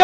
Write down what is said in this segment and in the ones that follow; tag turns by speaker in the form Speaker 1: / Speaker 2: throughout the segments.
Speaker 1: ก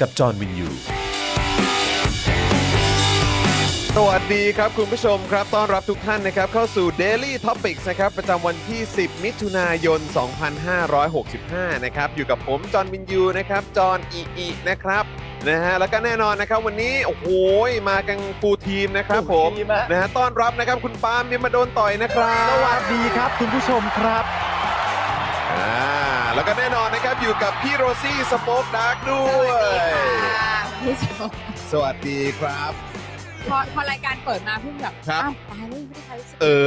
Speaker 2: กับจอห์นวินยู
Speaker 3: สวัสดีครับ คุณผู้ชมครับต้อนรับทุกท่านนะครับ เข้าสู่ Daily Topics นะครับ ประจำวันที่ 10 มิถุนายน 2565 นะครับ อยู่กับผมจอห์นวินยูนะครับ จอห์นอีอีนะครับนะฮะแล้วก็แน่นอนนะครับ วันนี้ โอ้โหมากันฟูลทีมนะครับผมนะฮะต้อนรับนะครับ คุณปาล์มเมียมาโดนต่อยนะครับ สวัสดีครับคุณผู้ชมครับ อ่าแล้วก็แน่นอนนะครับอยู่กับพี่โรซี่สโป๊กดาร์กด้วย
Speaker 4: ค่ะคุณผู้ชม
Speaker 3: สวัสดีครับ
Speaker 4: พอพอรายการเปิดมาเพิ่งแบบ
Speaker 3: ครับ
Speaker 4: อ้าวตาย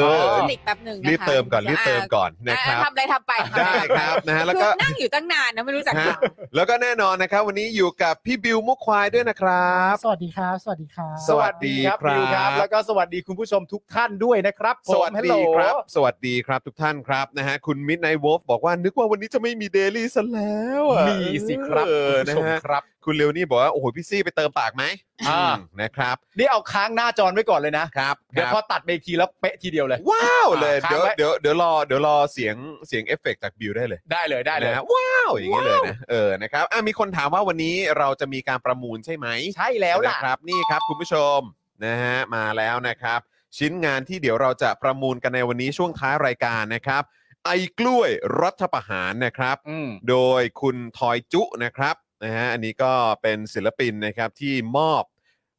Speaker 4: แล้วไม่ได้ใช้
Speaker 3: เออ
Speaker 4: หลีกแป๊บหนึ่งนะคะ
Speaker 3: รีบเติมก่อนรีบเติมก่อนนะ
Speaker 4: อ่า
Speaker 3: ครับ
Speaker 4: ทำอะไรทำไป
Speaker 3: ได้ครับนะฮะ
Speaker 4: แล้
Speaker 3: แล้ว ว
Speaker 4: ก็
Speaker 3: ก็
Speaker 4: นั่งอยู่ตั้งนานนะไม่รู้จัก
Speaker 3: ฮะ
Speaker 4: ข่าว
Speaker 3: แล้วก็แน่นอนนะครับ วันนี้อยู่กับพี่บิวมุกควายด้วยนะครับ
Speaker 5: สวัสดีครับ สวัสดีครับ
Speaker 3: สวัสดีครับ
Speaker 6: บิวแล้วก็สวัสดีคุณผู้ชมทุกท่านด้วยนะครับผม
Speaker 3: สวัสดีครับ
Speaker 6: ฮัลโหล
Speaker 3: สวัสดีครับทุกท่านครับนะฮะคุณมิดไนท์วอลฟบอกว่านึกว่าวันนี้จะไม่มีเดลี่ซะแล้วอะ
Speaker 6: มีสิครับ
Speaker 3: เออ
Speaker 6: คุณ
Speaker 3: นะ
Speaker 6: ผู้ชม
Speaker 3: ฮะ
Speaker 6: ครับ
Speaker 3: คุณเร็วนี่บอกว่า โอ้โห พี่ซี่ไปเติมปากไหม
Speaker 6: อ่า
Speaker 3: มนะครับ
Speaker 6: นี่เอาค้างหน้าจอไว้ก่อนเลยนะ
Speaker 3: ครับ
Speaker 6: เดี๋ยว
Speaker 3: ค
Speaker 6: พ
Speaker 3: รั
Speaker 6: อบ ตัดไปอีกทีแล้วเป๊ะทีเดียวเลย
Speaker 3: ว้าวเลย
Speaker 6: ค้าง
Speaker 3: เดี๋ยว
Speaker 6: ไว้
Speaker 3: เดี๋ยวเดี๋ยวรอเดี๋ยวรอเสียงเสียงเอฟเฟกต์จากบิวได้เลย
Speaker 6: ได้เลยได้เลย
Speaker 3: นะฮะว้าวอย่างนี้เลยนะเออนะครับอ่ะมีคนถามว่าวันนี้เราจะมีการประมูลใช่ไหม
Speaker 6: ใช่แล้วล่ะ
Speaker 3: นะครับนี่ครับคุณผู้ชมนะฮะมาแล้วนะครับ ชิ้นงานที่เดี๋ยวเราจะประมูลกันในวันนี้ช่วงท้ายรายการนะครับ ไอ้กล้วยรัฐประหารนะครับ
Speaker 6: อืม
Speaker 3: โดยคุณทอยจุนะครับนะฮะอันนี้ก็เป็นศิลปินนะครับที่มอบ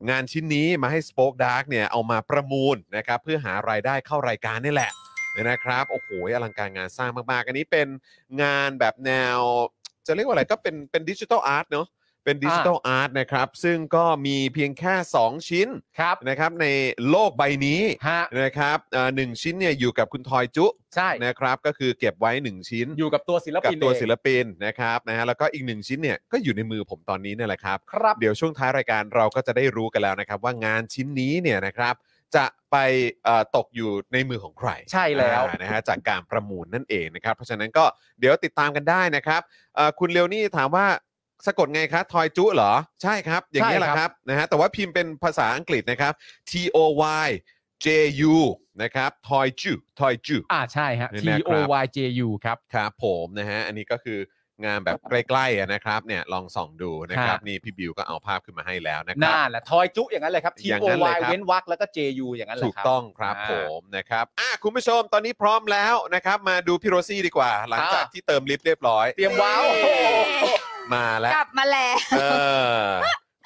Speaker 3: งานชิ้นนี้มาให้ Spoke Dark เนี่ยเอามาประมูลนะครับเพื่อหารายได้เข้ารายการนี่แหละนะครับโอ้โหอลังการงานสร้างมาก ๆ อันนี้เป็นงานแบบแนว จะเรียกว่าอะไรก็เป็นเป็นดิจิทัลอาร์ตเนาะเป็นดิจิทัลอาร์ตนะครับซึ่งก็มีเพียงแค่ 2 ชิ้น
Speaker 6: ครับ
Speaker 3: นะครับในโลกใบนี้
Speaker 6: ฮะ
Speaker 3: นะครับอ่าหนึ่งชิ้นเนี่ยอยู่กับคุณทอยจุ
Speaker 6: ใช่
Speaker 3: นะครับก็คือเก็บไว้ 1 ชิ้น
Speaker 6: อยู่กับตัวศิล
Speaker 3: กับ
Speaker 6: ปิน
Speaker 3: ตัว
Speaker 6: เอง
Speaker 3: ศิลปินนะครับนะฮะแล้วก็อีกหนึ่งชิ้นเนี่ยก็อยู่ในมือผมตอนนี้เนี่ยแหละครับ
Speaker 6: ครับ
Speaker 3: เดี๋ยวช่วงท้ายรายการเราก็จะได้รู้กันแล้วนะครับ ว่างานชิ้นนี้เนี่ยนะครับ จะไปเอ่อตกอยู่ในมือของใคร
Speaker 6: ใช่แล้ว
Speaker 3: อ่านะฮะจากการประมูลนั่นเองนะครับ เพราะฉะนั้นก็เดี๋ยวติดตามกันได้นะครับเอ่อคุณเลียวนี่ถามว่าสะกดไงคะทอยจุเหรอ ใช่ครับ อย่างนี้แหละ
Speaker 6: ใช่
Speaker 3: ค
Speaker 6: ครั
Speaker 3: รับบ นะฮะแต่ว่าพิมพ์เป็นภาษาอังกฤษนะครับ T O Y J U นะครับทอยจูทอยจู
Speaker 6: อ่าใช่ฮะ
Speaker 3: เนี่
Speaker 6: T
Speaker 3: ยนะครับ
Speaker 6: O Y J U ครับ
Speaker 3: ครับผมนะฮะอันนี้ก็คืองานแบบใกล้ๆอะนะครับเนี่ยลองส่องดูนะครับ
Speaker 6: ฮะ
Speaker 3: นี่พี่บิวก็เอาภาพขึ้นมาให้แล้วนะครั
Speaker 6: น่า
Speaker 3: บ
Speaker 6: แหละทอยจุอย่างนั้นเลยครับ T
Speaker 3: อย่าง
Speaker 6: O
Speaker 3: นั้นเลย
Speaker 6: Y
Speaker 3: ครับ
Speaker 6: เว้นวรรคแล้วก็ J U อย่างนั้นแห
Speaker 3: ถู
Speaker 6: ละ
Speaker 3: ก
Speaker 6: ครับ
Speaker 3: ต้องครับ
Speaker 6: อ่า
Speaker 3: ผมนะครับอ่ะคุณผู้ชมตอนนี้พร้อมแล้วนะครับมาดูพี่โรซี่ดีกว่า หลังจาก
Speaker 6: อ่า
Speaker 3: ที่เติมลิฟต์เรียบร้อย
Speaker 6: เตรียมว้าวโอ้โห
Speaker 3: มาแล้ว
Speaker 4: กลับมาแล้ว
Speaker 3: เออ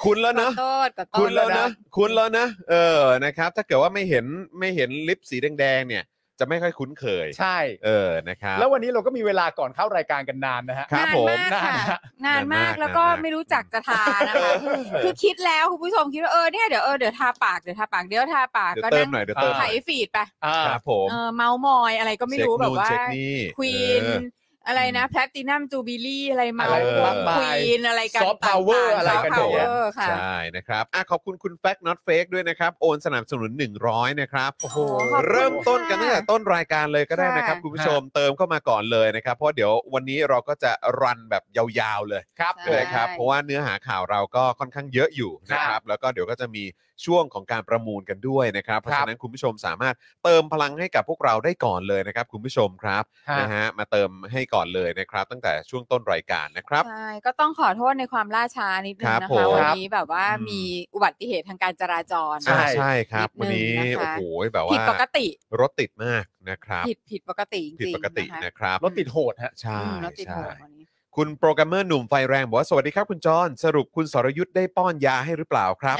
Speaker 3: คุณแล้ว
Speaker 4: ขอ
Speaker 3: นะ
Speaker 4: โทษขอโทษ
Speaker 3: คุณแล้วนะคุณแล้วนะเออนะครับ ถ้าเกิดว่าไม่เห็นไม่เห็นลิฟต์สีแดงๆเนี่ย จะไม่ค่อยคุ้นเคย
Speaker 6: ใช่
Speaker 3: เออนะครับ
Speaker 6: แล้ววันนี้เราก็มีเวลาก่อนเข้ารายการกันนานนะฮะ
Speaker 3: ค รับ
Speaker 4: นาน
Speaker 3: ผม
Speaker 4: มากค่ะ
Speaker 6: นะฮะ
Speaker 4: นา
Speaker 3: นา
Speaker 4: นมาก
Speaker 3: นมาก
Speaker 4: แล้วก็
Speaker 3: นานมาก
Speaker 4: ไม่รู้จักจะทานะ
Speaker 3: เอ
Speaker 4: คะ
Speaker 3: อ
Speaker 4: คือคิดแล้วคุณผู้ชมคิดว่าเออเนี่ยเดี๋ยวเออเดี๋ยวทาปากเดี๋ยวทาปากเดี๋ยวทาปาก
Speaker 3: เดี๋ย
Speaker 4: ก็
Speaker 3: วเติ
Speaker 4: นั่
Speaker 3: ม
Speaker 4: ง
Speaker 3: หน่อยเดี๋ยวเติมห
Speaker 4: ไถ
Speaker 3: น่อย
Speaker 4: ฟีดไป
Speaker 6: อ่า
Speaker 3: ครับผม
Speaker 4: เออเมาส์มอยอะไรก็ไม่รู้แบบว่า
Speaker 3: เช็คนู่นเช็
Speaker 4: ควีน
Speaker 3: เออ
Speaker 4: อะไรนะแพลตินัมจูบิลี่อะไรมา
Speaker 6: อะไร
Speaker 4: พว
Speaker 6: มากมาย
Speaker 4: ควีนอะไรกัน
Speaker 6: ซอฟต์ power
Speaker 4: ต่งๆ
Speaker 6: อะไรกัน
Speaker 4: ซ
Speaker 6: เนี่ย
Speaker 4: อฟต์พาวเวอร์ค่ะ
Speaker 3: ใช่นะครับอ่ะขอบคุณคุณแฟกต์น็อตเฟกด้วยนะครับ โอนสนับสนุน 100 นะครับ
Speaker 6: โอ้โห
Speaker 4: ขอบคุณค่ะ
Speaker 3: เริ่มต้นกันตั้งแต่ต้นรายการเลยก็ได้นะครับ
Speaker 4: ค่ะ
Speaker 3: คุณผู้ชมเติมเข้ามาก่อนเลยนะครับ เพราะเดี๋ยววันนี้เราก็จะรันแบบยาวๆเลย
Speaker 6: ครับ
Speaker 4: ใช่
Speaker 3: นะครับ เพราะว่าเนื้อหาข่าวเราก็ค่อนข้างเยอะอยู่นะครับ แล้วก็เดี๋ยวก็จะมีช่วงของการประมูลกันด้วยนะครับ เพราะฉะนั้นคุณผู้ชมสามารถเติมพลังให้กับพวกเราได้ก่อนเลยนะครับ คุณผู้ชมครับ
Speaker 6: ฮะ
Speaker 3: นะฮะมาเติมให้ก่อนเลยนะครับ ตั้งแต่ช่วงต้นรายการนะครับ
Speaker 4: ใช่ก็ต้องขอโทษในความล่าช้านิดนึง
Speaker 3: ครับ
Speaker 4: นะ
Speaker 3: ผ
Speaker 4: คะ
Speaker 3: ม
Speaker 4: วันนี้แบบว่า
Speaker 3: อืม
Speaker 4: มีอุบัติเหตุทางการจราจร
Speaker 6: ใช่
Speaker 3: อ่าใช่ครับ
Speaker 4: นิดนึง
Speaker 3: วันนี้
Speaker 4: นะคะ
Speaker 3: โอ้โหแบบว่า
Speaker 4: ผิดปกติ
Speaker 3: รถติดมากนะครับ
Speaker 4: ผิดผิดปกติจริงๆ
Speaker 3: ผิดปกติ
Speaker 4: นะคะ
Speaker 3: นะครับ
Speaker 6: รถติดโหดฮะ
Speaker 3: ใช่
Speaker 4: อืมรถติด
Speaker 3: ใช่
Speaker 4: โหดวันนี้
Speaker 3: คุณโปรแกรมเมอร์หนุ่มไฟแรงบอกว่าสวัสดีครับคุณจอนสรุปคุณสรยุทธ์ได้ป้อนยาให้หรือเปล่า ครับ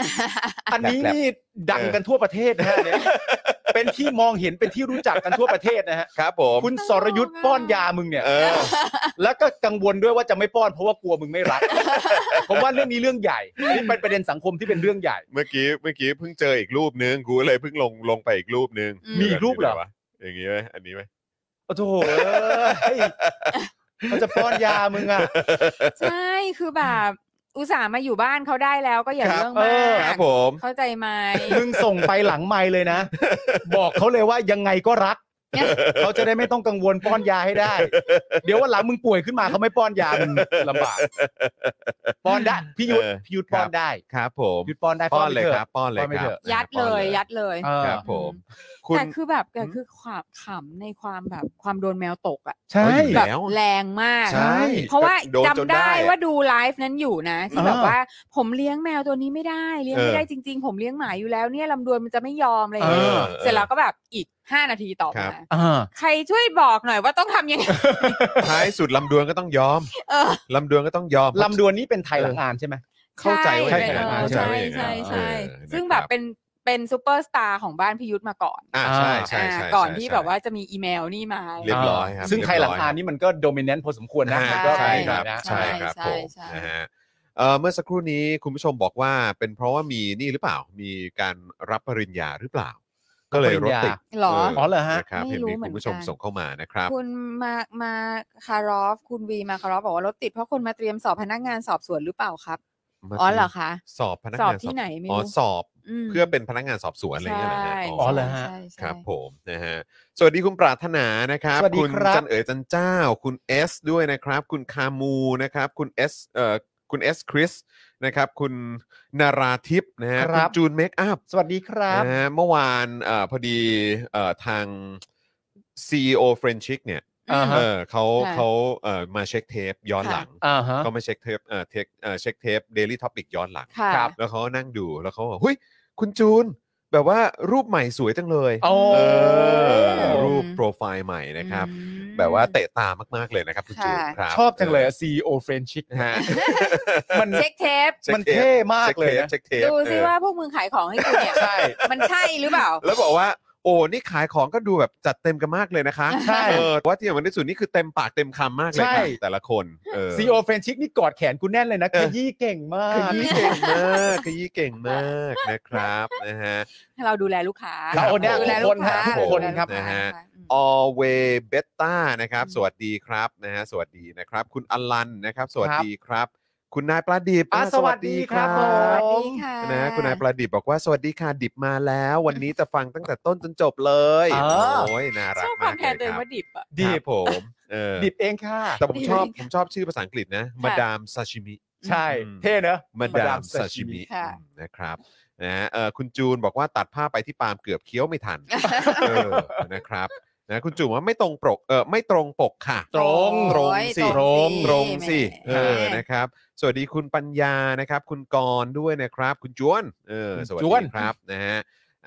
Speaker 6: อันนี้
Speaker 3: แบบ
Speaker 6: นี่ดังกันทั่วประเทศนะฮะเนี่ยเป็นที่มองเห็นเป็นที่รู้จักกันทั่วประเทศนะฮะ
Speaker 3: ครับผม
Speaker 6: คุณสรยุทธ์ป้อนยามึงเนี่ย
Speaker 3: เออ
Speaker 6: แล้วก็กังวลด้วยว่าจะไม่ป้อนเพราะว่ากลัวมึงไม่รั ก ผมว่าเรื่องนี้เรื่องใหญ่นี่เป็นประเด็นสังคมที่เป็นเรื่องใหญ่
Speaker 3: เมื่อกี้เมื่อกี้เพิ่งเจออีกรูปนึงกูเลยเพิ่งลงลงไปอีกรูปนึง
Speaker 4: อืม
Speaker 6: มีอีกรูปเหรอ
Speaker 3: อย่างนี้ไหมอันนี้ไหม
Speaker 6: โอ้โหเอ้ยเขาจะป้อนยามึงอ่ะ
Speaker 4: ใช่คือแบบอุตส่าห์มาอยู่บ้านเขาได้แล้วก็อย่าเรื่อง
Speaker 6: เอ
Speaker 4: มา
Speaker 6: อ
Speaker 3: ครั
Speaker 4: ก
Speaker 3: บผม
Speaker 4: เข้าใจ ไหม
Speaker 6: มึงส่งไปหลังไมค์เลยนะ บอกเขาเลยว่ายังไงก็รัก เขาจะได้ไม่ต้องกังวลป้อนยาให้ ได้ เดี๋ยววันหลังมึงป่วยขึ้นมาเขาไม่ป้อนยามึงลำบากป้อนได้พี่ยุทธพี่ยุทธป้อนได้
Speaker 3: ครับผม
Speaker 6: ยุทธป้อนได้
Speaker 3: ป้อน
Speaker 6: ไป
Speaker 3: เลย
Speaker 6: ถะ
Speaker 3: ครับป้อนเลย
Speaker 6: ป้อนไป
Speaker 3: ค
Speaker 6: เถ
Speaker 3: รับ
Speaker 6: อะ
Speaker 4: ยัด
Speaker 3: ป้
Speaker 4: เล
Speaker 3: อน
Speaker 4: ยยัดเลย
Speaker 6: เออ
Speaker 3: ครับผมคุณ
Speaker 4: แต่คือแบบแต่
Speaker 3: อืม
Speaker 4: คือความขำในความแบบความโดนแมวตกอะ
Speaker 6: ใช่
Speaker 3: เอาอยู่
Speaker 4: แบบ
Speaker 3: แล้ว
Speaker 4: แรงมาก
Speaker 6: ใช่
Speaker 4: เพราะว่า
Speaker 3: โดน
Speaker 4: จำ
Speaker 3: น
Speaker 4: ได้
Speaker 3: อะ
Speaker 4: ว่าดูไลฟ์นั้นอยู่นะ ที่
Speaker 6: อ่า
Speaker 4: แบบว่าผมเลี้ยงแมวตัวนี้ไม่ได้ เลี้ยงไม่
Speaker 3: เออ
Speaker 4: ได้จริง ๆ ผมเลี้ยงหมาอยู่แล้วเนี่ยลำดวนมันจะไม่ยอมอะไรอย่างเงี้ย
Speaker 3: เออเออ
Speaker 4: เสร็จแล้วก็แบบอีกห้านาทีต่อ
Speaker 3: ครั
Speaker 4: มา
Speaker 3: บ
Speaker 6: อ่า
Speaker 4: ใครช่วยบอกหน่อยว่าต้องทำยังไง
Speaker 3: ท้ายสุดลำดวนก็ต้องยอม
Speaker 4: เออ
Speaker 3: ลำดวนก็ต้องยอม
Speaker 6: ลำดวนนี้เป็นไทยหลังอานใช่ไหม
Speaker 3: เข้าใจว่า
Speaker 4: ใช่
Speaker 3: อย่างนั้น
Speaker 4: เออ
Speaker 3: เข้าใจ
Speaker 4: ใช่
Speaker 3: ว่าอย่างนั้น
Speaker 4: ใช่ใช่
Speaker 3: เออ
Speaker 4: ซึ่ง
Speaker 3: นะค
Speaker 4: แบ
Speaker 3: รับ
Speaker 4: บเป็นเป็นซูเปอร์สตาร์ของบ้านพิยุทธมาก่อน
Speaker 3: อ่าใช่ใช่
Speaker 4: อ่า
Speaker 3: ใช่
Speaker 4: ก่อน
Speaker 3: ใช่
Speaker 4: ที่
Speaker 3: ใช่
Speaker 4: แบบว่าจะมีอีเมลนี่มาอะไร
Speaker 3: เรียบร้อยครับ
Speaker 6: ซึ่ง
Speaker 3: เรียบร้อ
Speaker 6: ไทย
Speaker 3: ย
Speaker 6: หลังอานนี่มันก็โดมิเนนต์พอสมควรนะ
Speaker 3: อ่า
Speaker 6: มันก็
Speaker 3: ใช่
Speaker 6: มี
Speaker 3: ครับ
Speaker 6: นะ
Speaker 4: ใช่
Speaker 3: ใช่ครับ
Speaker 4: ใช่
Speaker 3: ผม
Speaker 4: ใช่
Speaker 3: นะฮะเอ่อเมื่อสักครู่นี้คุณผู้ชมบอกว่าเป็นเพราะว่ามีนี่หรือเปล่ามีการรับปริญญาหรือเปล่า ก็เลยรถติด
Speaker 4: หรอ
Speaker 6: อ๋อเหรอฮะ
Speaker 3: นะครับ
Speaker 4: ไม่
Speaker 3: เห็น
Speaker 4: รู้
Speaker 3: มี
Speaker 4: เหมื
Speaker 3: คุณ
Speaker 4: อนกัน
Speaker 3: ผู้ชมส่งเข้ามานะครับ
Speaker 4: คุณมามาคารอฟ คุณวีมาคารอฟบอกว่ารถติดเพราะคนมาเตรียมสอบพนักงานสอบสวนหรือเปล่าครับ อ๋อเหรอคะ
Speaker 3: สอบพนัก
Speaker 4: สอบ
Speaker 3: งาน
Speaker 4: ที่ไหนไม่รู้
Speaker 3: อ๋อสอบ
Speaker 4: ม
Speaker 3: เพื่อเป็นพนักงานสอบสวนอะไรอย่างเงี้ยนะฮะ
Speaker 6: อ๋อเหรอฮะ
Speaker 4: ใช่ใช่
Speaker 3: ครับผมนะฮะสวัสดีคุณปรารถนานะครับ
Speaker 6: สวัสดี
Speaker 3: ณ
Speaker 6: ครับ
Speaker 3: จันเอ๋ยจันเจ้า คุณ S ด้วยนะครับ คุณคามูนะครับ คุณ S เอ่อคุณ S คริสนะครับ คุณนาราทิพย์นะฮะณจูนเมคอัพ
Speaker 6: สวัสดีครับ
Speaker 3: นะฮะเมื่อวานเออพอดีเออทาง CEO f r e n c h i c เนี่ย
Speaker 6: อ่าฮะ
Speaker 3: เออเขา
Speaker 4: ค่ะ
Speaker 3: เขาเออมาเช็คเทปย้อนหลัง
Speaker 6: อ่าฮะ
Speaker 3: ก็มาเช็คเทปเออเทคเออเช็คเทป Daily Topic ย้อนหลัง
Speaker 4: ค่ะ
Speaker 6: ครับ
Speaker 3: แล้วเขานั่งดูแล้วเขาบอกเฮ้ย คุณจูน แบบว่ารูปใหม่สวยจังเลย
Speaker 6: โอ้
Speaker 3: เออ
Speaker 4: อืม
Speaker 3: รูปโปรไฟล์ใหม่นะครับ
Speaker 4: อืม
Speaker 3: แบบว่าเตะตามากๆเลยนะครับ คุณจูนค
Speaker 4: ค่ะ
Speaker 3: รับ
Speaker 6: ชอบจังเลยอะ CEO เฟรนชิก
Speaker 3: ฮะ
Speaker 6: มัน
Speaker 4: เช็คเทป
Speaker 3: ช็ค
Speaker 6: มันเท่มากเลยนะ
Speaker 3: เช็คเทป
Speaker 4: ดู
Speaker 3: เอ
Speaker 4: ซิ
Speaker 3: อ
Speaker 4: ว่าพวกมึงขายของให้กูเนี่ย
Speaker 6: ใช่
Speaker 4: มันใช่หรือเปล่า
Speaker 3: แล้วบอกว่า โอ้นี่ขายของก็ดูแบบจัดเต็มกันมากเลยนะคะ
Speaker 6: ใช่
Speaker 3: เออแต่ว่าที่สำคัญที่สุดนี่คือเต็มปากเต็มคำมากเลย
Speaker 6: ใช่
Speaker 3: ค่ะแต่ละคนเออ
Speaker 6: CEO เฟรนชิกนี่กอดแขนกูแน่นเลยนะ
Speaker 3: เอ
Speaker 6: ข
Speaker 3: อ
Speaker 6: ยี้เก่งมา
Speaker 3: ข
Speaker 6: ก
Speaker 3: ยี้เก่งมากขยี้เก่งมากนะครับนะฮะ
Speaker 4: เราดูแลลูกค้า
Speaker 6: เราเอาเนี่ย
Speaker 4: ดูแล
Speaker 6: ทุก
Speaker 4: ลู
Speaker 6: ค
Speaker 4: ก
Speaker 6: น
Speaker 4: ค้า
Speaker 6: ฮะทุกคนครับ
Speaker 4: ดูแลลู
Speaker 3: นะ
Speaker 4: กค้า
Speaker 3: ฮะ
Speaker 4: อืม
Speaker 3: Alway Beta นะครับ
Speaker 4: อืม
Speaker 3: สวัสดีครับนะฮะสวัสดีนะครับ คุณอลันนะครับ สวัสดีครับ คุณนายปลาดิบ
Speaker 6: อ่ะ
Speaker 3: นะ
Speaker 6: สวัสดีครับ
Speaker 3: ส
Speaker 6: ผ
Speaker 3: วัสดีครับ
Speaker 4: สวัส
Speaker 6: ม
Speaker 4: ดีค่ะ
Speaker 3: นะคุณนายปลาดิบบอกว่าสวัสดีค่ะดิบมาแล้ว วันนี้จะฟังตั้งแต่ต้นจนจบเลย
Speaker 6: เออ
Speaker 3: โอ้ยน่ารัก
Speaker 4: ชอบ
Speaker 3: มา
Speaker 4: คำ
Speaker 3: ก
Speaker 4: แท
Speaker 3: เลย
Speaker 4: นตัวเอ
Speaker 3: ครั
Speaker 4: ง
Speaker 3: บ
Speaker 4: ว่าดิบอ่ะ
Speaker 3: ดิบผมเออ
Speaker 6: ดิบเองค่ะ
Speaker 3: แต่ผมชอบ
Speaker 4: ดิบ
Speaker 3: ผมชอบชื่อภาษาอังกฤษนะมาดามซาชิมิ
Speaker 6: ใช่
Speaker 3: อืม
Speaker 6: เท่เนอะ
Speaker 3: มาดามซาชิมิ
Speaker 4: ค่ะ
Speaker 3: นะครับนะฮะเอ่อคุณจูนบอกว่าตัดผ้าไปที่ปาล์มเกือบเคี้ยวไม่ทัน เออนะครับนะคุณจูนบอกว่าไม่ตรงปกเออไม่ตรงปกค่ะ
Speaker 6: ตรง
Speaker 3: ตรงสิ
Speaker 4: โอ้ย
Speaker 3: ตรงสิ
Speaker 4: แหม
Speaker 3: เออนะครับ สวัสดีคุณปัญญานะครับ คุณกรณ์ด้วยนะครับ คุณจวนเออ
Speaker 6: คุณ
Speaker 3: สวัส
Speaker 6: จวน
Speaker 3: ดีครับนะฮะ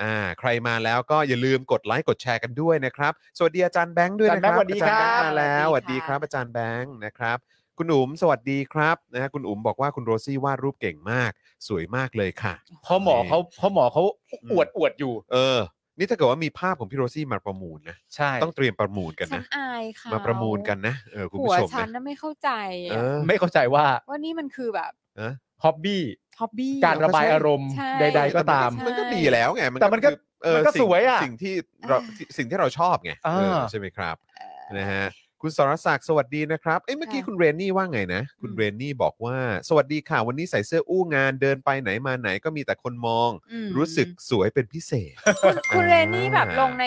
Speaker 3: อ่าใครมาแล้วก็อย่าลืมกดไลค์กดแชร์กันด้วยนะครับ สวัสดีอาจารย์แบงค์ด้วยนะครับ
Speaker 6: อาจารย์แบงค์สวัสดีครับ
Speaker 3: อาจารย์แงมาแล้วส
Speaker 4: สวั
Speaker 3: วัส
Speaker 4: สดี
Speaker 3: ดีค
Speaker 4: ค่ะ
Speaker 3: รับอาจารย์แบงค์นะครับ คุณอุ๋มสวัสดีครับนะฮะคุณอุ๋มบอกว่าคุณโรซี่วาดรูปเก่งมาก สวยมากเลยค่ะ
Speaker 6: พอหมอเขาพอหมอเขาอวดอวดอยู่
Speaker 3: เออ นี่ถ้าเกิดว่ามีภาพของพี่โรซี่มาประมูลนะ
Speaker 6: ใช่
Speaker 3: ต้องเตรียมประมูลกัน
Speaker 4: ฉัน
Speaker 3: นะ
Speaker 4: อายค่ะ
Speaker 3: มาประมูลกันนะเออคุณ
Speaker 4: หัว
Speaker 3: ผู้ชม
Speaker 4: ฉัน
Speaker 3: นะ
Speaker 4: น่ะไม่เข้าใจ
Speaker 3: เอ
Speaker 4: อะ
Speaker 3: อ
Speaker 6: ไม่เข้าใจว่า
Speaker 4: ว่านี่มันคือแบบ
Speaker 6: ฮอบบี้
Speaker 4: ฮอบบี้
Speaker 6: การระบายอารมณ์
Speaker 4: ใช่
Speaker 6: ใด ๆ ก็ตาม
Speaker 4: ใช่
Speaker 3: มันก็ดีแล้วไง
Speaker 6: แต่มันก็
Speaker 3: คือเออ
Speaker 6: มันก็
Speaker 3: ง
Speaker 6: สวยอะ
Speaker 3: สิ่งที่เราที่สิ่งที่เราชอบไง
Speaker 6: อ่า
Speaker 3: เออใช่ไหมครับนะฮะคุณสรศักดิ์สวัสดีนะครับเอ้ยเมื่อกี้
Speaker 4: ค่ะ
Speaker 3: คุณเรนนี่ว่าไงนะ คุณ
Speaker 4: อืม
Speaker 3: เรนนี่บอกว่า สวัสดีค่ะ วันนี้ใส่เสื้ออู้งานเดินไปไหนมาไหนก็มีแต่คนมอง
Speaker 4: อืม
Speaker 3: รู้สึกสวยเป็นพิเศษ
Speaker 4: คุณคุณเรนนี่
Speaker 3: อ่า
Speaker 4: แบบลงใน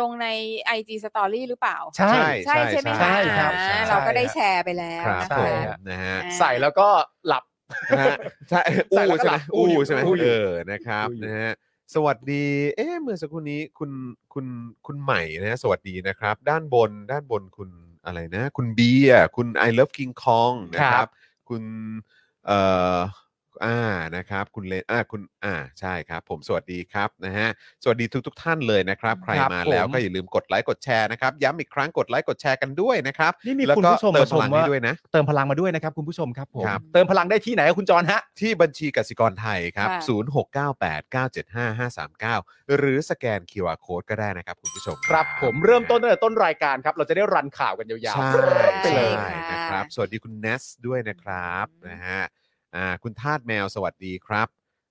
Speaker 4: ลงในไอจีสตอรี่หรือเปล่า
Speaker 6: ใช่
Speaker 4: ใช่ใช่ไหม
Speaker 6: ใช่ค
Speaker 4: คะ
Speaker 6: รับ
Speaker 4: อ่า
Speaker 3: ใช่
Speaker 4: เราก็
Speaker 6: ใช่
Speaker 4: ได้
Speaker 6: ฮะ
Speaker 4: แชร์ไปแล้ว
Speaker 3: ครับ
Speaker 4: นะ
Speaker 6: ใช่
Speaker 3: ผม
Speaker 4: คะ
Speaker 6: ฮะ
Speaker 3: นะฮะ
Speaker 4: อ่า
Speaker 6: ใส่แล้วก็หลับ
Speaker 3: นะฮะใช่อู้
Speaker 6: ใส่แล้วก็
Speaker 3: ใช่ไห
Speaker 6: ห
Speaker 3: ม
Speaker 6: ลับอู้
Speaker 3: อู้
Speaker 6: อยู่
Speaker 3: ใช่ไหม
Speaker 6: อู้อยู่
Speaker 3: เออนะครับ
Speaker 6: อู้อยู่
Speaker 3: นะฮะสวัสดี เอ๊ะเมื่อสักครู่นี้คุณคุณคุณใหม่นะฮะสวัสดีนะครับ ด้านบนด้านบนคุณอะไรนะ คุณเบียร์คุณ I love King Kong นะครับ คุณเอ่อ อ่านะครับ คุณเลนอ่าคุณอ่าใช่ครับ ผมสวัสดีครับนะฮะสวัสดีทุกทท่านเลยนะครับ ใคร
Speaker 6: ครับ
Speaker 3: มาแล้ว
Speaker 6: ผม
Speaker 3: ก็อย่าลืมกดไลค์กดแชร์นะครับย้ำอีกครั้งกดไลค์กดแชร์กันด้วยนะครับ
Speaker 6: นี่มี
Speaker 3: แล้ว
Speaker 6: คุณ
Speaker 3: ก็
Speaker 6: ผู้ชม
Speaker 3: เติ
Speaker 6: มาม ช
Speaker 3: พ
Speaker 6: ม
Speaker 3: ลัง
Speaker 6: ว่า
Speaker 3: ให้ด้วยนะ
Speaker 6: เติมพลังมาด้วยนะครับคุณผู้ชมครับผม
Speaker 3: ครับ
Speaker 6: เติมพลังได้ที่ไหนครับคุณจรฮะ
Speaker 3: ที่บัญชีกสิกรไทยครับ
Speaker 4: ค่ะ
Speaker 3: 0698975539 หรือสแกน QR Code ก็ได้นะครับคุณผู้ชม
Speaker 6: ครับผมเริ่มต้นตั้งแต่ต้นรายการครับ เราจะได้รันข่าวกันยาว
Speaker 3: ใช่
Speaker 6: ๆไปเลย
Speaker 3: ใช่นะครับ สวัสดีคุณเนสด้วยนะครับนะฮะอ่าคุณทาดแมวสวัสดีครับ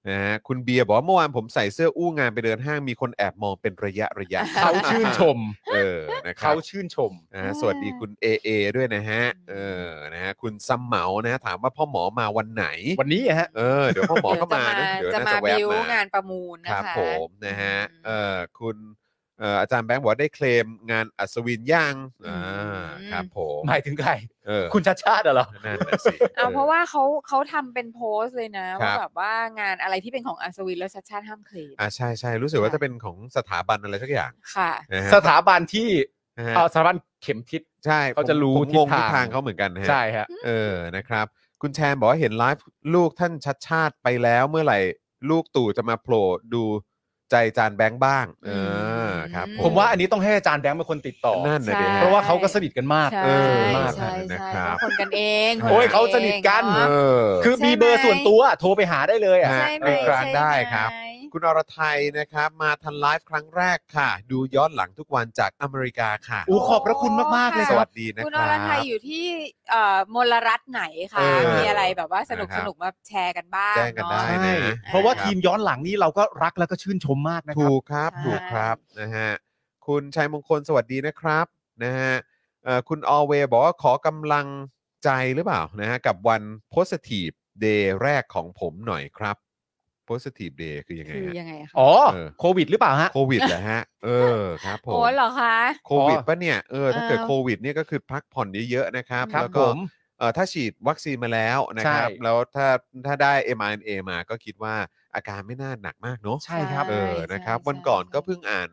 Speaker 3: นะฮะคุณเบียร์บอกว่าเมื่อวานผมใส่เสื้ออู้งานไปเดินห้างมีคนแอบมองเป็นระยะระยะ
Speaker 6: เขาชื่นชม
Speaker 3: เออนะครับ
Speaker 6: เขาชื่นชม
Speaker 3: นะฮะสวัสดีคุณ AA ด้วยนะฮะ เออ นะฮะ คุณซัมเหมานะฮะถามว่าพ่อหมอมาวันไหน
Speaker 6: วันนี้ฮะ
Speaker 3: เออ เดี๋ยวพ่อหมอก็มานะ เดี๋ยว
Speaker 4: จะ
Speaker 3: น่า
Speaker 4: มา
Speaker 3: จะแวะ
Speaker 4: บิว
Speaker 3: มาง
Speaker 4: านประมูล
Speaker 3: ค
Speaker 4: นะ
Speaker 3: รับ
Speaker 4: คะ
Speaker 3: ผมนะฮะ
Speaker 4: อืม
Speaker 3: เออคุณเอ่ออาจารย์แบงค์บอกว่าได้เคลมงานอัศวินย่างอ่า
Speaker 4: อืม
Speaker 3: ครับผม
Speaker 6: หมายถึงใคร
Speaker 3: เออ
Speaker 6: คุณชาติชาติเหรอ
Speaker 3: นั่นน่ะสิ
Speaker 4: เอาเพราะว่าเขาเขาทำเป็นโพสต์เลยนะ
Speaker 3: ครั
Speaker 4: ว่า
Speaker 3: บ
Speaker 4: แบบว่างานอะไรที่เป็นของอัศวินแล้วชัดชาติห้ามเคลม
Speaker 3: อ่าใช่ใช่รู้สึกว่าจะเป็นของสถาบันอะไรสักอย่าง
Speaker 4: ค่ะ
Speaker 3: นะฮะ
Speaker 6: สถาบันที่
Speaker 3: นะฮะ
Speaker 6: เอ่อสถาบันเข็มทิศ
Speaker 3: ใช่
Speaker 6: เขาจะรู้
Speaker 3: ผม
Speaker 6: ทิ
Speaker 3: ง
Speaker 6: ศ
Speaker 3: งทิศ
Speaker 6: ทาง
Speaker 3: ทางเขาเหมือนกันนะฮะ
Speaker 6: ใช่ฮะ
Speaker 3: เออ นะครับ คุณแชมบอกว่าเห็นไลฟ์ลูกท่านชัดชาติไปแล้วเมื่อไหร่ ลูกตู่จะมาโผล่ดูใจจานแบงค์บ้าง เออ ครับ
Speaker 4: อืม
Speaker 6: ผมว่าอันนี้ต้องให้อาจารย์แบงค์เป็นคนติดต่อ
Speaker 3: นั่นนะเดี๋ยว
Speaker 6: เพราะว่าเขาก็สนิทกันมาก
Speaker 4: ใช่
Speaker 3: เออ
Speaker 4: ใช่
Speaker 6: มาก
Speaker 4: ใช่
Speaker 3: นะ
Speaker 4: ใช่
Speaker 3: ครับ
Speaker 4: คนกันเอง
Speaker 6: โอ้ยเขาสนิทกัน
Speaker 4: เาะ
Speaker 3: เออ
Speaker 6: คือมีเบอร์ส่วนตัวโทรไปหาได้เลยอ่ะ
Speaker 3: ฮะ
Speaker 4: ใช่ไหม
Speaker 3: เออกลาง
Speaker 4: ใช่หม
Speaker 3: ได้ครับ คุณอรไทยนะครับ มาทันไลฟ์ครั้งแรกค่ะ ดูย้อนหลังทุกวันจากอเมริกาค่ะ
Speaker 6: อู้ขอบพระคุณมาก ๆ เลย
Speaker 4: ค่ะ
Speaker 3: ส
Speaker 6: ค
Speaker 3: วั
Speaker 6: รับ
Speaker 3: สดีนะ
Speaker 4: คุณ
Speaker 3: ค
Speaker 4: อ
Speaker 3: รับ
Speaker 4: รไทยอยู่ที่เอ่อมลรัฐไหนคะ
Speaker 3: เออ
Speaker 4: มีอะไรแบบว่าสนุก
Speaker 3: นะครับ
Speaker 4: สนุกมาแชร์กันบ้าง
Speaker 3: แจ้งกันได้
Speaker 4: เนาะ
Speaker 3: นะ
Speaker 6: เพราะว่าทีมย้อนหลังนี่เราก็รักแล้วก็ชื่นชมมากนะครับ
Speaker 3: ถูกครับ ถูกครับ นะฮะ คุณชัยมงคลสวัสดีนะครับ นะฮะเอ่อคุณออเวบอกว่าขอกำลังใจหรือเปล่านะฮะกับวัน positive day แรกของผมหน่อยครับ positive day คือยังไง
Speaker 4: คือ
Speaker 3: ฮะ
Speaker 4: ยังไงคะ
Speaker 6: อ๋อ
Speaker 3: เออ
Speaker 6: โควิดหรือเปล่าฮะ
Speaker 3: โควิดเหรอฮะ เออครับผม
Speaker 4: โอ้เหรอคะ
Speaker 3: โควิดปะเนี่ย เออ ถ้าเกิด
Speaker 4: เออ
Speaker 3: โควิดเนี่ยก็คือพักผ่อนเยอะๆนะครับ
Speaker 6: ครับ
Speaker 3: แล้ว
Speaker 6: ผ
Speaker 3: ก็
Speaker 6: ม
Speaker 3: เอ่อถ้าฉีดวัคซีนมาแล้วนะครับ
Speaker 6: ใช่
Speaker 3: แล้วถ้าถ้าได้ mRNA มาก็คิดว่าอาการไม่น่าหนักมากเนอะ
Speaker 6: ใช่ครับ
Speaker 4: ใช่
Speaker 3: เออ นะครับ
Speaker 4: ใช่
Speaker 3: วันก่อน
Speaker 4: ใช่
Speaker 3: ก็เพิ่งอ่าน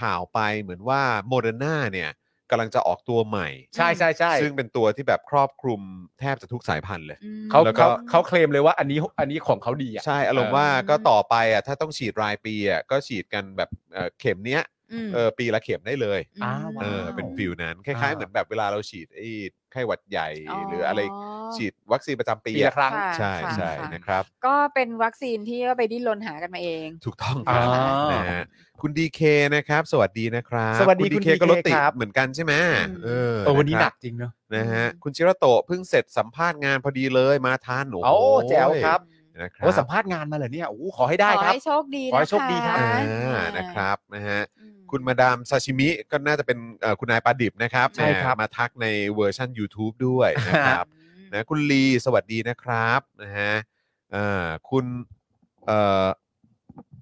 Speaker 3: ข่าวไปเหมือนว่าโมเดอร์นาเนี่ยกำลังจะออกตัวใหม่
Speaker 6: ใช่ใช่ใช่
Speaker 3: ซึ่งเป็นตัวที่แบบครอบคลุมแทบจะทุกสายพันธุ์เลย
Speaker 4: อืม
Speaker 6: เขา
Speaker 3: แล้วก็
Speaker 6: เขาเขาเคลมเลยว่าอันนี้อันนี้ของเขาดีอ่ะ
Speaker 3: ใช่ อารมณ์
Speaker 6: เออ
Speaker 3: ว่า
Speaker 4: อืม
Speaker 3: ก็ต่อไปอ่ะถ้าต้องฉีดรายปีอ่ะก็ฉีดกันแบบเอ่อเข็มเนี้ย
Speaker 4: ม
Speaker 3: เออปีละเข็มได้เลย
Speaker 4: ม
Speaker 6: อ่า
Speaker 3: เอ
Speaker 6: ว้าว
Speaker 3: อเป็นฟิลนั้นคล้ายๆ
Speaker 6: อ่า
Speaker 3: เหมือนแบบเวลาเราฉีดไอ้ไข้หวัดใหญ่หรืออะไรฉีดวัคซีนประจำปี
Speaker 6: ปีละ
Speaker 3: อ่ะ
Speaker 6: ครั้ง
Speaker 4: ค่ะ
Speaker 3: ใช่
Speaker 4: ค่ะ
Speaker 3: ใช่
Speaker 4: ค่ะ
Speaker 3: นะครับ
Speaker 4: ก็เป็นวัคซีนที่ก็ไปดิ้นรนหากันมาเอง
Speaker 3: ถูกต้องครับ
Speaker 6: อ่าน
Speaker 3: นะฮะคุณดีเคนะครับ สวัสดีนะครับ
Speaker 6: สวัสดีคุณ
Speaker 3: เคก็รถ
Speaker 6: DK
Speaker 3: ติด
Speaker 6: ครับ
Speaker 3: เหมือนกันใช่ไหม
Speaker 4: อืม
Speaker 3: เออ
Speaker 6: เออวันนี้
Speaker 3: ะ
Speaker 6: ห
Speaker 3: ค
Speaker 6: นั
Speaker 3: รับ
Speaker 6: กจริงเนอะ
Speaker 3: นะฮะคุณชิระโตะเพิ่งเสร็จสัมภาษณ์งานพอดีเลยมาทานหนู
Speaker 6: โอ้แจ๋วครับ
Speaker 3: นะครั
Speaker 6: โอ้สัมภาษณ์งานมาเหรอเนี่ยโอ้ขอให้ได้
Speaker 4: ขอ
Speaker 6: ครับ
Speaker 4: ให้โชคดี
Speaker 6: ขอให้โชคดีครับ
Speaker 4: นะะ
Speaker 3: อ่านะครับนะฮะ
Speaker 4: อืม
Speaker 3: คุณมาดามซาชิมิก็น่าจะเป็นเอ่อคุณนายปาดิบนะครับ
Speaker 6: ใช่ครับ
Speaker 3: นะมาทักในเวอร์ชั่น YouTube ด้วยนะครับ นะคุณลีสวัสดีนะครับนะฮะอ่าคุณเอ่อ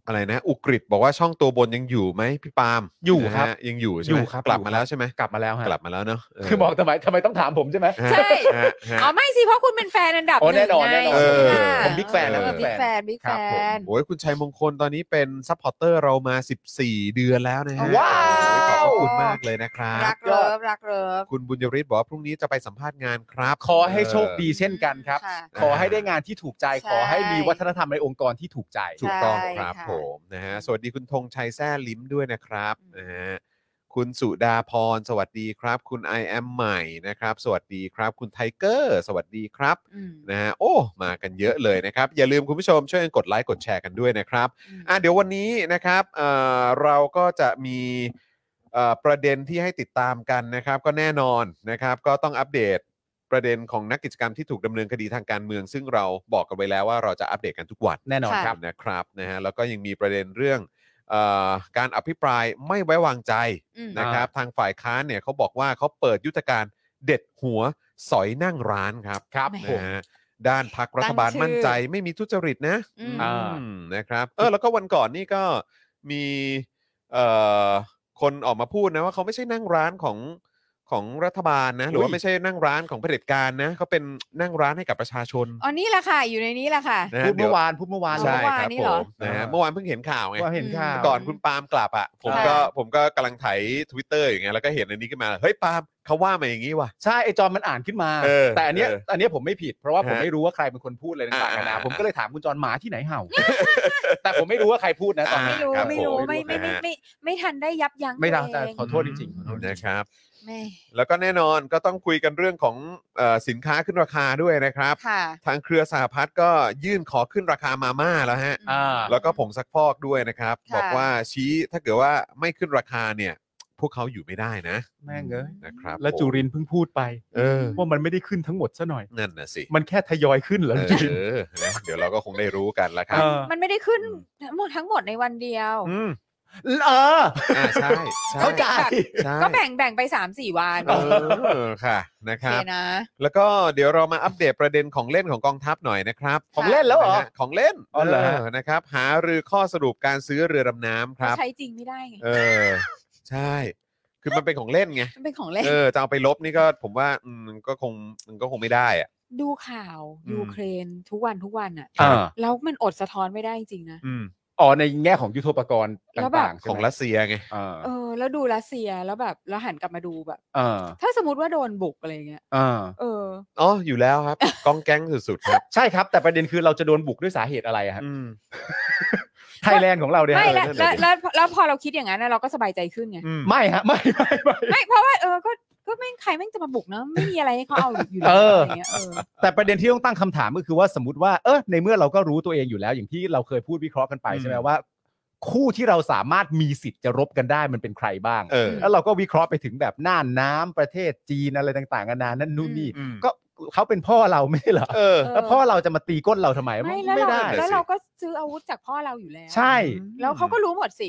Speaker 3: อะไรนะ อุกฤษบอกว่าช่องตัวบนยังอยู่ไหมพี่ปาล์ม
Speaker 6: อยู่ครับ
Speaker 3: นะฮะยังอยู่ใช่
Speaker 6: อยู่
Speaker 3: ไหม
Speaker 6: ครับ
Speaker 3: กลับ
Speaker 6: อยู่
Speaker 3: มา
Speaker 6: ครับ
Speaker 3: แล้วใช่ไหม
Speaker 6: กลับมาแล้วฮะ
Speaker 3: กลับมาแล้วเนาะเ
Speaker 6: คือบอกทำไมทำไมต้องถามผมใช่ไหม
Speaker 3: ฮะ
Speaker 4: ใช่
Speaker 3: ฮะฮะ
Speaker 4: อ๋อไม่สิเพราะคุณเป็นแฟนอันดับห
Speaker 6: โอ้
Speaker 4: นึ่ง
Speaker 6: แน่นอน
Speaker 4: ไง
Speaker 6: แน่นอน
Speaker 3: เออ
Speaker 4: ค่ะ
Speaker 3: ผม Big Fan นะ
Speaker 4: เออ
Speaker 3: Big
Speaker 4: Big Fan Big
Speaker 6: ครับผม
Speaker 4: Fan
Speaker 3: โอ้ยคุณชัยมงคลตอนนี้เป็นซัพพอร์เตอร์เรามา 14 เดือนแล้วนะฮะ
Speaker 6: ว้าว
Speaker 3: โอ้ยขอบพระคุณมากเลยนะครับ
Speaker 4: รักเลิฟรักเลิฟ
Speaker 3: คุณบุญยริศบอกว่าพรุ่งนี้จะไปสัมภาษณ์งานครับ
Speaker 6: ขอให้โชคดีเช่นกันครับ
Speaker 4: ค่ะ
Speaker 6: ขอให้ได้งานที่ถูกใจ
Speaker 4: ใช่
Speaker 6: ขอให้มีวัฒนธรรมในองค์กรที่ถูกใจ
Speaker 3: ถูกต้อง
Speaker 4: ใช่
Speaker 3: ครับ
Speaker 4: ค่ะ
Speaker 3: ผมนะฮะสวัสดีคุณธงชัยแซ่ลิ้มด้วยนะครับนะฮะคุณสุดาพร สวัสดีครับ คุณ I am ใหม่นะครับ สวัสดีครับ คุณไทเกอร์ สวัสดีครับ
Speaker 4: อืม
Speaker 3: นะฮะโอ้มากันเยอะเลยนะครับ อย่าลืมคุณผู้ชมช่วยกันกดไลค์กดแชร์กันด้วยนะครับอ่ะเดี๋ยววันนี้นะครับเอ่อเราก็จะมีเอ่อประเด็นที่ให้ติดตามกันนะครับ ก็แน่นอนนะครับ ก็ต้องอัปเดตประเด็นของนักกิจกรรมที่ถูกดำเนินคดีทางการเมือง ซึ่งเราบอกกันไว้แล้วว่าเราจะอัปเดตกันทุกวัน
Speaker 6: แน่นอนครับ
Speaker 3: นะครับนะฮะแล้วก็ยังมีประเด็นเรื่องเออการอภิปรายไม่ไว้วางใจ
Speaker 4: อืม
Speaker 3: นะครับ ทางฝ่ายค้านเนี่ยเขาบอกว่าเขาเปิดยุทธการเด็ดหัวสอยนั่งร้านครับ
Speaker 6: ครับ
Speaker 4: แหม่
Speaker 3: นะฮะด้านพักรัฐบาลมั่นใจไม่มีทุจริตนะ
Speaker 4: อืม
Speaker 6: อ่า
Speaker 3: อืมนะครับเออแล้วก็วันก่อนนี่ก็มีเอ่อคนออกมาพูดนะว่าเขาไม่ใช่นั่งร้านของของรัฐบาลนะหรือว่าไม่ใช่นั่งร้านของเผด็จการนะเขาเป็นนั่งร้านให้กับประชาชน
Speaker 4: อ๋อนี่แหละค่ะ อยู่ในนี้แหละค่ะ
Speaker 3: นะฮะ
Speaker 6: พูด
Speaker 3: ดี๋
Speaker 6: เมื่
Speaker 3: ย
Speaker 6: อวานพูดเมื่อวาน
Speaker 4: ใช่
Speaker 3: ใช่
Speaker 4: เมื่อวา
Speaker 3: คน รับ
Speaker 4: นี้
Speaker 3: ผ
Speaker 4: เหรอ
Speaker 3: มนะฮะเมื่อวานเพิ่งเห็นข่าวไง
Speaker 6: ว่าเห็นข่าว
Speaker 3: ก่อนคุณปาล์มกลับอ่ะผมก็
Speaker 4: ค่ะ
Speaker 3: ผมก็กำลังไถทวิตเตอร์อย่างเงี้ยแล้วก็เห็นอันนี้ขึ้นมา เฮ้ยปาล์ม เขาว่ามาอย่างนี้ว่ะ
Speaker 6: ใช่ไอจอมมันอ่านขึ้นมา
Speaker 3: เออ
Speaker 6: แต่อันเนี้ย
Speaker 3: เออ
Speaker 6: แต่อันเนี้ยผมไม่ผิด เพราะว่าผม
Speaker 3: ฮะ
Speaker 6: ไม่รู้ว่าใครเป็นคนพูดอะไรต่างๆกันา
Speaker 3: อ่า
Speaker 6: นะ
Speaker 3: อ่า
Speaker 6: ผมก็เลยถามคุณจรหมาที่ไหนเห่า แต่ผมไม่รู้ว่าใครพูดนะตอน
Speaker 3: อ่า
Speaker 6: นี้
Speaker 4: ไม่รู้
Speaker 3: ครับ
Speaker 4: ไม่รู้
Speaker 3: ผม
Speaker 4: ไม่ไม่ไม่
Speaker 3: นะฮะ
Speaker 4: ไม่ไม่ทันได้ยับยั้ง
Speaker 6: ไม่ได้
Speaker 4: ตัว
Speaker 6: แต่
Speaker 4: เอง
Speaker 6: ขอโทษจริงๆขอโทษจริง
Speaker 3: นะครับ
Speaker 4: แม่
Speaker 3: แล้วก็แน่นอนก็ต้องคุยกันเรื่องของเอ่อสินค้าขึ้นราคาด้วยนะครับ
Speaker 4: ค่ะ
Speaker 3: ทางเครือสหพัฒน์ก็ยื่นขอขึ้นราคามาม่าแล้วฮะ
Speaker 6: อ่า
Speaker 3: แล้วก็ผงซักฟอกด้วยนะครับ
Speaker 4: ค่ะ
Speaker 3: บอกว่าชี้ถ้าเกิดว่าไม่ขึ้นราคาเนี่ย พวกเขาอยู่ไม่ได้นะ
Speaker 6: ๆแม่งเอ้ย
Speaker 3: นะครับ
Speaker 6: แล้วจุรินทร์เพิ่งพูดไป
Speaker 3: เออ
Speaker 6: ว่ามันไม่ได้ขึ้นทั้งหมดซะหน่อย
Speaker 3: นั่นนะสิ
Speaker 6: มันแค่ทยอยขึ้นเหรอ
Speaker 3: เออ
Speaker 6: จริง
Speaker 3: เออนะเดี๋ยวเราก็คงได้รู้กันละครับ
Speaker 6: เออ
Speaker 4: มันไม่ได้ขึ้นหมดทั้งหมดในวันเดียว
Speaker 3: อืม
Speaker 6: เออ
Speaker 3: อ่าใช่ใช่
Speaker 6: เข้าใจ
Speaker 3: ใช่
Speaker 4: ก็แบ่งแบ่งไปสามสี่วัน
Speaker 3: เออค่ะนะค
Speaker 4: โอเครับ นะ
Speaker 3: แล้วก็เดี๋ยวเรามาอัปเดตประเด็นของเล่นของกองทัพหน่อยนะครับ
Speaker 6: ของเล่นแล้วเหรอ
Speaker 3: นะฮะของเล่น
Speaker 6: อ๋อเหรอฮะ
Speaker 3: นะครับ หารือข้อสรุปการซื้อเรือดำน้ำครับ
Speaker 4: ใช้จริงไม่ได้ไง
Speaker 3: เออ ใช่ คือมันเป็นของเล่นไง
Speaker 4: มันเป็นของเล่น
Speaker 3: เออจะเอาไปลบนี่ก็ผมว่าอืมก็คงมันก็คงไม่ได้อะ
Speaker 4: ดูข่าว
Speaker 3: อืม
Speaker 4: ยูเครนทุกวันทุกวันอะ
Speaker 6: อ่า
Speaker 4: แล้วมันอดสะท้อนไม่ได้จริงๆนะ
Speaker 3: อืม
Speaker 6: อ๋อในแง่ของยุทโธปกรณ์
Speaker 4: แล้วแบบ
Speaker 6: ต่างๆใช่ไหม
Speaker 3: ของรัสเซียไง
Speaker 6: อ่า
Speaker 4: เออ แล้วดูรัสเซียแล้วแบบแล้วหันกลับมาดูแบบ
Speaker 6: อ่า
Speaker 4: ถ้าสมมติว่าโดนบุกอะไรเงี้ย
Speaker 6: อ่า
Speaker 4: เออ
Speaker 3: อ๋อ อยู่แล้ว ครับ กองแก๊งสุดๆครับ
Speaker 6: ใช่ครับ แต่ประเด็นคือเราจะโดนบุกด้วยสาเหตุอะไรอะฮะ
Speaker 3: อืม
Speaker 6: ไทยแลนด์ของเราเนี่ยฮะ
Speaker 4: ไม่แล้ว
Speaker 3: เออนั่
Speaker 4: แล้
Speaker 3: น
Speaker 4: ว
Speaker 3: แหละ
Speaker 4: แล้วแล้วพอเราคิดอย่างนั้นนะเราก็สบายใจขึ้นไง
Speaker 3: อืม
Speaker 6: ไม่ฮะไม่ไม่ไม่
Speaker 4: ไม่เพราะว่าเออก็ก็ไม่งใครแม่งจะมาบุกเนอะไม่มีอะไรให้เขาเอาอยู่แล้ว
Speaker 6: เอออ
Speaker 4: อะไรเงี้ยเออ
Speaker 6: แต่ประเด็นที่ต้องตั้งคำถามก็คือว่าสมมติว่าเออในเมื่อเราก็รู้ตัวเองอยู่แล้ว อย่างที่เราเคยพูดวิเคราะห์กันไปใช่ไหมว่า คู่ที่เราสามารถมีสิทธิ์จะรบกันได้มันเป็นใครบ้าง
Speaker 3: เออ
Speaker 6: แล้วเราก็วิเคราะห์ไปถึงแบบน่านน้ำประเทศจีนอะไรต่างๆนานานั่นนู่นนี่
Speaker 3: อืม
Speaker 6: ก็เขาเป็นพ่อเราไม่ใช่เหรอ
Speaker 3: เออ
Speaker 4: เออ
Speaker 6: แล้วพ่อเราจะมาตีก้นเราทำไม
Speaker 4: ไม่แล้ว
Speaker 6: ไม่
Speaker 4: เรา
Speaker 6: ได้
Speaker 3: น่ะสิ
Speaker 4: แล้วเราก็ซื้ออาวุธจากพ่อเราอยู่แล้ว
Speaker 6: ใช่
Speaker 4: แล้วเขาก็รู้หมดสิ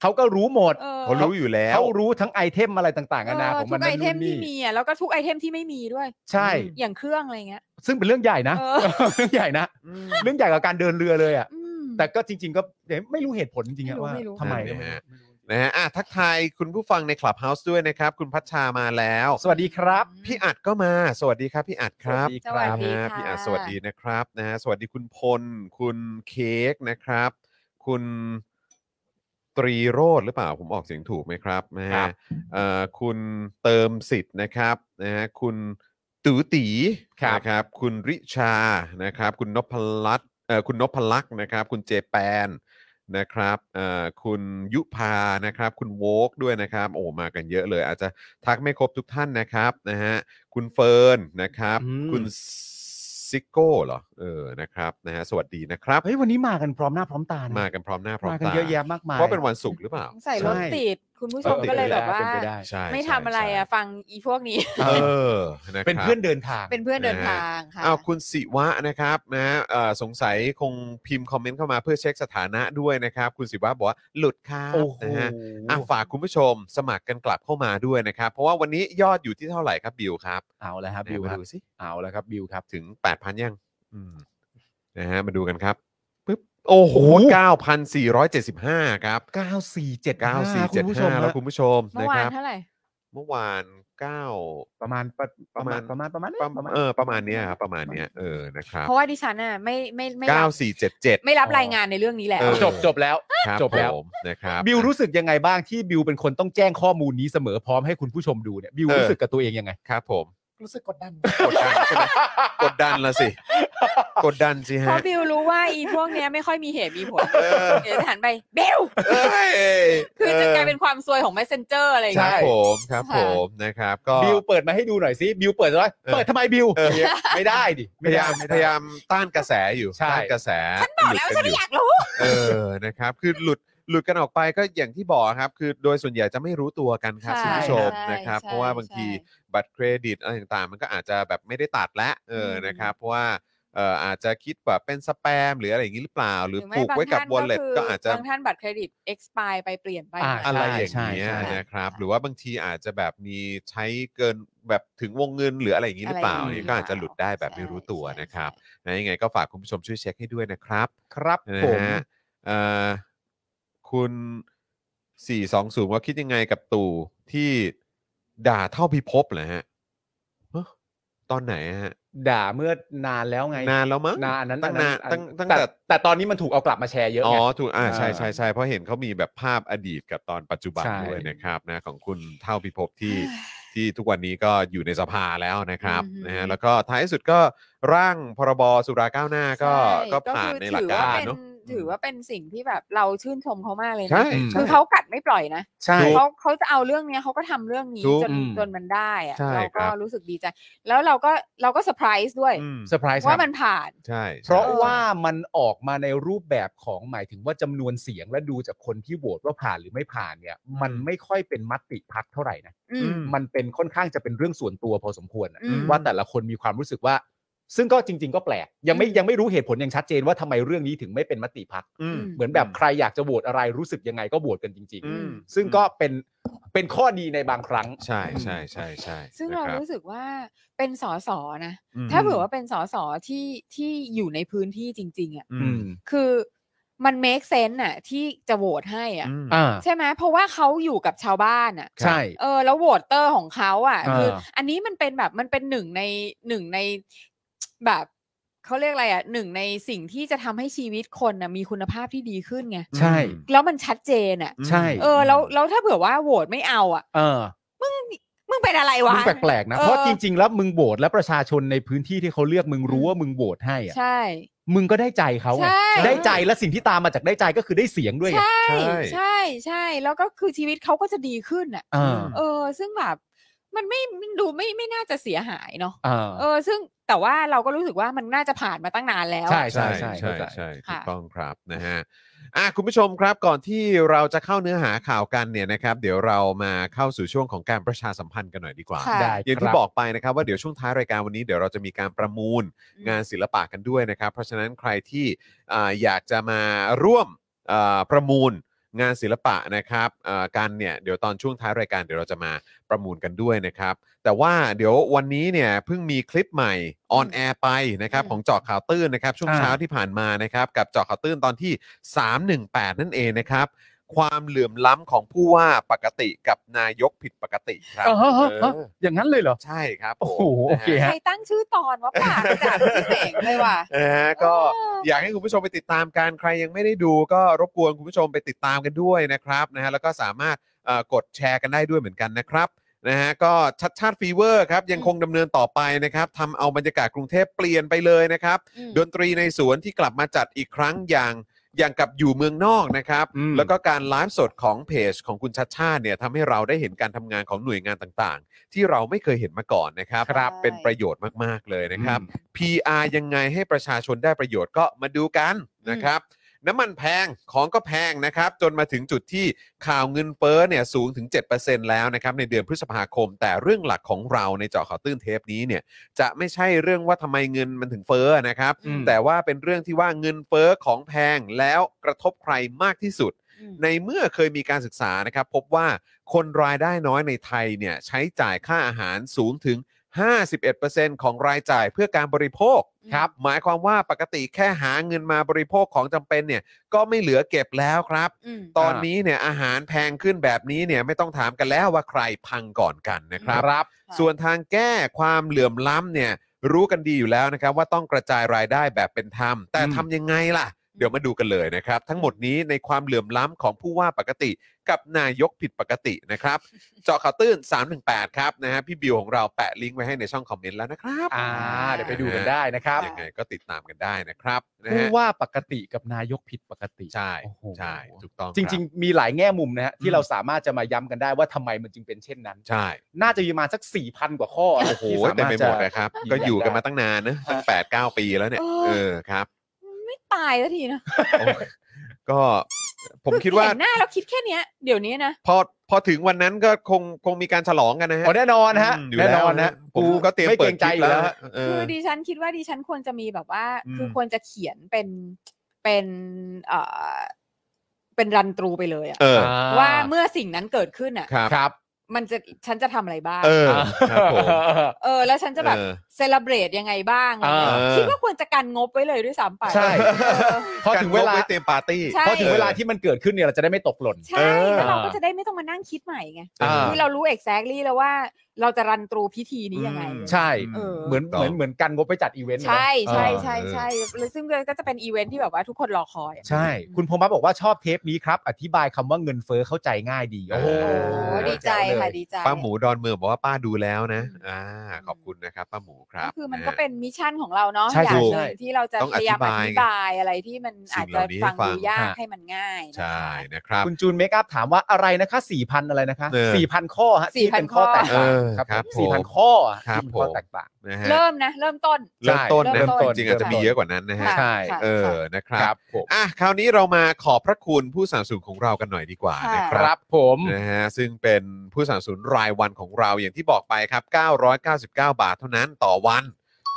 Speaker 6: เขาก็รู้หมด
Speaker 4: เออ
Speaker 3: เขารู้อยู่แล้ว
Speaker 6: เขารู้ทั้งไอเทมอะไรต่างๆนานา
Speaker 4: เออ
Speaker 6: ของ
Speaker 4: ทุ
Speaker 6: มัน
Speaker 4: กไอ
Speaker 6: นั่น
Speaker 4: เท
Speaker 6: นู่
Speaker 4: ม
Speaker 6: น
Speaker 4: ที่
Speaker 6: นี่
Speaker 4: มีอ่ะแล้วก็ทุกไอเทมที่ไม่มีด้วย
Speaker 6: ใช่
Speaker 4: อย่างเครื่องอะไรเงี้ย
Speaker 6: ซึ่งเป็นเรื่องใหญ่นะ
Speaker 4: เออ
Speaker 6: เรื่องใหญ่นะ
Speaker 3: อืม
Speaker 6: เรื่องใหญ่กับการเดินเรือเลยอ่ะ
Speaker 4: อืม
Speaker 6: แต่ก็จริง ๆ ก็เดี๋ยวไม่รู้เหตุผลจริงๆอะ
Speaker 4: ไม่รู้
Speaker 6: ว่า
Speaker 4: ไม่รู้
Speaker 6: ทำไม
Speaker 3: นั่นเนี่
Speaker 6: ก็
Speaker 3: ย
Speaker 6: ไม่รู้
Speaker 3: นะฮะอ่ะทักทายคุณผู้ฟังในคลับเฮาส์ด้วยนะครับ คุณพัชชามาแล้ว
Speaker 6: สวัสดีครับ
Speaker 3: พี่อัดก็มา สวัสดีครับ พี่อัดครั
Speaker 6: ส
Speaker 3: บ
Speaker 6: วัสดี
Speaker 4: ส
Speaker 6: ค
Speaker 4: วัส
Speaker 6: รับ
Speaker 4: ดี
Speaker 3: นะฮะ
Speaker 4: ค่ะ
Speaker 3: พี่อาร์ตสวัสดีนะครับนะฮะสวัสดีคุณพล คุณเค้กนะครับ คุณตรีโรธหรือเปล่าผมออกเสียงถูกไหมครับนะฮะเอ่อคุณเติมสิทธิ์นะครับนะฮะคุณตูตีนะครับ คุณริชานะครับ คุณนพลัตน์เอ่อคุณนพลักษ์นะครับ คุณเจแปนนะครับเอ่อคุณยุพานะครับ คุณโวกด้วยนะครับ โอ้มากันเยอะเลย อาจจะทักไม่ครบทุกท่านนะครับนะฮะคุณเฟิร์นนะครับ คุณซิโก้เหรอ เออ นะครับ นะฮะ สวัสดีนะครับ
Speaker 6: เฮ้ยวันนี้มากันพร้อมหน้าพร้อมตานะ
Speaker 3: มากันพร้อมหน้าพร้อม
Speaker 6: มากัน
Speaker 3: ตา
Speaker 6: เยอะแยะมากมาย
Speaker 3: เพราะเป็นวันศุกร์หรือเปล่า
Speaker 4: ใส่รถ
Speaker 6: ใช่
Speaker 4: ติด คุณผู้ช
Speaker 6: ออ
Speaker 3: ร
Speaker 4: ม
Speaker 3: ถติด
Speaker 4: ก็เลยแบบว่า
Speaker 6: ป็นไปได้
Speaker 3: ใช่
Speaker 4: ไม่
Speaker 3: ใช่
Speaker 4: ทำอะไรอ่ะ
Speaker 3: ใ
Speaker 4: ฟังอีพวกนี้
Speaker 3: ช่เออ นะครับ
Speaker 6: เป็นเพื่อนเดินทาง
Speaker 4: เป็นเพื่อนเดินทางค่ะ
Speaker 3: อ้าวคุณสิวะนะครับ นะฮะเอ่อสงสัยคงพิมพ์คอมเมนต์เข้ามาเพื่อเช็คสถานะด้วยนะครับ คุณสิวะบอกว่าหลุดครับ
Speaker 6: โอ้โห
Speaker 3: นะฮะอ่ะฝากคุณผู้ชมสมัครกันกลับเข้ามาด้วยนะครับ เพราะว่าวันนี้ยอดอยู่ที่เท่าไหร่ครับบิวครับ
Speaker 6: เอาแล้วครับบิว
Speaker 3: นะ
Speaker 6: ค
Speaker 3: มา
Speaker 6: รับ
Speaker 3: ดูสิ
Speaker 6: เอาแล้วครับบิวครับ
Speaker 3: ถึง 8,000 ยังอืมนะฮะ มาดูกันครับปึ๊บ โอ้โห
Speaker 6: โอ้โห
Speaker 3: 9,475 ครับ
Speaker 6: 9475 คุณผู้ชม
Speaker 3: 9,475
Speaker 6: ฮะ
Speaker 3: แล้วคุณผู้ชม
Speaker 4: เมื่
Speaker 3: นะ
Speaker 4: อวา
Speaker 3: คน รับ
Speaker 4: เท่าไหร่
Speaker 3: เมื่อวาน 9
Speaker 6: ประมาณประประมาณประมาณประมาณ
Speaker 3: ประมาณเออ ประมาณเนี้ยครับ ประมาณเนี้ยเออ นะครับ
Speaker 4: เพราะว่าดิฉันอ่ะไม่ไม่ไม่รับ
Speaker 3: 9477
Speaker 4: ไม่รับรายงานในเรื่องนี้แหละ
Speaker 3: เออ
Speaker 6: จบจบแล้ว
Speaker 3: ครับ
Speaker 6: จบแล้ว
Speaker 3: ผมนะครับ
Speaker 6: บิวรู้สึกยังไงบ้างที่บิวเป็นคนต้องแจ้งข้อมูลนี้เสมอพร้อมให้คุณผู้ชมดูเนี่ยบิว
Speaker 3: เออ
Speaker 6: รู้สึกกับตัวเองยังไง
Speaker 3: ครับผม
Speaker 1: รู้สึกกดดัน
Speaker 3: กดดันใช่ไหมกดดันละสิ กดดันสิ
Speaker 4: เพ
Speaker 3: ฮะ
Speaker 4: ราะบิวรู้ว่าอีพวกเนี้ยไม่ค่อยมีเหตุมีผล
Speaker 3: เออ
Speaker 4: เดี๋ยวจะหันไปเบล
Speaker 3: เอ้ย
Speaker 4: คือจะกลายเป็นความซวยของ messenger อะไรอย่าง
Speaker 3: ครับ
Speaker 4: เงี้ย
Speaker 3: ผม ครับผม นะครับ ก็
Speaker 6: บิวเปิดมาให้ดูหน่อยสิบิวเปิดแล้ว
Speaker 3: เออ
Speaker 6: เปิดทำไมบิว
Speaker 3: เออ
Speaker 6: ไม่ได้ดิ
Speaker 3: พยายาม
Speaker 6: ไได้
Speaker 3: พยายามต้านกระแสอยู่
Speaker 6: ใช่
Speaker 3: ต้านกระแส
Speaker 4: ฉันบอกแล้วฉัน
Speaker 3: หลุดกันอยู่
Speaker 4: ไม่อยากรู้
Speaker 3: เออนะครับ คือหลุดหลุดกันออกไปก็อย่างที่บอกครับ คือโดยส่วนใหญ่จะไม่รู้ตัวกันครับคุ
Speaker 4: ใช่
Speaker 3: ณผู้ชม
Speaker 4: ใช่
Speaker 3: นะครับ
Speaker 4: ใช่
Speaker 3: เพราะว่าบางทีบัตรเครดิตอะไรต่างๆ มันก็อาจจะแบบไม่ได้ตัดและเอออ
Speaker 4: ม
Speaker 3: นะครับ เพราะว่าเอ่ออาจจะคิดแบบเป็นสแปม หรืออะไรอย่างนี้หรือเปล่า หรือ
Speaker 4: ม่
Speaker 3: ผูกไว้กับ
Speaker 4: าง
Speaker 3: วอล
Speaker 4: ท่าน
Speaker 3: เล็ต
Speaker 4: คื
Speaker 3: ก็อาจจะ
Speaker 4: บางท่านบัตรเครดิต expire ไปเปลี่ยนไป
Speaker 6: อ่า
Speaker 3: อะไรอย่าง
Speaker 6: ใช่
Speaker 3: เงี้ย
Speaker 6: ใช่
Speaker 3: นะครับ
Speaker 4: ใช่
Speaker 3: หรือว่าบางทีอาจจะแบบมีใช้เกินแบบถึงวงเงินหรืออะไรอย่างนี้หรือเปล่า
Speaker 4: อะไรอย่างนี้
Speaker 3: เนี่ยก็อาจจะหลุดได้แบบไม่รู้ตัวนะครับนะยังไงก็ฝากคุณผู้ชมช่วยเช็คให้ด้วยนะครับ
Speaker 6: ครับ
Speaker 3: นะ
Speaker 6: ผม
Speaker 3: ฮะเอ่อคุณ 420 ว่าคิดยังไงกับตู่ที่ด่าเท่าพิภพเหรอฮะฮะตอนไหนฮะ
Speaker 6: ด่าเมื่อนานแล้วไง
Speaker 3: นานแล้วมั้ง
Speaker 6: นานอันนั้น
Speaker 3: ตั้งนาน
Speaker 6: อั
Speaker 3: ตั้งตั้ง
Speaker 6: แต่
Speaker 3: แต่
Speaker 6: แต่ตอนนี้มันถูกเอากลับมาแชร์เยอะ
Speaker 3: อ๋อ
Speaker 6: ไง
Speaker 3: ถูกอ่าใช่
Speaker 6: อ่า
Speaker 3: ใช่ใช่เพราะเห็นเขามีแบบภาพอดีตกับตอนปัจจุบัน
Speaker 6: ใช่
Speaker 3: ด้วยนะครับนะของคุณเท่าพิภพที่ ที่ทุกวันนี้ก็อยู่ในสภาแล้วนะครับ
Speaker 4: อือหือ
Speaker 3: นะฮะแล้วก็ท้ายสุดก็ร่างพรบสุราก้าวหน้าก็
Speaker 4: ใช่
Speaker 3: ก็ผ่าน
Speaker 4: คือ
Speaker 3: ในหลักการเนาะ
Speaker 4: ถือว่าเป็นถือว่าเป็นสิ่งที่แบบเราชื่นชมเขามากเลย
Speaker 3: ใช่
Speaker 4: นะ
Speaker 3: ใช่
Speaker 4: คือเขากัดไม่ปล่อยนะ
Speaker 6: ใช่
Speaker 4: เขาเขาจะเอาเรื่องเนี้ยเขาก็ทำเรื่องนี้
Speaker 3: ถูก
Speaker 4: จน
Speaker 6: อืม
Speaker 4: จนมันได้อะ
Speaker 3: ใช่
Speaker 4: เรา
Speaker 3: ครั
Speaker 4: ก็
Speaker 3: บ
Speaker 4: รู้สึกดีใจ แล้วเราก็เราก็เซอร์ไพรส์ด้วย
Speaker 3: อืม
Speaker 6: เซอร์ไพรส์ค
Speaker 4: ว่า
Speaker 6: รับ
Speaker 4: มันผ่าน
Speaker 3: ใช่ใช่
Speaker 6: เพราะว่ามันออกมาในรูปแบบของหมายถึงว่าจำนวนเสียงและดูจากคนที่โหวตว่าผ่านหรือไม่ผ่านเนี่ย มันไม่ค่อยเป็นมติพักเท่าไหร่นะ
Speaker 4: อืม
Speaker 6: มันเป็นค่อนข้างจะเป็นเรื่องส่วนตัวพอสมควรอะ
Speaker 4: อืม
Speaker 6: ว่าแต่ละคนมีความรู้สึกว่า ซึ่งก็จริง ๆ ก็แปลก ยังไม่ยังไม่รู้เหตุผลอย่างชัดเจนว่าทำไมเรื่องนี้ถึงไม่เป็นมติพัก
Speaker 3: อืม
Speaker 4: อื
Speaker 6: เหมือนแบบใครอยากจะโหวตอะไรรู้สึกยังไงก็โหวตกันจริง
Speaker 3: อืม
Speaker 6: ๆ ซึ่งก็เป็นเป็นข้อดีในบางครั้ง
Speaker 3: ใช่ใช่ใช่ใช่
Speaker 4: ซึ่งเรา
Speaker 3: นะคบ
Speaker 4: รู้สึกว่าเป็นสอสอนะ
Speaker 3: ม
Speaker 4: ถ้าเผื่อว่าเป็นสอสอที่ที่อยู่ในพื้นที่จริง ๆอ่ะ
Speaker 3: อื
Speaker 6: อื
Speaker 3: ม
Speaker 6: ม
Speaker 4: คือมัน make sense น่ะที่จะโหวตให้อ่ะ
Speaker 3: อืม
Speaker 6: อ่า
Speaker 4: ใช่ไหมเพราะว่าเขาอยู่กับชาวบ้านอ่ะ
Speaker 6: ใช่
Speaker 4: เออแล้วโหวตเตอร์ของเขาอ่ะ
Speaker 6: อ่า
Speaker 4: คืออันนี้มันเป็นแบบมันเป็นหนึ่งในหนึ่งในแบบเขาเรียกอะไรอ่ะหนึ่งในสิ่งที่จะทำให้ชีวิตคนนะมีคุณภาพที่ดีขึ้นไง
Speaker 6: ใช่
Speaker 4: แล้วมันชัดเจนอ่ะ
Speaker 6: ใช่
Speaker 4: เออแล้วแล้วถ้าเผื่อว่าโหวตไม่เอาอ่ะ
Speaker 6: เออ
Speaker 4: มึงเป็นอะไรวะ
Speaker 6: มึงแปลกๆนะ
Speaker 4: เออ
Speaker 6: เพราะจริง ๆ แล้วมึงโหวตและประชาชนในพื้นที่ที่เขาเลือกมึงรู้ว่ามึงโหวตให้อ่ะ
Speaker 4: ใช่
Speaker 6: มึงก็ได้ใจเขาไง
Speaker 4: ใช่
Speaker 6: ได้ใจและสิ่งที่ตามมาจากได้ใจก็คือได้เสียงด้วยไง
Speaker 4: ใช่
Speaker 3: ใช่
Speaker 4: ใช่ใช่แล้วก็คือชีวิตเขาก็จะดีขึ้นอ่ะ
Speaker 6: เออ
Speaker 4: เออ ซึ่งแบบมันไม่มันดูไม่ไม่น่าจะเสียหายเนาะ
Speaker 6: เออ
Speaker 4: เออ ซึ่งแต่ว่าเราก็รู้สึกว่ามันน่าจะผ่านมาตั้งนานแล้วอะ
Speaker 6: ใช่
Speaker 3: ใช่ใช่
Speaker 6: ใช่
Speaker 3: ใช่
Speaker 6: เข้าใจ
Speaker 3: ใช่ถู
Speaker 4: ค่ะ
Speaker 3: กต้องครับนะฮะอ่ะคุณผู้ชมครับก่อนที่เราจะเข้าเนื้อหาข่าวกันเนี่ยนะครับเดี๋ยวเรามาเข้าสู่ช่วงของการประชาสัมพันธ์กันหน่อยดีกว่า
Speaker 4: ค่ะ
Speaker 6: ได้
Speaker 3: อย่าง
Speaker 6: ค
Speaker 3: ที่
Speaker 6: รับ
Speaker 3: บอกไปนะครับว่าเดี๋ยวช่วงท้ายรายการวันนี้เดี๋ยวเราจะมีการประมูล
Speaker 4: อืม
Speaker 3: งานศิลปะกันด้วยนะครับ เพราะฉะนั้นใครที่อ่าอยากจะมาร่วมอ่าประมูลงานศิลปะนะครับอ่ากันเนี่ยเดี๋ยวตอนช่วงท้ายรายการเดี๋ยวเราจะมาประมูลกันด้วยนะครับ แต่ว่าเดี๋ยววันนี้เนี่ยเพิ่งมีคลิปใหม่ออนแอร์ไปนะครับ
Speaker 4: อืม
Speaker 3: ของเจาะข่าวตื้นนะครับ ช่วง
Speaker 6: อ่า
Speaker 3: เช้าที่ผ่านมานะครับกับเจาะข่าวตื้นตอนที่ 318 นั่นเองนะครับ ความเหลื่อมล้ำของผู้ว่าปกติกับนายกผิดปกติครับ
Speaker 6: เออฮะ
Speaker 3: เอ
Speaker 6: ฮะ
Speaker 3: อ
Speaker 6: อย่างนั้นเลยเหรอ
Speaker 3: ใช่ครับผม
Speaker 6: โอ้โหโอเค
Speaker 3: นะฮะ
Speaker 6: ฮะ
Speaker 4: ใครตั้งชื่อตอนว่าป่ากระจากที่เสงเลยว่ะ
Speaker 3: นะฮะ ก็
Speaker 4: เออ
Speaker 3: อ
Speaker 4: อ
Speaker 3: ยากให้คุณผู้ชมไปติดตามการใครยังไม่ได้ดูก็รบกวนคุณผู้ชมไปติดตามกันด้วยนะครับนะฮะแล้วก็สามารถเอ่อกดแชร์กันได้ด้วยเหมือนกันนะครับนะฮะก็ชัดชาติฟีเวอร์ครับยังคงดำเนินต่อไปนะครับทำเอาบรรยากาศกรุงเทพเปลี่ยนไปเลยนะครับ
Speaker 4: อืม
Speaker 3: ดนตรีในสวนที่กลับมาจัดอีกครั้งอย่างอย่างกับอยู่เมืองนอกนะครับ
Speaker 6: อืม
Speaker 3: แล้วก็การไลฟ์สดของเพจของคุณชัดชาติเนี่ยทำให้เราได้เห็นการทำงานของหน่วยงานต่างๆ ที่เราไม่เคยเห็นมาก่อนนะครับ
Speaker 4: ครับ
Speaker 3: เป็นประโยชน์มากๆเลยนะครับ PR ยังไงให้ประชาชนได้ประโยชน์ก็มาดูกันนะครับ น้ำมันแพงของก็แพงนะครับ จนมาถึงจุดที่ข่าวเงินเฟ้อเนี่ยสูงถึง 7%แล้วนะครับ ในเดือนพฤษภาคม แต่เรื่องหลักของเราในเจาะข่าวตื้นเทปนี้เนี่ย จะไม่ใช่เรื่องว่าทำไมเงินมันถึงเฟ้อนะครับ
Speaker 6: อืม
Speaker 3: แต่ว่าเป็นเรื่องที่ว่าเงินเฟ้อของแพงแล้วกระทบใครมากที่สุด
Speaker 4: อืม
Speaker 3: ในเมื่อเคยมีการศึกษานะครับ พบว่าคนรายได้น้อยในไทยเนี่ยใช้จ่ายค่าอาหารสูงถึง 51%ของรายจ่ายเพื่อการบริโภค
Speaker 4: ครับ
Speaker 3: หมายความว่าปกติแค่หาเงินมาบริโภคของจำเป็นเนี่ยก็ไม่เหลือเก็บแล้วครับ
Speaker 4: อืม
Speaker 3: ตอนนี้เนี่ยอาหารแพงขึ้นแบบนี้เนี่ยไม่ต้องถามกันแล้วว่าใครพังก่อนกันนะครับ
Speaker 6: ครับ
Speaker 4: ค่ะ
Speaker 3: ส่วนทางแก้ความเหลื่อมล้ำเนี่ยรู้กันดีอยู่แล้วนะครับ ว่าต้องกระจายรายได้แบบเป็นธรรม แต่
Speaker 6: อืม
Speaker 3: ทำยังไงล่ะ เดี๋ยวมาดูกันเลยนะครับ ทั้งหมดนี้ในความเหลื่อมล้ำของผู้ว่าปกติ กับนายกผิดปกติ นะครับ เจาะข่าวตื้น 318 ครับนะฮะพี่บิวของเราแปะลิงก์ไว้ให้ในช่องคอมเมนต์แล้วนะครับ
Speaker 6: อ่า เดี๋ยวไปดูกันได้นะครับ
Speaker 3: ยังไงก็ติดตามกันได้นะครับนะ
Speaker 6: ผู้
Speaker 3: ฮะ
Speaker 6: ว่าปกติกับนายกผิดปกติ
Speaker 3: ใช่
Speaker 6: โอ้โห
Speaker 3: ใช่ถูกต้องค
Speaker 6: จ
Speaker 3: บ
Speaker 6: ริง ๆ มีหลายแง่มุมนะฮะ
Speaker 3: อื
Speaker 6: ที่
Speaker 3: ม
Speaker 6: เราสามารถจะมาย้ำกันได้ว่าทำไมมันจึงเป็นเช่นนั้น
Speaker 3: ใช่
Speaker 6: น่าจะมีประมาณสัก 4,000 กว่าข้อนะ
Speaker 3: โอ้โห
Speaker 6: ที่สา
Speaker 3: เต็ม
Speaker 6: มารถจะ
Speaker 3: ไปหมดนะครับ ก็อยู่กันมาตั้งนานนะตั้งแปดเก้าปีแล้วเนี่ย
Speaker 4: เออ
Speaker 3: เออครับ
Speaker 4: ไม่ตายสักทีนะ
Speaker 3: โอ้ยก็ผมคิดว่า
Speaker 4: เห็นหน้าเราคิดแค่เนี้ยเดี๋ยวนี้นะ
Speaker 3: พอพอถึงวันนั้นก็คงคงมีการฉลองกันนะฮะ
Speaker 6: อ๋อแน่นอนฮะ
Speaker 3: มยู่
Speaker 6: แน่นอน
Speaker 3: ล้ว
Speaker 6: นะ
Speaker 3: ผมก็เตรียม
Speaker 6: ไม่
Speaker 3: เปิ
Speaker 6: เกร
Speaker 3: ด
Speaker 6: ง
Speaker 3: ค
Speaker 6: ใจ
Speaker 3: ลิป
Speaker 6: อยู่
Speaker 3: แล้
Speaker 6: แล้ว ว
Speaker 3: ฮะเอ
Speaker 4: คือ อดิฉันคิดว่าดิฉันควรจะมีแบบว่า
Speaker 3: อืม
Speaker 4: คือควรจะเขียนเป็นเป็นเอ่อเป็นรันตรูไปเลยอะ
Speaker 3: เออ
Speaker 4: ว่าเมื่อสิ่งนั้นเกิดขึ้นอะ
Speaker 3: ครับ
Speaker 6: ครับ
Speaker 4: มันจะฉันจะทำอะไรบ้าง
Speaker 3: เออครับผม
Speaker 6: อ่า
Speaker 4: เออ แล้วฉันจะแบบ
Speaker 3: เออ
Speaker 4: เซเลบรตยังไงบ้างอะไรเงี้ย
Speaker 6: เออ
Speaker 4: คิดว่าควรจะกันงบไว้เลยด้วยซ้ำไป
Speaker 6: ใช่
Speaker 4: เออ
Speaker 6: พอถึงเวลา
Speaker 3: กันไเตรียมปาร์ตี้
Speaker 4: ใช่
Speaker 6: พอถึงเวลาที่มันเกิดขึ้นเนี่ยเราจะได้ไม่ตกหล่น
Speaker 4: ใช่แล้วเรา
Speaker 6: เออ
Speaker 4: ก็จะได้ไม่ต้องมานั่งคิดใหม่ไง
Speaker 3: อ่า
Speaker 4: คือเรารู้ exactly แล้วว่า เราจะรันตรูพิธีนี้ยังไง
Speaker 3: อืม
Speaker 6: ใช่
Speaker 4: เออ
Speaker 6: เหมือนเหมือนเหมือนกันงบไปจัดอีเวนต์อะนะ
Speaker 4: ใช่ใช่
Speaker 6: เออ
Speaker 4: ใช่ใช่แล้วซึ่งก็จะเป็นอีเวนท์ที่แบบว่าทุกคนรอคอยอะ
Speaker 6: ใช่ คุณพงษ์มาบอกว่าชอบเทปนี้ครับ อธิบายคำว่าเงินเฟ้อเข้าใจง่ายดีโอ้โห
Speaker 4: โอ้ดีใจค่ะดีใจ
Speaker 3: ป้าหมูดอนเมืองบอกว่าป้าดูแล้วนะ อ่า ขอบคุณนะครับ ป้าหมูครับ
Speaker 4: ก็คือมัน
Speaker 3: นะ
Speaker 4: ก็
Speaker 3: ฮะ
Speaker 4: เป็นมิชชั่นของเราเนาะ
Speaker 6: ใช่
Speaker 4: อย่าง
Speaker 3: ถูก
Speaker 4: หนึ่งที่เราจะ
Speaker 3: ต้อง
Speaker 4: พยายาม
Speaker 3: อ
Speaker 4: อ
Speaker 3: ธิบาย
Speaker 4: ธิบายอะไรที่มัน
Speaker 3: สิ่
Speaker 4: อาง
Speaker 3: เห
Speaker 4: จจะ
Speaker 3: ล่านี้ให้
Speaker 4: ฟัง
Speaker 3: ฟัง
Speaker 4: ดูยาก
Speaker 6: ฮะ
Speaker 4: ให้มันง่ายนะคะ
Speaker 3: ใช่นะครับ
Speaker 6: คุณจูนเมคอัพถามว่าอะไรนะคะ4,000 อะไรนะคะ
Speaker 3: เออ
Speaker 6: 4,000 ข้อฮะที่เป็น
Speaker 4: 4,000
Speaker 6: ข้อแตกต่าง
Speaker 3: เออ
Speaker 6: ครับ
Speaker 3: ครับ
Speaker 6: ผม
Speaker 3: ผม
Speaker 6: 4,000 ข้ออะ
Speaker 3: ครับ
Speaker 6: ที่เป็นข้อ
Speaker 3: ผม
Speaker 6: แตกต่าง
Speaker 3: นะฮะ
Speaker 4: เริ่มนะ เริ่มต้น
Speaker 3: เริ่มต้นนะ
Speaker 4: เริ่มต้น
Speaker 3: จริงๆอาจจะมีเยอะกว่านั้นนะฮะ
Speaker 4: ค่ะ
Speaker 6: ใช่
Speaker 4: ค่ะ
Speaker 3: เออ
Speaker 4: ค่ะ
Speaker 3: นะครับ
Speaker 6: ผม
Speaker 3: อ่ะ คราวนี้เรามาขอบพระคุณผู้สนับสนุนของเรากันหน่อยดีกว่า
Speaker 4: ค่ะ
Speaker 3: นะค
Speaker 6: ค
Speaker 3: รั
Speaker 6: รับ บผม
Speaker 3: นะฮะ ซึ่งเป็นผู้สนับสนุนรายวันของเราอย่างที่บอกไปครับ 999 บาทเท่านั้นต่อวัน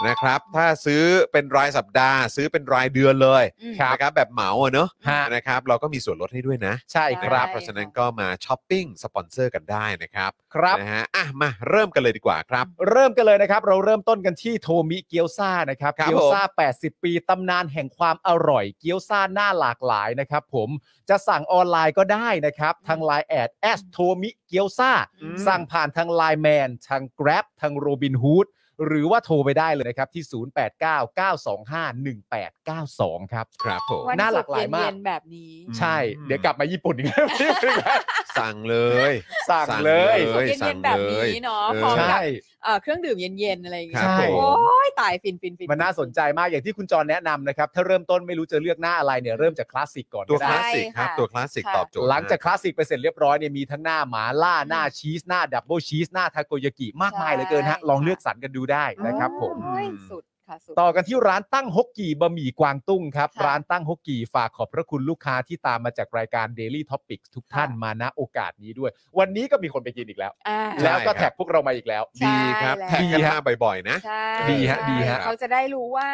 Speaker 3: นะครับ ถ้าซื้อเป็นรายสัปดาห์ ซื้อเป็นรายเดือนเลย
Speaker 4: อืม
Speaker 3: นะครับแบบเหมาอะเนอะ
Speaker 6: ฮะ
Speaker 3: นะครับ เราก็มีส่วนลดให้ด้วยนะ
Speaker 6: ใช่ค
Speaker 3: ค
Speaker 6: รั
Speaker 3: รับบ เพราะฉะนั้นก็มาช้อปปิ้งสปอนเซอร์กันได้นะครับ
Speaker 6: ครับ
Speaker 3: นะฮะอ่ะมาเริ่มกันเลยดีกว่าครับ
Speaker 6: เริ่มกันเลยนะครับ เราเริ่มต้นกันที่โทมิเกียวซานะครับ
Speaker 3: ครับผม
Speaker 6: เกียวซา80 ปีตำนานแห่งความอร่อย เกียวซาหน้าหลากหลายนะครับผมจะสั่งออนไลน์ก็ได้นะครับ ทางไลน์แอดแอสโทมิเกียวซา
Speaker 4: อืม
Speaker 6: สั่งผ่านทางไลน์แมนทาง Grab ทางโรบินฮูดหรือว่าโทรไปได้เลยนะครับ ที่ 0899251892 ครับ
Speaker 3: ครับผม
Speaker 4: วัน
Speaker 6: น่าหลาก
Speaker 4: ศุ
Speaker 6: หลายมาก
Speaker 4: เย็นๆแบบนี้
Speaker 3: อืม
Speaker 6: ใช่เดี๋ยวกลับมาญี่ปุ่นอีกแล้ว
Speaker 3: สั่งเลย
Speaker 6: สั่ง
Speaker 3: สั่ง
Speaker 6: เล
Speaker 3: เลย ย
Speaker 4: สุกเย็นๆแบบนี้เนาะ
Speaker 3: เออ
Speaker 4: พร้อม
Speaker 6: ใช่
Speaker 4: กับเอ่อเครื่องดื่มเย็นๆอะไรอย่างเงี้
Speaker 3: ค
Speaker 4: ย
Speaker 3: รับ
Speaker 6: ใช่
Speaker 3: ผม
Speaker 4: โอ้ยตายฟินฟินฟิน
Speaker 6: มันน่าสนใจมากอย่างที่คุณจรแนะนำนะครับ ถ้าเริ่มต้นไม่รู้จะเลือกหน้าอะไรเนี่ยเริ่มจากคลาสสิกก่อน
Speaker 3: ตัว
Speaker 6: ก็
Speaker 3: ค
Speaker 6: ได้
Speaker 3: ลาสสิกครับ
Speaker 4: ใช่ค่ะ
Speaker 3: ตัวคลาสสิก
Speaker 4: ค่ะ
Speaker 3: ตอบโจทย์
Speaker 6: หลังจากค
Speaker 3: ม
Speaker 6: ลาสสิกไปเสร็จเรียบร้อยเนี่ยมีทั้งหน้าหมาล่าหน้าชีสหน้าดับเบิลชีสหน้าทาโกยากิมากมายเหลือเกินฮะลองเลือกสรรกันดูได้นะครับผม
Speaker 4: โอ้ยสุดค่ะสุด
Speaker 6: ต่อกันที่ร้านตั้งฮกกี่บะหมี่กวางตุ้งครับ
Speaker 4: ค่ะ
Speaker 6: ร้านตั้งฮกกี่ฝากขอบพระคุณลูกค้าที่ตามมาจากรายการ Daily Topics ทุกท่าน
Speaker 4: ค่ะ
Speaker 6: มาณโอกาสนี้ด้วย วันนี้ก็มีคนไปกินอีกแล้ว
Speaker 4: อ่า
Speaker 3: ใช่
Speaker 6: แล้วก็
Speaker 3: ครั
Speaker 6: แท็
Speaker 3: บ
Speaker 6: กพวกเรามาอีกแล้ว
Speaker 4: ใช่
Speaker 3: ดีครับ
Speaker 4: แล้ว
Speaker 3: แท็กกันมาบ่อยๆ นะ
Speaker 4: ใช่
Speaker 6: ดีฮะดีฮะ
Speaker 4: เขาจะได้รู้ว่า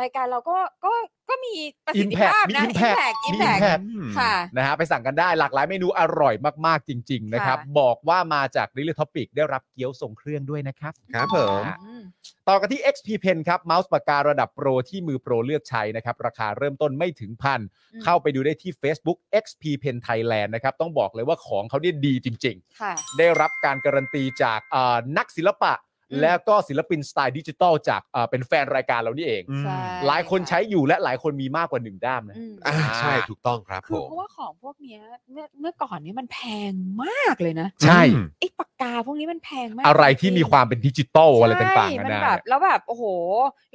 Speaker 4: รายการเราก็ก็ก็มีประสิทธิภาพนะ
Speaker 6: Impact มี
Speaker 4: อิม
Speaker 6: Impact
Speaker 4: แพ
Speaker 6: มี
Speaker 4: ก
Speaker 6: Impact
Speaker 4: ค่ะ
Speaker 6: นะฮะไปสั่งกันได้หลากหลายเมนูอร่อยมากๆจริง ๆ นะครับ
Speaker 4: ค่ะ
Speaker 6: บอกว่ามาจาก Daily Topic ได้รับเกี๊ยวส่งเครื่องด้วยนะครับ
Speaker 3: ครับผม
Speaker 4: อืม
Speaker 6: ต่อกันที่ XP Pen ครับเมาส์ปากการะดับโปรที่มือโปรเลือกใช้นะครับ ราคาเริ่มต้นไม่ถึงพัน
Speaker 4: อืม
Speaker 6: เข้าไปดูได้ที่ Facebook XP Pen Thailand นะครับ ต้องบอกเลยว่าของเขาเนี่ยดีจริง
Speaker 4: ค่ะ
Speaker 6: ๆ ได้รับการการันตีจากเอ่อนักศิลปะ
Speaker 4: อืม
Speaker 6: และก็ศิลปินสไตล์ดิจิทัลจากเอ่อเป็นแฟนรายการเรานี่เอง
Speaker 3: อืม
Speaker 4: ใช่
Speaker 6: หลายคนใช้อยู่และหลายคนมีมากกว่าหนึ่งด้ามนะ
Speaker 4: อืม
Speaker 3: อ่าใช่ถูกต้องครับ
Speaker 4: คื
Speaker 3: ผ
Speaker 4: อ
Speaker 3: ม
Speaker 4: เพราะว่าของพวกเนี้ยเมื่อเมื่อก่อนเนี้มันแพงมากเลยนะ
Speaker 6: ใช่
Speaker 3: อืม
Speaker 4: ไอ้ปากกาพวกนี้มันแพงมาก
Speaker 6: อะไรที่มีความเป็นดิจิทัลอะไร
Speaker 4: ใช่
Speaker 6: ต่างๆ
Speaker 4: มั
Speaker 6: กัน นนะ
Speaker 4: แบบแล้วแบบโอ้โห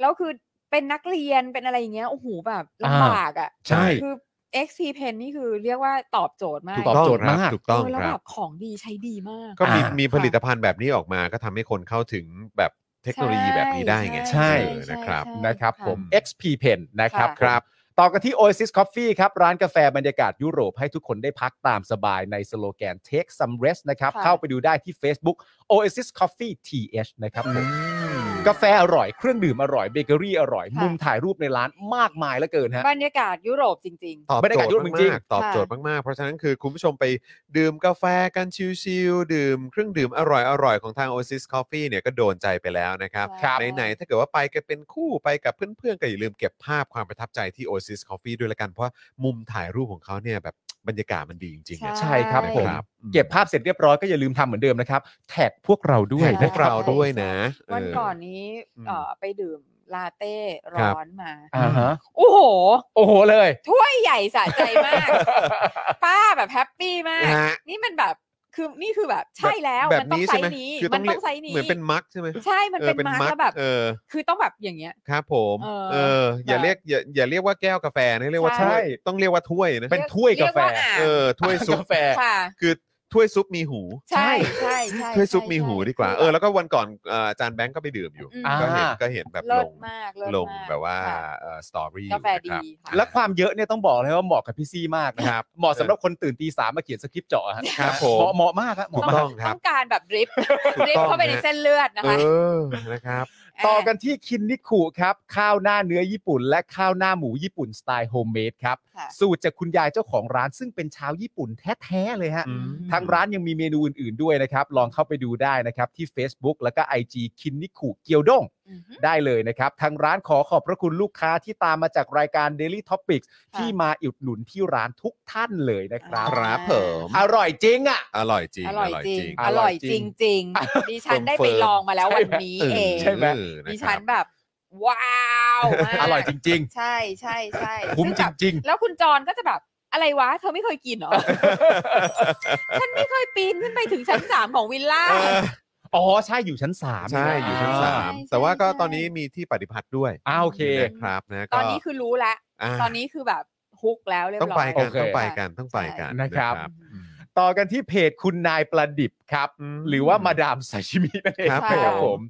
Speaker 4: แล้วคือเป็นนักเรียนเป็นอะไรอย่างเงี้ยโอ้โหแบบลำบากอ่ะ
Speaker 6: ใช่
Speaker 4: คือ XP Pen นี่คือเรียกว่าตอบโจทย์มาก
Speaker 6: ตอบโจทย์มาก
Speaker 3: ถูกต้อง
Speaker 4: เแล้ว
Speaker 3: ครั
Speaker 4: แบบ บของดีใช้ดีมาก
Speaker 3: ก็มี
Speaker 6: อ่ามี
Speaker 3: มีผลิตภัณฑ์แบบนี้ออกมาก็ทำให้คนเข้าถึงแบบเทคโนโลยีแบบนี้ได้ไง
Speaker 6: ใช่
Speaker 3: เออนะครับ
Speaker 4: ใช่
Speaker 6: นะครับผม
Speaker 3: ค่ะ
Speaker 6: XP Pen นะครับ
Speaker 4: ค่ะ
Speaker 6: ผม
Speaker 3: ครับ
Speaker 6: ต่อกันที่ Oasis Coffee ครับ ร้านกาแฟบรรยากาศยุโรปให้ทุกคนได้พักตามสบายในสโลแกน Take some rest นะครับ
Speaker 4: ค่ะ
Speaker 6: เข้าไปดูได้ที่ Facebook Oasis Coffee TH นะครับผม กาแฟอร่อย เครื่องดื่มอร่อย เบเกอรี่อร่อย
Speaker 4: ค่ะ
Speaker 6: มุมถ่ายรูปในร้านมากมายเหลือเกินฮะ
Speaker 4: บรรยากาศยุโรปจริง
Speaker 3: ตอบบ
Speaker 6: รรยา
Speaker 3: โจ
Speaker 6: กาศ
Speaker 3: ท
Speaker 6: ยุโร
Speaker 3: ย์
Speaker 6: ปจริง
Speaker 3: มาก
Speaker 4: ๆ
Speaker 3: ๆตอบ
Speaker 4: ค่ะ
Speaker 3: โจทย์มากๆ เพราะฉะนั้นคือคุณผู้ชมไปดื่มกาแฟกันชิลๆดื่มเครื่องดื่มอร่อยๆ ของทาง Oasis Coffee เนี่ยก็โดนใจไปแล้วนะครับ
Speaker 4: ครับ
Speaker 3: ไหนๆถ้าเกิดว่าไปกันเป็นคู่ไปกับเพื่อนๆ ก็อย่าลืมเก็บภาพความประทับใจที่ Oasis Coffee ด้วยละกัน เพราะว่ามุมถ่ายรูปของเขาเนี่ยแบบบรรยากาศมันดีจริงๆนะ
Speaker 6: ใช่ครับผม
Speaker 3: นะ
Speaker 6: เก็บภาพเสร็จเรียบร้อยก็อย่าลืมทำเหมือนเดิมนะครับ แท็กพวกเราด้วย
Speaker 3: แท็กพวก
Speaker 6: นะคบ
Speaker 3: เราด้วยนะเ
Speaker 4: ๆ วันก่อนนี้
Speaker 3: อืม
Speaker 4: เอ่อไปดื่มลาเต้
Speaker 3: ครั
Speaker 4: ร้
Speaker 3: บ
Speaker 4: อนมา
Speaker 6: อ่าฮะ
Speaker 4: โอ้โห
Speaker 6: โอ้โหเลย
Speaker 4: ถ้วยใหญ่สะใจมาก ป้าแบบแฮปปี้มาก
Speaker 3: นะฮะ
Speaker 4: นี่มันแบบคือนี่คือแบบใช่แล้ว
Speaker 3: แบบ
Speaker 4: มันต้อง
Speaker 3: นี้
Speaker 4: ไซ
Speaker 3: ใช่ไหม
Speaker 4: ส์นี้
Speaker 3: คือ
Speaker 4: มัน
Speaker 3: เรี
Speaker 4: ต้
Speaker 3: ย
Speaker 4: อก งไซส์นี้
Speaker 3: เหมือนเป็นมักใช่ไหม
Speaker 4: ใช่มัน
Speaker 3: เออ
Speaker 4: เป็
Speaker 3: น
Speaker 4: มาร์กแล้วแบบ
Speaker 3: เออ
Speaker 4: คือต้องแบบอย่างเงี้ย
Speaker 3: ครับผม
Speaker 4: เออ
Speaker 3: เออ อย่า
Speaker 4: แบบ
Speaker 3: เรียกอย่าอย่าเรียกว่าแก้วกาแฟนะเรียกว่าถ้
Speaker 4: ใช่
Speaker 3: วยต้องเรียกว่าถ้วยนะ
Speaker 6: เป็นถ้วยกาแฟ
Speaker 4: เรียว่อ่ง
Speaker 3: เออถ้วยซุป
Speaker 6: กาแฟ
Speaker 4: ค่ะ
Speaker 3: คือถ้วยซุปมีหู
Speaker 4: ใช่ใช่ใช่
Speaker 3: ถ้วยซุป
Speaker 4: ใช่
Speaker 3: มีหู
Speaker 4: ใช่
Speaker 3: ดีกว่า
Speaker 4: คื
Speaker 3: เออ
Speaker 4: แบบ
Speaker 3: แล้วก็วันก่อนเอ่ออาจารย์แบงก์ก็ไปดื่มอยู่
Speaker 4: อืม
Speaker 3: ก็เห็น
Speaker 6: อ่า
Speaker 3: ก็เห็นแบบ
Speaker 4: เลิ
Speaker 3: ล
Speaker 4: ศ
Speaker 3: ง
Speaker 4: มากเลิศ
Speaker 3: ลง
Speaker 4: มก
Speaker 3: แบบว่า
Speaker 4: ค่ะ
Speaker 3: เอ่อสตอรี่
Speaker 4: กาแฟดี
Speaker 3: นะครับ
Speaker 4: ค่ะ
Speaker 6: และความเยอะเนี่ยต้องบอกเลยว่าเหมาะกับพี่ซี่มากนะ
Speaker 3: ค
Speaker 6: ฮะ
Speaker 3: รับ
Speaker 6: เหมาะสำหรับคนตื่นตีสามมาเขียนสคริปต์เจาะฮะ
Speaker 3: ครับผม
Speaker 6: เหมาะเหมาะมากฮะเห
Speaker 3: ถู
Speaker 6: มาะมาก
Speaker 3: กต้องครับ
Speaker 4: ต้องการแบบดริป
Speaker 3: ถูก
Speaker 4: ดริป
Speaker 3: ต้อง
Speaker 4: เข้าไปใน
Speaker 3: ฮะ
Speaker 4: เส้นเลือดนะ
Speaker 3: เอ
Speaker 4: คะ
Speaker 3: อนะครับ
Speaker 4: ะ
Speaker 6: ต่อกันที่คินนิคุครับข้าวหน้าเนื้อญี่ปุ่น และข้าวหน้าหมูญี่ปุ่นสไตล์โฮมเมดครับ
Speaker 4: ค่ะ
Speaker 6: สูตรจากคุณยายเจ้าของร้านซึ่งเป็นชาวญี่ปุ่นแท้ๆเลยฮะ
Speaker 3: อืม
Speaker 6: ทางร้านยังมีเมนูอื่นๆด้วยนะครับ ลองเข้าไปดูได้นะครับ ที่ Facebook แล้วก็ IG คินนิคุเกียวด้ง
Speaker 4: อือฮึ
Speaker 6: ได้เลยนะครับ ทางร้านขอขอบพระคุณลูกค้าที่ตามมาจากรายการ Daily Topics
Speaker 4: ค่ะ
Speaker 6: ที่มาอุดหนุนที่ร้านทุกท่านเลยนะครับ
Speaker 3: ครับผม
Speaker 6: อร่อยจริงอ่ะ
Speaker 3: อร่อยจริง
Speaker 4: อร่อยจริง
Speaker 6: อ
Speaker 4: อ
Speaker 6: ร่
Speaker 4: ร่
Speaker 6: อ
Speaker 4: อย ย
Speaker 6: จ
Speaker 4: จ
Speaker 6: ริ
Speaker 4: ริ
Speaker 6: ง
Speaker 4: งจริงดิฉันได้ไป
Speaker 3: เฟิร์ม
Speaker 4: ลองมาแล้ววัน
Speaker 6: ใช่ไหม
Speaker 4: นี้
Speaker 3: เออ
Speaker 4: เอง
Speaker 6: ใช่ไหม
Speaker 3: เออ
Speaker 4: ดิ
Speaker 3: นะครับ
Speaker 4: ฉันแบบ ว้าวมาก
Speaker 6: อร่อยจริง
Speaker 4: ใช่ใช่ใช่
Speaker 6: ๆคุ้ม
Speaker 4: ซึ่ง
Speaker 6: จ
Speaker 4: แบบ
Speaker 6: ริง
Speaker 4: แล้วคุณจรก็จะแบบอะไรวะ เธอไม่เคยกินเหรอ ฉันไม่เคยปีนขึ้นไปถึงชั้นสามของวิลล่า
Speaker 3: เออ
Speaker 6: ๆ อ๋อ ใช่อยู่ชั้นสาม
Speaker 3: ใช่อยู่ชั้นสาม
Speaker 4: ใช่
Speaker 3: แต่ว่าก็
Speaker 4: ใช่
Speaker 3: ตอนนี้มีที่ปฏิพัทธ์ด้วย
Speaker 6: อ้าโอเค
Speaker 3: นะครับนะก็
Speaker 4: ตอนนี้คือรู้แล้ว
Speaker 3: า
Speaker 4: ตอนนี้คือแบบฮุกแล้วเรียบ
Speaker 3: ต้อง
Speaker 4: ร้อ
Speaker 3: ไป
Speaker 4: ย
Speaker 3: กัน
Speaker 6: โอเค
Speaker 3: ต้องไปกันต้องไปกัน
Speaker 6: ใช่นะครับ
Speaker 3: อืม
Speaker 6: ต่อกันที่เพจคุณนายประดิบครับ
Speaker 3: อืม
Speaker 6: หรือว่ามาดามซาชิมินั่นเอง
Speaker 3: ครับ
Speaker 6: นะครับ
Speaker 3: ผ
Speaker 6: ผม ม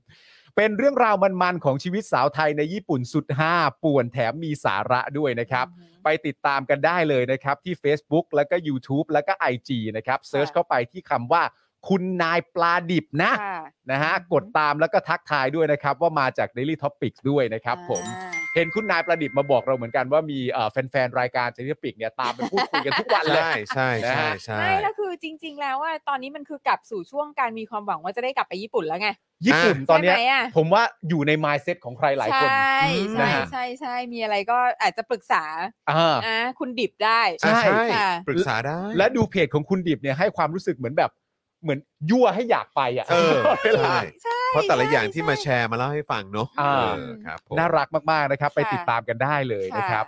Speaker 6: เป็นเรื่องราวมันๆของชีวิตสาวไทยในญี่ปุ่นสุดห้าป่วนแถมมีสาระด้วยนะครับ ไปติดตามกันได้เลยนะครับ ที่ Facebook แล้วก็ YouTube แล้วก็ IG นะครับเซิร์ชเข้าไปที่คำว่าคุณนายปลาดิบนะ
Speaker 4: ค่ะ
Speaker 6: นะฮะ กดตามแล้วก็ทักทายด้วยนะครับ ว่ามาจาก Daily Topics ด้วยนะครับผม
Speaker 4: อ่า
Speaker 6: เห็นคุณนายประดิษฐ์มาบอกเราเหมือนกันว่ามีเอ่อแฟน ๆ รายการเจนิปิกเนี่ย ตามไปพูดคุยกันทุกวันเลย
Speaker 3: ใช่ใช่ใช่ใช่
Speaker 4: ไม่แล้วคือจริง ๆ แล้วว่าตอนนี้มันคือกลับสู่ช่วงการมีความหวังว่าจะได้กลับไปญี่ปุ่นแล้วไง
Speaker 6: ญี่ปุ่นตอนเนี้ย
Speaker 4: ใช่ไหมอะ
Speaker 6: ผมว่าอยู่ใน mindset ของใครหลายคน
Speaker 4: ใช่
Speaker 6: อืมนะ
Speaker 4: ใช่
Speaker 6: ฮะ
Speaker 4: ใช่ใช่มีอะไรก็อาจจะปรึกษา
Speaker 6: อ่า
Speaker 4: อ่ะคุณดิบได้
Speaker 6: ใช่
Speaker 4: ค่ะ
Speaker 3: ปรึกษาได้
Speaker 6: และดูเพจของคุณดิบเนี่ยให้ความรู้สึกเหมือนแบบเหมือนยั่วให้อยากไปอ่ะ
Speaker 3: เอ
Speaker 6: ต
Speaker 3: อ
Speaker 6: ลอดเวลา
Speaker 3: ใช่
Speaker 4: ใช่
Speaker 3: เพราะแต่ละอย่างที่มาแชร์มาเล่าให้ฟังเนาะ
Speaker 6: อ่า
Speaker 3: เออครับผม
Speaker 6: น่ารักมาก ๆ นะครับ ไป
Speaker 4: ค่ะ
Speaker 6: ติดตามกันได้เลย
Speaker 4: ค่ะ
Speaker 6: นะครับ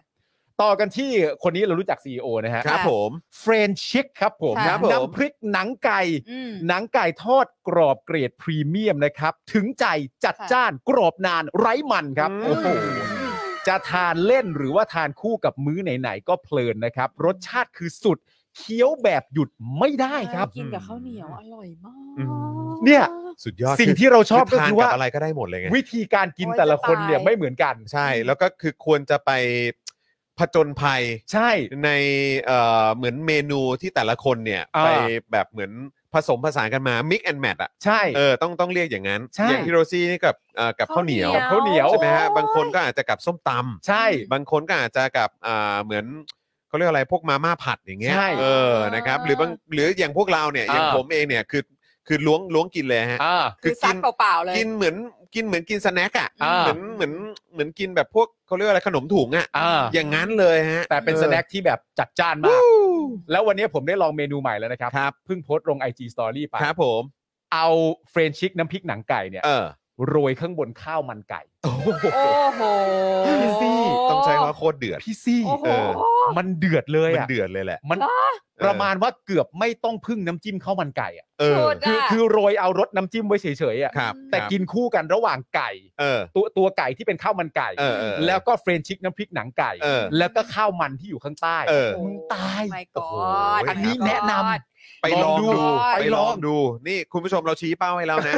Speaker 6: ต่อกันที่คนนี้เรารู้จัก CEO นะฮะ
Speaker 3: ครับผม
Speaker 6: เฟรนชิกครับผม
Speaker 4: ค่ะ
Speaker 6: น้ำพริกหนังไก่
Speaker 4: อืม
Speaker 6: หนังไก่ทอดกรอบเกรดพรีเมียมนะครับ ถึงใจจัด
Speaker 4: ค่ะ
Speaker 6: จ้านกรอบนานไร้มันครับ
Speaker 3: อืม
Speaker 6: โอ้โหจะทานเล่นหรือว่าทานคู่กับมื้อไหน ๆ ก็เพลินนะครับ รสชาติคือสุดเคี้ยวแบบหยุดไม่ได้ครับ
Speaker 4: กินกับข้าวเหนียวอร่อยมาก
Speaker 3: อืม
Speaker 6: เนี่ย
Speaker 3: สุดยอด
Speaker 6: สิ่งที่เราชอบ
Speaker 3: คื
Speaker 6: ก็
Speaker 3: ทาน
Speaker 6: คือ
Speaker 3: กั
Speaker 6: ว่า
Speaker 3: บอะไรก็ได้หมดเลยไง
Speaker 6: วิธีการกินแต่ละคนเนี่ยไม่เหมือนกัน
Speaker 3: ใช่ แล้วก็คือควรจะไปผจญภัย
Speaker 6: ใช่
Speaker 3: ในเอ่อเหมือนเมนูที่แต่ละคนเนี่ย
Speaker 6: อ่า
Speaker 3: ไปแบบเหมือนผสมผสานกันมา mix and match อ่ะ
Speaker 6: ใช่
Speaker 3: เออต้องต้องเรียกอย่างนั้น
Speaker 6: ใช่
Speaker 3: อย่างที่โรซี่นี่กับเอ่อกับข้าวเหนียว
Speaker 6: ข้าวเหนียว
Speaker 3: ใช่ไหมฮะบางคนก็อาจจะกับส้มตำ
Speaker 6: ใช่
Speaker 3: บางคนก็อาจจะกับอ่าเหมือนเขาเรียกอะไรพวกมาม่าผัดอย่างเงี้ย
Speaker 6: ใช่
Speaker 3: เออนะครับ หรือบางหรืออย่างพวกเราเนี่ย
Speaker 6: อ่า
Speaker 3: อย่างผมเองเนี่ยคือคือล้วงล้วงกินเลยฮะ
Speaker 6: อ่า
Speaker 4: คือซัด
Speaker 3: กิน
Speaker 4: เปล่าๆเลย
Speaker 3: กินเหมือนกินเหมือนกินสแน็คอ่ะ
Speaker 6: อ่า
Speaker 3: เหมือนเหมือนเหมือนกินแบบพวกเขาเรียกว่าอะไรขนมถุงอ่ะ
Speaker 6: อ่า
Speaker 3: อย่างนั้นเลยฮะ
Speaker 6: แต่เป็น
Speaker 3: ออ
Speaker 6: สแน็คที่แบบจัดจ้านมาก แล้ววันนี้ผมได้ลองเมนูใหม่แล้วนะครับ
Speaker 3: ครับ
Speaker 6: เพิ่งโพสต์ลง IG Story ไป
Speaker 3: ครับผม
Speaker 6: เอาเฟรนชิกน้ำพริกหนังไก่เนี่ย
Speaker 3: เออ
Speaker 6: โรยข้างบนข้าวมันไก่
Speaker 4: โอ้โห
Speaker 3: พี่ซี่ต้องใช้คำว่าโคตรเดือด
Speaker 6: พี่ซี่
Speaker 4: โอ้โห
Speaker 3: เออ
Speaker 6: มันเดือดเลย
Speaker 3: มัน
Speaker 6: อ่ะ
Speaker 3: เดือดเลยแหละ
Speaker 6: มันประมาณว่าเกือบไม่ต้องพึ่งน้ำจิ้มข้าวมันไก่อ่ะ
Speaker 3: เออ
Speaker 4: โคตร
Speaker 6: คือ
Speaker 4: จ้ะ
Speaker 6: คือโรยเอารสน้ำจิ้มไว้เฉยๆอ่ะ
Speaker 3: ครับ
Speaker 6: แต่
Speaker 3: ครับ
Speaker 6: กินคู่กันระหว่างไก่
Speaker 3: เออ
Speaker 6: ตัวตัวไก่ที่เป็นข้าวมันไก่
Speaker 3: เออเออ
Speaker 6: แล้วก็เฟรนชิกน้ำพริกหนังไก่
Speaker 3: เออ
Speaker 6: แล้วก็ข้าวมันที่อยู่ข้างใต้
Speaker 3: เออ
Speaker 6: มึงตาย
Speaker 4: my
Speaker 3: โอ้โห
Speaker 4: god
Speaker 3: อันนี้
Speaker 6: แนะนำ
Speaker 3: ไปลอง
Speaker 6: ล
Speaker 3: ดู
Speaker 6: องดู
Speaker 3: ไป
Speaker 6: ไป
Speaker 3: ล
Speaker 6: ล
Speaker 3: อ
Speaker 6: อง ง
Speaker 3: ดู นี่คุณผู้ชมเราชี้เป้าให้แล้วนะ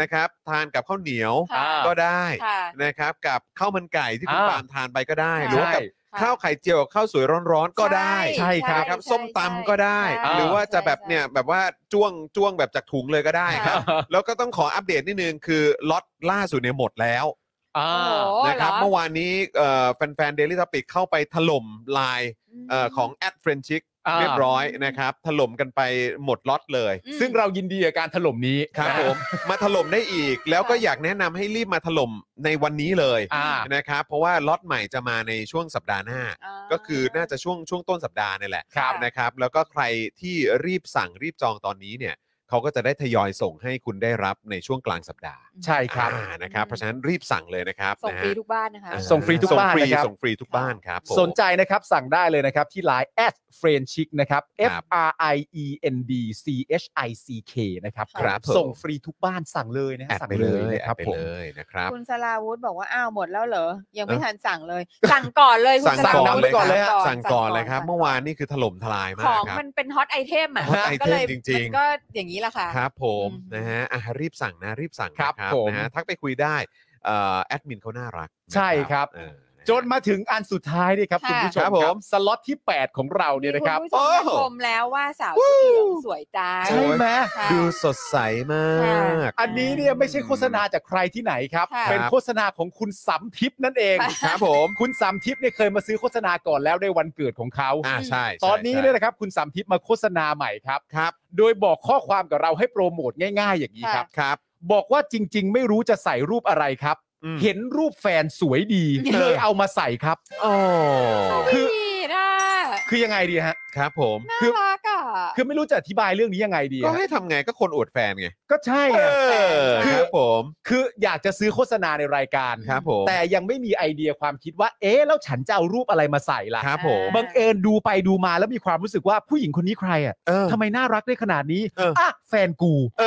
Speaker 3: นะครับ ทานกับข้าวเหนียว
Speaker 4: ค่ะ
Speaker 3: ก็ได้
Speaker 4: ค่ะ
Speaker 3: นะครับ กับข้าวมันไก่ที่คุณ
Speaker 6: อ่า
Speaker 3: ปาล์มทานไปก็ได้
Speaker 4: ใช่
Speaker 3: หรือว่ากับ
Speaker 4: ค่ะ
Speaker 3: ข้าวไข่เจียวกับข้าวสวยร้อนๆก็ได้
Speaker 6: ใช่ครับ
Speaker 3: นะครับ
Speaker 4: ใช่
Speaker 3: ส้มตำก็ได้
Speaker 4: ใช่
Speaker 3: หรือว่าจะแบบ
Speaker 4: ใช่
Speaker 3: เนี่ยแบบว่าจ้วงจ้วงแบบจากถุงเลยก็ได้ครับ
Speaker 4: ค่ะ
Speaker 3: แล้วก็ต้องขออัปเดตนิดนึงคือล็อตล่าสุดเนี่ยหมดแล้ว
Speaker 6: อ่า
Speaker 4: โอ้โห
Speaker 3: นะครับ
Speaker 4: ห
Speaker 3: เมื่อวานนี้เอ่อแฟนๆ Daily Topic เข้าไปถล่มไลน์เอ่อของแอดเฟรนชิก
Speaker 6: อ่า
Speaker 3: เรียบร้อยนะครับ ถล่มกันไปหมดล็อตเลย
Speaker 4: อืม
Speaker 6: ซึ่งเรายินดีกับการถล่มนี้
Speaker 3: ครับ
Speaker 6: นะ
Speaker 3: ผม มาถล่มได้อีก แล้วก็อยากแนะนำให้รีบมาถล่มในวันนี้เลย
Speaker 6: อ่า
Speaker 3: นะครับเพราะว่าล็อตใหม่จะมาในช่วงสัปดาห์หน้า ก็คือน่าจะช่วงช่วงต้นสัปดาห์เนี่ยแหละ
Speaker 4: ครับ
Speaker 3: นะครับแล้วก็ใครที่รีบสั่งรีบจองตอนนี้เนี่ยเขาก็จะได้ทยอยส่งให้คุณได้รับในช่วงกลางสัปดาห์
Speaker 6: ใช่ครับ
Speaker 3: อ่านะครับเพราะฉะนั้นรีบสั่งเลยนะครับ
Speaker 4: ส่ง
Speaker 3: นะ
Speaker 4: ฟรี
Speaker 3: ฮะ
Speaker 4: ทุกบ้านนะคะ
Speaker 3: อ่า
Speaker 6: ส่งฟรีทุกบ้าน
Speaker 3: ส่งฟ
Speaker 6: นะ
Speaker 3: รี
Speaker 6: ครับ
Speaker 3: ส่งฟรีทุกบ้านครับผม
Speaker 6: สนใจนะครับ สั่งได้เลยนะครับ ที่ Line at f r i e n d c h i c นะครับ
Speaker 3: ค
Speaker 6: F
Speaker 3: รับ
Speaker 6: R I E N D C H I C K นะครับ
Speaker 3: ครับผม
Speaker 6: ส่งฟรีทุกบ้านสั่งเลยนะฮะ
Speaker 3: แอด
Speaker 6: สั่ง
Speaker 3: ไป
Speaker 6: เล
Speaker 3: เลย
Speaker 6: ยนะค
Speaker 3: แอด
Speaker 6: รับ
Speaker 3: ไป
Speaker 6: ผม
Speaker 3: เลยนะครับ
Speaker 4: คุณสลาวุธบอกว่า อ้าว หมดแล้วเหรอ ยังไม่
Speaker 3: เอ้อ
Speaker 4: ทันสั่งเลย สั่งก่อนเลยคุณ
Speaker 3: สั่ง
Speaker 4: สลา
Speaker 3: ก่อน
Speaker 4: วุธ
Speaker 3: เลยครับ
Speaker 6: เลยฮะ
Speaker 3: สั่งก่อนเลยครับ เมื่อวานนี่คือถล่มทลายมา
Speaker 4: ข
Speaker 3: ก
Speaker 4: อง
Speaker 3: ครับ
Speaker 4: มันเป็นฮอตไอเทมอ่ะ
Speaker 3: ฮอตไอเทม
Speaker 4: ก็เลย
Speaker 3: จริงๆ
Speaker 4: มันก็อย่างนี้แหละค่ะ
Speaker 3: ครับผม
Speaker 4: อืม
Speaker 3: นะฮะอ่ะรีบสั่งนะรีบสั่งนะครับ
Speaker 6: ผม
Speaker 3: นะฮะทักไปคุยได้เอ่อแอดมินเขาน่ารักนะ
Speaker 6: ใช่ครับ
Speaker 3: เออนะฮะ
Speaker 6: จนมาถึงอันสุดท้ายนี่ครับ
Speaker 4: ค่ะ
Speaker 6: คุณผู้ชม
Speaker 3: ครับผม
Speaker 6: สล็อตที่ 8 ของเราเนี่ยนะครับ
Speaker 4: มีณผู้ชมชมแล้วว่าสาวเสื้อเหลืองสวยจ้า
Speaker 6: ใช่ไหม
Speaker 4: ค่ะ
Speaker 3: ดูสดใสมาก
Speaker 6: อันนี้เนี่ยไม่ใช่โฆษณาจากใครที่ไหนครับ
Speaker 4: ค่ะ
Speaker 6: เป็นโฆษณาของคุณสำทิพย์นั่นเอง
Speaker 4: ค่ะ
Speaker 6: ครับผมคุณสำทิพย์เนี่ยเคยมาซื้อโฆษณาก่อนแล้วในวันเกิดของเขา
Speaker 3: อ่าใช่ใช่
Speaker 6: ตอนนี้เนี่ย
Speaker 3: ใช่
Speaker 6: นะครับคุณสำทิพย์มาโฆษณาใหม่ครับ
Speaker 3: ครับ
Speaker 6: โดยบอกข้อความกับเราให้โปรโมทง่าย ๆ อย่างนี้ครั
Speaker 4: ค่ะ
Speaker 6: บ
Speaker 3: ครับ
Speaker 6: บอกว่าจริง ๆ ไม่รู้จะใส่รูปอะไรครับ
Speaker 3: อืม
Speaker 6: เห็นรูปแฟนสวยดี
Speaker 3: เออ
Speaker 6: เลยเอามาใส่ครับ
Speaker 3: อ๋อ
Speaker 6: คือ
Speaker 4: ดีนะ
Speaker 6: คือยังไงดีฮะ
Speaker 3: ครับผม
Speaker 6: คือ
Speaker 4: น่ารักอ่ะ
Speaker 6: คือไม่รู้จะอธิบายเรื่องนี้ยังไงดี
Speaker 3: ก็
Speaker 6: ฮะ
Speaker 3: ให้ทำไงก็คนอวดแฟนไง
Speaker 6: ก็ใช่
Speaker 3: เอ
Speaker 6: อะ
Speaker 3: อครับผม
Speaker 6: คืออยากจะซื้อโฆษณาในรายการ
Speaker 3: ครับผม
Speaker 6: แต่ยังไม่มีไอเดียความคิดว่า เอ๊ะแล้วฉันจะเอารูปอะไรมาใส่ล่ะ
Speaker 3: ครับผม
Speaker 6: บังเอิญดูไปดูมาแล้วมีความรู้สึกว่าผู้หญิงคนนี้ใครอ่ะ
Speaker 3: เออ
Speaker 6: ทำไมน่ารักได้ขนาดนี้
Speaker 3: เอออ่
Speaker 6: อ่ะแฟนกู
Speaker 3: เอ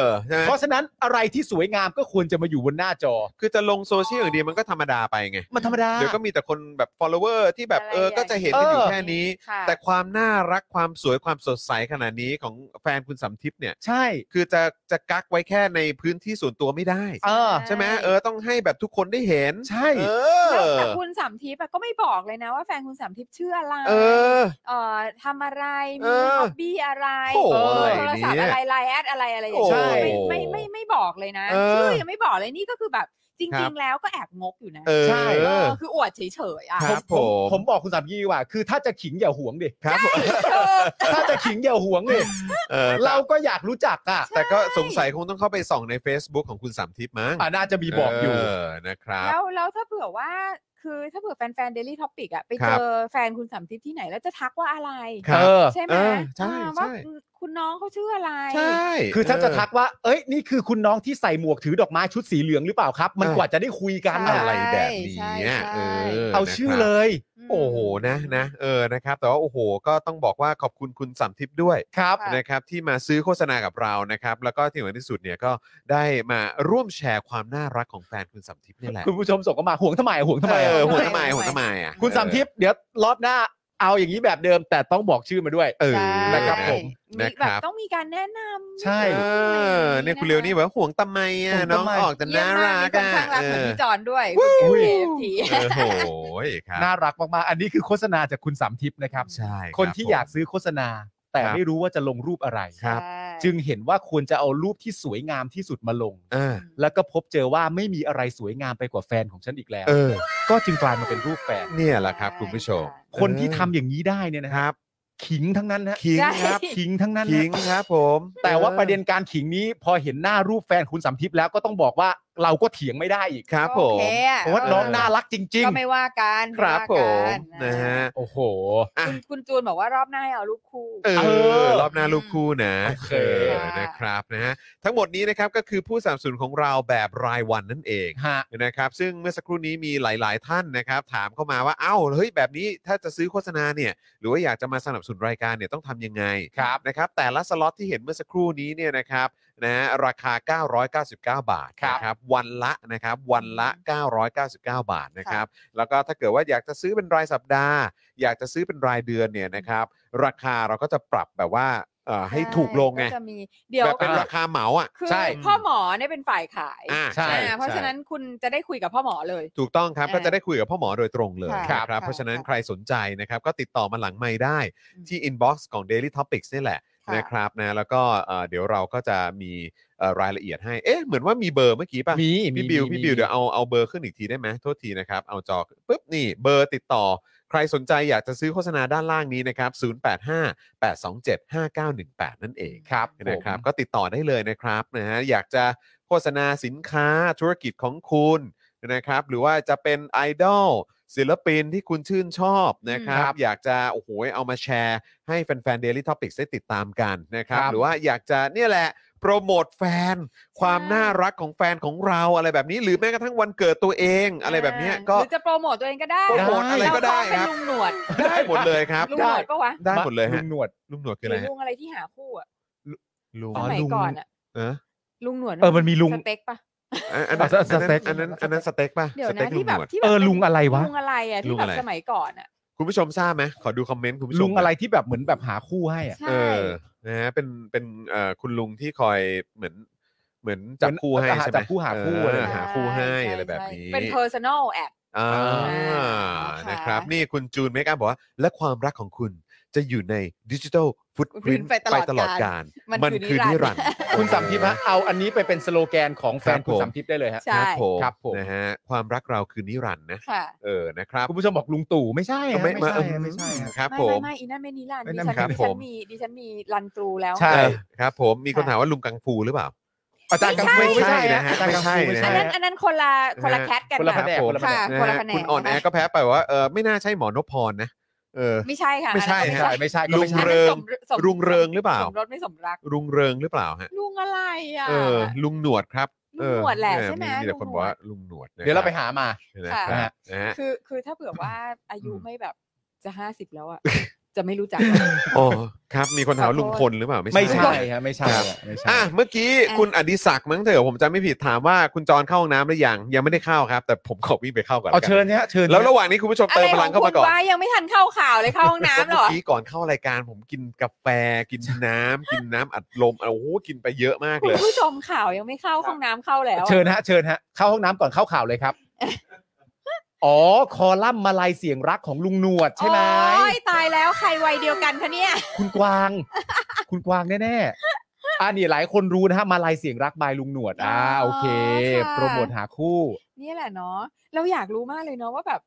Speaker 3: อใช่ไหม
Speaker 6: เพราะฉะนั้นอะไรที่สวยงามก็ควรจะมาอยู่บนหน้าจอ
Speaker 3: คือจะลงโซเชียลอย่างเดียวมันก็ธรรมดาไปไง
Speaker 6: มันธรรมดา
Speaker 3: เดี๋ยวก็มีแต่คนแบบ follower ที่แบบ
Speaker 4: อะไร
Speaker 3: เออ ก็จะเห็น
Speaker 6: เออ
Speaker 3: กันอยู่แค่นี้
Speaker 4: ค่ะ
Speaker 3: แต่ความน่ารักความสวยความสดใสขนาดนี้ของแฟนคุณสำทิพย์เนี่ย
Speaker 6: ใช่
Speaker 3: คือจะจะกักไว้แค่ในพื้นที่ส่วนตัวไม่ได้
Speaker 6: เออ
Speaker 3: ใช่ไหมเออต้องให้แบบทุกคนได้เห็น
Speaker 6: ใช่
Speaker 3: เอ
Speaker 4: แล้ว
Speaker 3: อ
Speaker 4: แต่คุณสามทิพย์อะก็ไม่บอกเลยนะว่าแฟนคุณสามทิพย์ชื่ออะไร
Speaker 3: เออ
Speaker 4: เอ่อทำอะไร
Speaker 3: เอ
Speaker 4: มี
Speaker 3: อ
Speaker 4: ฮ็อบบี้อะไร
Speaker 3: โอ้โห
Speaker 4: เออ
Speaker 3: อะไร
Speaker 4: โทรศัพท์
Speaker 3: เนี่ย
Speaker 4: อะไรไลน์แอดอะไรอะไรอย่าง
Speaker 3: ใช่
Speaker 4: เงี้ยไม่ไม่ไม่ไม่บอกเลยนะ
Speaker 3: เออ
Speaker 4: ชื่อยังไม่บอกเลยนี่ก็คือแบบจ
Speaker 3: ครั
Speaker 4: ริ
Speaker 3: บ
Speaker 4: ง ๆ แล้วก็แอบงกอยู่นะ
Speaker 3: เออ
Speaker 6: ใช่
Speaker 4: เออคืออวดเฉยๆอ่ะ
Speaker 3: ครับ
Speaker 6: ผม
Speaker 3: ผม
Speaker 6: ผมบอกคุณสามยี่ดีกว่า คือถ้าจะขิงอย่าหว งดิ
Speaker 3: ครับผม
Speaker 4: เออ
Speaker 6: ถ้าจะขิงอย่าหวงดิ
Speaker 3: เออ
Speaker 6: เราก็อยากรู้จักอ่ะ
Speaker 3: แต่ก็สงสัยคงต้องเข้าไปส่องใน Facebook ของคุณสำทิพย์มั้ง
Speaker 6: อ่ะน่าจะมีบอกอยู่
Speaker 3: เนะครับ
Speaker 4: แล้วแล้วถ้าเผื่อว่าคือถ้าเผื่อแฟนๆ Daily Topic อะไป
Speaker 3: ค
Speaker 4: เจ
Speaker 3: รับ
Speaker 4: อแฟนคุณสามทิศที่ไหนแล้วจะทักว่าอะไร
Speaker 3: ครับ
Speaker 6: เออ
Speaker 4: ใช่ไหม
Speaker 3: เออใช่
Speaker 4: อ่าว่า
Speaker 3: ใช่
Speaker 4: คุณน้องเขาชื่ออะไร
Speaker 3: ใช่
Speaker 6: คือถ้าจะ
Speaker 3: เ
Speaker 6: ทักว่า เอ้ย นี่คือคุณน้องที่ใส่หมวกถือดอกไม้ชุดสีเหลืองหรือเปล่าครับ มัน
Speaker 3: เออ
Speaker 6: กว่าจะได้คุยกัน
Speaker 3: อะไร
Speaker 6: อะ
Speaker 3: แบบนี้
Speaker 4: ใช่
Speaker 3: อะ
Speaker 4: ใช่
Speaker 3: เออ
Speaker 6: เอาชื่อ
Speaker 3: นะครับ
Speaker 6: เลย
Speaker 4: ม
Speaker 3: โอ้โหนะนะเออนะครับแต่ว่าโอ้โหก็ต้องบอกว่าขอบคุณคุณสัมทิพย์ด้วย
Speaker 6: ครับ
Speaker 4: ค่ะ
Speaker 3: นะครับที่มาซื้อโฆษณากับเรานะครับ แล้วก็ที่สำคัญที่สุดเนี่ยก็ได้มาร่วมแชร์ความน่ารักของแฟนคุณสัมทิพย์นี่แหละ
Speaker 6: คุณผู้ชมส่งเข้ามาห่วงทำไมอ่ะห่วงทำไม
Speaker 3: เอ
Speaker 6: อ่ะ
Speaker 3: อ
Speaker 4: เ
Speaker 3: หัวทำไมหัวทำไมอ่ะ
Speaker 6: คุณสามทิพย์เดี๋ยวรอบหน้า เอาอย่างนี้แบบเดิม แต่ต้องบอกชื่อมาด้วย
Speaker 3: เออ
Speaker 4: ใช่
Speaker 6: นะครับผม
Speaker 4: มี
Speaker 3: นะค
Speaker 4: แบบ
Speaker 3: รับ
Speaker 4: ต้องมีการแนะนำ
Speaker 6: ใช่
Speaker 3: เออเนี่ยคุณเรียวนี่แบบห่วงทำไม
Speaker 6: ห่
Speaker 3: อ่ะ
Speaker 6: วง
Speaker 3: น้อ
Speaker 6: ทำ
Speaker 3: ง
Speaker 6: ไม
Speaker 3: ออกแต่
Speaker 4: เยี่ย
Speaker 3: น่าม
Speaker 4: ม
Speaker 3: รั
Speaker 4: มี
Speaker 3: ก
Speaker 4: คน
Speaker 3: อ่ะ
Speaker 4: ข้างรัก
Speaker 3: เอ
Speaker 4: เหมือน
Speaker 3: อ
Speaker 4: พี่จอนด้วยคุณ KFT
Speaker 3: โอ้โหครับ
Speaker 6: น่ารักมากๆ อันนี้คือโฆษณาจากคุณสามทิพย์นะครับ
Speaker 3: ใช่รับ
Speaker 6: คนที่
Speaker 3: ผม
Speaker 6: อยากซื้อโฆษณา แต่
Speaker 3: ครับ
Speaker 6: ไม่รู้ว่าจะลงรูปอะไร
Speaker 3: ครับ
Speaker 4: ใช่
Speaker 6: จึงเห็นว่าควรจะเอารูปที่สวยงามที่สุดมาลง
Speaker 3: เออ
Speaker 6: แล้วก็พบเจอว่าไม่มีอะไรสวยงามไปกว่าแฟนของฉันอีกแล้ว
Speaker 3: เออ
Speaker 6: ก็จึงกลายมาเป็นรูปแฟน
Speaker 3: เนี่ยแหละครับคุณผู้ชม
Speaker 6: คนที่ทำอย่างนี้ได้เนี่ยนะ
Speaker 3: ค
Speaker 6: ฮะ
Speaker 3: รับ
Speaker 6: ขิงทั้งนั้นนะ
Speaker 3: ขิงครับ
Speaker 6: ขิงทั้งนั้น
Speaker 3: ขิ
Speaker 6: นะ
Speaker 3: งครับผม
Speaker 6: แต่ว่าประเด็นการขิงนี้พอเห็นหน้ารูปแฟนคุณสัมทิพย์แล้วก็ต้องบอกว่าเราก็เถียงไม่ได้อีก
Speaker 3: ครับผ
Speaker 4: โอ
Speaker 3: ม
Speaker 4: เคอะ
Speaker 6: เพราะว่าน้องน่ารักจริง
Speaker 4: ก็ไม่ว่ากัน
Speaker 3: ครับผ
Speaker 4: ไว่าม กั
Speaker 3: นะฮะ
Speaker 6: ๆ โอ้โห
Speaker 3: อ่ะ
Speaker 4: คุณคุณจูนบอกว่ารอบหน้าให้เอารูปคู่
Speaker 3: เอ
Speaker 6: เออ
Speaker 3: อรอบหน้าลูกคู่นะ
Speaker 6: โอเค
Speaker 3: อนะครับนะฮะทั้งหมดนี้นะครับก็คือผู้สามสูนของเราแบบรายวันนั่นเอง
Speaker 6: ฮะ
Speaker 3: นะครับ ซึ่งเมื่อสักครู่นี้มีหลาย ๆ ท่านนะครับ ถามเข้ามาว่าเอ้าเฮ้ยแบบนี้ถ้าจะซื้อโฆษณาเนี่ย หรือว่าอยากจะมาสนับสนุนรายการเนี่ยต้องทำยังไง
Speaker 6: ครับ
Speaker 3: นะครับ แต่ละสล็อตที่เห็นเมื่อสักครู่นี้เนี่ยนะครับนะฮะราคา 999 บาท
Speaker 6: ครับ
Speaker 3: นะครับวันละนะครับวันละ 999 บาทนะครับ แล้วก็ถ้าเกิดว่าอยากจะซื้อเป็นรายสัปดาห์ อยากจะซื้อเป็นรายเดือนเนี่ยนะครับ ราคาเราก็จะปรับแบบว่าเอ่อให้
Speaker 4: ช่
Speaker 3: ถูกลงไง
Speaker 4: ก็จะมีเดี๋ยว
Speaker 3: แบบเป็นราคาเหมาอ่ะ
Speaker 4: คือ
Speaker 6: ใช่
Speaker 4: พ่อหมอเนี่ยเป็นฝ่ายขาย
Speaker 3: อ่า
Speaker 6: ใช่
Speaker 4: อ่าเพราะฉะนั้นคุณจะได้คุยกับพ่อหมอเลย
Speaker 3: ถูกต้องครับ
Speaker 4: อ่า
Speaker 3: ก็จะได้คุยกับพ่อหมอโดยตรงเลย
Speaker 4: ค่ะ
Speaker 3: นะครับ
Speaker 4: ค่ะ
Speaker 3: เพราะฉะนั้น
Speaker 4: ค่ะ
Speaker 3: ใครสนใจนะครับ ก็ติดต่อมาหลังไม่ได้
Speaker 4: อืม
Speaker 3: ที่ inbox ของ daily topics นี่แหละ
Speaker 4: ค่ะ
Speaker 3: นะครับนะแล้วก็เอ่อเดี๋ยวเราก็จะมีเอ่อรายละเอียดให้เอ๊ะเหมือนว่ามีเบอร์เมื่อกี้ป่ะ
Speaker 6: มีมี
Speaker 3: พี่บิว
Speaker 6: มี
Speaker 3: พี่บิว
Speaker 6: มี
Speaker 3: เดี๋ยวเอาเอาเบอร์ขึ้นอีกทีได้ไหมโทษทีนะครับ เอาจอปุ๊บนี่เบอร์ติดต่อ ใครสนใจอยากจะซื้อโฆษณาด้านล่างนี้นะครับ 0858275918 นั่นเอง
Speaker 6: ครับ
Speaker 3: นะครับ
Speaker 6: ผม
Speaker 3: ก็ติดต่อได้เลยนะครับนะฮะอยากจะโฆษณาสินค้าธุรกิจของคุณ นะครับหรือว่าจะเป็นไอดอลศิลปินที่คุณชื่นชอบนะครับ
Speaker 6: ครับ
Speaker 3: อยากจะโอ้โหเอามาแชร์ให้แฟนๆ Daily Topics ได้ติดตามกันนะครับ
Speaker 6: ครับ
Speaker 3: หรือว่าอยากจะเนี่ยแหละ โปรโมทแฟน ความ
Speaker 4: ใช่
Speaker 3: น่ารักของแฟนของเราอะไรแบบนี้ หรือแม้กระทั่งวันเกิดตัวเอง อะไรแบบเนี้ยก็
Speaker 4: หรือจะโปรโมทตัวเองก็ได้
Speaker 3: โปรโมท
Speaker 4: เา
Speaker 3: อะไรก็ได้
Speaker 4: เป็น
Speaker 3: ครับ
Speaker 4: ลุงหนวด
Speaker 3: ได้หมดเลยครับ
Speaker 4: ลุงหนวดปะวะ
Speaker 3: ได้หมดเลย
Speaker 6: ลุ
Speaker 3: ฮะ
Speaker 6: งหนวด
Speaker 3: ลุงหนวดคือ
Speaker 4: ห
Speaker 3: อะ
Speaker 4: รื
Speaker 3: ไร
Speaker 4: อ
Speaker 3: ฮะ
Speaker 4: ลุงอะไรที่หาคู่อะ
Speaker 3: ลุง
Speaker 6: อ๋
Speaker 4: ส
Speaker 6: อ
Speaker 4: มัย
Speaker 6: ลุง
Speaker 4: ก่อนอะ
Speaker 3: เออ
Speaker 4: ลุงหนวด
Speaker 6: เออมันมีลุง
Speaker 4: สเต็กปะ
Speaker 3: อ่ะอันนั้น
Speaker 6: อ่ะส
Speaker 3: อัน
Speaker 6: เต็
Speaker 3: นั้น
Speaker 6: ก
Speaker 3: อันนั้นอันนั้นสเต็กป่ะ
Speaker 4: เดี๋ยว
Speaker 3: สเต็
Speaker 4: นะ
Speaker 3: กลุ
Speaker 4: ที่
Speaker 3: งห
Speaker 4: แบ
Speaker 3: น
Speaker 4: บ
Speaker 3: วด
Speaker 4: ที่แบบ
Speaker 6: เออลุงอะไรวะ
Speaker 4: ลุงอะไรอะ
Speaker 3: ลุ
Speaker 4: ที่
Speaker 3: ง
Speaker 4: แบ
Speaker 3: อะ
Speaker 4: บ
Speaker 3: ไร
Speaker 4: สมัยก่อนอะ
Speaker 3: คุณผู้ชมทราบไหมขอดูคอมเมนต์คุณผู้ชม
Speaker 6: ลุง
Speaker 3: หน่อย
Speaker 6: อะไรที่แบบเหมือนแบบหาคู่ให้อ่ะ
Speaker 4: ใช่
Speaker 3: เออ นะฮะ เป็น เป็นเอ่อคุณลุงที่คอยเหมือน เหมือนจับคู่ให้
Speaker 6: หา
Speaker 3: ใช่ไหม
Speaker 6: จับคู่หาคู่
Speaker 3: เอ
Speaker 6: อะไร
Speaker 3: อ
Speaker 6: แบบนี้
Speaker 3: หาคู่ให้
Speaker 4: ช่
Speaker 3: อะไรแบบ
Speaker 4: ใช่
Speaker 3: นี้
Speaker 4: เป็น personal ad
Speaker 3: อ่า
Speaker 4: นะคะ
Speaker 3: นะครับ นี่คุณจูนเมคอัพบอกว่า และความรักของคุณจะอยู่ในดิจิทัลฟุตพิ้น
Speaker 4: ไปตลอดกา
Speaker 3: การ ร
Speaker 4: มันคือนิรันดร์
Speaker 6: คุณสัมทิพย์ฮะเอาอันนี้ไปเป็นสโลแกนของแฟน
Speaker 3: ครับผม
Speaker 6: คุณสัมทิพย์ได้เลยฮะ
Speaker 3: ค
Speaker 4: ใช่
Speaker 3: รับผม
Speaker 6: ครับผม
Speaker 3: นะฮะ ความรักเราคือนิรันดร์นะ
Speaker 4: ค่ะ
Speaker 3: เออ นะครับ
Speaker 6: คุณผู้ชมบอกลุงตู่ไม่ใช่ฮะไม่ใช่ฮะไม่ใช่ฮะ
Speaker 3: ครับ
Speaker 4: ไม่
Speaker 3: ผ
Speaker 4: ไม่
Speaker 3: ม
Speaker 4: ไม่อีนั่นไม่นิรันดร์
Speaker 6: ไม่
Speaker 4: ดิ
Speaker 6: นั่น
Speaker 4: ฉัน
Speaker 3: ครับ
Speaker 4: ดิ
Speaker 3: ผ
Speaker 4: ฉัน
Speaker 3: ม
Speaker 4: มีดิฉันมีรันทรูแล้ว
Speaker 6: ใช่
Speaker 3: เออครับ ผม มีคนถามว่าลุงกังฟูหรือเปล่า
Speaker 6: อาจารย์กังฟู
Speaker 3: ไม่
Speaker 6: ไม่
Speaker 3: ใช่
Speaker 6: ใช่
Speaker 3: นะ
Speaker 6: นะ
Speaker 3: ฮะ
Speaker 6: อาจารย์กังฟู
Speaker 3: ไม่
Speaker 6: ไม่
Speaker 3: ใช่
Speaker 4: อัน
Speaker 6: ใช่
Speaker 4: นั้น
Speaker 6: ฮะ
Speaker 4: อันนั้นคนละคนละ
Speaker 3: นะฮะ
Speaker 4: แคทกัน
Speaker 6: คนละ
Speaker 4: ค่ะ
Speaker 6: แผนกคนละแผนก
Speaker 4: ค่ะคนละแผนก
Speaker 3: คุณอ่อนแอ
Speaker 4: นะคะ
Speaker 3: ก็แพ้ไปว่าเออไม่น่าใช่หมอนพพรนะเออ
Speaker 4: ไม่ใช่ค่ะ
Speaker 3: ไม่ใช่
Speaker 4: อันนั้น
Speaker 3: ฮะ
Speaker 4: ก็
Speaker 6: ไม่ใช่ก็
Speaker 3: ลุ
Speaker 6: ไม่
Speaker 3: ง
Speaker 6: ใช่
Speaker 3: เริง
Speaker 4: สม
Speaker 3: รุงเริงหรือเปล่า
Speaker 4: สมรสไม่สมรัก
Speaker 3: ลุงเริงหรือเปล่าฮะ
Speaker 4: ลุงอะไรอ่ะ
Speaker 3: เออ ลุงหนวดครับเออ
Speaker 4: ลุงหนวดแหละ
Speaker 3: เออ
Speaker 4: ใช่ไหม
Speaker 3: มีแต่คน
Speaker 4: ลุงหน
Speaker 3: บอ
Speaker 4: วด
Speaker 3: กว่าลุงหนวดนะ
Speaker 6: เดี๋ยวเราไปหามา
Speaker 3: นะครับ
Speaker 6: ค่ะ
Speaker 3: นะฮะ
Speaker 4: คือคือถ้าเผื่อว่าอายุไม่แบบจะห้าสิบแล้วอ่ะ จะไม่รู้จัก
Speaker 3: โอ้ครับมีคนถามว่าลุงพลหรือเปล่า
Speaker 6: ไม่ใช่ฮะไม่ใช่
Speaker 3: ครับ
Speaker 6: ฮะไม่ใช่
Speaker 3: อ่ะเมื่อกี้
Speaker 4: อ่ะ
Speaker 3: คุณอดิศักดิ์มั้งเถอะผมจำไม่ผิดถามว่าคุณจรเข้าห้องน้ำหรือยังยังไม่ได้เข้าครับ แต่ผมขอวิ่งไปเข้าก่อน
Speaker 6: เอา
Speaker 3: แล้วกัน
Speaker 6: เชิญเนี่ยฮะเชิญ
Speaker 3: แล้วระหว่างนี้คุณผู้ชม
Speaker 4: อะ
Speaker 3: เติ
Speaker 4: ไร
Speaker 3: มพ
Speaker 4: ข
Speaker 3: ลั
Speaker 4: อง ง
Speaker 3: เข้า
Speaker 4: คุ
Speaker 3: มา
Speaker 4: ณ
Speaker 3: ก่อน
Speaker 4: ว่ายังไม่ทันเข้าข่าวเลยเข้าห้องน้ำเหรอ
Speaker 3: เมื่อกี้ก่อนเข้ารายการผมกินกาแฟ กินน้ำกินน้ำอัดลมโอ้โหกินไปเยอะมาก
Speaker 4: คุ
Speaker 3: เล
Speaker 4: ณ
Speaker 3: ย
Speaker 4: ผู้ชมข่าวยังไม่เข้าห้องน้ำเข้าแล้วอะ
Speaker 6: เชิญฮะเชิญฮะเข้าห้องน้ำก่อนเข้าข่าวเลยครับ อ๋อคอลัมน์มาลายเสียงรักของลุงหนวดใช่ไหม
Speaker 4: โอ้ยตายแล้วใครวัยเดียวกันคะเนี่ย
Speaker 6: คุณกวาง คุณกวางแน่ๆอ่านี่หลายคนรู้นะฮะมาลายเสียงรักบายลุงหนวดอ่า
Speaker 4: อ๋อ
Speaker 6: โอเค
Speaker 4: ค่ะ
Speaker 6: โปรโมทหาคู่
Speaker 4: นี่แหละเนาะเราอยากรู้มากเลยเนาะว่าแบบ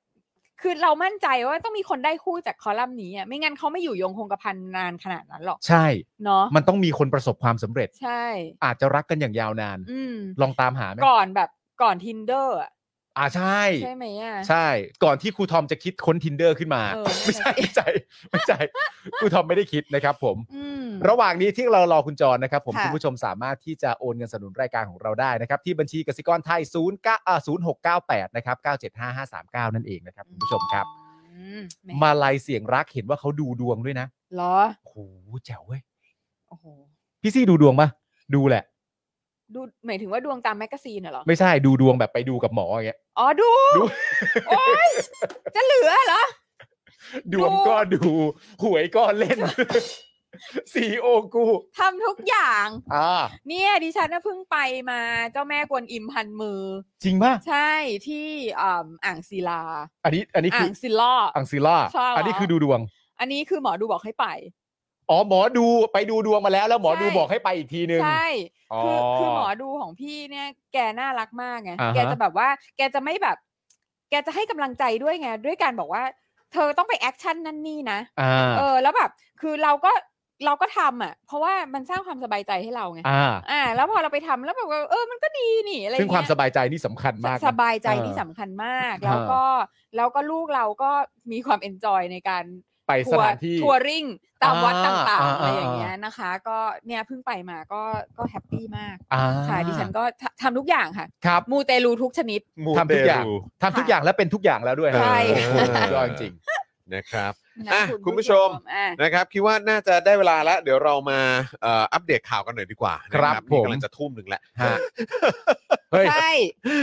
Speaker 4: คือเรามั่นใจว่าต้องมีคนได้คู่จากคอลัมน์นี้อ่ะไม่งั้นเขาไม่อยู่ยงคงกระพันนานขนาดนั้นหรอก
Speaker 6: ใช่
Speaker 4: เนาะ
Speaker 6: มันต้องมีคนประสบความสำเร็จ
Speaker 4: ใช่
Speaker 6: อาจจะรักกันอย่างยาวนาน
Speaker 4: อืม
Speaker 6: ลองตามหาไหม
Speaker 4: ก่อนแบบก่อน tinder อะ
Speaker 6: อ่าใช่
Speaker 4: ใช่ไหมอ่ะ
Speaker 6: ใช่ ก่อนที่ครูทอมจะคิดค้น tinder ขึ้นมา
Speaker 4: เออนั่นน่ะ
Speaker 6: ไม่ใช่ไม่
Speaker 4: สิ
Speaker 6: ใช่ไม่ใช่ครูทอมไม่ได้คิดนะครับผม
Speaker 4: อืม
Speaker 6: ระหว่างนี้ที่เรารอคุณจรนะครับ ผม
Speaker 4: ค่ะ
Speaker 6: คุณผู้ชมสามารถที่จะโอนเงินสนับสนุนรายการของเราได้นะครับ ที่บัญชีกสิกรไทย0 9 0 6 9 8นะครับ975539 นั่นเองนะครับคุณผู้ชมครับ
Speaker 4: อืมแหม
Speaker 6: มาลายเสียงรักเห็นว่าเขาดูดวงด้วยนะ
Speaker 4: เหรอ
Speaker 6: โอ้โหแจ๋วเว้ย
Speaker 4: โอ้โห
Speaker 6: พี่ซี่ดูดวงปะดูแหละ
Speaker 4: ดูหมายถึงว่าดวงตามแมกกาซีนน่ะเหรอ
Speaker 6: ไม่ใช่ดูดวงแบบไปดูกับหมออย่างเงี้ย
Speaker 4: อ๋อดู
Speaker 6: ดู
Speaker 4: โอ๊ยจะเหลือเหรอ
Speaker 6: ดวงก็ดูหวยก็เล่น สีโอกู
Speaker 4: ทำทุกอย่าง
Speaker 6: อ่า
Speaker 4: เนี่ยดิฉันน่ะเพิ่งไปมาเจ้าแม่กวนอิมพันมือ
Speaker 6: จริงปะ
Speaker 4: ใช่ที่อ่ำอ่างศิลา
Speaker 6: อันนี้อันนี้
Speaker 4: อ่า
Speaker 6: คือง
Speaker 4: ศิล่ออ
Speaker 6: อังซิล่า
Speaker 4: ใช่เหรออั
Speaker 6: อันนี้คือดูดวง
Speaker 4: อันนี้คือหมอดูบอกให้ไป
Speaker 6: อ๋อหมอดูไปดูดวงมาแล้วแล้วหมอดู
Speaker 4: ใช่
Speaker 6: บอกให้ไปอีกทีนึง
Speaker 4: ใช่
Speaker 6: อ๋อ
Speaker 4: คือคือหมอดูของพี่เนี่ยแกน่ารักมากไง
Speaker 6: อ่าฮะ
Speaker 4: แกจะแบบว่า แกจะไม่แบบ แกจะให้กำลังใจด้วยไงด้วยการบอกว่า เธอต้องไปแอคชั่นนั่นนี่นะ
Speaker 6: อ่า
Speaker 4: เออ แล้วแบบ คือเราก็เราก็ทำอ่ะ เพราะว่ามันสร้างความสบายใจให้เราไง
Speaker 6: อ่า
Speaker 4: อ่า แล้วพอเราไปทำแล้วแบบว่าเออมันก็ดีนี่อะไรอย่
Speaker 6: ซึ่ง
Speaker 4: เย
Speaker 6: ความสบายใจนี่สำคัญมากนะ
Speaker 4: สบายใจ
Speaker 6: เออ
Speaker 4: ที่สำคัญมาก
Speaker 6: เออ
Speaker 4: แล้วก็แล้วก็ลูกเราก็มีความเอนจอยในการ
Speaker 6: ไปส
Speaker 4: ทัว
Speaker 6: ถา
Speaker 4: ร์
Speaker 6: นที่
Speaker 4: ทัวริงตามวัด
Speaker 6: อ่า
Speaker 4: ต่างๆ
Speaker 6: อ่า
Speaker 4: อะไรอย่าง
Speaker 6: อ่า
Speaker 4: เงี้ยนะคะ ก็เนี่ยเพิ่งไปมาก็ก็แฮปปี้มาก
Speaker 6: อ่า
Speaker 4: ค่ะดิฉันก็ทำทำทุกอย่างค่ะ
Speaker 6: ครับ
Speaker 4: มูเตลูทุกชนิด
Speaker 6: ทำทุกอย่างทำทุกอย่างแล้วเป็นทุกอย่างแล้วด้วยฮะ
Speaker 4: ใช่
Speaker 6: โอ้โหสุดยอดจริง
Speaker 3: นะครับ
Speaker 4: นะ
Speaker 3: อ่ะคุณผู้ชม
Speaker 4: อ่ะ
Speaker 3: นะครับคิดว่าน่าจะได้เวลาแล้ว เดี๋ยวเรามาเอ่ออัปเดตข่าวกันหน่อยดีกว่านะครับ
Speaker 6: ผม
Speaker 3: นี่กำลังจะทุ่มหนึ่งแล้ว
Speaker 6: ฮะเฮ้ย
Speaker 4: ใช่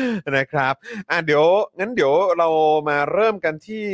Speaker 3: นะครับอ่ะเดี๋ยวงั้นเดี๋ยวเรามาเริ่มกันที่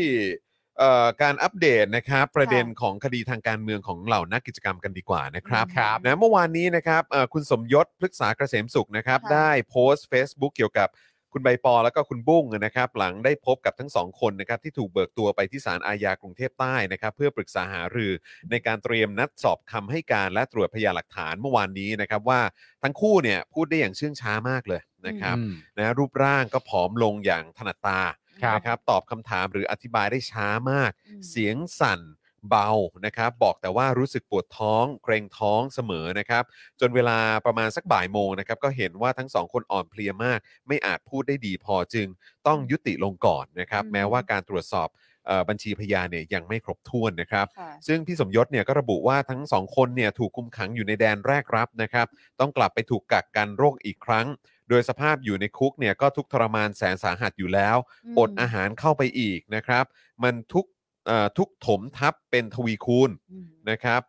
Speaker 3: เอ่อการอัปเดตนะครับประเด็นของคดีทางการเมืองของเหล่านักกิจกรรมกันดีกว่านะครับ
Speaker 4: ครับ
Speaker 3: นะเมื่อวานนี้นะครับเอ่อคุณสมยศพฤกษาเกษมสุขนะครับ
Speaker 4: ค่ะ
Speaker 3: ได้โพสต์ Facebook เกี่ยวกับคุณใบปอแล้วก็คุณบุ้งนะครับหลังได้พบกับทั้งสองคนนะครับที่ถูกเบิกตัวไปที่ศาลอาญากรุงเทพใต้นะครับเพื่อปรึกษาหารือ ในการเตรียมนัดสอบคำให้การและตรวจพยานหลักฐานเมื่อวานนี้นะครับว่าทั้งคู่เนี่ยพูดได้อย่างเชื่องช้ามากเลยนะครับ นะรูปร่างก็ผอมลงอย่างถนัดตา
Speaker 6: ครับ
Speaker 3: นะครับตอบคำถามหรืออธิบายได้ช้ามาก
Speaker 4: อืม
Speaker 3: เสียงสั่นเบานะครับ บอกแต่ว่ารู้สึกปวดท้องเกรงท้องเสมอนะครับ จนเวลาประมาณสักบ่ายโมงนะครับ ก็เห็นว่าทั้งสองคนอ่อนเพลียมาก ไม่อาจพูดได้ดีพอจึงต้องยุติลงก่อนนะครับ
Speaker 4: อืม
Speaker 3: แม้ว่าการตรวจสอบเอ่อบัญชีพยานเนี่ยยังไม่ครบถ้วนนะครับ
Speaker 4: ค่ะ
Speaker 3: ซึ่งพี่สมยศเนี่ยก็ระบุว่าทั้งสองคนเนี่ยถูกคุมขังอยู่ในแดนแรกรับนะครับ ต้องกลับไปถูกกักกันโรคอีกครั้ง โดยสภาพอยู่ในคุกเนี่ยก็ทุกข์ทรมานแสนสาหัสอยู่แล้ว
Speaker 4: ม
Speaker 3: อดอาหารเข้าไปอีกนะครับ มันทุกเอ่อทุกถมทับเป็นทวีคูณ
Speaker 4: อืม
Speaker 3: นะครับ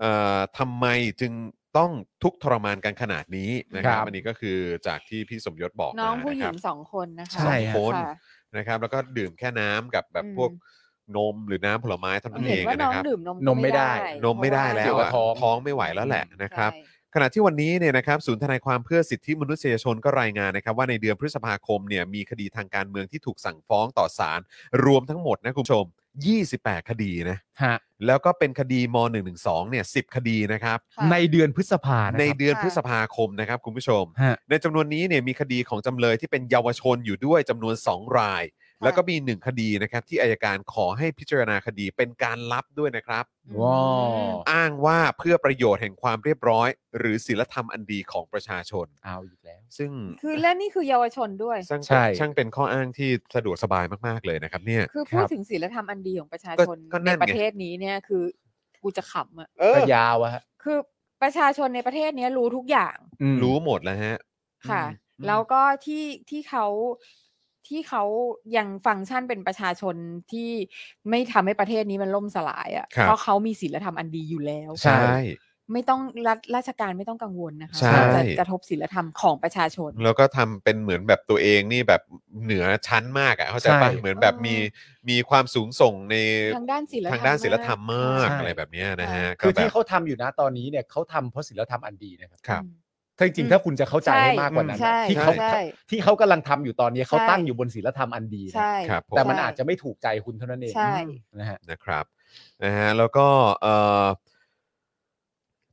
Speaker 3: เอ่อทำไมจึงต้องทุกข์ทรมานกันขนาดนี้นะครับ
Speaker 6: ครับ
Speaker 3: อันนี้ก็คือจากที่พี่สมยศบอก
Speaker 4: น้อง
Speaker 3: มา
Speaker 4: ผู้ห
Speaker 3: นะค
Speaker 4: ญิ
Speaker 3: รับ
Speaker 4: งสองคนนะคะ
Speaker 6: ใช่
Speaker 3: สองคน
Speaker 4: ค่ะ
Speaker 3: นะครับ แล้วก็ดื่มแค่น้ำกับแบบ
Speaker 4: อืม
Speaker 3: พวกนมหรือน้ำผลไม้เท่านั้น
Speaker 4: เห็
Speaker 3: เอน ง
Speaker 4: ว่าน้อง
Speaker 3: นะครับ
Speaker 4: ดื่มนม
Speaker 6: นมไม่ได้
Speaker 3: นมไม่ได้แล้
Speaker 6: เกี่
Speaker 3: ว
Speaker 6: ยวกั
Speaker 3: อะ
Speaker 6: บท้อง
Speaker 3: ท้องไม่ไหวแล้วแหละนะครับ
Speaker 4: ใช่
Speaker 3: ขณะที่วันนี้เนี่ยนะครับศูนย์ทนายความเพื่อสิทธิมนุษยชนก็รายงานนะครับ ว่าในเดือนพฤษภาคมเนี่ยมีคดีทางการเมืองที่ถูกสั่งฟ้องต่อศาลรวมทั้งหมดนะคุณผู้ชม 28 คดีนะ
Speaker 6: ฮะ
Speaker 3: แล้วก็เป็นคดีม .112 เนี่ย10 คดีนะครับ
Speaker 4: ค่ะ
Speaker 6: ในเดือนพฤษภาคม
Speaker 3: ในเดือน
Speaker 4: ค่ะ
Speaker 3: พฤษภาคมนะครับคุณผู้ชม
Speaker 6: ฮะ
Speaker 3: ในจำนวนนี้เนี่ยมีคดีของจำเลยที่เป็นเยาวชนอยู่ด้วยจำนวน 2 ราย แล้วก็มีหนึ่งคดีนะครับที่อายการขอให้พิจารณาคดีเป็นการลับด้วยนะครับ
Speaker 4: อืม
Speaker 6: ว้าว
Speaker 3: อ้างว่าเพื่อประโยชน์แห่งความเรียบร้อย หรือศีลธรรมอันดีของประชาชน
Speaker 6: เอาอีกแล้ว
Speaker 3: ซึ่ง
Speaker 4: คือและนี่คือเยาวชนด้วย
Speaker 3: ช่าง
Speaker 6: ใช่
Speaker 3: ช่างเป็นข้ออ้างที่สะดวกสบายมากๆเลยนะครับเนี่ย
Speaker 4: คือพูดถึงศีลธรรมอันดีของประชาชน
Speaker 3: ก็ก็นั่
Speaker 4: ใน
Speaker 3: นไง
Speaker 4: ประเทศนี้เนี่ยคือกูจะขำอ่ะ
Speaker 3: เออ
Speaker 6: ก็ยาวอะฮะ
Speaker 4: คือประชาชนในประเทศเนี้ยรู้ทุกอย่าง
Speaker 6: อืม
Speaker 3: รู้หมดแล้วฮะ
Speaker 4: ค่ะ
Speaker 6: อืม
Speaker 4: แล้วก็ที่ที่เขาที่เขายังฟังก์ชันเป็นประชาชนที่ไม่ทำให้ประเทศนี้มันล่มสลาย
Speaker 3: ครั
Speaker 4: อะ่ะ
Speaker 3: บ
Speaker 4: เพราะเขามีศีลธรรมอันดีอยู่แล้ว
Speaker 6: ใช่
Speaker 4: ไม่ต้องรัฐราชการไม่ต้องกังวลนะคะ
Speaker 3: ใช่
Speaker 4: ว่าจะกระทบศีลธรรมของประชาชน
Speaker 3: แล้วก็ทำเป็นเหมือนแบบตัวเองนี่แบบเหนือชั้นมากอะ่ะเข้าใจป่ะ
Speaker 6: ใช่
Speaker 3: เหมือนแบบมีมีความสูงส่งใน
Speaker 4: ทางด้านศีลธรรม
Speaker 3: ทางด้านศิลธรรมมาก
Speaker 6: ใช่
Speaker 3: อะไรแบบเนี้ยนะฮะ
Speaker 6: คือ
Speaker 3: ก็แบบ
Speaker 6: ที่เขาทำอยู่นะตอนนี้เนี่ยเขาทำเพราะศิลธรรมอันดีนะครับ
Speaker 3: ครับ
Speaker 4: อืม
Speaker 6: ถ้าจริง
Speaker 4: อืม
Speaker 6: ๆถ้าคุณจะเข้าใจ
Speaker 4: ใช่
Speaker 6: ให้มากกว่านั้น
Speaker 4: ใช่
Speaker 6: นะที่
Speaker 3: ใช่
Speaker 6: เขา
Speaker 4: ใช่
Speaker 6: ที่เขากำลังทำอยู่ตอนนี้เขา
Speaker 4: ใช่
Speaker 6: ตั้งอยู่บนศิลธรรมอันดีนะ
Speaker 4: ใช่
Speaker 3: ครับผม
Speaker 6: แต่มันอาจจะไม่ถูกใจคุณเท่านั้นเอง
Speaker 4: ใช่
Speaker 6: นะฮะ
Speaker 3: นะครับนะฮะแล้วก็เอ่อ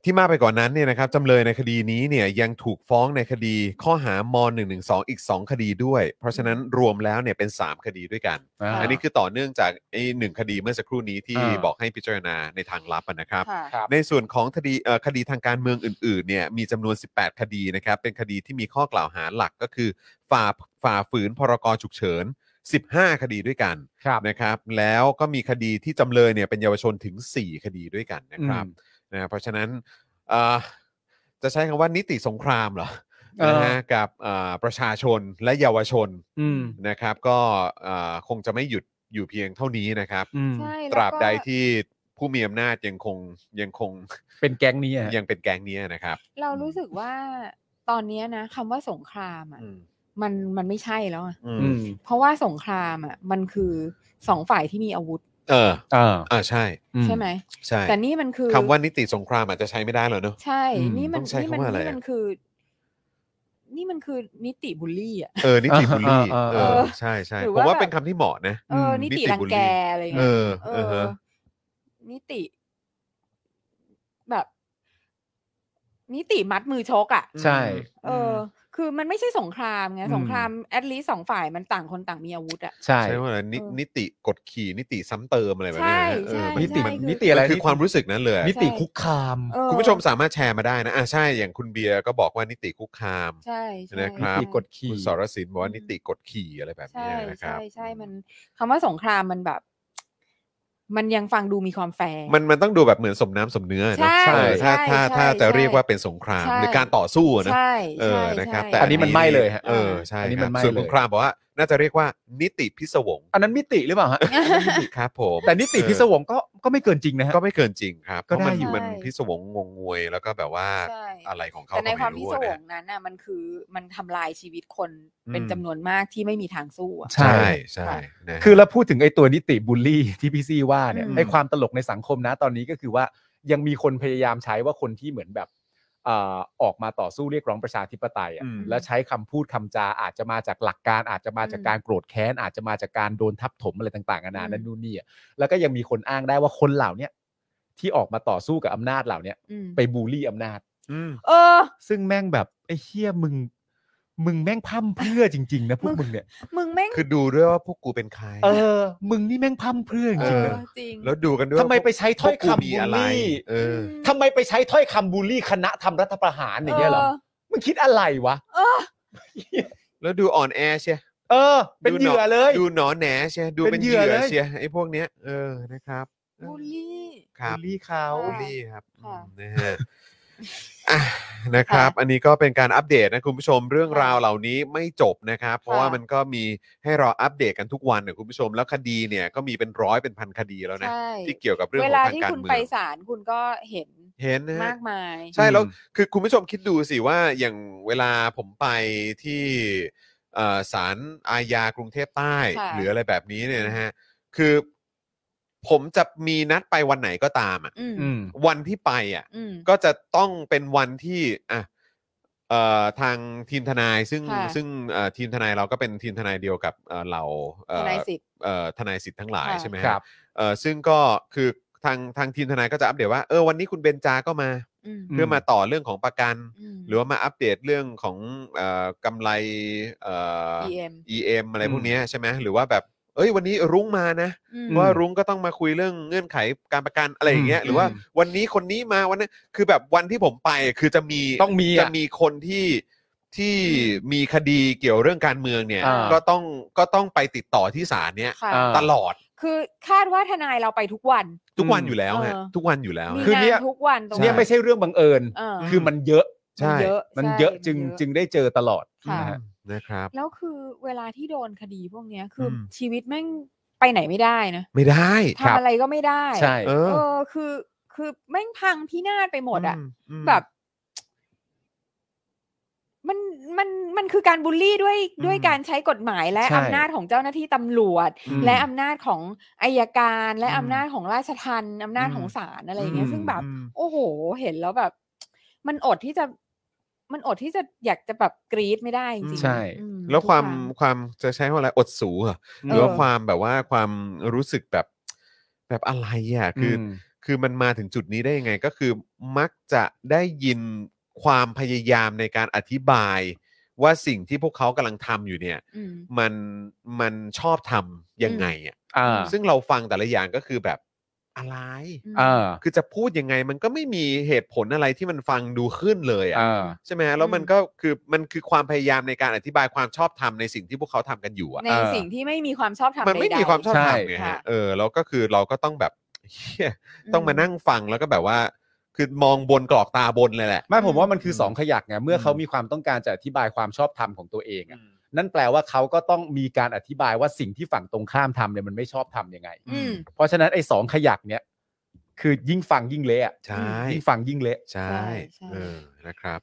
Speaker 3: ที่มากไปกว่านนั้นเนี่ยนะครับจำเลยในคดีนี้เนี่ยยังถูกฟ้องในคดีข้อหาม112 อีก 2 คดีด้วย เพราะฉะนั้นรวมแล้วเนี่ยเป็น 3 คดีด้วยกัน
Speaker 4: อ่า
Speaker 3: อันนี้คือต่อเนื่องจากไอ้หนึ่งคดีเมื่อสักครู่นี้ที่
Speaker 6: อ่า
Speaker 3: บอกให้พิจารณาในทางลับอะนะครับ
Speaker 4: ค่ะ
Speaker 6: ครับ
Speaker 3: ในส่วนของคดีเอ่อคดีทางการเมืองอื่นๆเนี่ยมีจำนวน 18 คดีนะครับ เป็นคดีที่มีข้อกล่าวหาหลักก็คือ ฝ่าฝ่าฝืนพรกฉุกเฉิน 15 คดีด้วยกัน
Speaker 6: ครับ
Speaker 3: นะครับ แล้วก็มีคดีที่จำเลยเนี่ยเป็นเยาวชนถึง 4 คดีด้วยกันนะครับ
Speaker 6: อืม
Speaker 3: นะเพราะฉะนั้นเอ่อจะใช้คำว่านิติสงครามเหรอ
Speaker 6: เออ
Speaker 3: นะฮะกับเอ่อประชาชนและเยาวชน
Speaker 6: อืม
Speaker 3: นะครับ ก็เอ่อคงจะไม่หยุดอยู่เพียงเท่านี้นะครับ
Speaker 6: อืม
Speaker 4: ใช่
Speaker 3: ตราบ
Speaker 4: แล้วก็
Speaker 3: ใดที่ผู้มีอำนาจยังคงยังคง
Speaker 6: เป็นแก๊งนี้อะฮะ
Speaker 3: ยังเป็นแก๊งเนี้ยนะครับ
Speaker 4: เรารู้สึกว่าตอนเนี้ยนะคำว่าสงครามอ่ะ
Speaker 3: อืม
Speaker 4: มันมันไม่ใช่แล้วอะ
Speaker 3: อื
Speaker 6: อื
Speaker 3: ม
Speaker 6: ม
Speaker 4: เพราะว่าสงครามอ่ะมันคือสองฝ่ายที่มีอาวุธ
Speaker 3: เออ
Speaker 6: อ่า
Speaker 3: อ่าใช่
Speaker 4: ใช่ไหม
Speaker 3: ใช่
Speaker 4: แต่นี่มันคือ
Speaker 3: คำว่านิติสงครามอาจจะใช้ไม่ได้แล้วเนอะ
Speaker 4: ใช่
Speaker 6: อืม
Speaker 4: นี่มัน
Speaker 3: ต้องใช้
Speaker 4: นี่มั
Speaker 3: คำว่าอะไร
Speaker 4: นี่
Speaker 3: อะ
Speaker 4: มันคือ นี่มันคือนิติบุลลี่อ่ะ
Speaker 3: เออ นิติบุลลี่
Speaker 6: เออ
Speaker 3: เอ
Speaker 6: เออ
Speaker 3: อใช่ใช่
Speaker 4: หรือ
Speaker 3: ผมว่า
Speaker 4: ว่าแบบ
Speaker 3: เป็นคำที่เหมาะนะ
Speaker 4: เอออ
Speaker 6: ม
Speaker 4: นิ
Speaker 3: นิ
Speaker 4: ติ
Speaker 3: ติ
Speaker 4: รัง
Speaker 3: บูลลี่
Speaker 4: แกอะไรอย่าง
Speaker 3: เอ
Speaker 4: เงี้ย
Speaker 3: อ
Speaker 4: เอ
Speaker 3: เออ
Speaker 4: อ
Speaker 3: ฮะ
Speaker 4: นิติ แบบ นิติมัดมือชกอ่ะ
Speaker 6: ใช่
Speaker 4: เอออ คือมันไม่ใช่สงครามไง
Speaker 6: อืม
Speaker 4: สงครามแอดลีสองฝ่ายมันต่างคนต่างมีอาวุธอ่ะ
Speaker 6: ใช่
Speaker 3: ใช่ว่าอะไรนิ
Speaker 4: เออ
Speaker 3: นิติกดขี่นิติซ้ำเติมอะไรแบบเนี้ยนะ
Speaker 4: ใช่
Speaker 3: เออ
Speaker 4: ใช่
Speaker 3: มัน
Speaker 6: นิติ
Speaker 4: ใช่
Speaker 3: มัน
Speaker 4: คือ
Speaker 6: นิติอะไร
Speaker 3: มันคือความรู้สึกนั้นเลย
Speaker 6: นิติคุกคาม
Speaker 4: เออ
Speaker 3: คุณผู้ชมสามารถแชร์มาได้นะอ่าใช่อย่างคุณเบียร์ก็บอกว่านิติคุกคาม
Speaker 4: ใช่ใช่
Speaker 3: นะครับ
Speaker 4: ใช่
Speaker 6: นิติกดขี่
Speaker 3: คุณสรศิลป์บอกว่านิติกดขี่อะไรแบบ
Speaker 4: ใช่
Speaker 3: เนี้ยนะค
Speaker 4: ใช่
Speaker 3: รับ
Speaker 4: ใช่มันคำว่าสงครามมันแบบ มันยังฟังดูมีความแฟร์
Speaker 3: มันมันต้องดูแบบเหมือนสมน้ำสมเนื้อเนอะ
Speaker 4: ใช่
Speaker 3: เออถ้า
Speaker 4: ใช่
Speaker 3: ถ้าถ้า
Speaker 4: ใช่
Speaker 3: จะเรียกว่าเป็นสงคราม
Speaker 4: ใช่
Speaker 3: หรือการต่อสู้อะนะ
Speaker 4: ใช่
Speaker 3: เออ
Speaker 4: ใช่
Speaker 3: นะครับ
Speaker 4: ใช่
Speaker 3: แต่
Speaker 6: อันนี้มันไม่เลยฮะ
Speaker 3: เออใช่
Speaker 6: อันนี้
Speaker 3: ค
Speaker 6: มั
Speaker 3: รับ
Speaker 6: นไม่
Speaker 3: ส่วนส
Speaker 6: เลย
Speaker 3: งครามบอกว่าน่าจะเรียกว่านิติพิศวง
Speaker 6: อันนั้นมิติหรือเปล่าฮะ
Speaker 3: ครับผม
Speaker 6: แต่นิติพิศวงก็ก็ไม่เกินจริงนะฮะ
Speaker 3: ก็ไม่เกินจริงครับเพ
Speaker 6: ก็
Speaker 3: ราะ
Speaker 6: ได้
Speaker 3: มัน
Speaker 6: อยู่
Speaker 3: มันพิศวงงงงวยแล้วก็แบบว่า
Speaker 4: ใช่
Speaker 3: อะไรของเขา
Speaker 4: แต่ใน
Speaker 3: ก็
Speaker 4: ความพิ
Speaker 3: รู้
Speaker 4: ศ
Speaker 3: อะ
Speaker 4: ว
Speaker 3: นะ
Speaker 4: งนั้นน่ะมันคือมันทำลายชีวิตคนเป็น
Speaker 3: อืม
Speaker 4: จำนวนมากที่ไม่มีทางสู้อะ
Speaker 6: ใช่
Speaker 3: ใช่ใช่นะ
Speaker 6: คือเราพูดถึงไอ้ตัวนิติบูลลี่ ที่พี่ซี่ว่าเนี่ย
Speaker 4: อืม
Speaker 6: ไอ้ความตลกในสังคมนะตอนนี้ก็คือว่ายังมีคนพยายามใช้ว่าคนที่เหมือนแบบเอ่อออกมาต่อสู้เรียกร้องประชาธิปไตยอะ
Speaker 3: อืม
Speaker 6: แล้วใช้คำพูดคำจาอาจจะมาจากหลักการ อาจจะมาจากการโกรธแค้นอาจจะมาจากการโดนทับถมอะไรต่างๆนานานั่นนู่นนี่อะแล้วก็ยังมีคนอ้างได้ว่าคนเหล่าเนี้ยที่ออกมาต่อสู้กับอำนาจเหล่าเนี้ย
Speaker 4: อืม
Speaker 6: ไปบูลลี่อำนาจ
Speaker 3: อืม
Speaker 4: เออ
Speaker 6: ซึ่งแม่งแบบไอ้เฮี้ยมึง มึงแม่งพั่มเพรื่อจริง ๆ นะพวก
Speaker 4: มึ
Speaker 6: มึ
Speaker 4: ง
Speaker 6: งเนี่ย
Speaker 4: มึงแม่ง
Speaker 3: คือดูด้วยว่าพวกกูเป็นใคร
Speaker 6: เออ มึงนี่แม่งพั่มเพรื่อจริงๆ
Speaker 4: เอ
Speaker 6: นะ
Speaker 4: อจริง
Speaker 3: แล้วดูกันด้วยว่า
Speaker 6: ทำไมไปใช้ถ้อย
Speaker 3: พวก
Speaker 6: คำ
Speaker 3: กูมีอะ
Speaker 6: บูล
Speaker 3: ไร
Speaker 6: ลี่
Speaker 3: เอออ
Speaker 4: ม
Speaker 6: ทำไมไปใช้ถ้อยคำบูลลี่คณะทำรัฐประหารอย่างเงี้ยเหรอ มึงคิดอะไรวะ
Speaker 4: เออ
Speaker 3: แล้วดูอ่อนแอเชีย
Speaker 6: เออ เป็นเหยื่อเลย
Speaker 3: ดูหนอนแหนเชียดู
Speaker 6: เป็น
Speaker 3: เป็นเห
Speaker 6: เหยื่
Speaker 3: ยื่
Speaker 6: อ
Speaker 3: อ
Speaker 6: เลย
Speaker 3: เชียไอ้พวกเนี้ยเออนะครับ
Speaker 4: บูลลี่
Speaker 3: ครับ
Speaker 6: ู
Speaker 3: บ
Speaker 6: ลลี่เขา
Speaker 3: บูล
Speaker 4: ค่ะ
Speaker 3: ลี่ครับอื
Speaker 4: ค่ะ
Speaker 3: มนะฮะ อ่ะนะครับ อันนี้ก็เป็นการอัปเดตนะคุณผู้ชมเรื่องราวเหล่านี้ไม่จบนะครับ เพราะว่ามันก็มีให้เราอัปเดตกันทุกวันเนี่ยคุณผู้ชมแล้วคดีเนี่ยก็มีเป็นร้อยเป็นพันคดีแล้วนะ
Speaker 4: ใช่
Speaker 3: ที่เกี่ยวกับเรื่อง
Speaker 4: เว
Speaker 3: ของ
Speaker 4: ลา
Speaker 3: ทาง
Speaker 4: ที่
Speaker 3: การ
Speaker 4: คุณ
Speaker 3: เมื
Speaker 4: ไป
Speaker 3: อง
Speaker 4: ศาลคุณก็เห็น
Speaker 3: เห็นนะฮะ
Speaker 4: มากมาย
Speaker 3: ใช่แล้ว
Speaker 6: อืม
Speaker 3: คือคุณผู้ชมคิดดูสิว่าอย่างเวลาผมไปที่เอ่อศาลอาญากรุงเทพใต้
Speaker 4: ค่ะ
Speaker 3: หรืออะไรแบบนี้เนี่ยนะฮะคือผมจะมีนัดไปวันไหนก็ตามอ่ะ
Speaker 4: อืม
Speaker 6: ืม
Speaker 3: วันที่ไปอ่ะ
Speaker 4: อืม
Speaker 3: ก็จะต้องเป็นวันที่อ่ะเอ่อทางทีมทนายซึ่ง
Speaker 4: ค่ะ
Speaker 3: ซึ่งเอ่อทีมทนายเราก็เป็นทีมทนายเดียวกับเอ่อเราเอ่
Speaker 4: ท
Speaker 3: อ
Speaker 4: นายสิทธิ์
Speaker 3: เอ่อทนายสิทธิ์ทั้งหลาย
Speaker 4: ค่ะ
Speaker 3: ใช่ไหม
Speaker 6: ครับ
Speaker 3: เอ่อซึ่งก็คือทางทางทีมทนายก็จะอัปเดตว่าเออวันนี้คุณเบนจาก็มา
Speaker 4: ืม
Speaker 6: อืม
Speaker 3: เพื่อมาต่อเรื่องของประกัน
Speaker 4: ม
Speaker 3: หรือว่ามาอัปเดตเรื่องของเออกำไรเอ่อ
Speaker 4: EM
Speaker 3: EM อะไรพวกเนี้ยใช่ไหมหรือว่าแบบ เอ้ยวันนี้รุ้งมานะ
Speaker 4: อืม
Speaker 3: ว่ารุ้งก็ต้องมาคุยเรื่องเงื่อนไขการประกันอะไรอย่างเงี้ย
Speaker 4: อืม
Speaker 3: หรือว่าวันนี้คนนี้มาวันนั้นคือแบบวันที่ผมไปคือจะมี
Speaker 6: ต้องมี
Speaker 3: จะ
Speaker 6: อ่ะ
Speaker 3: มีคนที่ที่มีคดีเกี่ยวเรื่องการเมืองเนี่ย
Speaker 6: อ่า
Speaker 3: ก็ต้องก็ต้องไปติดต่อที่ศาลเนี้ย
Speaker 4: ค่ะ
Speaker 6: อ่า
Speaker 3: ตลอด
Speaker 4: คือคาดว่าทนายเราไปทุกวัน
Speaker 3: ทุกวันอยู่แล้วฮะ
Speaker 4: เออ
Speaker 3: ทุกวันอยู่แล้ว
Speaker 4: มี
Speaker 3: ฮะ
Speaker 6: คือเนี่
Speaker 4: งาย นทุกวันตรง
Speaker 6: เนี่ยไม่ใช่เรื่องบังเอิญ
Speaker 4: เออ
Speaker 6: คือมันเยอะ
Speaker 3: ใช่
Speaker 4: มันเยอะ
Speaker 6: มัน
Speaker 4: ใช่
Speaker 6: เยอะจึง
Speaker 4: มันเยอะ
Speaker 6: จึงได้เจอตลอด
Speaker 4: ค่ะ
Speaker 6: นะฮะ
Speaker 3: นะครับ
Speaker 4: แล้วคือเวลาที่โดนคดีพวกเนี้ยคืออ
Speaker 3: ม
Speaker 4: ชีวิตแม่งไปไหนไม่ได้นะ
Speaker 3: ไม่ได้
Speaker 4: ทำอะไรก็ไม่ได้
Speaker 6: ใช่
Speaker 3: เอ
Speaker 4: เอ
Speaker 3: อ
Speaker 4: อคือ คือแม่งพังพินาศไปหมดอ่ะ
Speaker 3: มม
Speaker 4: แบบ มันมันมันคือการบูลลี่ด้วยด้วย
Speaker 3: อืม
Speaker 4: การใช้กฎหมายและ
Speaker 6: ใช่
Speaker 4: อำนาจของเจ้าหน้าที่ตำรวจ
Speaker 3: อืม
Speaker 4: และอำนาจของอายการและ
Speaker 3: อืม
Speaker 4: อำนาจของราชทัณฑ์อำนาจ
Speaker 3: อืม
Speaker 4: ของศาลอะไรอย่างเงี้ย
Speaker 3: อืม
Speaker 4: ซึ่งแบบ
Speaker 3: อืม
Speaker 4: โอ้โห เห็นแล้วแบบ มันอดที่จะ มันอดที่จะอยากจะแบบกรี๊ดไม่ได้จริงๆ
Speaker 6: ใช่
Speaker 4: อืม
Speaker 3: แล้ว
Speaker 4: ทุก
Speaker 3: ความ
Speaker 4: รั้ง
Speaker 3: ความจะใช้คำว่าอะไรอดสูเหรอหรือว่าความแบบว่าความรู้สึกแบบแบบอะไรอ่ะคือ
Speaker 6: ม
Speaker 3: คือมันมาถึงจุดนี้ได้ยังไงก็คือมักจะได้ยินความพยายามในการอธิบาย ว่าสิ่งที่พวกเขากำลังทำอยู่เนี่ย
Speaker 4: อืม
Speaker 3: มันมันชอบทำยังไงอ่ะ
Speaker 6: อ่า
Speaker 3: ซึ่งเราฟังแต่ละอย่างก็คือแบบอะไร
Speaker 4: ม
Speaker 6: อ่า
Speaker 3: คือจะพูดยังไงมันก็ไม่มีเหตุผลอะไรที่มันฟังดูขึ้นเลยอ่ะ
Speaker 6: อ่า
Speaker 3: ใช่ไหมฮะแล้วมันก็คือมันคือความพยายามในการอธิบายความชอบธรรมในสิ่งที่พวกเขาทำกันอยู่อ่ะ
Speaker 4: ในสิ่งที่ไม่มีความชอบธรรม
Speaker 3: มันไม่
Speaker 4: ใดๆ
Speaker 3: มีความชอบธรรม
Speaker 6: ใช่
Speaker 3: ไง
Speaker 4: ค่ะ
Speaker 3: ฮะเออแล้วก็คือเราก็ต้องแบบ เหี้ยต้องมานั่งฟังแล้วก็แบบว่า คือมองบนกรอกตาบนเลยแหละ
Speaker 6: ไม่ผมว่ามันคืออ
Speaker 3: ม
Speaker 6: สองขยักไงเมื่ออ
Speaker 3: ม
Speaker 6: เขามีความต้องการจะอธิบายความชอบธรรมของตัวเองอะนั่นแปลว่าเขาก็ต้องมีการอธิบายว่าสิ่งที่ฝั่งตรงข้ามทำเนี่ยมันไม่ชอบทำยังไง
Speaker 4: อืม
Speaker 6: เพราะฉะนั้นไอ้สองขยักเนี่ย คือยิ่งฟังยิ่งเละอะ
Speaker 3: ใช่
Speaker 6: ยิ่งฟังยิ่งเละ
Speaker 3: ใช่
Speaker 4: ใช่ใช่
Speaker 3: เออนะครับ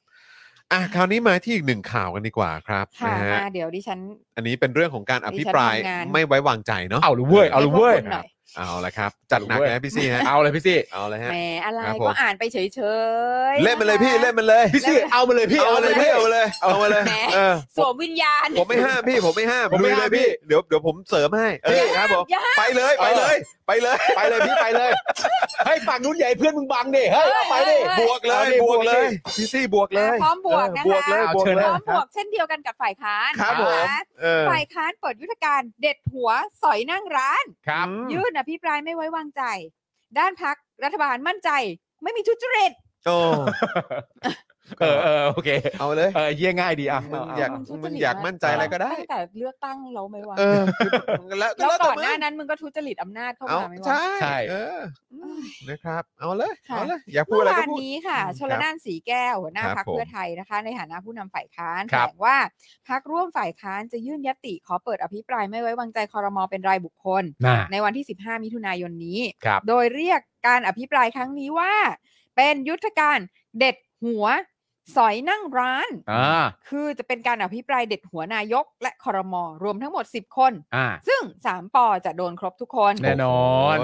Speaker 3: อ่ะคราวนี้มาที่อีกหนึ่งข่าวกันดีกว่าครับ
Speaker 4: ค่ะ
Speaker 3: นะฮะ
Speaker 4: มาเดี๋ยวดิฉัน
Speaker 3: อันนี้เป็นเรื่องของการอภิปราย
Speaker 4: ดิฉันทำงาน
Speaker 3: ไม่ไว้วางใจเนาะ
Speaker 6: เอาเลยเว้ยเอาเลยเว้ย
Speaker 4: ให้พกคุณหน่อ
Speaker 3: เอาละครับ จัดหนัก
Speaker 6: เอาเลยเว้
Speaker 3: นะ
Speaker 6: ย
Speaker 3: พี่ซี่ฮะ
Speaker 6: เอาเลยพี่ซี่
Speaker 3: เอาเลยฮะ
Speaker 4: แหมอะไร
Speaker 3: ครับผม
Speaker 4: ก็อ่านไปเฉยๆ
Speaker 3: เล่นมันเลยพี่
Speaker 4: ะคะ
Speaker 3: เล่นมันเลย
Speaker 6: พี่ซี่
Speaker 4: แล้ว
Speaker 6: เอามาเลยพี่
Speaker 3: เอามาเลยพี่เอามาเลยเอามาเลย
Speaker 4: แหม
Speaker 3: เออ
Speaker 4: สวมวิญญาณ
Speaker 3: ผมไม่ห้ามพี่ผมไม่ห้าม
Speaker 6: ผมไม่
Speaker 3: ลุย
Speaker 6: ห้ามพี่
Speaker 3: เดี๋ยวเดี๋ยวผมเสริมให้เออครับผม
Speaker 4: อย่าห้าม
Speaker 3: ไปเลยไปเลย ไปเลย
Speaker 6: ไปเลยพี่ไปเลยให้ฝั่งนู้นใหญ่เพื่อนมึงบังดิเฮ้ยเอาไปดิ
Speaker 4: เฮ้ย
Speaker 3: บวกเลย
Speaker 6: เอาดิ
Speaker 3: บวกเล
Speaker 6: บว
Speaker 3: ย
Speaker 6: กดิ
Speaker 3: พี่ซี่บวกเลย
Speaker 4: อ่ะพร้อมบวก
Speaker 3: เออ
Speaker 4: นะคะ
Speaker 3: บว
Speaker 6: เอา
Speaker 3: กเลยบวก
Speaker 6: เชิญ
Speaker 3: เล
Speaker 6: เลยย
Speaker 4: พร้อมบวกเช่นเดียวกันกับฝ่ายค้าน
Speaker 3: ครับ
Speaker 4: นะะ
Speaker 3: ผมเออ
Speaker 4: ฝ่ายค้านเปิดยุทธการเด็ดหัวสอยนั่งร้าน
Speaker 3: ครับ
Speaker 4: ยื่นอภิปรายไม่ไว้วางใจ ด้านพักรัฐบาลมั่นใจ ไม่มีทุจริต
Speaker 3: โอ้
Speaker 6: เออเออโอเค
Speaker 3: เอาเลย
Speaker 6: เออเยี่ยง่ายดีอ่ะ
Speaker 3: มึง
Speaker 6: เเ
Speaker 3: อยาก
Speaker 4: มันทุจริต
Speaker 3: มึงอยาก
Speaker 4: มาก
Speaker 3: มั่นใจอะไรก็ได้
Speaker 4: ตั้งแต่เลือกตั้งเราไหม่วาง
Speaker 3: เออแล้ว
Speaker 4: แล้ว
Speaker 3: แต่
Speaker 4: ก่อนหน้า
Speaker 3: มึง
Speaker 4: นั้นมึงก็ทุจริตอำนาจเข้า
Speaker 3: เอา
Speaker 4: มาไหม่วาง
Speaker 3: ใช่
Speaker 6: ใช่
Speaker 3: เออนะครับ เอาเลย
Speaker 4: ค่ะ
Speaker 3: เอาเลยอยากพูด
Speaker 4: เมื่
Speaker 3: อะ
Speaker 4: อ
Speaker 3: ไร
Speaker 4: วา
Speaker 3: ก็
Speaker 4: น
Speaker 3: พูด
Speaker 4: นี้ค่ะ
Speaker 3: อืม
Speaker 4: ชลน่านสีแก้วหัวหน้า
Speaker 3: ครับ
Speaker 4: พักเพื่อ
Speaker 3: ผม
Speaker 4: ไทยนะคะ ในฐานะผู้นำฝ่ายค้าน
Speaker 6: ค
Speaker 4: แถ
Speaker 6: รับ
Speaker 4: ลงว่าพักร่วมฝ่ายค้านจะยื่นยติขอเปิดอภิปรายไม่ไว้วางใจคอรมอเป็นรายบุคคล
Speaker 6: น่า
Speaker 4: ในวันที่ 15 มิถุนายนนี้
Speaker 6: ครับ
Speaker 4: โดยเรียกการอภิปรายครั้งนี้ว่า เป็นยุทธการเด็ดหัว สอยนั่งร้าน
Speaker 6: อ่า
Speaker 4: คือจะเป็นการอภิปรายเด็ดหัวนายก และคอรมอรวมทั้งหมด 10 คน
Speaker 6: อ่า
Speaker 4: ซึ่ง 3ปอจะโดนครบทุกคน
Speaker 6: แน่นอน
Speaker 3: โย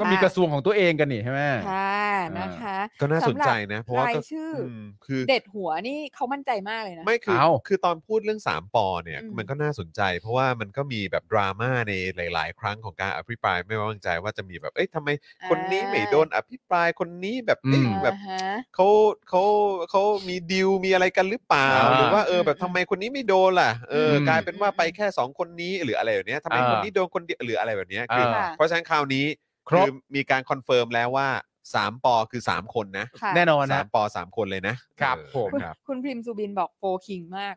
Speaker 6: ก็มีกระทรวงของตัวเองกันนี่ใช่ไหม
Speaker 4: ค่ะนะคะ
Speaker 3: ก็น่าสนใจนะ เพราะว่าก็
Speaker 4: รายชื่ออื
Speaker 3: มคือ
Speaker 4: เด็ดหัวนี่เขามั่นใจมากเลยนะ
Speaker 3: ไม่คือ
Speaker 6: เอา
Speaker 3: คือตอนพูดเรื่องสามปอเนี่ย
Speaker 4: อืม
Speaker 3: มันก็น่าสนใจ เพราะว่ามันก็มีแบบดราม่าในหลาย ๆ ครั้งของการอภิปรายไม่ไว้วางใจว่าจะมีแบบเอ้ยทำไม คนนี้ไม่โดนอภิปรายคนนี้แบบเอ๊ะ
Speaker 6: อืม
Speaker 3: แบบ
Speaker 4: อ่าฮะ
Speaker 3: เขาเขาเขามีดีลมีอะไรกันหรือเปล่า
Speaker 6: อ่า
Speaker 3: หรือว่าเอออ
Speaker 4: ม
Speaker 3: แบบทำไมคนนี้ไม่โดนล่ะเอออ
Speaker 6: ม
Speaker 3: กลายเป็นว่าไปแค่สองคนนี้หรืออะไรแบบเนี้ยทำไม
Speaker 6: อ่า
Speaker 3: คนนี้โดนคนเดียวหรืออะไรแบบเนี้ยคืออา เพราะฉะนั้นคราวนี้
Speaker 6: ครบ
Speaker 3: อมีการคอนเฟิร์มแล้วว่าสามปอคือสามคนนะ
Speaker 4: ค่ะ
Speaker 6: แน่นอน
Speaker 3: สา
Speaker 6: นะ
Speaker 3: มปอสามคนเลยนะครับ เออ
Speaker 6: ผม
Speaker 4: คุณ
Speaker 3: นะครับ
Speaker 4: คุณพิมพ์สุบินบอกโฟคิงมาก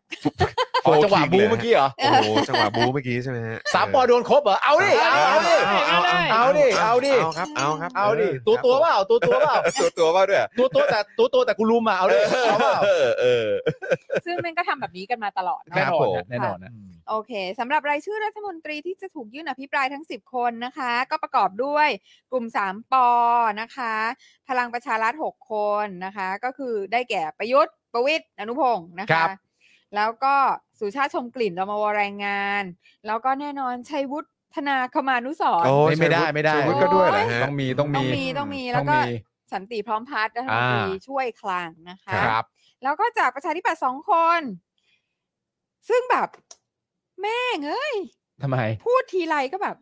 Speaker 6: อ๋อจังหวะบูเมื่อกี้เหรอ
Speaker 3: โอ้โหจังหวะบูเมื่อกี้ใช่ไหมฮะ
Speaker 6: สามปอโดนครบเหรอ เอาดิ เอาเอาดิ
Speaker 4: เอาเอา
Speaker 6: เอาดิ เอาดิ
Speaker 3: เอาครับเอาครับ
Speaker 6: เอาดิ ตัวตัวเปล่า ตัวตัวเปล่า
Speaker 3: ตัวตัวว่าด้วย
Speaker 6: ตัวตัวแต่ตัวตัวแต่กูรุมอ่ะ เอาดิ เอาเปล่า
Speaker 3: เออเออ
Speaker 4: ซึ่งแม่งก็ทำแบบนี้กันมาตลอด
Speaker 3: ค
Speaker 6: แน่
Speaker 3: รั
Speaker 4: เนาะ
Speaker 3: บ
Speaker 6: นอน
Speaker 3: ผม
Speaker 6: นะแน่นอนนะ
Speaker 4: โอเคสำหรับรายชื่อรัฐมนตรีที่จะถูกยื่นอภิปรายทั้ง 10 คนนะคะ ก็ประกอบด้วยกลุ่ม 3 ปอนะคะ พลังประชารัฐ 6 คนนะคะ ก็คือได้แก่ประยุทธ์ ประวิทย์อนุพงศ์นะ
Speaker 6: ครั
Speaker 4: คะ
Speaker 6: บ
Speaker 4: แล้วก็สุชาติชมกลิ่นรมวแรงงาน แล้วก็แน่นอนชัยวุฒธนาคมานุสรณ์
Speaker 3: โอ้ย
Speaker 6: ไม่ได้
Speaker 3: ชัยวุฒิ
Speaker 6: ไม่ได้
Speaker 3: ชัยวุฒิก็ด้วยเหรอฮะ
Speaker 6: ต้องมี ต้อง
Speaker 4: ต้อ
Speaker 6: มี
Speaker 4: งมีต้องมี
Speaker 6: ต้
Speaker 4: แล้
Speaker 6: อ
Speaker 4: ว
Speaker 6: ง
Speaker 4: ก็
Speaker 6: มี
Speaker 4: สันติพร้อมพัฒน์รัฐมนตรี
Speaker 6: อ่า
Speaker 4: ช่วยคลังนะคะ
Speaker 6: ครับ
Speaker 4: แล้วก็จากประชาธิปัตย์สองคน ซึ่งแบบแม่งเอ้ย
Speaker 6: ทำไม
Speaker 4: พูดทีไรก็แบบ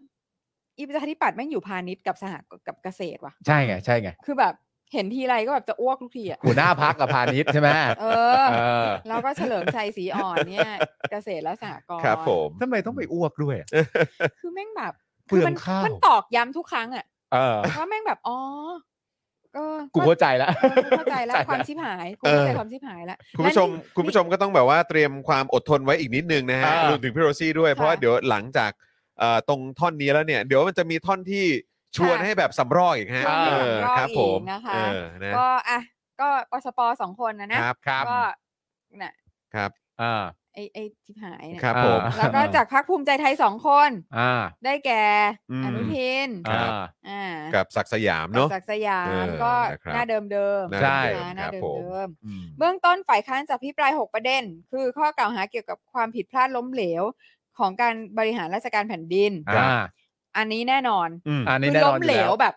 Speaker 4: อีประชาธิปัตย์แม่งอยู่พาณิชย์กับสหกับเกษตรว่ะ
Speaker 6: ใช่ไง ใช่ไง
Speaker 4: คือแบบ เห็นทีไรก็แบบจะอ้วกทุกทีอ่ะ
Speaker 6: หัวหน้าพักกับพาณิชย์ใช่ไหม
Speaker 4: เออ
Speaker 6: เออ
Speaker 4: แล้วก็เฉลิมชัยศรีอ่อนเนี่ย เกษตรและสหกรณ์
Speaker 3: ครับผม
Speaker 6: ทำไมต้องไปอ้วกด้วยอะ
Speaker 4: คือแม่งแบบ
Speaker 6: เปลือง
Speaker 4: คืมั
Speaker 6: ข้าว
Speaker 4: มันตอกย้ำทุกครั้งอ่ะ
Speaker 6: เออ
Speaker 4: ว่าแม่งแบบอ๋อเออ
Speaker 6: กูเข้าใจแล้ว
Speaker 4: เออกูเข้าใจแล้วความชิบหายกูเข้าใจ
Speaker 3: เออ
Speaker 4: ความชิบหายแล้ว
Speaker 3: คุณผู้ชมคุณผู้ชมก็ต้องแบบว่าเตรียมความอดทนไว้อีกนิดนึงนะฮะ
Speaker 6: อ่าร ร
Speaker 3: วมถึงพี่โรซี่ด้วย
Speaker 4: ค่ะ
Speaker 3: เพราะว่าเดี๋ยวหลังจากเอ่อตรงท่อนนี้แล้วเนี่ย เดี๋ยวมันจะมีท่อนที่ชวน
Speaker 4: ค่ะ
Speaker 3: ให้แบบสำรอกอีกฮะ
Speaker 4: ชวนให้
Speaker 3: เออ
Speaker 4: สำรอก
Speaker 3: ครับผม
Speaker 4: อีกนะคะ
Speaker 3: เออนะ
Speaker 4: ก็อ่ะก็ปชปสองคนนะนะครับ
Speaker 3: ครับ
Speaker 4: ก็น่ะ
Speaker 3: ครับ
Speaker 6: อ่า
Speaker 4: ไอไอชิบหายเนี่ย
Speaker 3: ครับผม
Speaker 6: อ่า
Speaker 4: แล้วก็จากพรรคภูมิใจไทยสองคน
Speaker 6: อ่า
Speaker 4: ได้แก่
Speaker 3: อืม
Speaker 4: อนุทิน
Speaker 3: ครับ
Speaker 6: อ่า
Speaker 4: อ่า
Speaker 3: กับศักดิ์สยามเนาะ
Speaker 4: ศักดิ์สยาม
Speaker 3: เออ
Speaker 4: ก็
Speaker 3: นะครับ
Speaker 4: หน้าเดิมเดิมๆ
Speaker 6: ใช่
Speaker 4: นะ
Speaker 3: ค
Speaker 4: หน้า
Speaker 3: รับ
Speaker 4: เดิม
Speaker 3: ผม
Speaker 4: เดิม
Speaker 3: อืม
Speaker 4: เบื้องต้นฝ่ายค้านจะพิปราย 6 ประเด็น คือข้อกล่าวหาเกี่ยวกับความผิดพลาดล้มเหลว ของการบริหารราชการแผ่นดิน
Speaker 3: ครับ
Speaker 6: อ่า
Speaker 4: อันนี้แน่นอน
Speaker 3: อืม
Speaker 6: อัน
Speaker 4: คื
Speaker 6: นี้แน่น
Speaker 4: ล้
Speaker 6: อน
Speaker 4: ม
Speaker 6: อยู่
Speaker 4: เหล
Speaker 6: แล้ว ว
Speaker 4: แบบ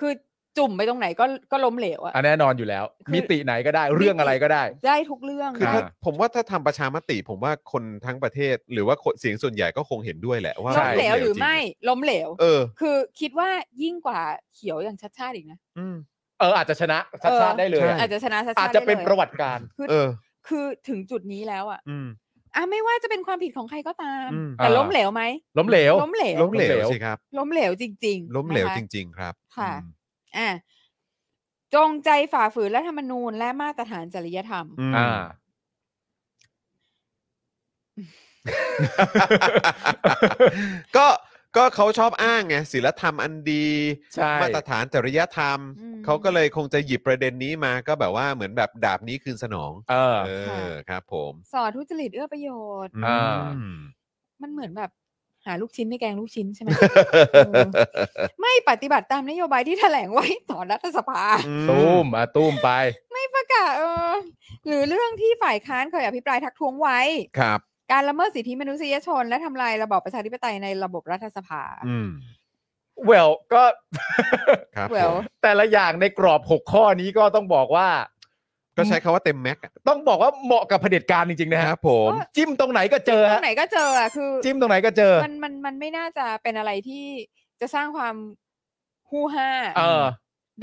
Speaker 4: คือจุ่มไปตรงไหนก็ก็ล้มเหลวอะ
Speaker 6: อันแน่นอนอยู่แล้ว
Speaker 4: คือ
Speaker 6: มิติไหนก็ได้เรื่องอะไรก็ได้
Speaker 4: ได้ทุกเรื่อง
Speaker 3: คือถ้า
Speaker 6: อ่า
Speaker 3: ผมว่าถ้าทำประชามติ ผมว่าคนทั้งประเทศ หรือว่าคนเสียงส่วนใหญ่ก็คงเห็นด้วยแหละว่า
Speaker 6: ใช่
Speaker 4: ล้มเหลวหรือ
Speaker 3: จง
Speaker 4: ไม่ล้มเหลว
Speaker 3: เออ
Speaker 4: คือคิดว่ายิ่งกว่าเขียวอย่างชัดชาติอีกนะ
Speaker 3: อืม
Speaker 6: เอออาจจะชนะชัดชาติได้เลย
Speaker 3: ใช่
Speaker 4: อาจจะชนะชัดชาติ
Speaker 6: อาจจะเป็น
Speaker 4: ได้ลย
Speaker 6: ประวัติการณ์
Speaker 4: คือ
Speaker 3: เออ
Speaker 4: คือถึงจุดนี้แล้วอะ
Speaker 3: อืม
Speaker 4: อ่ะไม่ว่าจะเป็นความผิดของใครก็ตาม
Speaker 3: อืม
Speaker 4: แต่
Speaker 6: อ่า
Speaker 4: ล้มเหลวไหม
Speaker 6: ล้มเหลว
Speaker 4: ล้มเหลว
Speaker 3: ล้มเหล
Speaker 6: ล้มเหล
Speaker 3: ว
Speaker 6: ว
Speaker 3: สิครับ
Speaker 4: ล้มเหลวจริงๆ
Speaker 3: ล้มเหลว
Speaker 4: นะคะ
Speaker 3: จริง ๆ ครับ
Speaker 4: ค่ะ
Speaker 3: อืม
Speaker 4: อ่ะจงใจฝ่าฝืนรัฐธรรมนูญและมาตรฐานจริยธรรม
Speaker 3: อืม
Speaker 6: อ่า
Speaker 3: ก็ก็เขาชอบอ้างไงศิลธรรมอันดี
Speaker 6: ใช่
Speaker 3: มาตรฐานจริยธรรม
Speaker 4: อืม
Speaker 3: เขาก็เลยคงจะหยิบประเด็นนี้มาก็แบบว่าเหมือนแบบดาบนี้คืนสนอง
Speaker 6: เออ
Speaker 3: เออครับผม
Speaker 4: สอดทุจริตเอื้อประโยชน์
Speaker 6: อ่า
Speaker 3: อืม
Speaker 4: มันเหมือนแบบ หาลูกชิ้นในแกงลูกชิ้น ใช่ไหม เออไม่ปฏิบัติตามนโยบายที่แถลงไว้ต่อรัฐสภา
Speaker 6: ตุ้มอ่ะตุ้มไป
Speaker 4: ไม่ประกาศเออ หรือเรื่องที่ฝ่ายค้านเคยอภิปรายทักท้วงไว้
Speaker 3: ครับ
Speaker 4: การละเมิดสิทธิมนุษยชน และทำลายระบอบประชาธิปไตยในระบบรัฐสภา
Speaker 3: อืม
Speaker 6: well ก็
Speaker 3: ครับผม
Speaker 4: Well
Speaker 6: แต่ละอย่างในกรอบ 6 ข้อนี้ก็ต้องบอกว่า
Speaker 3: ก็ใช้คาว่าเต็มแม็กอะ
Speaker 6: ต้องบอกว่าเหมาะกับเผด็จการจริงๆนะ
Speaker 3: ค
Speaker 6: ฮะ
Speaker 3: รับผม
Speaker 6: จิ้มตรงไหนก็เจอ
Speaker 4: ตร
Speaker 6: ฮะ
Speaker 4: งไหนก็เจออะคือ
Speaker 6: จิ้มตรงไหนก็เจอ
Speaker 4: มันมันมันไม่น่าจะเป็นอะไรที่จะสร้างความฮู้ฮ่า
Speaker 6: เออ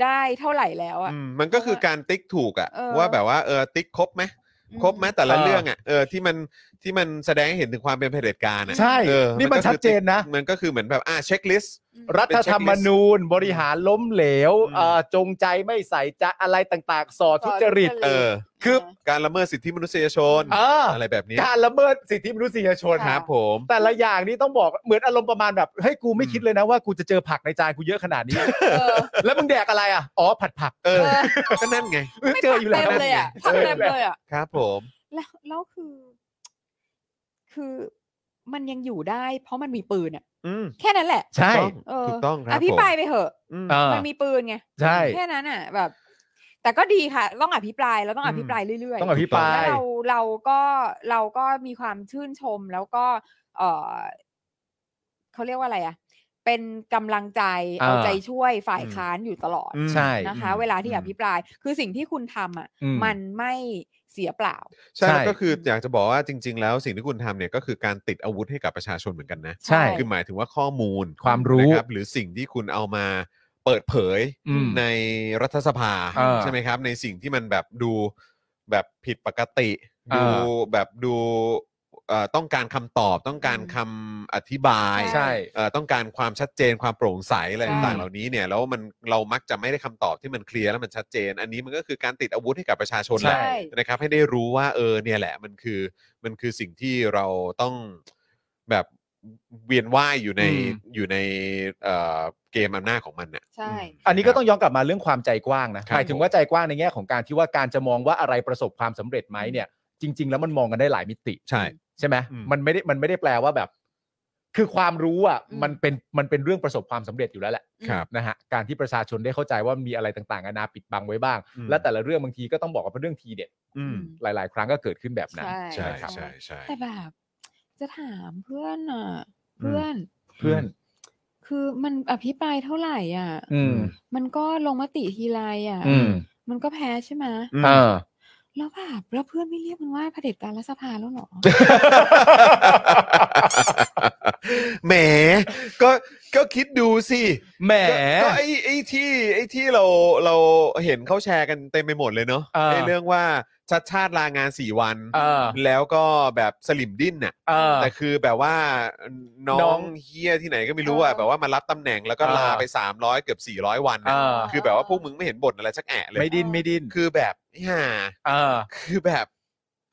Speaker 4: ได้เท่าไหร่แล้วอะ
Speaker 3: อืมมันก็คือการติ๊กถูกอะ
Speaker 4: เออ
Speaker 3: ว่าแบบว่าเออติ๊กครบไหม
Speaker 4: อืม
Speaker 3: ครบไหมแต่ละ
Speaker 6: เออ
Speaker 3: เรื่องอะเออที่มันที่มันแสดงให้เห็นถึงความเป็นเผด็จการอะ
Speaker 6: ใช่
Speaker 3: เออ
Speaker 6: นี่มัน
Speaker 3: ก็คือ
Speaker 6: ชัดเจนนะ
Speaker 3: มันก็คือเหมือนแบบอ่ะเช็คลิสต์
Speaker 6: รัฐธรรมนูญบริหารล้มเหลว
Speaker 3: อืม
Speaker 6: เอ่อจงใจไม่ใส่ใจอะไรต่างๆส่อทุจริต
Speaker 4: ส่อทุจริต
Speaker 3: เออ
Speaker 6: คือ
Speaker 3: การละเมิดสิทธิมนุษยชน
Speaker 6: เออ
Speaker 3: อะไรแบบนี้
Speaker 6: การละเมิดสิทธิมนุษยชน
Speaker 3: ครับผม
Speaker 6: แต่ละอย่างนี้ต้องบอกเหมือนอารมณ์ประมาณแบบเฮ้ยกูไม่คิดเลยนะว่ากูจะเจอผักในจานกูเยอะขนาด นี้
Speaker 4: เออ
Speaker 6: แล้วมึงแดกอะไรอ่ะอ๋อผัดผัก
Speaker 3: เอ
Speaker 4: เอ
Speaker 3: อ
Speaker 4: อ
Speaker 3: ก็นั่นไง
Speaker 6: เจออยู่แล้ว
Speaker 4: เต็มเลยอ่ะ
Speaker 3: เออ
Speaker 4: ทำเต็มเลยอ่ะ
Speaker 3: ครับผม
Speaker 4: แล้วแล้วคือ คือมันยังอยู่ได้ เพราะมันมีปืนอ่ะ
Speaker 3: อืม
Speaker 4: แค่นั้นแหละ
Speaker 6: ใช่
Speaker 4: เออ
Speaker 3: ถูกต้องครับ
Speaker 4: อภิปราย
Speaker 3: ผม
Speaker 4: ไปเหอะ
Speaker 3: อืม
Speaker 6: เออ
Speaker 4: มันมีปืนไง
Speaker 6: ใช่
Speaker 4: แค่นั้นอ่ะ แบบ แต่ก็ดีค่ะ ต้องอภิปรายแล้วต้องอภิปรายเรื่อยๆ
Speaker 6: ต้องอภิปรา
Speaker 4: แล้
Speaker 6: ย
Speaker 4: วเราเราก็เราก็มีความชื่นชมแล้วก็ เออเขาเรียกว่าอะไรอ่ะ เป็นกำลังใจเอา
Speaker 6: อ่า
Speaker 4: ใจช่วยฝ่าย
Speaker 3: อืม
Speaker 4: ค้านอยู่ตลอด
Speaker 3: อืม
Speaker 6: ใช่
Speaker 4: นะคะ
Speaker 3: อืม
Speaker 4: เวลาที่
Speaker 3: อืม
Speaker 4: อภิปรายคือสิ่งที่คุณทำอ่ะ
Speaker 6: อืม
Speaker 4: มันไม่เสียเปล่า
Speaker 3: ใช่
Speaker 6: ใช่
Speaker 3: แล้วก็คืออยากจะบอกว่าจริง ๆ แล้วสิ่งที่คุณทำเนี่ยก็คือการติดอาวุธให้กับประชาชนเหมือนกันนะ
Speaker 6: ใช่
Speaker 3: คือหมายถึงว่าข้อมูล
Speaker 6: ความรู้
Speaker 3: นะครับหรือสิ่งที่คุณเอามาเปิดเผย
Speaker 6: อืม
Speaker 3: ในรัฐสภา
Speaker 6: เออ
Speaker 3: ใช่ไหมครับ ในสิ่งที่มันแบบดูแบบผิดปกติ
Speaker 6: เอ
Speaker 3: ดู
Speaker 6: อ
Speaker 3: แบบดูเอ่อต้องการคำตอบต้องการคำอธิบาย
Speaker 6: ใช่
Speaker 3: เอ่อต้องการความชัดเจนความโปร่งใสอะไร
Speaker 4: ใช่
Speaker 3: ต่างๆเหล่านี้เนี่ยแล้วมันเรามักจะไม่ได้คำตอบที่มันเคลียร์และมันชัดเจน อันนี้มันก็คือการติดอาวุธให้กับประชาชนแหละ
Speaker 6: ใช่
Speaker 3: นะครับให้ได้รู้ว่าเออเนี่ยแหละมันคือมันคือสิ่งที่เราต้องแบบเวียนว่ายอยู่ใน
Speaker 6: อืม
Speaker 3: อยู่ในเอ่อเกมอำนาจของมันน่ะ
Speaker 4: ใช่
Speaker 6: อันนี้ก็ต้องย้อนกลับมาเรื่องความใจกว้างนะครับ หมายถึงว่าใจกว้างในแง่ของการที่ว่าการจะมองว่าอะไรประสบความสำเร็จไหมเนี่ย จริง ๆ แล้วมันมองกันได้หลายมิติ
Speaker 3: ใช่
Speaker 6: ใช่ไหม
Speaker 3: อืม
Speaker 6: มันไม่ได้มันไม่ได้แปลว่าแบบ คือความรู้อ่ะ
Speaker 4: อืม
Speaker 6: มันเป็นมันเป็นเรื่องประสบความสำเร็จอยู่แล้วแหละ
Speaker 3: ครับ
Speaker 6: นะฮะการที่ประชาชนได้เข้าใจว่ามีอะไรต่างๆนานาปิดบังไว้บ้าง
Speaker 3: อืม
Speaker 6: และแต่ละเรื่องบางทีก็ต้องบอกว่าเป็นเรื่องทีเด็ด
Speaker 3: อืม
Speaker 6: หลาย ๆ ครั้งก็เกิดขึ้นแบบนั้น
Speaker 3: ใช่
Speaker 6: ครับ
Speaker 3: ใช่ใช่
Speaker 4: แต่แบบ จะถามเพื่อนอ่ะ เพื่อน
Speaker 6: เพื่อน
Speaker 4: คือมันอภิปรายเท่าไหร่อ่ะ
Speaker 6: อืม
Speaker 4: มันก็ลงมติทีไรอ่ะ
Speaker 6: อืม
Speaker 4: มันก็แพ้ใช่ไหม
Speaker 3: อืม
Speaker 6: เออ
Speaker 4: แล้วแบบแล้วเพื่อนไม่เรียกมันว่าเผด็จการรัฐสภาแล้วเหรอ
Speaker 3: แหมก็ก็คิดดูสิ
Speaker 6: แหม
Speaker 3: ก็ก็ไอ้ไอ้ที่ไอ้ที่เราเราเห็นเขาแชร์กันเต็มไปหมดเลยเนาะ
Speaker 6: เออ
Speaker 3: ไอ้เรื่องว่าชัดชาติลางาน 4 วัน
Speaker 6: เออ
Speaker 3: แล้วก็แบบสลิมดิ้นน่ะ
Speaker 6: เออ
Speaker 3: แต่คือแบบว่าน้
Speaker 6: น้
Speaker 3: อ
Speaker 6: อง ง
Speaker 3: เฮียที่ไหนก็ไม่รู้อ่ะ
Speaker 4: เออ
Speaker 3: แบบว่ามารับตำแหน่งแล้วก็
Speaker 6: เออ
Speaker 3: ลาไป 300 เกือบ 400 วันน่ะ
Speaker 6: เออ
Speaker 3: คือแบบว่าพวกมึงไม่เห็นบทอะไรสักแอะเลย
Speaker 6: ไม่ดินไม่ดิน
Speaker 3: คือแบบฮ่า
Speaker 6: เออ
Speaker 3: คือแบบ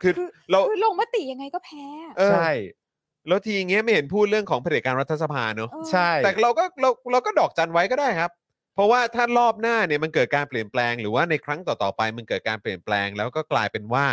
Speaker 3: คือ
Speaker 4: คือ
Speaker 3: เรา
Speaker 4: คือลงมติยังไงก็แพ้อะ
Speaker 3: เออ
Speaker 6: ใช่
Speaker 3: แล้วทีเงี้ยไม่เห็นพูดเรื่องของเผด็จการรัฐสภาเนอะ
Speaker 4: เออ
Speaker 6: ใช่
Speaker 3: แต่เราก็เราเราก็ดอกจันไว้ก็ได้ครับ เพราะว่าถ้ารอบหน้าเนี่ยมันเกิดการเปลี่ยนแปลง หรือว่าในครั้งต่อๆไปมันเกิดการเปลี่ยนแปลง แล้วก็กลายเป็นว่า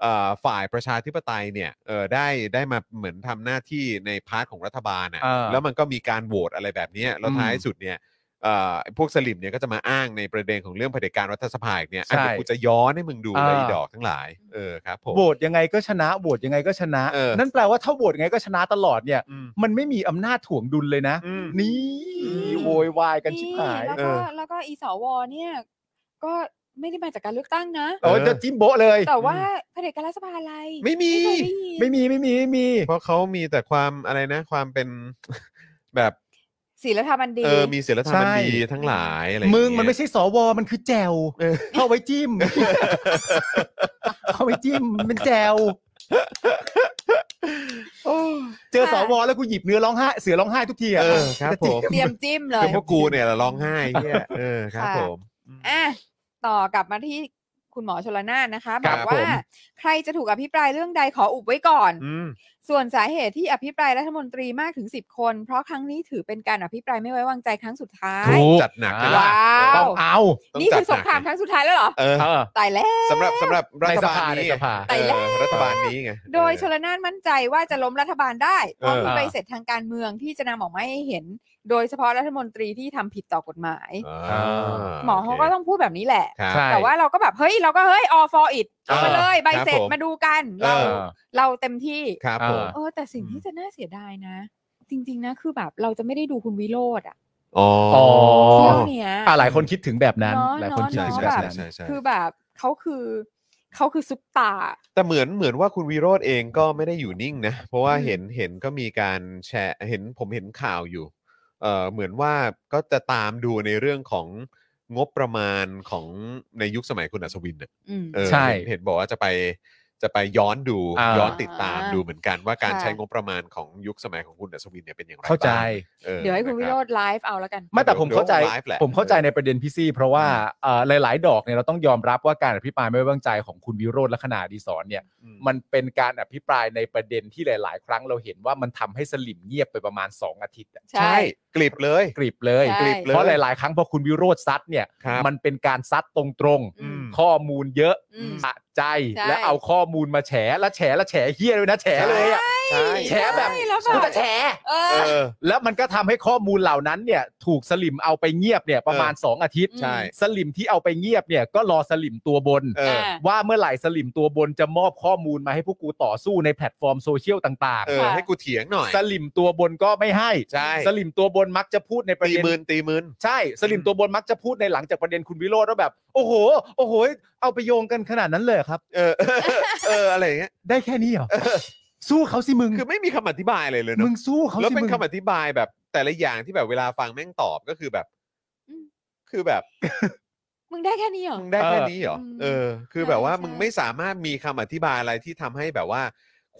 Speaker 3: เอ่อฝ่ายประชาธิปไตยเนี่ยเอ่อได้ได้มาเหมือนทำหน้าที่ในพาร์ทของรัฐบาล
Speaker 6: เออ
Speaker 3: นะ่ะแล้วมันก็มีการโหวตอะไรแบบเนี้ยแล้ว
Speaker 6: อืม
Speaker 3: ท้ายสุดเนี่ยเอ่อพวกสลิมเนี่ยก็จะมาอ้างในประเด็นของเรื่องเผด็จการรัฐสภาอีกเนี่ยอ่ะ
Speaker 6: ใช่
Speaker 3: เดี๋ยวกูจะย้อนให้มึงดูเลย
Speaker 6: เออ
Speaker 3: ไอ้ดอกทั้งหลายเออครับผม
Speaker 6: โหวตยังไงก็ชนะโหวตยังไงก็ชนะ
Speaker 3: เออ
Speaker 6: นั่นแปลว่าถ้าโหวตยังไงก็ชนะตลอดเนี่ย
Speaker 3: อืม
Speaker 6: มันไม่มีอำนาจถ่วงดุลเลยนะ
Speaker 3: อืม
Speaker 6: นี่โวยวายกันชิบหาย
Speaker 4: นี่แล้ว
Speaker 3: เอ
Speaker 4: ก็
Speaker 3: อ
Speaker 4: แล้วก็อีสวเนี่ยก็ไม่ได้มาจากการเลือกตั้งนะ
Speaker 6: โอ้ยจะจิ้มโบะเลย
Speaker 4: แต่ว่าเผด็จการรัฐสภาอะไร
Speaker 3: ไม่มี
Speaker 4: เคยได้ยิน
Speaker 6: ไม่มีไม่มีไม่มี
Speaker 3: เพราะเขามีแต่ความอะไรนะความเป็น แบบ
Speaker 4: ศีลธรรมอันดี
Speaker 3: เออมีศิลธรรมอัน
Speaker 6: ใช่
Speaker 3: ดีทั้งหลายอะไรอย่า
Speaker 6: มึ
Speaker 3: เย
Speaker 6: งมันไม่ใช่สวมันคือแจว
Speaker 3: เออ
Speaker 6: เข้าไว้จิ้ม เข้าไว้จิ้มมันเป็นแจวเจอ
Speaker 4: ค่ะ
Speaker 6: สวแล้วกูหยิบเนื้อร้องไห้เสือร้องไห้ทุกทีอะ
Speaker 3: เออครับผม
Speaker 4: เตรียมจิ้มเล
Speaker 3: คื
Speaker 4: ย
Speaker 3: อพวกกูเนี่ยแหละร้องไห้เนี่ยเออครับ
Speaker 4: ค่ะ
Speaker 3: ผม
Speaker 4: อ่ะต่อกลับมาที่คุณหมอชลนานนะคะ
Speaker 6: ค
Speaker 4: บ
Speaker 6: รั
Speaker 4: อบ ก
Speaker 6: ผ
Speaker 4: ว่า
Speaker 6: ม
Speaker 4: ใครจะถูกอภิปรายเรื่องใดขออุบไว้ก่อน
Speaker 3: อืม
Speaker 4: ส่วนสาเหตุที่อภิปรายรัฐมนตรีมากถึง 10 คน เพราะครั้งนี้ถือเป็นการอภิปรายไม่ไว้วางใจครั้งสุดท้าย
Speaker 6: ถูก
Speaker 3: จัดหนัก
Speaker 6: อ่า
Speaker 3: เลย
Speaker 4: ว้า
Speaker 6: ต้อ
Speaker 4: ว
Speaker 6: งเอา
Speaker 3: ต้
Speaker 4: นี่
Speaker 3: จัด
Speaker 4: คือสงครามครั้งสุดท้ายแล้วเหรอ
Speaker 3: เออ
Speaker 6: เออ
Speaker 4: ตายแล้ว
Speaker 3: สำหรับสำหรับรัฐบาล
Speaker 6: ใน
Speaker 3: นี้
Speaker 6: สภา
Speaker 4: ในส
Speaker 3: เอ
Speaker 4: ภา
Speaker 3: อรัฐบาลนี้ไง
Speaker 4: โดยชลนานมั่นใจว่าจะล้มรัฐบาลได้เพราะ
Speaker 3: เออ
Speaker 4: มีใบเสร็จทางการเมืองที่จะนำออกมาให้เห็น โดยเฉพาะรัฐมนตรีที่ทำผิดต่อกฎหมาย
Speaker 3: อ่า
Speaker 4: หมอเขาก็ต้องพูดแบบนี้แหละ
Speaker 3: ครับ
Speaker 6: ใช่
Speaker 4: แต่ว่าเราก็แบบ เฮ้ย เราก็เฮ้ย all for it เอามา
Speaker 3: เออ
Speaker 4: เลยใบเสร็จ
Speaker 3: ครับผม
Speaker 4: มาดูกัน
Speaker 3: เอ
Speaker 4: เรา
Speaker 3: อ
Speaker 4: เราเต็มที่
Speaker 3: ครับผม
Speaker 4: เออแต่สิ่งที่จะน่าเสียดายนะ จริง ๆ นะ คือแบบเราจะไม่ได้ดูคุณวิโรธอะ
Speaker 3: อ๋อ
Speaker 6: อ๋อ
Speaker 4: เที่ยวเนี้ย
Speaker 6: อ่ะหลายคนคิดถึงแบบนั้น
Speaker 4: เนอะ
Speaker 6: หลายคนคิด
Speaker 3: ใช่
Speaker 6: ถึงแบ
Speaker 3: ใช่
Speaker 4: เน
Speaker 6: บ
Speaker 4: อะ
Speaker 3: ใช่
Speaker 6: นั้น
Speaker 3: ใช่ใช่
Speaker 4: คือแบบเขาคือเขาคือซุปตา
Speaker 3: แต่เหมือนเหมือนว่าคุณวิโรธเองก็ไม่ได้อยู่นิ่งนะ เพราะว่า
Speaker 4: อืม
Speaker 3: เห็นเห็นก็มีการแชร์เห็นผมเห็นข่าวอยู่ เอ่อเหมือนว่าก็จะตามดูในเรื่องของงบประมาณของในยุคสมัยคุณอัศวินน่ะ
Speaker 4: อืม
Speaker 3: เออ
Speaker 6: ใช่
Speaker 3: เห็นเห็นบอกว่าจะไปจะไปย้อนดู
Speaker 6: อ่า
Speaker 3: ย้อนติดตามดูเหมือนกันว่าการ
Speaker 4: ค่ะ
Speaker 3: ใช้งบประมาณของยุคสมัยของคุณอัศวินเนี่ยเป็นอย่างไร
Speaker 6: เข้าใจ
Speaker 3: บ้งออ
Speaker 4: เดี๋ยวให้คุณวิ
Speaker 3: นะ
Speaker 4: โร
Speaker 3: บ
Speaker 4: ธไลฟ์เอาแล้วกัน
Speaker 6: ไม่แต่ผมเข้าใจ
Speaker 3: เดี๋ยวไลฟ์แหละ
Speaker 6: ผมเข้าใจในประเด็นพี่ซี่ เพราะว่าเอ่อหลาย ๆ ดอกเนี่ยเราต้องยอมรับว่าการอภิปรายไม่ไว้วางใจของคุณวิโรจน์ลักษณะดีสอนเนี่ย
Speaker 3: อืม
Speaker 6: มันเป็นการอภิปรายในประเด็นที่หลาย ๆ ครั้งเราเห็นว่ามันทำให้สลิมเงียบไปประมาณ 2 อาทิตย์อะ
Speaker 4: ใช่
Speaker 3: กลิบเลย
Speaker 6: กริบเลย
Speaker 4: ใช่
Speaker 3: กริบเลย
Speaker 6: เพราะหลาย ๆ ครั้งพอคุณวิโรจน์ซัดเนี่ย
Speaker 3: ครับ
Speaker 6: มันเป็นการซัดตรง
Speaker 4: อืม
Speaker 6: ๆ ข้อมูลเยอะ
Speaker 4: อืม
Speaker 6: สะใจ
Speaker 4: ใช่
Speaker 6: และเอาข้อมูลมาแฉและแฉและแฉเฮี้ยเลยนะแฉเลยอ่ะ
Speaker 3: ใช่
Speaker 6: แชร์แบบ
Speaker 4: ใช่ล้ว
Speaker 6: กู
Speaker 4: แบ
Speaker 6: จะ
Speaker 4: บ
Speaker 6: แฉ
Speaker 4: เอ
Speaker 3: เอ
Speaker 4: อ
Speaker 3: อ
Speaker 6: แล้วมันก็ทำให้ข้อมูลเหล่านั้นเนี่ยถูกสลิมเอาไปเงียบเนี่ยประมาณ 2 อาทิตย์
Speaker 4: ใช่
Speaker 6: สลิมที่เอาไปเงียบเนี่ยก็รอสลิมตัวบน
Speaker 3: เออ
Speaker 4: อ่ะ
Speaker 6: ว่าเมื่อไหร่สลิมตัวบนจะมอบข้อมูลมาให้พวกกูต่อสู้ในแพลตฟอร์มโซเชียลต่าง
Speaker 3: เออ
Speaker 4: ค่ะ
Speaker 3: ให้กูเถียงหน่อย
Speaker 6: ๆ สลิมตัวบนก็ไม่ให้
Speaker 3: ใช่
Speaker 6: สลิมตัวบนมักจะพูดในประ
Speaker 3: ตี
Speaker 6: เด็น
Speaker 3: มืนตีมืน
Speaker 6: ใช่สลิมตัวบนมักจะพูดในหลังจากประเด็นคุณวิโรจน์ว่าแบบ โอ้โห โอ้โห เอาไปโยงกันขนาดนั้นเลยเหรอครับ
Speaker 3: เออ เออ อะไรอย่างเงี้ย
Speaker 6: ได้แค่นี้เหรอสู้เขาสิมึง
Speaker 3: คือไม่มีคำอธิบายอะไรเลยเน
Speaker 6: มึ
Speaker 3: อะ
Speaker 6: งสู้เขา
Speaker 3: แล้ว
Speaker 6: สิ
Speaker 3: เป็น
Speaker 6: มึง
Speaker 3: คำอธิบายแบบแต่ละอย่างที่แบบเวลาฟังแม่งตอบก็คือแบบ
Speaker 4: อืม
Speaker 3: คือแบบ
Speaker 4: มึงได้แค่นี้เหรอ
Speaker 3: มึงได้แค่นี้เหรอ
Speaker 4: อืม
Speaker 3: เออ คือแบบว่า
Speaker 4: ใช่ใช่
Speaker 3: มึงไม่สามารถมีคำอธิบายอะไรที่ทำให้แบบว่า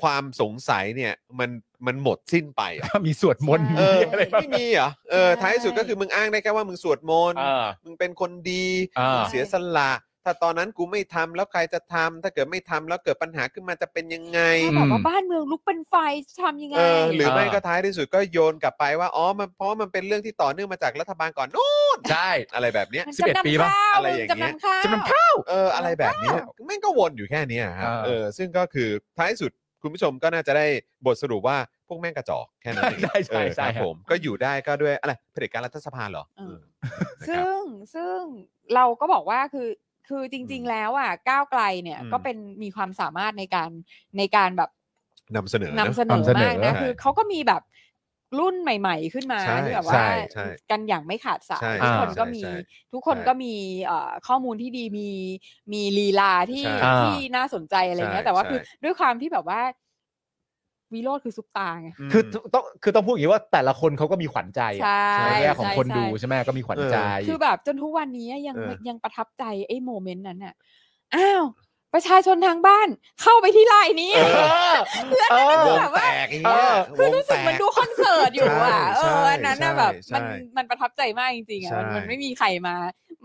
Speaker 3: ความสงสัยเนี่ย มันมันหมดสิ้นไปอะ
Speaker 6: มีสวดมนต์
Speaker 4: ใช่
Speaker 3: เออ
Speaker 6: มีอะไรบ้าง
Speaker 3: ไม่มีเหรอ เออ ท้ายสุดก็คือมึงอ้างได้แค่ว่ามึงสวดมนต์
Speaker 6: อ่า
Speaker 3: มึงเป็นคนดี
Speaker 6: อ่ามึ
Speaker 3: งเสียสละ ถ้าตอนนั้นกูไม่ทำแล้วใครจะทำถ้าเกิดไม่ทำแล้วเกิดปัญหาขึ้นมาจะเป็นยังไง
Speaker 4: ถ้าแบบว่าบ้านเมืองลุกเป็นไฟจะทำยังไง
Speaker 3: เออ หรือไม่
Speaker 6: อ่า
Speaker 3: ก็ท้ายที่สุดก็โยนกลับไปว่า อ๋อ มันเพราะมันเป็นเรื่องที่ต่อเนื่องมาจากรัฐบาลก่อนนู้น
Speaker 6: ใช่
Speaker 3: อะไรแบบเนี้ย
Speaker 4: มัน
Speaker 6: สิบเอ็ด
Speaker 4: จำนำ
Speaker 6: ปีปะ
Speaker 4: ข้าว
Speaker 3: อะไรอย่างเงี้ย
Speaker 4: จำนำข้าว
Speaker 6: จำนำข้าว
Speaker 3: เออ อะไรแบบเนี้ยแม่งก็วนอยู่แค่เนี้ยครับ
Speaker 6: อ่า
Speaker 3: เออ ซึ่งก็คือท้ายสุดคุณผู้ชมก็น่าจะได้บทสรุปว่าพวกแม่งกระจอกแค่นั้นเอง
Speaker 6: ใช่ใช่
Speaker 3: เออ
Speaker 6: ใช่ค
Speaker 3: ครับ
Speaker 6: รับ
Speaker 3: ผม ก็อยู่ได้ก็ด้วยอะไรเผด็จการรัฐสภาเหรอ
Speaker 4: เอ
Speaker 3: เอ
Speaker 4: อ
Speaker 3: อนะครับ
Speaker 4: ซึ่งซึ่งเราก็บอกว่าคือคือจริง ๆ แล้วอ่ะก้าวไกลเนี่ย
Speaker 3: อืม
Speaker 4: ก็เป็นมีความสามารถในการในการแบบ
Speaker 3: นำเสนอนะ
Speaker 4: นำเสนอน
Speaker 6: ำเสนอ
Speaker 4: มากนะ
Speaker 3: ใช่
Speaker 4: คือเขาก็มีแบบรุ่นใหม่ ๆ ขึ้นมา
Speaker 3: ใช่
Speaker 4: ที่แบบ
Speaker 6: ใช่
Speaker 4: ว่า
Speaker 3: ใช่
Speaker 4: กันอย่างไม่ขาดสาย
Speaker 3: ใช่
Speaker 4: ทุก
Speaker 6: อ่า
Speaker 4: คนก็มี
Speaker 3: ใช่ใช่
Speaker 4: ทุกคนก็มีเอ่อข้อมูลที่ดีมีมีลีลาที่
Speaker 3: ใช่
Speaker 4: ที่น่าสนใจอะไรเงี้ย
Speaker 3: ใช่
Speaker 4: แต่ว่า
Speaker 3: ใช่
Speaker 4: คือด้วยความที่แบบว่า วิโรธคือซุปตาไง
Speaker 3: ม
Speaker 6: คือต้องคือต้องพูดอย่างนี้ว่าแต่ละคนเขาก็มีขวัญใจอะ
Speaker 4: ใช่
Speaker 6: แง่ของคน
Speaker 4: ใช่
Speaker 6: ดูใช่ไหมก็มีขวัญใจ
Speaker 4: คือแบบจนทุกวันนี้ยัง
Speaker 3: เออ
Speaker 4: ยังประทับใจไอ้โมเมนต์นั้นน่ะ อ้าว ประชาชนทางบ้านเข้าไปที่ไลน์นี้
Speaker 6: เออเอ
Speaker 4: คือ อแบบว่า
Speaker 7: อย่าง
Speaker 6: เอ
Speaker 7: เงี้ย
Speaker 6: อ
Speaker 4: คือรู้สึก
Speaker 7: วงแต
Speaker 4: เหมันดูคอนเสิร์ตอยู่อ่ะ
Speaker 3: ใช่
Speaker 4: เอออันนั้นน่ะ
Speaker 3: ใช่
Speaker 4: แบบ
Speaker 3: ใช่
Speaker 4: มันมันประทับใจมากจริงๆอ่ะ
Speaker 3: ใช่
Speaker 4: มันมันไม่มีใครมา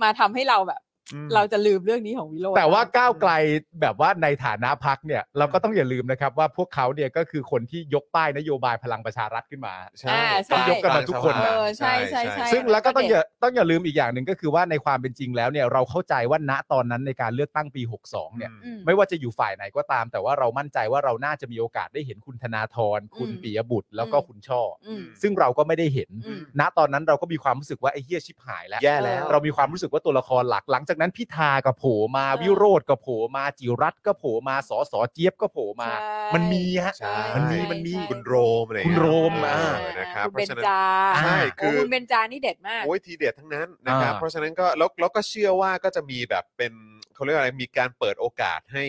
Speaker 4: มาทำให้เราแบบ
Speaker 3: อืม
Speaker 4: เราจะลืมเรื่องนี้ของวิโรจน์
Speaker 6: แต่ว่าก้าวไกลแบบว่าในฐานะพักเนี่ย เราก็ต้องอย่าลืมนะครับ ว่าพวกเขาเนี่ยก็คือคนที่ยกป้ายนโยบายพลังประชารัฐขึ้นมา
Speaker 3: ใช่
Speaker 4: อ่า
Speaker 6: ต้อ
Speaker 4: ใช่
Speaker 6: งยกกันมาทุกคน
Speaker 4: เอ
Speaker 6: นะ
Speaker 4: อใช่ใช่
Speaker 3: ใช่
Speaker 4: ใช่
Speaker 6: ซึ่งแล้วก็ต้องอ
Speaker 4: เด็
Speaker 6: ย่าต้องอย่าลืมอีกอย่างหนึ่งก็คือว่าในความเป็นจริงแล้วเนี่ยเราเข้าใจว่าณตอนนั้นในการเลือกตั้งปี 62 เนี่ย
Speaker 4: อืม
Speaker 6: ไม่ว่าจะอยู่ฝ่ายไหนก็ตาม แต่ว่าเรามั่นใจว่าเราน่าจะมีโอกาสได้เห็นคุณธนาธรคุณ
Speaker 4: อืม
Speaker 6: ปิยบุตรแล้วก็
Speaker 4: อืม
Speaker 6: คุณช่ออ
Speaker 4: อืม
Speaker 6: ซึ่งเราก็ไม่ได้เห็น
Speaker 4: อืม
Speaker 6: ณตอนนั้นเราก็มีความรู้สึกว่าไอ้เฮียชิบหายแล้ว
Speaker 3: แย่แล้ว
Speaker 6: เรามีความรู้สึกว่าตัวละครหลักหลังจากนั้นพิธาก็โผล่มา
Speaker 4: เออ
Speaker 6: วิโรธก็โผล่มาจิรัตน์ก็โผล่มาสอสอเจี๊ยบก็โผล่มา
Speaker 4: ใช่
Speaker 6: มันมีฮะ
Speaker 4: ใช่
Speaker 6: มันมี
Speaker 4: ใช่
Speaker 6: มันมี
Speaker 4: ใช่
Speaker 3: คุณโรมอะไร
Speaker 6: คุณโรม
Speaker 3: เงี้ย
Speaker 6: อ่า
Speaker 3: เออนะครับ
Speaker 4: คุณ
Speaker 3: เพ
Speaker 4: เบ
Speaker 3: ราะ
Speaker 4: น
Speaker 3: ฉะนั้น
Speaker 4: จา
Speaker 3: ใช่คือ
Speaker 4: โคุณเบนจานี่เด็ดมาก
Speaker 3: โอ้ยทีเด็ดทั้งนั้นนะครับ
Speaker 6: อ่า
Speaker 3: เพราะฉะนั้นก็แล้วแล้วก็เชื่อว่าก็จะมีแบบเป็นเขาเรียกว่าอะไรมีการเปิดโอกาสให้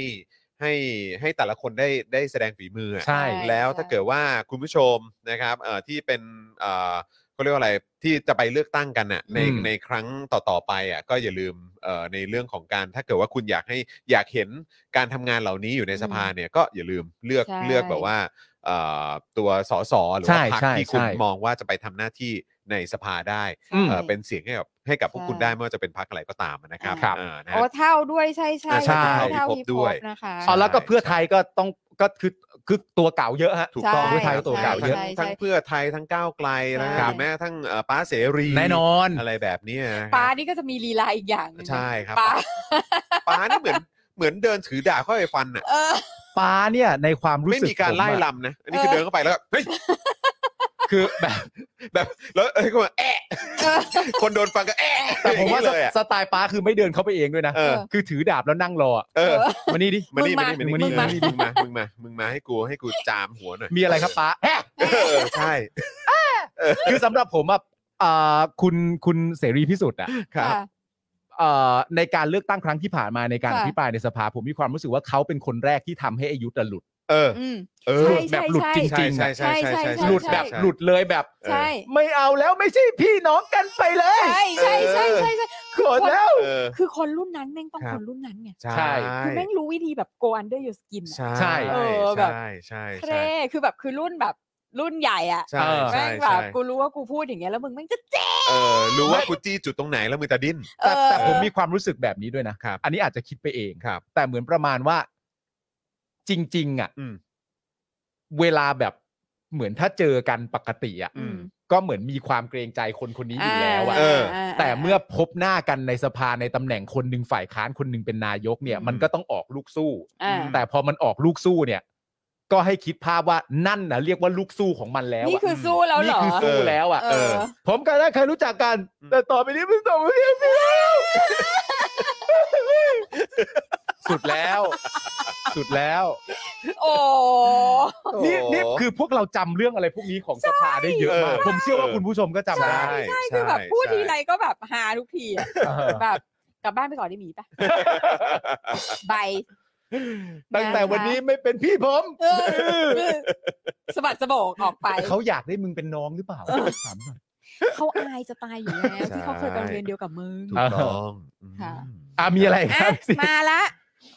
Speaker 3: ให้ให้แต่ละคนได้ได้แสดงฝีมืออะ
Speaker 6: ใช่
Speaker 3: แล้วถ้าเกิดว่าคุณผู้ชมนะครับเอ่อที่เป็นเอ่อเขาเรียกว่าอะไรที่จะไปเลือกตั้งกันน่ะใน
Speaker 6: อืม
Speaker 3: ในครั้งต่อๆไปอ่ะก็อย่าลืมเอ่อในเรื่องของการถ้าเกิดว่าคุณอยากให้อยากเห็นการทำงานเหล่านี้อยู่ในสภาเนี่ยก็อย่าลืมเลือก
Speaker 4: ใช่
Speaker 3: เลือกแบบว่าเอ่อตัวสสหรือ
Speaker 6: ใช่
Speaker 3: ว่าพรรค
Speaker 6: ใช่
Speaker 3: ที่คุณ
Speaker 6: ใช่
Speaker 3: มองว่าจะไปทำหน้าที่ในสภาได้
Speaker 6: อืม
Speaker 3: เอ่อ
Speaker 4: ใช่
Speaker 3: เป็นเสียงให้กับให้กับพวก
Speaker 4: ใช่
Speaker 3: คุณได้ไม่ว่าจะเป็นพักอะไรก็ตามนะครับ
Speaker 6: ครับ
Speaker 3: เออนะ
Speaker 4: โอ้
Speaker 3: ฮะ
Speaker 4: เท่าด้วยใช่ใช่
Speaker 3: อ่าใช่
Speaker 4: เท่า
Speaker 3: เท่าพิภ
Speaker 4: พิ
Speaker 3: พ
Speaker 4: ภ
Speaker 3: ด้วย
Speaker 4: พนะคะ
Speaker 6: เอาแล้วก็เพื่อไทยก็ต้องก็คือคือตัวเก่าเยอะฮะ
Speaker 3: ถูกต้อง
Speaker 6: ใช่เพื่อไทย
Speaker 3: ครับ
Speaker 6: ตัว
Speaker 4: ใช่
Speaker 6: เก่าเยอะ
Speaker 4: ใช่
Speaker 3: ทั้ง
Speaker 4: ใช่
Speaker 3: เพื่อไทยทั้งก้าวไกลนะค
Speaker 4: ครั
Speaker 3: รับบ แม้กระทั้งเอ่อป้าเสรี
Speaker 6: แน่นอน
Speaker 3: อะไรแบบเนี้ยนะครับ
Speaker 4: ป้านี่ก็จะมีลีลาอีกอย่างหนึ่งนะ
Speaker 3: ใช่ครับ
Speaker 4: ป้า
Speaker 3: ป้านี่เหมือนเหมือนเดินถือดาบเข้าไปฟันอ่ะ
Speaker 4: เออ
Speaker 6: ป้าเนี่ยในความรู้
Speaker 3: ไม่
Speaker 6: สึก
Speaker 3: มีการ
Speaker 6: ผอะ
Speaker 3: ไล่ลำนะอันนี้คือ
Speaker 4: เออ
Speaker 3: เดินเข้าไปแล้วก็เฮ้ย
Speaker 6: คือแบบ
Speaker 3: แบบแล้วเอ้ยก็แบบแอะ
Speaker 4: เออ
Speaker 3: คนโดนฟันก็แอะ
Speaker 6: แต่ผมว่า
Speaker 3: อย่งนี้เลยอะ
Speaker 6: สไตล์ป้าคือไม่เดินเข้าไปเองด้วยนะ
Speaker 3: เออ
Speaker 6: คือถือดาบแล้วนั่งรออะ
Speaker 3: เออ
Speaker 6: มานี่ดิ
Speaker 3: มานี่มานี่มานี่
Speaker 6: มึง
Speaker 3: มา
Speaker 6: มา
Speaker 3: นี่มึงมามึงมามึงมาให้กูให้กูจามหัวหน่อย
Speaker 6: มีอะไรครับป้าแฮะ
Speaker 3: เออใช่
Speaker 6: คือสำหรับผมอะอ่าคุณคุณเสรีพิสุทธิ์อะ
Speaker 3: ครับ
Speaker 6: เอ่อในการเลือกตั้งครั้งที่ผ่านมาในการ
Speaker 4: ค่ะ
Speaker 6: อภิปรายในสภาผมมีความรู้สึกว่าเขาเป็นคนแรกที่ทำให้อายุทธ์อะหลุด
Speaker 3: เออ
Speaker 4: อืม
Speaker 3: เอ
Speaker 4: ใช่
Speaker 3: อ
Speaker 6: แบบหลุดจริงๆอะ
Speaker 4: ใช่ใช่ใช่ใช่
Speaker 6: หลุดแบบหลุดเลยแบบ
Speaker 4: ใช่
Speaker 6: ไม่เอาแล้วไม่ใช่พี่น้องกันไปเลย
Speaker 4: ใช่ใช่ใช่ใช่ใช่
Speaker 6: เขินแล้ว
Speaker 3: เออ
Speaker 4: คือคนรุ่นนั้นแม่งต้อง
Speaker 3: ครับ
Speaker 4: คนรุ่นนั้นไง
Speaker 3: ใช่
Speaker 6: ใช่
Speaker 4: คือแม่งรู้วิธีแบบ go under your skin อะ
Speaker 3: ใช่
Speaker 6: ใช่
Speaker 4: เอ
Speaker 3: ใช่
Speaker 4: อแบบ
Speaker 3: ใช่ใช่
Speaker 4: เท่คือแบบคือรุ่นแบบรุ่นใหญ่อ่ะ
Speaker 3: ใช่ใช่
Speaker 4: แม่งแบ
Speaker 3: ใช่
Speaker 4: บกูรู้ว่ากูพูดอย่างเงี้ยแล้วมึงแม่งจะเจ็บ
Speaker 3: เออรู้ว่ากูจี้จุดตรงไหนแล้วมือตาดิ้น
Speaker 4: เอ
Speaker 6: แต่
Speaker 4: อ
Speaker 6: แต่ผมมีความรู้สึกแบบนี้ด้วยนะครับ อันนี้อาจจะคิดไปเอง
Speaker 3: ครับ
Speaker 6: แต่เหมือนประมาณว่า จริง ๆ อ่ะ
Speaker 3: อืม
Speaker 6: เวลาแบบเหมือนถ้าเจอกันปกติอ่ะ
Speaker 3: อืม
Speaker 6: ก็เหมือนมีความเกรงใจคนคนนี้อยู่แล้วอ่ะ
Speaker 3: เออ
Speaker 6: แต่เมื่อพบหน้ากันในสภาในตำแหน่งคนหนึ่งฝ่ายค้านคนหนึ่งเป็นนายกเนี่ย
Speaker 3: อืม
Speaker 6: มันก็ต้องออกลูกสู้
Speaker 4: อ่า
Speaker 6: แต่พอมันออกลูกสู้เนี่ย ก็ให้คิดภาพว่านั่นนะเรียกว่าลูกสู้ของมันแล้ว
Speaker 4: นี่
Speaker 6: อะ
Speaker 4: คือสู้แล้วเหร
Speaker 6: นี่
Speaker 4: อ
Speaker 6: คือสู้แล้วอ่ะ
Speaker 4: เออ
Speaker 6: เออ ผมกับได้ใครรู้จักกัน แต่ต่อไปนี้ไม่ต้องเรียกพี่แล้วสุดแล้ว สุดแล้ว
Speaker 4: โอ้
Speaker 6: นี่นี่คือพวกเราจำเรื่องอะไรพวกนี้ของสภาได้เยอะมาก
Speaker 3: เออ
Speaker 6: ผมเชื่อว่าคุณผู้ชมก็จำได้
Speaker 4: คือแบบพูดทีไร
Speaker 3: ใช่
Speaker 4: ก็แบบฮาทุกทีอะ
Speaker 6: เออ
Speaker 4: แบบกลับบ้านไปก่อนได้หมีปะใบ
Speaker 6: ตั้งแต่
Speaker 4: นะคะ
Speaker 6: วันนี้ไม่เป็นพี่ผม
Speaker 4: เออคือสะบัดสะโบกออกไป
Speaker 6: เขาอยากได้มึงเป็นน้องหรือเปล่าถามหน่อย
Speaker 4: เขาอายจะตายอยู่แล้วที่เขาเคยไปโรงเรียนเดียวกับมึง
Speaker 6: เ
Speaker 3: ถูกต้องอืม
Speaker 4: ค่ะ
Speaker 6: อ่ะมีอะไรค
Speaker 4: อ่ะ
Speaker 6: รับ
Speaker 4: มาละ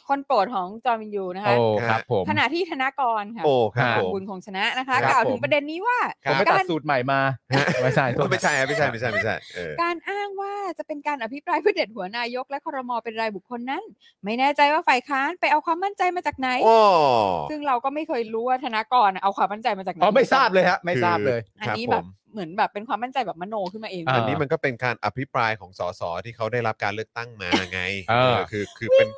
Speaker 4: คนโปรดของจอห์นวินยูนะคะ
Speaker 6: โอ้
Speaker 3: ค
Speaker 6: ค
Speaker 3: รั
Speaker 6: รั
Speaker 3: บบ ผ
Speaker 6: ผม ม
Speaker 4: ขณะที่ธนากรค่ะ
Speaker 3: โอ้ครับผม
Speaker 4: บุญคงชนะนะคะ
Speaker 6: ครับ
Speaker 4: กล่าว
Speaker 6: ผ
Speaker 4: ถึง
Speaker 6: ม
Speaker 4: ประเด็นนี้ว่า
Speaker 3: ค
Speaker 6: ผ
Speaker 3: รับ
Speaker 6: มไปตัดสูตรใหม่มาไม่ใช่ตัว
Speaker 3: ไม่ใช่ครับไม่ใช่ไม่ใช่ไม่ใช่เอ อ
Speaker 4: การอ้างว่าจะเป็นการอภิปรายเพื่อเด็ดหัวนายกและครมเป็นรายบุคคลนั้น ไม่แน่ใจว่าฝ่ายค้านไปเอาความมั่นใจมาจากไหน
Speaker 3: โอ้
Speaker 4: ซึ่งเราก็ไม่เคยรู้ว่าธนากรเอาความมั่นใจมาจากไหน
Speaker 6: อ๋อไม่ทราบเลยฮะไม่
Speaker 3: คือ
Speaker 6: ทราบเลย
Speaker 4: อัน
Speaker 3: ครับ
Speaker 4: นี้
Speaker 3: ผ
Speaker 4: แบบ
Speaker 3: ม
Speaker 4: เหมือนแบบเป็นความมั่นใจแบบมโนขึ้นมาเอง
Speaker 6: อ่า
Speaker 3: อันนี้มันก็เป็นการอภิปรายของสสที่เขาได้รับการเลือกตั้งมาไง
Speaker 6: เออ
Speaker 3: คือคือเป็น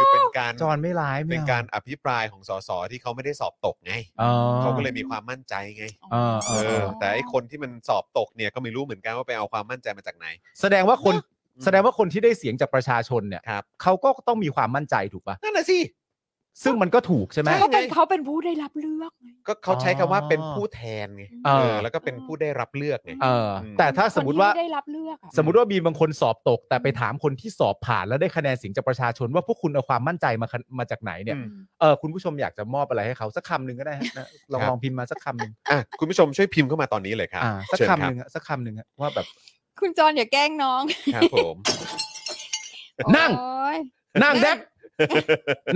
Speaker 3: คือเป็นการ
Speaker 6: จอนไม่ร้าย
Speaker 3: เป็
Speaker 6: ไม่
Speaker 3: นการอภิปรายของสสที่เขาไม่ได้สอบตกไง
Speaker 6: อ๋อ
Speaker 3: เขาก็เลยมีความมั่นใจไง
Speaker 4: อ๋อ
Speaker 6: เ
Speaker 3: เออ แต่ไอคนที่มันสอบตกเนี่ยก็ไม่รู้เหมือนกันว่าไปเอาความมั่นใจมาจากไหน
Speaker 6: แสดงว่าคน
Speaker 3: อืม
Speaker 6: แสดงว่าคนที่ได้เสียงจากประชาชนเนี่ย
Speaker 3: ครับ
Speaker 6: เขาก็ต้องมีความมั่นใจถูกป่ะ
Speaker 3: นั่นน่ะสิ
Speaker 6: ซึ่งมันก็ถูกใช่ไหม
Speaker 4: เขาเป็นเขาเป็นผู้ได้รับเลือกไง
Speaker 3: ก็เขาใช้คำว่า
Speaker 6: อ๋อ
Speaker 3: เป็นผู้แทนไง
Speaker 6: เออ
Speaker 3: เออแล้วก็เป็นผู้ได้รับเลือกไง
Speaker 6: เออ
Speaker 3: อืม
Speaker 6: แต่ถ้าสมมติว่า
Speaker 4: คนที่ไม่ได้รับเลือกอะ
Speaker 6: สมมติว่ามีบางคนสอบตก แต่ไปถามคนที่สอบผ่านแล้วได้คะแนนเสียงจากประชาชนว่าพวกคุณเอาความมั่นใจมาคะมาจากไหนเนี่ย
Speaker 3: อืม
Speaker 6: เออคุณผู้ชมอยากจะมอบอะไรให้เขาสักคำหนึ่งก็ได้ฮะนะลอง
Speaker 3: ครับ
Speaker 6: ลองพิมพ์มาสักคำหนึ่ง
Speaker 3: อ่ะคุณผู้ชมช่วยพิมพ์เข้ามาตอนนี้เลยครับ
Speaker 6: อ่าสัก
Speaker 3: เชิญ
Speaker 6: คำห
Speaker 3: รับ
Speaker 6: นึ่งอะสักคำหนึ่งอะว่าแบบ
Speaker 4: คุณจอนอย่าแกล้งน้อง
Speaker 3: ครับผม
Speaker 6: นั่ง
Speaker 4: โอ๊ย
Speaker 6: นั่งแด ก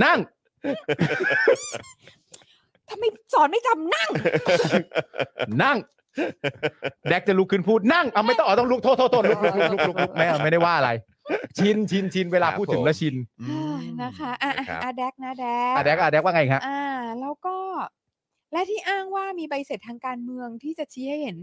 Speaker 6: นั่ง
Speaker 4: ทำไมสอนไม่จำนั่ง
Speaker 6: นั่ง แดกจะลุกขึ้นพูดนั่งเอาไม่ต้องอ๋อต้องลุกโทษโทษโทษลุกลุกลุกลุกลุกลุกไม่เอาไม่ได้ว่าอะไร ชินชินชินเวลาพูดถึงแล้วชิน
Speaker 3: อืม
Speaker 4: นะคะอ่ะอ่ะ
Speaker 3: ครับ
Speaker 4: อาแดกนะแดก
Speaker 6: อ่ะแดกอ่ะแดกว่าไงฮะ
Speaker 4: อ่า แล้วก็ และที่อ้างว่ามีใบเสร็จทางการเมืองที่จะชี้ให้เห็น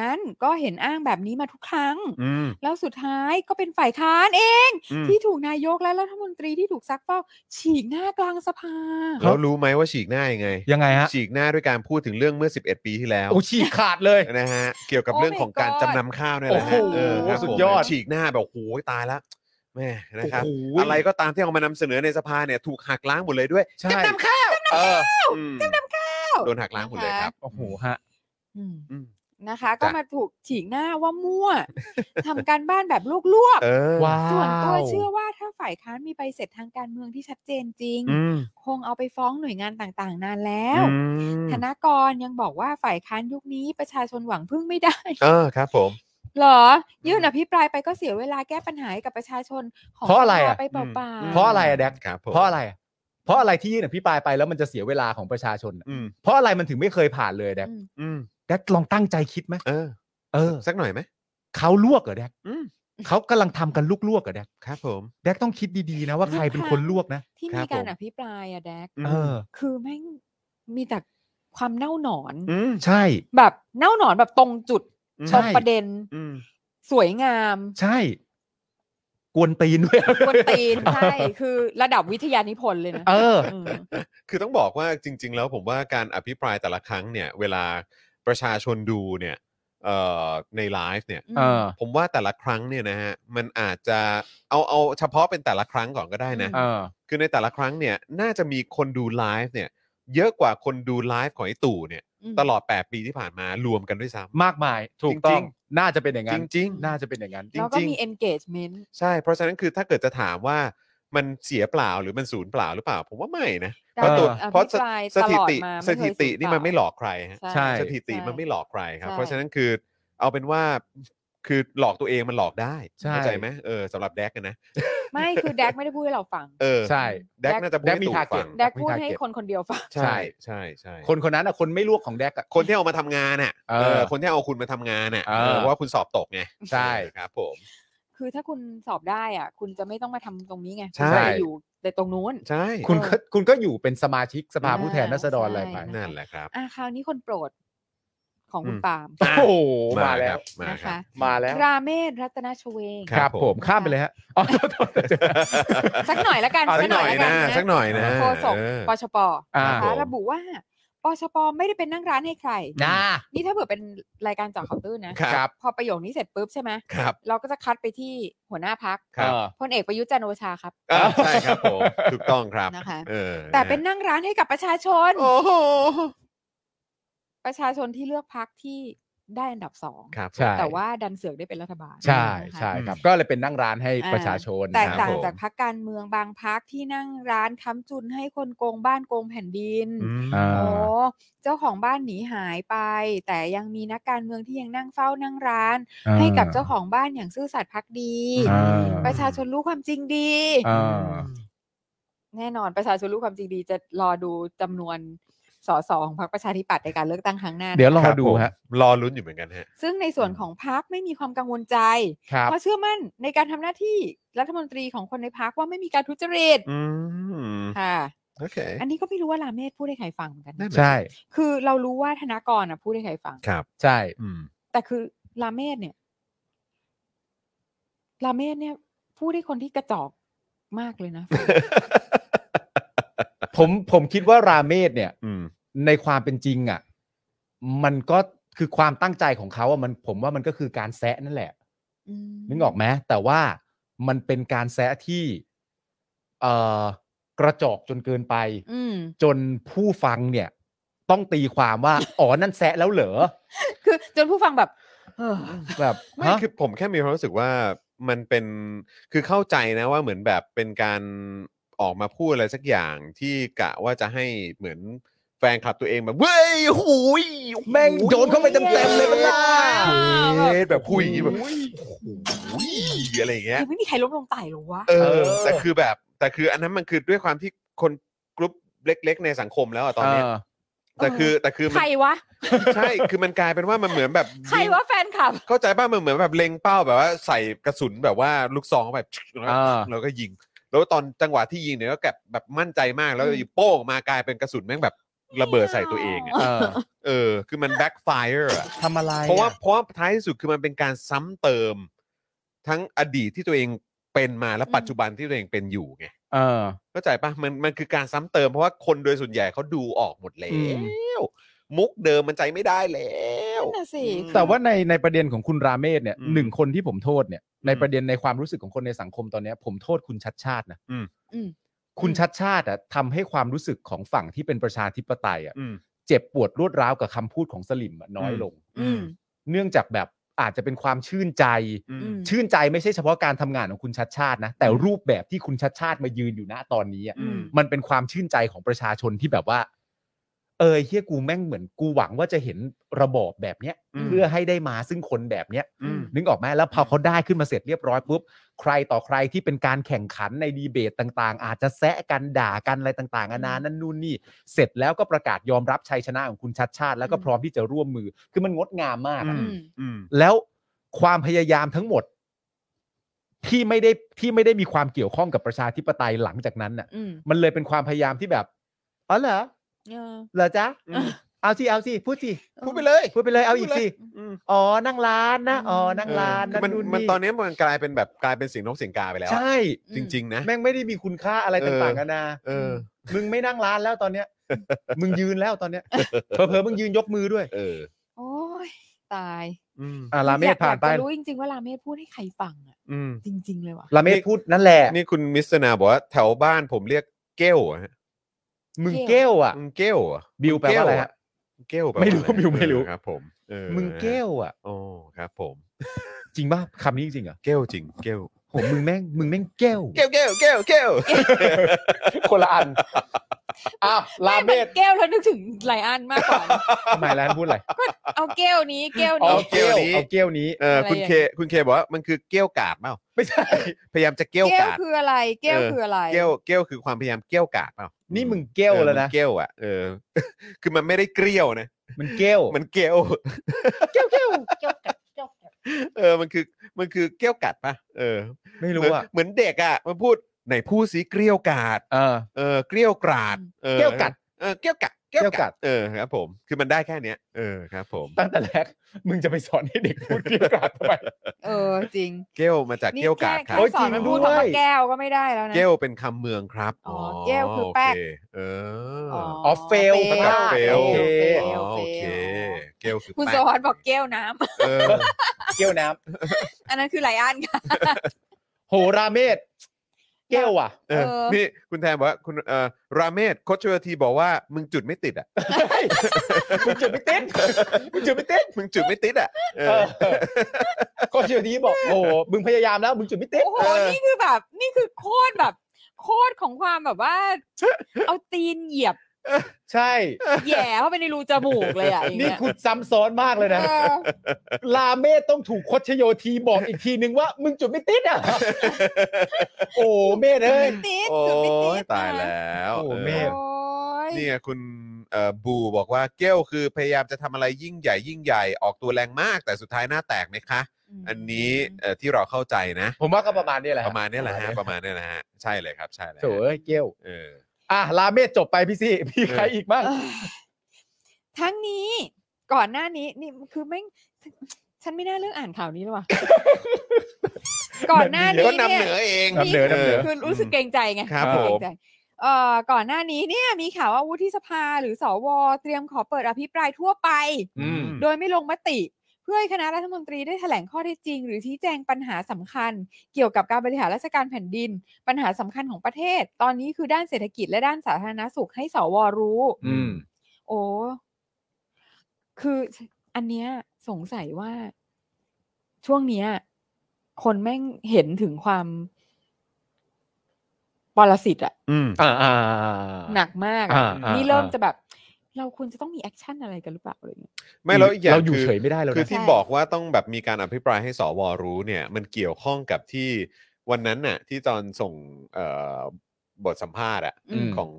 Speaker 4: นั้นก็เห็นอ้างแบบนี้มาทุกครั้ง
Speaker 3: อืม
Speaker 4: แล้วสุดท้ายก็เป็นฝ่ายค้านเอง
Speaker 3: อืม
Speaker 4: ที่ถูกนายกและรัฐมนตรีที่ถูกซักฟอกฉีกหน้ากลางสภา
Speaker 3: แล้วรู้ไหมว่าฉีกหน้ายังไง
Speaker 6: ยังไงฮะ
Speaker 3: ฉีกหน้าด้วยการพูดถึงเรื่องเมื่อ 11 ปีที่แล้ว
Speaker 6: โอ้ฉีกขาดเลย
Speaker 3: นะฮะเกี่ยวกับ
Speaker 4: Oh
Speaker 3: เรื่องของการ
Speaker 4: my god
Speaker 3: จำนำข้าวเนี่ยนะฮะ
Speaker 6: โอ้โห
Speaker 3: เออครับผม
Speaker 6: สุดยอด
Speaker 3: ฉีกหน้าแบบโอ้โหตายละแม่นะครับ
Speaker 6: โอ้โห
Speaker 3: อะไรก็ตามที่เอามานำเสนอในสภาเนี่ยถูกหักล้างหมดเลยด้วย
Speaker 6: ใช่
Speaker 3: จำนำข้าวเอออืม
Speaker 4: ว
Speaker 3: โดนหักล้างหมดเลยครับ
Speaker 6: โอ้โหฮะ
Speaker 4: อืม
Speaker 3: อืม
Speaker 4: นะคะ ก็
Speaker 3: จ้ะ
Speaker 4: มาถูกฉีกหน้าว่า มั่ว ทำการบ้านแบบลวกๆ
Speaker 3: เออ
Speaker 6: ว้าว
Speaker 4: ส่วนตัวเชื่อว่าถ้าฝ่ายค้านมีใบเสร็จทางการเมืองที่ชัดเจนจริง
Speaker 3: อืม
Speaker 4: คงเอาไปฟ้องหน่วยงานต่างๆ นานแล้ว
Speaker 3: อืม
Speaker 4: ธนากรยังบอกว่าฝ่ายค้านยุคนี้ประชาชนหวังพึ่งไม่ได้
Speaker 3: เออครับผม
Speaker 4: เหรอ ยื่นอภิปรายไปก็เสียเวลาแก้ปัญหาให้กับประชาชนของ
Speaker 6: เพราะอะไรอะ
Speaker 4: สภไปเปล่า
Speaker 3: อืม
Speaker 6: เพราะอะไรอะแดก
Speaker 3: ครับผม
Speaker 6: เพราะอะไรอะเพราะอะไรที่ยื่นอภิปรายไปแล้วมันจะเสียเวลาของประชาชนอะ
Speaker 3: อืม
Speaker 6: เพราะอะไรมันถึงไม่เคยผ่านเลยแดก
Speaker 4: อืม
Speaker 3: อืม
Speaker 6: แดกลองตั้งใจคิดไหม
Speaker 3: เออ
Speaker 6: เออ
Speaker 3: สักหน่อยไหม
Speaker 6: เขาลวกเหรอแดก
Speaker 3: อืม
Speaker 6: เขากำลังทำกันลวกๆเหรอแดก
Speaker 3: ครับผม
Speaker 6: แดกต้องคิดดีๆนะว่าใครเป็นคนลวกนะ
Speaker 4: ที่มีการอภิปรายอะแดก
Speaker 6: เออ
Speaker 4: คือแม่งมีแต่ความเน่าหนอน
Speaker 3: อืม
Speaker 6: ใช่
Speaker 4: แบบเน่าหนอนแบบตรงจุดต
Speaker 6: ใช่
Speaker 4: รงประเด็น
Speaker 3: อืม
Speaker 4: สวยงาม
Speaker 6: ใช่ กวนตีนด้วย
Speaker 4: กวนตีน ใช่ คือระดับวิทยานิพนธ์เลยนะ
Speaker 6: เออ
Speaker 4: ม
Speaker 3: คือต้องบอกว่าจริง ๆ แล้วผมว่าการอภิปรายแต่ละครั้งเนี่ย เวลาประชาชนดูเนี่ยเอ่อในไลฟ์เนี่ย
Speaker 6: เออ
Speaker 3: ผมว่าแต่ละครั้งเนี่ยนะฮะมันอาจจะเอาเอาเฉพาะเป็นแต่ละครั้งก่อนก็ได้นะ
Speaker 4: อื
Speaker 6: เอ
Speaker 4: ม
Speaker 6: อ
Speaker 3: คือในแต่ละครั้งเนี่ยน่าจะมีคนดูไลฟ์เนี่ย เยอะกว่าคนดูไลฟ์ของไอ้ตู่เนี่ย
Speaker 4: ม
Speaker 3: ตลอด 8 ปีที่ผ่านมารวมกันด้วยซ้ำ
Speaker 6: มากมาย ถูกต้
Speaker 3: จริ
Speaker 6: อง
Speaker 3: ง
Speaker 6: น่าจะเป็นอย่าง
Speaker 3: จ
Speaker 6: นั้น
Speaker 3: ริง ๆ
Speaker 6: น่าจะเป็นอย่างนั้น
Speaker 3: จริง
Speaker 4: แล้วก็มี engagement
Speaker 3: ใช่ เพราะฉะนั้นคือถ้าเกิดจะถามว่ามันเสียเปล่าหรือมันศูนย์เปล่าหรือเปล่า ผมว่าไม่นะเพราะตัว
Speaker 4: การ
Speaker 3: เพราะ
Speaker 4: อภิปราย
Speaker 3: สถิติ
Speaker 4: ตลอดมาไม่เคย
Speaker 3: สถิตินี่
Speaker 4: ศูนย์เปล่า
Speaker 3: มันไม่หลอกใครฮะ
Speaker 6: ใช่
Speaker 3: สถิติ
Speaker 4: ใช่
Speaker 3: มันไม่หลอกใครครับ
Speaker 4: ใช่
Speaker 3: เพราะฉะนั้นคือเอาเป็นว่าคือหลอกตัวเองมันหลอกได้
Speaker 6: ใช่
Speaker 3: เข้าใจไหมเออสำหรับแดกอะนะ
Speaker 4: ไม่คือแดกไม่ได้พูดให้เราฟัง
Speaker 3: เออ
Speaker 6: ใช่
Speaker 3: แดกน่าจะพูด
Speaker 6: แด
Speaker 3: ให้
Speaker 6: กมี
Speaker 3: ตู่
Speaker 6: target
Speaker 3: ฟัง
Speaker 4: แดกพูด
Speaker 6: ไม่ target
Speaker 4: ให้คนคนเดียวฟัง
Speaker 3: ใช่ใช่ใช่
Speaker 6: คนคนนั้นอ่ะ คนไม่ลวกของแดกอ่ะ
Speaker 3: คนที่เอามาทำงานอ่ะ
Speaker 6: เออ
Speaker 3: คนที่เอาคุณมาทำงานอ่ะ
Speaker 6: เออ
Speaker 3: เออว่าคุณสอบตกไง
Speaker 6: ใช่
Speaker 3: เออครับ ผม
Speaker 4: คือถ้าคุณสอบได้อ่ะ คุณจะไม่ต้องมาทำตรงนี้ไง
Speaker 3: ใช่
Speaker 4: คุณจะไปอยู่แต่ตรงนู้น
Speaker 3: ใช่
Speaker 6: คุณก็คุณก็อยู่เป็นสมาชิกสภาผู้แทนราษฎรอะไรไป
Speaker 4: ใช่
Speaker 3: นั่นแหละครับ
Speaker 4: อ่ะคราวนี้คนโปรดของคุณ
Speaker 3: อืม
Speaker 4: ปาล์ม
Speaker 6: โอ้โห มา
Speaker 3: ค
Speaker 6: แล้
Speaker 3: รั
Speaker 6: ว
Speaker 3: บมา
Speaker 4: นะครับ คะ
Speaker 6: มาแล้ว
Speaker 4: ราเมศรัตนชเวง
Speaker 3: ค
Speaker 6: ค
Speaker 3: รั
Speaker 6: รั
Speaker 3: บบ ผ
Speaker 6: ผม มข้ามไปเลยฮะอ๋อโทษโทษโทษ
Speaker 4: สักหน่อยละกัน
Speaker 6: เอา
Speaker 3: สักหน่อย
Speaker 4: ละ
Speaker 3: นะสักหน่อยนะ
Speaker 4: โฆษก
Speaker 3: เออ
Speaker 4: ปชป
Speaker 6: อ่า
Speaker 4: นะ
Speaker 3: ผ
Speaker 4: คะ
Speaker 3: ม
Speaker 4: ระบุว่า ปชปไม่ได้เป็นนั่งร้านให้ใคร
Speaker 6: นะ
Speaker 4: นี่ถ้าเผื่อเป็นรายการเจาะข่าวตื้นนะ
Speaker 3: ครับ
Speaker 4: พอประโยคนี้เสร็จปุ๊บใช่ไหม
Speaker 3: ครับ
Speaker 4: เราก็จะคัดไปที่หัวหน้าพัก
Speaker 3: ครับ
Speaker 6: เออ
Speaker 4: พลเอกประยุทธ์จันทร์โอชาครับ
Speaker 3: อ่ะใช่ครับผมถูกต้องครับ
Speaker 4: นะคะ
Speaker 3: เออนะฮะ
Speaker 4: แต่เป็นนั่งร้านให้กับประชาชน
Speaker 3: โอ้โห
Speaker 4: ประชาชนที่เลือกพักที่ได้อันดับสอง
Speaker 3: ครับ
Speaker 6: ใช่
Speaker 4: แต่ว่าดันเสือกได้เป็นรัฐบาล
Speaker 6: ใช่
Speaker 4: นะคะ
Speaker 6: ใช่ครับ ก็เลยเป็นนั่งร้านให้
Speaker 4: อ่า
Speaker 6: ประชาชน
Speaker 4: แตกต่า
Speaker 3: ครับ
Speaker 4: ง
Speaker 3: ผม
Speaker 4: จากพักการเมืองบางพักที่นั่งร้านค้ำจุนให้คนโกงบ้านโกงแผ่นดิน
Speaker 3: อืม
Speaker 6: อ่า
Speaker 4: โอ้เจ้าของบ้านหนีหายไป แต่ยังมีนักการเมืองที่ยังนั่งเฝ้านั่งร้าน ให้กับเจ้าของบ้านอย่างซื่อสัตย์พักดี
Speaker 6: อ่า
Speaker 4: ประชาชนรู้ความจริงดี
Speaker 6: อ่า
Speaker 4: แน่นอนประชาชนรู้ความจริงดีจะรอดูจำนวนสสของพรรคประชาธิปัตย์ในการเลือกตั้งครั้งหน้านะ
Speaker 6: เดี๋ยวรอดู
Speaker 3: ค
Speaker 6: ฮะ
Speaker 3: บผมรอลุ้นอยู่เหมือนกันฮะ
Speaker 4: ซึ่งในส่วนของพรรคไม่มีความกังวลใจ
Speaker 6: ครับ
Speaker 4: เพราะเชื่อมั่นในการทำหน้าที่รัฐมนตรีของคนในพรรคว่าไม่มีการทุจริต
Speaker 3: อืม
Speaker 4: ค่ะ
Speaker 3: โอเค
Speaker 4: อันนี้ก็ไม่รู้ว่าลาเมศพูดให้ใครฟังเหมือนกันนะ
Speaker 6: ใช่
Speaker 4: คือเรารู้ว่าธนากรอ่ะพูดให้ใครฟัง
Speaker 3: ครับ
Speaker 6: ใช่
Speaker 3: อืม
Speaker 4: แต่คือลาเมศเนี่ยลาเมศเนี่ย พูดให้คนที่กระจอกมาก เลยนะ
Speaker 6: ผมผมคิดว่าราเมศเนี่ย
Speaker 3: อืม
Speaker 6: ในความเป็นจริงอ่ะ มันก็คือความตั้งใจของเขาอ่ะมันผมว่ามันก็คือการแซะนั่นแหละ นึกออกไหมแต่ว่ามันเป็นการแซะที่ เออ กระจอกจนเกินไป
Speaker 4: อืม
Speaker 6: จนผู้ฟังเนี่ย ต้องตีความว่า อ๋อนั่นแซะแล้วเหรอ
Speaker 4: คือจนผู้ฟังแบบ
Speaker 6: แบบ
Speaker 3: ไม่
Speaker 6: ฮะ
Speaker 3: คือผมแค่มีความรู้สึกว่ามันเป็นคือเข้าใจนะว่าเหมือนแบบเป็นการออกมาพูดอะไรสักอย่างที่กะว่าจะให้เหมือนแฟนคลับตัวเองแบบเว้ยหูย
Speaker 6: แม่งโยนเข้าไปเต็ม
Speaker 4: ๆเลยปะล่ะ
Speaker 3: เย้แบบพูดอย่างนี้แบบหูยอะไรอย่างเงี้ย
Speaker 4: ยังไม่มีใครล้มลงตายหรอวะ
Speaker 3: เอ
Speaker 6: เอ
Speaker 3: อ
Speaker 6: อ
Speaker 3: แต่คือแบบแต่คืออันนั้นมันคือด้วยความที่คนกรุ๊ปเล็ก ๆ ในสังคมแล้วอะตอนเนี้ย
Speaker 6: เออ
Speaker 3: แต่คือแต่คือ
Speaker 4: ใค
Speaker 3: มั
Speaker 4: ร
Speaker 3: น
Speaker 4: วะ
Speaker 3: ใช่คือมันกลายเป็นว่ามันเหมือนแบบ
Speaker 4: ใครวะแฟนคลับ
Speaker 3: เข้าใจป่ะมันเหมือนแบบเล็งเป้าแบบว่าใส่กระสุนแบบว่าลูกซองเข้าไปแล้วก็
Speaker 6: อ่า
Speaker 3: แล้วก็ยิง แล้วตอนจังหวะที่ยิงเนี่ยก็แบบแบบมั่นใจมากแล้ว
Speaker 4: อืม
Speaker 3: อยู่โป้งออกมากลายเป็นกระสุนแม่งแบบระเบิดใส่ตัวเองอะ
Speaker 6: เออ
Speaker 3: เออคือมันแบ็คไฟร์อะ
Speaker 6: ทำอะไรอ
Speaker 3: เพราะว่าเพราะว่าท้ายที่สุดคือมันเป็นการซ้ำเติม ทั้งอดีตที่ตัวเองเป็นมาและ
Speaker 4: อืม
Speaker 3: ปัจจุบันที่ตัวเองเป็นอยู่ไง
Speaker 6: เออ
Speaker 3: เข้าใจปะมันมันคือการซ้ำเติมเพราะว่าคนโดยส่วนใหญ่เขาดูออกหมดแล้
Speaker 6: อืม
Speaker 3: ว มุกเดิมมันใจไม่ได้แล้ว
Speaker 4: นั่นนะสิ
Speaker 3: อืม
Speaker 6: แต่ว่าในในประเด็นของคุณราเมศเนี่ย
Speaker 3: อืม
Speaker 6: หนึ่งคนที่ผมโทษเนี่ย ใน
Speaker 3: อืม
Speaker 6: ประเด็นในความรู้สึกของคนในสังคมตอนเนี้ย ผมโทษคุณชัดชาตินะ
Speaker 3: อืม
Speaker 4: อืม
Speaker 6: คุณชัดชาติอะทำให้ความรู้สึกของฝั่งที่เป็นประชาธิปไตยอะ
Speaker 3: อืม
Speaker 6: เจ็บปวดรวดร้าวกับคำพูดของสลิมอะน้อยลง
Speaker 4: อืม
Speaker 6: เนื่องจากแบบอาจจะเป็นความชื่นใจ
Speaker 3: อืม
Speaker 4: อืม
Speaker 6: ชื่นใจไม่ใช่เฉพาะการทำงานของคุณชัดชาตินะ แต่
Speaker 3: อืม
Speaker 6: รูปแบบที่คุณชัดชาติมายืนอยู่ณตอนนี้อะ
Speaker 4: อืม
Speaker 6: มันเป็นความชื่นใจของประชาชนที่แบบว่า เออเฮียกูแม่งเหมือนกูหวังว่าจะเห็นระบอบแบบเนี้ย
Speaker 3: อืม
Speaker 6: เพื่อให้ได้มาซึ่งคนแบบเนี้ย
Speaker 3: อืม
Speaker 6: นึกออกไหมแล้วพอเขาได้ขึ้นมาเสร็จเรียบร้อยปุ๊บใครต่อใครที่เป็นการแข่งขันในดีเบตต่าง ๆ อาจจะแซะกันด่ากันอะไรต่างๆนานานั่นนู่นนี่ เสร็จแล้วก็ประกาศยอมรับชัยชนะของคุณชัดชาติ แล้วก็พร้อมที่จะร่วมมือคือมันงดงามมากอะ
Speaker 4: อืม
Speaker 3: อืม
Speaker 6: แล้วความพยายามทั้งหมด ที่ไม่ได้ที่ไม่ได้มีความเกี่ยวข้องกับประชาธิปไตยหลังจากนั้นน่ะ
Speaker 4: อืม
Speaker 6: มันเลยเป็นความพยายามที่แบบอ๋อเหรอ
Speaker 4: เออ
Speaker 6: เหรอจ๊ะ
Speaker 3: อืม
Speaker 6: เอาสิเอาสิพูดสิ
Speaker 3: พูดไปเลย
Speaker 6: พูดไปเลยเอาอีกสิ
Speaker 3: อืม
Speaker 6: อ๋อนั่งร้านนะอ๋อนั่ง
Speaker 3: เออ
Speaker 6: ร้าน
Speaker 3: คือ
Speaker 6: นั่น
Speaker 3: มัน
Speaker 6: นู่น
Speaker 3: มัน
Speaker 6: นี่
Speaker 3: ตอนนี้มันกลายเป็นแบบกลายเป็นเสียงนกเสียงกาไปแล้วอะ
Speaker 6: ใช่
Speaker 3: จริง ๆ นะ
Speaker 6: แม่งไม่ได้มีคุณค่าอะไร
Speaker 3: เออ
Speaker 6: ต่างๆกันานะ
Speaker 3: เออ
Speaker 6: มึงไม่นั่งร้านแล้วตอนเนี้ย มึงยืนแล้วตอนเนี้ยเผลอๆมึงยืนยกมือด้วย
Speaker 3: เออ
Speaker 4: โอ้ยตาย
Speaker 3: อืม
Speaker 6: อ่าลาเม
Speaker 4: อย
Speaker 6: ธ
Speaker 4: ก
Speaker 6: ผ่านไป
Speaker 4: อยกจะรู้จริงๆว่าลาเมธพูดให้ใครฟังอ่ะ
Speaker 3: อืม
Speaker 4: จริง ๆ เลยว่ะ
Speaker 6: ลาเมธพูดนั่นแหละ
Speaker 3: นี่คุณมิสเตอร์นาบอกว่าแถวบ้านผมเรียกเก้วอะฮะ
Speaker 6: มึงแก้วอ่ะ
Speaker 3: มึงเก้วอะ
Speaker 6: บิวแปลว่าอะไรฮะ
Speaker 3: เก้วแปลว่า
Speaker 6: ไม่รู้
Speaker 3: อะ
Speaker 6: บิวไม่รู้
Speaker 3: เออครับผมเออ
Speaker 6: มึงแก้วอ่ะ
Speaker 3: อ๋อครับ ผม
Speaker 6: จริงป่ะคำนี้จริงเหรอ
Speaker 3: เก้วจริงเก้ว
Speaker 6: โหมึงแม่งมึงแม่งแก้ว
Speaker 3: เก้วเก้วเก้วเก้ว
Speaker 6: คนละ อันอ้าวลาเมธ
Speaker 4: แก้วแล้วนึกถึงไลออนมากกว่านะ
Speaker 6: ทำไมแล้วพูดอะไร
Speaker 4: เอาแก้วนี้แก้ว
Speaker 6: อ๋อ
Speaker 4: นี้
Speaker 6: แก้วเอาแก้วนี้
Speaker 3: เออ
Speaker 4: อะไร
Speaker 3: คุณ
Speaker 4: อย่าง
Speaker 3: เค
Speaker 4: เงี้ย
Speaker 3: คุณเคบอกว่ามันคือเก้วกาดเปล่า
Speaker 6: ไม่ใช่
Speaker 3: พยายามจะเก้ว
Speaker 4: แก้ว
Speaker 3: กาด
Speaker 4: คืออะไร แก้วคืออะไร
Speaker 3: เก้วเก้วคือความพยายามเก้วกาดเปล่า
Speaker 6: นี่
Speaker 3: นี่
Speaker 6: มึงแก้วแล้วนะ
Speaker 3: เก้วอ่ะเออ คือมันไม่ได้เกลี้ยวนะ
Speaker 6: มันแก้ว
Speaker 3: มันเก้ว
Speaker 6: แก้วแก้ว
Speaker 3: เออมันคือมันคือเก้วกาดปะเออ
Speaker 6: ไม่รู้
Speaker 3: เหมือน
Speaker 6: อ่ะ
Speaker 3: เหมือนเด็กอ่ะมันพูดไหนพูดสิเกลี้ยวกาด
Speaker 6: เออ
Speaker 3: เออเกลี้ยวกราดออ
Speaker 6: เกลี้ยวกัด
Speaker 3: เออเกลี้ยวกัด
Speaker 6: เกลี้ยวกัด
Speaker 3: เออครับผม คือมันได้แค่เนี้ยเออครับ ผม
Speaker 6: ตั้งแต่แรกมึงจะไปสอนให้เด็กพูดเกลียวกราดทำไม
Speaker 4: เออจริง
Speaker 3: เกลี้ยวมาจาก
Speaker 4: นี่
Speaker 3: เกลี้ยว
Speaker 4: แค่
Speaker 3: กัดครั
Speaker 4: แค่
Speaker 3: บ
Speaker 6: โอ้ย
Speaker 4: สอนมันพูด
Speaker 6: จริงด้วย
Speaker 4: คำว่าแก้วก็ไม่ได้แล้วนะ
Speaker 3: เกลี้ยวเป็นคำเมืองครับ
Speaker 4: อ๋อเกลี้ยวคือแป๊ก
Speaker 3: โเเอออ
Speaker 6: อ๋อ fail
Speaker 4: เฟล
Speaker 3: ภาษาเฟล
Speaker 6: โอเค
Speaker 4: เฟล
Speaker 3: อ๋อโอเคเกลี้ยวคือ
Speaker 4: คุณ
Speaker 3: แป๊
Speaker 4: สวัสดิ์บอกแก้วน้ำ
Speaker 3: เออ
Speaker 6: แก้วน้ำ
Speaker 4: อันนั้นคือไลออนค่ะ
Speaker 6: โหราเมศแก้วอ่ะ
Speaker 3: เออ
Speaker 4: เออ
Speaker 3: นี่คุณแทนบอกว่าคุณเอ่อราเมศโคชเชอร์ทีบอกว่ามึงจุดไม่ติดอ่ะ
Speaker 6: มึงจุดไม่ติดมึงจุดไม่ติด
Speaker 3: มึงจุดไม่ติดอ่ะเอ
Speaker 6: เอ
Speaker 3: อ
Speaker 6: อก็เชียวดีบอกโอ้โหมึงพยายามแล้ว มึงจุดไม่ติด
Speaker 4: โอ้โห นี่คือแบบ นี่คือโคตรแบบ โคตรของความแบบ ว่า เอาตีนเหยียบ
Speaker 6: ใช่
Speaker 4: แหย่เข้าไปในรูจมูกเลยอ่ะอย่าง
Speaker 6: นี่
Speaker 4: เงี้ย
Speaker 6: คุณซ้ำซ้อนมากเลยนะ
Speaker 4: เออ
Speaker 6: ลาเมศต้องถูกโคชโยทีบอกอีกทีนึงว่า มึงจุดไม่ติด อ่ะ โอ้เมศเอ้ย
Speaker 4: ติด
Speaker 3: โอ้
Speaker 4: จุดไม่ติ
Speaker 3: ย
Speaker 4: ด
Speaker 3: ตาย
Speaker 4: นะ
Speaker 3: แล้ว
Speaker 6: โอ้
Speaker 3: ออ
Speaker 6: เมฆ
Speaker 4: โอ้ย
Speaker 3: เนี่ยคุณเอ่อบูบอกว่าเกลคือพยายามจะทำอะไรยิ่งใหญ่ยิ่งใหญ่ออกตัวแรงมาก แต่สุดท้ายหน้าแตกไหมคะ
Speaker 4: ม
Speaker 3: อันนี้เอ่อที่เราเข้าใจนะ
Speaker 6: ผมว่าก็ประมาณนี้แหละ
Speaker 3: ประมาณเนี้ยแหละฮะประมาณเนี้ยแหละฮะใช่เลยครับใช่เลย
Speaker 6: โถเอ้ยแก้ว
Speaker 3: เออ
Speaker 6: อ่ะลาเมศจบไปพี่ซี่มีใครอีกบ้าง
Speaker 4: เอ้ยทั้งนี้ก่อนหน้านี้นี่คือแม่งฉันไม่น่าเลือกอ่านข่าวนี้เลยว่ะ ก่อนหน้านี้
Speaker 3: ก็นำ
Speaker 4: เนี่
Speaker 3: เห
Speaker 4: ย
Speaker 3: นือเอง
Speaker 4: นำเหนือนำเหนื
Speaker 3: อ
Speaker 4: คือรู้สึกเกร
Speaker 3: ม
Speaker 4: งใจไง
Speaker 3: ครับ
Speaker 4: เกง
Speaker 3: ผม
Speaker 4: ใจเอ่อก่อนหน้านี้เนี่ยมีข่าวว่าวุฒิสภาหรือสวเตรียมขอเปิดอภิปรายทั่วไป
Speaker 6: อืม
Speaker 4: โดยไม่ลงมติ เ พื่อให้คณะรัฐมนตรีได้แถลงข้อเท็จจริง หรือชี้แจงปัญหาสำคัญ เกี่ยวกับการบริหารราชการแผ่นดิน ปัญหาสำคัญของประเทศ ตอนนี้คือด้านเศรษฐกิจและด้านสาธารณสุขให้สวรู้
Speaker 6: อืม
Speaker 4: โอ้คืออันเนี้ยสงสัยว่าช่วงเนี้ย คนแม่งเห็นถึงความปรสิตอะ
Speaker 3: อืม
Speaker 6: อ่าอ่า
Speaker 4: หนักมากอะ
Speaker 6: อ่าอ่า
Speaker 4: นี่เริ่ม
Speaker 6: อ่า
Speaker 4: จะแบบ เราควรจะต้องมีแอคชั่นอะไรกันหรือเปล่าอะไรอย่างเงี้ย
Speaker 3: ไม่แล้วอีกอย่าง
Speaker 6: เราอยู่
Speaker 3: คื
Speaker 6: เฉยไม่ได้แล้วนะ
Speaker 3: คือที่
Speaker 4: ใช่
Speaker 3: บอกว่าต้องแบบมีการอภิปรายให้สวรู้เนี่ย มันเกี่ยวข้องกับที่วันนั้นน่ะที่จอนส่งเอ่อบทสัมภาษณ์อะ
Speaker 6: อืม
Speaker 3: ของ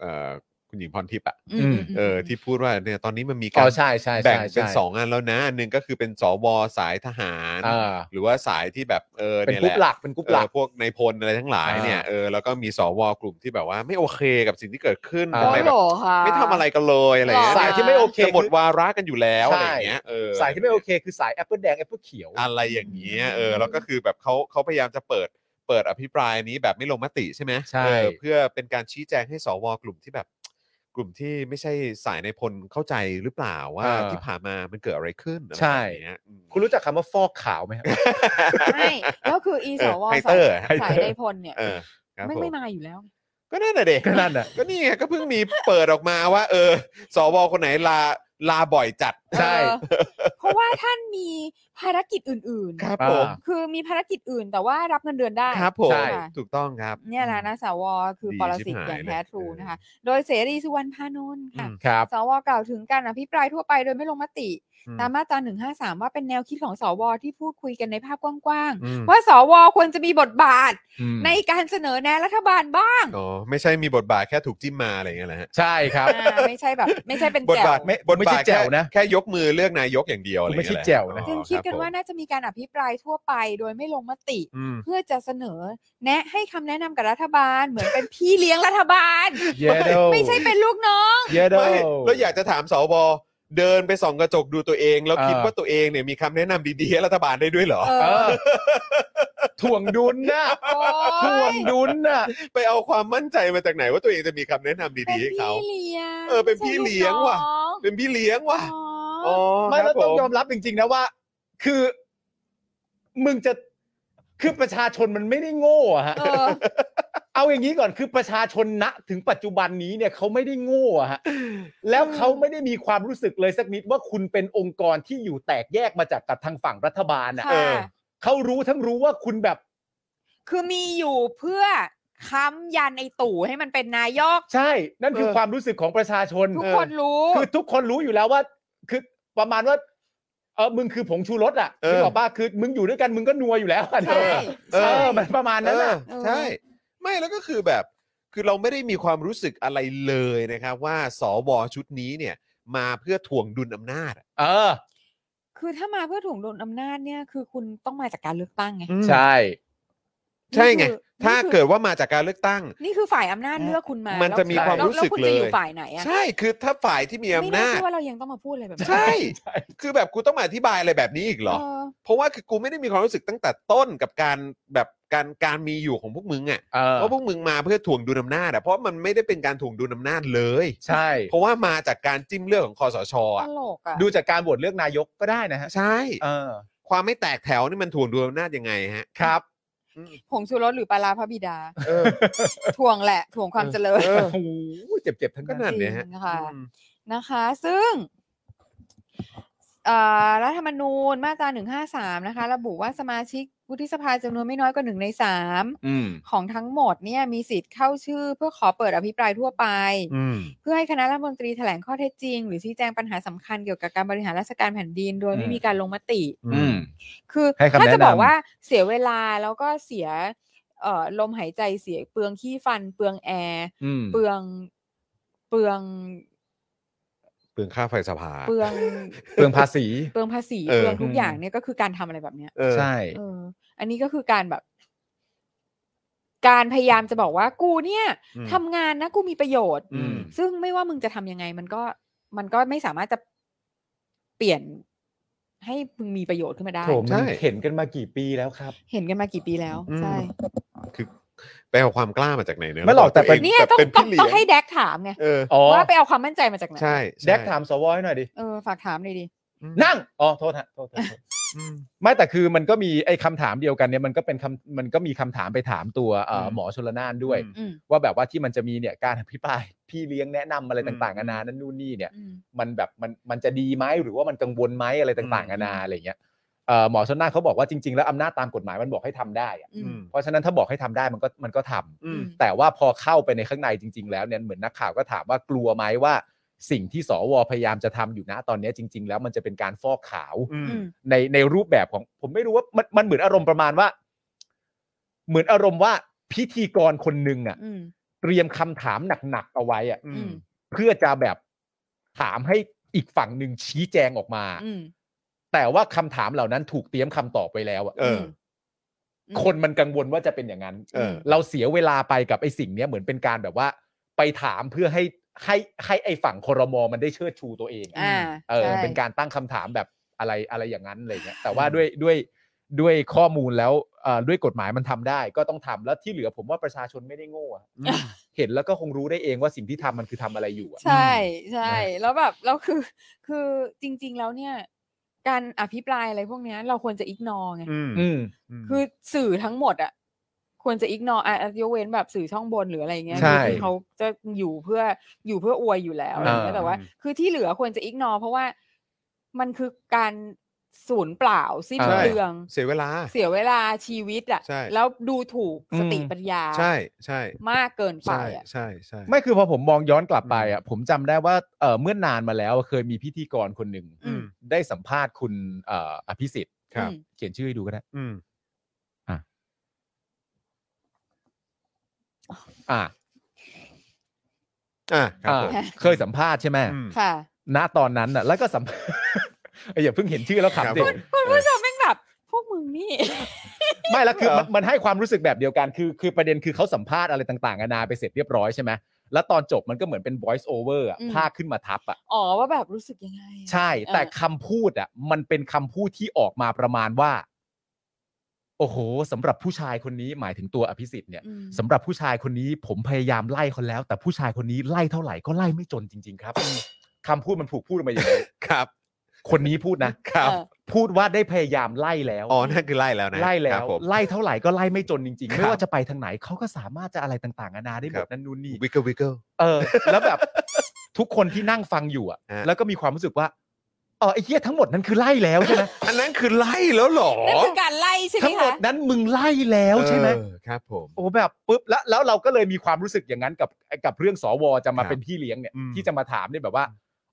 Speaker 3: เอ่อคุณหญิงพรทิพย์อะ
Speaker 4: อื
Speaker 6: อืม
Speaker 4: มมม
Speaker 3: เออที่พูดว่าเนี่ยตอนนี้มันมี
Speaker 6: อ๋
Speaker 3: การ
Speaker 6: อใช่ใช่ใช่
Speaker 3: แบ่งเป็น
Speaker 6: ใช่
Speaker 3: สองอันแล้วนะอันหนึ่งก็คือเป็นสวสายทหาร
Speaker 6: อ่า
Speaker 3: หรือว่าสายที่แบบเออ
Speaker 6: เป็น
Speaker 3: เนี่
Speaker 6: ก
Speaker 3: ยแห
Speaker 6: รุ๊ป
Speaker 3: ละ
Speaker 6: หลักเป็นกรุ๊ปหลัก
Speaker 3: เออพวกในายพลอะไรทั้งหลายเนี่ย
Speaker 6: อ่า
Speaker 3: เออแล้วก็มีสวกลุ่มที่แบบว่าไม่โอเคกับสิ่งที่เกิดขึ้น
Speaker 6: อ่า
Speaker 4: โอ้
Speaker 3: ทำไม
Speaker 4: ย
Speaker 3: แบ
Speaker 4: โห
Speaker 3: บ
Speaker 4: ค่ะ
Speaker 3: ไม่ทำอะไรกันเลยอะไรองเงี้
Speaker 4: หร
Speaker 6: สายที่ไม่โอเค
Speaker 3: จะหมด
Speaker 6: คือ
Speaker 3: วาระกันอยู่แล้ว
Speaker 6: ใช่
Speaker 3: อะไรอย่างเงี้ยเออ
Speaker 6: สายที่ไม่โอเคคือสายแอปเปิลแดงแอปเปิลเขียว
Speaker 3: อะไรอย่างเงี้ยเออแล้วก็คือแบบเขาเขาพยายามจะเปิดเปิดอภิปรายนี้แบบไม่ลงมติใช่ไหม
Speaker 6: ใช่
Speaker 3: เออเพื่อเป็นการชี้แจงให้สวกลุ่มที่แบบ กลุ่มที่ไม่ใช่สายในพลเข้าใจหรือเปล่าว่าที่ผ่านมามันเกิดอะไรขึ้นอะไรอย่างเงี้ยอืม
Speaker 6: คุณรู้จักคำว่าฟอกขาวไหมครับ
Speaker 4: ไม่แล้วคืออีสว
Speaker 3: ไฮ
Speaker 4: สา
Speaker 3: เต
Speaker 4: ย
Speaker 3: อร์ไฮเตอร์
Speaker 4: สายในพลเนี่ย
Speaker 3: เออครับ
Speaker 4: ไม่
Speaker 3: ผ
Speaker 4: ไม่
Speaker 3: ม
Speaker 4: มาอยู่แล้ว
Speaker 3: ก็นั่นแห ละเด็ก
Speaker 6: ก็นั่นน่ะ
Speaker 3: ก็นี่ไงก็เพิ่งมีเปิดออกมาว่า เออสวคนไหนลาลาบ่อยจัด
Speaker 6: ใช่
Speaker 4: เออเพราะว่าท่านมีภารกิจอื่น ๆ
Speaker 3: ครับผม
Speaker 4: คือมีภารกิจอื่นแต่ว่ารับเงินเดือนได้
Speaker 3: ครับผม
Speaker 6: ใช่
Speaker 4: ค่ะ
Speaker 3: ถูกต้องครับ
Speaker 4: เนี่ยแหละนะสวคือ
Speaker 3: ดี
Speaker 4: ปรสิ
Speaker 3: ชิบ
Speaker 4: ต
Speaker 3: หาย
Speaker 4: อย่างแท้
Speaker 3: เลย
Speaker 4: ทรู
Speaker 3: เออ
Speaker 4: นะคะ โดยเสรีสุวรรณพานนท์ค่ะ
Speaker 6: ครับ
Speaker 4: สวกล่าวถึงการอภิปรายทั่วไปโดยไม่ลงมติ
Speaker 3: อืม
Speaker 4: ตามมาตรา153 ว่าเป็นแนวคิดของสวที่พูดคุยกันในภาพกว้าง
Speaker 3: อืม
Speaker 4: ๆ ว่าสวควรจะมีบทบาทในการเสนอแนะรัฐบาลบ้าง
Speaker 3: อ๋อไม่ใช่มีบทบาทแค่ถูกจิ้มมาอะไรอย่างเงี้ยแหละฮะ
Speaker 6: ใช่ครับ
Speaker 4: อ่าไม่ใช่แบบ ไม่ใช่เป็น
Speaker 3: บท
Speaker 4: แจว
Speaker 3: บาท
Speaker 6: ไม่ไม่ใช่แจ๋วนะ
Speaker 3: แค่ยกมือเลือกนายกอย่างเดียวอะไรอย่างเงี้ย
Speaker 6: ไม่ใช่แจ๋วนะ
Speaker 3: หรอ
Speaker 4: จึงคิดกันว่า
Speaker 3: รับผม
Speaker 4: น่าจะมีการอภิปรายทั่วไปโดยไม่ลงมติ
Speaker 3: อืม
Speaker 4: เพื่อจะเสนอแนะให้คำแนะนำกับรัฐบาล เหมือนเป็นพี่เลี้ยงรัฐบาล
Speaker 6: เยโด
Speaker 4: ไม่ใช่เป็นลูกน้อง
Speaker 6: เยโด
Speaker 3: ไม่แล้วอยากจะถามสวเดินไปส่องกระจกดูตัวเอง แล้ว
Speaker 6: เออ
Speaker 3: คิดว่าตัวเองเนี่ยมีคำแนะนำดีๆให้รัฐบาลได้ด้วยเหรอ
Speaker 4: เอ
Speaker 6: เอ
Speaker 4: อ
Speaker 6: อถ่วงดุลนะ
Speaker 4: โอ๊
Speaker 6: ถ่วย งดุลนะ
Speaker 3: ไปเอาความมั่นใจมาจากไหนว่าตัวเองจะมีคำแนะนำ
Speaker 4: เป็น
Speaker 3: ดีๆให้เขา
Speaker 4: พี่เลี้ยง
Speaker 3: เออเป็นพี่เลี้ยงว่ะ
Speaker 4: ไม่
Speaker 3: เป็นพี่เลี้ยงว่ะ
Speaker 4: ใช่ลูกน้อง
Speaker 3: อ๋อ
Speaker 6: ไม่
Speaker 3: ค
Speaker 6: เรา
Speaker 3: รับผ
Speaker 6: ต้อง
Speaker 3: ม
Speaker 6: ยอมรับจริง ๆ นะว่า คือ มึงจะคือประชาชนมันไม่ได้โง่อะฮะ
Speaker 4: เออ
Speaker 6: เอาอย่างนี้ก่อนคือประชาชนณถึงปัจจุบันนี้เนี่ยเขาไม่ได้โง่ อะฮะแล้วเขาไม่ได้มีความรู้สึกเลยสักนิดว่าคุณเป็นองค์กรที่อยู่แตกแยกมาจากกับทางฝั่งรัฐบาลอ่ะ
Speaker 4: ค่ะ
Speaker 6: เขารู้ทั้งรู้ว่าคุณแบบ
Speaker 4: คือมีอยู่เพื่อค้ำยันไอตู่ให้มันเป็นนายก
Speaker 6: ใช่ นั่นคือความรู้สึกของประชาชน
Speaker 4: ทุกคนรู้
Speaker 6: คือทุกคนรู้อยู่แล้วว่า คือประมาณว่าเออมึงคือผงชูรสอ่ะคือบอกป้าคือมึงอยู่ด้วยกันมึงก็นัวอยู่แล้วอะ
Speaker 4: ใช่
Speaker 6: เอ
Speaker 4: ใช่
Speaker 6: อมันประมาณ
Speaker 3: เอ
Speaker 6: นั้น
Speaker 3: อ
Speaker 6: อะ
Speaker 3: ใช่ ไม่แล้วก็คือแบบ คือเราไม่ได้มีความรู้สึกอะไรเลยนะครับ ว่าสวชุดนี้เนี่ย มาเพื่อถ่วงดุลอำนาจอะ
Speaker 6: เออ
Speaker 4: คือถ้ามาเพื่อถ่วงดุลอำนาจเนี่ย คือคุณต้องมาจากการเลือกตั้งไง
Speaker 6: ใช่
Speaker 3: ใช่ไง
Speaker 4: นี่คือ
Speaker 3: ถ้า
Speaker 4: นี่คือ
Speaker 3: เกิดว่ามาจากการเลือกตั้ง
Speaker 4: นี่คือฝ่ายอำนาจเลือกคุณมา
Speaker 3: มันจะมีความรู้สึก
Speaker 4: แวคุณ
Speaker 3: เล
Speaker 4: จะ
Speaker 3: ย
Speaker 4: อยู่ฝ่ายไหนอะ
Speaker 3: ใช่ คือถ้าฝ่ายที่มี
Speaker 4: ไม่
Speaker 3: อำ
Speaker 4: น่า
Speaker 3: นาจ
Speaker 4: เชื่อว่าเรายังต้องมาพูดอะไรแบบนี้
Speaker 3: ใช่ คือแบบกูต้องมาอธิบายอะไรแบบนี้อีกเหรอ
Speaker 4: เออ
Speaker 3: เพราะว่าคือกูไม่ได้มีความรู้สึกตั้งแต่ต้นกับการแบบการการมีอยู่ของพวกมึงอ่ะ
Speaker 6: เออ
Speaker 3: ว่าพวกมึงมาเพื่อถ่วงดุลอำนาจอ่ะเพราะมันไม่ได้เป็นการถ่วงดุลอำนาจเลย
Speaker 6: ใช่
Speaker 3: เพราะว่ามาจากการจิ้มเลือกของคอสช
Speaker 4: ต
Speaker 3: อะ
Speaker 4: ลกอ่ะ
Speaker 6: ดูจากการโหวตเลือกนายกก็ได้นะฮะ
Speaker 3: ใช่
Speaker 6: เออ
Speaker 3: ความไม่แตกแถวนี่มันถ่วงดุลอำนาจยังไงฮะ
Speaker 6: ครับ
Speaker 4: ผงชูรสหรือปลาร้าพระบิดา
Speaker 3: เออ
Speaker 4: ถ่วงแหละถ่วงความเจริญ
Speaker 3: เออ
Speaker 6: โอ้โหเจ็บๆทั้ง
Speaker 3: ก็
Speaker 6: นั้น
Speaker 3: นั่นเนี่ย
Speaker 4: จ
Speaker 3: ฮะ
Speaker 4: ริงค่ะ
Speaker 3: อืม
Speaker 4: นะคะ ซึ่งเอ่อรัฐธรรมนูญมาตรา 153 นะคะ ระบุว่าสมาชิกวุฒิสภาจำนวนไม่น้อยกว่าหนึ่งในสาม
Speaker 6: อืม
Speaker 4: ของทั้งหมดเนี่ยมีสิทธิ์เข้าชื่อ เพื่อขอเปิดอภิปรายทั่วไป
Speaker 3: อืม
Speaker 4: เพื่อให้คณะรัฐมนตรีแถลงข้อเท็จจริง หรือชี้แจงปัญหาสำคัญเกี่ยวกับการบริหารราชการแผ่นดิน โดยไม่
Speaker 6: อืม
Speaker 4: มีการลงมติ
Speaker 3: อืม
Speaker 4: คือ
Speaker 6: ให้คำ
Speaker 4: ถ้าจะ
Speaker 6: แนะนำ
Speaker 4: บอกว่าเสียเวลาแล้วก็เสียเอ่อลมหายใจเสียเปลืองขี้ฟัน เปลืองแอร์
Speaker 6: อืม
Speaker 4: เปลืองเปลือง
Speaker 3: เปลืองค่าไฟสภา
Speaker 4: เปลือง
Speaker 6: เปลืองภาษี
Speaker 4: เปลืองภาษี
Speaker 3: เออ
Speaker 4: เปลืองทุ
Speaker 6: อื
Speaker 4: ก
Speaker 6: ม
Speaker 4: อย่างเนี่ยก็คือการทำอะไรแบบเนี้ย
Speaker 3: เออ
Speaker 6: ใช่
Speaker 4: เออ อันนี้ก็คือการแบบ การพยายามจะบอกว่ากูเนี่ย
Speaker 3: อืม
Speaker 4: ทำงานนะกูมีประโยชน์
Speaker 6: อืม
Speaker 4: ซึ่งไม่ว่ามึงจะทำยังไง มันก็ มันก็ไม่สามารถจะเปลี่ยนให้มึงมีประโยชน์ขึ้นมาได้
Speaker 6: โถม
Speaker 3: ใช่
Speaker 6: นเห็นกันมากี่ปีแล้วครับ
Speaker 4: เห็นกันมากี่ปีแล้วใช่
Speaker 3: คือไปเอาความกล้ามาจากไหนเนี่ย
Speaker 6: ไม่หรอกแต่
Speaker 3: วเ
Speaker 6: ป็
Speaker 4: เนี่ยต้อง
Speaker 3: เป็น
Speaker 4: ต้อง
Speaker 3: พี่เลี้
Speaker 4: ต้อย งให้แดกถามไง
Speaker 3: เออ
Speaker 6: อ๋อ
Speaker 4: ว่าไปเอาความมั่นใจมาจากไหน
Speaker 3: ใช่
Speaker 6: แดก
Speaker 3: ใช่
Speaker 6: ถามสวให้หน่อยดิ
Speaker 4: เออฝากถามเลยดิ
Speaker 6: นั่งอ๋อโทษฮะโทษโทษโทษไม่แต่คือมันก็มีไอ้คำถามเดียวกันเนี่ยมันก็เป็นคำมันก็มีคำถามไปถามตัวเอ่ออ
Speaker 3: ม
Speaker 6: หมอชลนานด้วย
Speaker 4: อืม
Speaker 6: ว่าแบบว่าที่มันจะมีเนี่ยการอภิปรายพี่เลี้ยงแนะนำอะไรต่างๆนานานั่นนู่นนี่เนี่ย
Speaker 4: อืม
Speaker 6: มันแบบมันมันจะดีไหมหรือว่ามันกังวลไหมอะไรต่าง
Speaker 3: อื
Speaker 6: ๆ
Speaker 3: ม
Speaker 6: นานาอะไรเงี้ยเอ่อหมอชนน่านเขาบอกว่าจริงๆ แล้วอำนาจตามกฎหมายมันบอกให้ทำได้อะ
Speaker 4: อืม
Speaker 6: เพราะฉะนั้นถ้าบอกให้ทำได้มันก็มันก็ทำ
Speaker 4: อืม
Speaker 6: แต่ว่าพอเข้าไปในข้างในจริง ๆ แล้วเนี่ยเหมือนนักข่าวก็ถามว่ากลัวไหมว่า สิ่งที่สวพยายามจะทำอยู่นะตอนเนี้ยจริง ๆ แล้วมันจะเป็นการฟอกขาว
Speaker 4: อืม
Speaker 6: ในในรูปแบบของผมไม่รู้ว่ามันมันเหมือนอารมณ์ประมาณว่า เหมือนอารมณ์ว่าพิธีกรคนหนึ่งอะ
Speaker 4: อืม
Speaker 6: เตรียมคำถามหนักๆเอาไว้อะ
Speaker 4: อืม
Speaker 6: เพื่อจะแบบถามให้อีกฝั่งหนึ่งชี้แจงออกมา
Speaker 4: อืม
Speaker 6: แต่ว่าคำถามเหล่านั้นถูกเตรียมคำตอบไปแล้วอะ
Speaker 3: เออ
Speaker 4: ม
Speaker 6: คนมันกังวลว่าจะเป็นอย่างนั้น
Speaker 3: เออ
Speaker 6: เราเสียเวลาไปกับไอ้สิ่งเนี้ยเหมือนเป็นการแบบว่า ไปถามเพื่อให้ให้ให้ไอ้ฝั่งคอรมอมันได้เชิดชูตัวเอง
Speaker 4: อ่า
Speaker 6: เออ
Speaker 4: ใช่
Speaker 6: เป็นการตั้งคำถามแบบอะไรอะไรอย่างนั้นอะไรเงี้ยแต่ว่าด้วยด้วยด้วยข้อมูลแล้วเอ่อด้วยกฎหมายมันทำได้ ก็ต้องทำแล้วที่เหลือผมว่าประชาชนไม่ได้โง่อะเห็นแล้วก็คงรู้ได้เองว่าสิ่งที่ทำมันคือทำอะไรอยู่อะ
Speaker 4: ใช่ใช่ แล้วแบบแล้วคือ คือจริง ๆ แล้วเนี่ย การอภิปรายอะไรพวกเนี้ย เราควรจะอิกนอไง
Speaker 3: อืม
Speaker 6: อืม
Speaker 4: คือสื่อทั้งหมดอะควรจะอิกนออ่ะยกเว้นแบบสื่อช่องบนหรืออะไรเงี้ย
Speaker 6: ใช่
Speaker 4: ที่เขาจะอยู่เพื่ออยู่เพื่ออวยอยู่แล้วอะไรเงี้ย
Speaker 6: อ่า
Speaker 4: แต่ว่า คือที่เหลือควรจะอิกนอเพราะว่ามันคือการสูญเปล่าสิ้น
Speaker 6: ใช่
Speaker 4: เปลือง
Speaker 3: เสียเวลา
Speaker 4: เสียเวลาชีวิตอะ
Speaker 3: ใช่
Speaker 4: แล้วดูถูกสติ
Speaker 6: อืม
Speaker 4: ปัญญา
Speaker 3: ใช่ใช่
Speaker 4: มากเกินไป
Speaker 3: ใช่
Speaker 4: อะ
Speaker 3: ใช่ใช่
Speaker 6: ไม่คือพอผมมองย้อนกลับไปอ่ะผมจำได้ว่าเอ่อเมื่อนานมาแล้วเคยมีพิธีกรคนหนึ่ง
Speaker 3: อืม
Speaker 6: ได้สัมภาษณ์คุณเอ่ออภิสิทธิ์
Speaker 3: ครับ
Speaker 4: อืม
Speaker 6: เขียนชื่อให้ดูก็ได้
Speaker 3: อืม
Speaker 6: อ่า
Speaker 3: อ่ะครับ
Speaker 6: อ่า
Speaker 3: ผม
Speaker 6: เคยสัมภาษณ์ใช่ไหม
Speaker 3: อืม
Speaker 4: ค่ะ
Speaker 6: ณตอนนั้นน่ะ แล้วก็สัมภาษณ์ เอ้ยอย่าเพิ่งเห็นชื่อแล้ว
Speaker 3: ครับ
Speaker 6: ขำดิ
Speaker 3: ผม
Speaker 4: คุณผู้ชมแม่งแบบพวกมึงนี่
Speaker 6: ไม่แล้วคือ
Speaker 3: เหรอ
Speaker 6: มันมันให้ความรู้สึกแบบเดียวกันคือคือประเด็นคือเขาสัมภาษณ์อะไรต่างๆนานาไปเสร็จเรียบร้อยใช่ไหมแล้วตอนจบมันก็เหมือนเป็น voice over อ่ะ
Speaker 4: อืม
Speaker 6: ภาคขึ้นมาทับอ่ะ
Speaker 4: อ๋อว่าแบบรู้สึกยังไงอะ
Speaker 6: ใช่ แต่คำพูดอ่ะ มันเป็นคำพูดที่ออกมาประมาณว่า โอ้โหสำหรับผู้ชายคนนี้หมายถึงตัวอภิสิทธิ์เนี่ย
Speaker 4: อืม
Speaker 6: สำหรับผู้ชายคนนี้ผมพยายามไล่เขาแล้ว แต่ผู้ชายคนนี้ไล่เท่าไหร่ก็ไล่ไม่จนจริง ๆ ครับคำพูดมันผูกพูดออกมาอย่างนี้
Speaker 3: ครับ
Speaker 6: คนนี้พูดนะครับ
Speaker 4: เออ
Speaker 6: พูดว่าได้พยายามไล่แล้ว
Speaker 3: อ๋อนั่นคือไล่แล้วนะ
Speaker 6: ไล่
Speaker 3: ค
Speaker 6: แล้
Speaker 3: รั
Speaker 6: ว
Speaker 3: บผม
Speaker 6: ไล่เท่าไหร่ก็ไล่ไม่จนจริง ๆ
Speaker 3: ครับ
Speaker 6: ไม่ว่าจะไปทางไหนเขาก็สามารถจะอะไรต่างๆนานาได้หม
Speaker 3: ครั
Speaker 6: ด
Speaker 3: บ
Speaker 6: นั่นนู่นนี่
Speaker 3: วิกเกิลวิกเกิล
Speaker 6: เออแล้วแบบ ทุกคนที่นั่งฟังอยู่อ่ะ
Speaker 3: ฮะ
Speaker 6: แล้วก็มีความรู้สึกว่าอ๋อไอ้เหี้ยทั้งหมดนั้นคือไล่แล้วใช่ไหม
Speaker 3: อันนั้นคือไล่แล้วเหรอ
Speaker 4: นั่นคือการไล่ใช่ไหม
Speaker 6: ทั้งหมด
Speaker 4: คะ
Speaker 6: นั้นมึงไล่แล้วใช่ไหม
Speaker 3: เออครับผม
Speaker 6: โอ้แบบปุ๊บแล้วแล้วเราก็เลยมีความรู้สึกอย่างนั้นกับกับเรื่องสวจะมา
Speaker 3: ครับ
Speaker 6: เป็นพี่เลี้ยงเนี่ย
Speaker 3: อืม
Speaker 6: ที่จะมาถามเนี่ยแบบว่า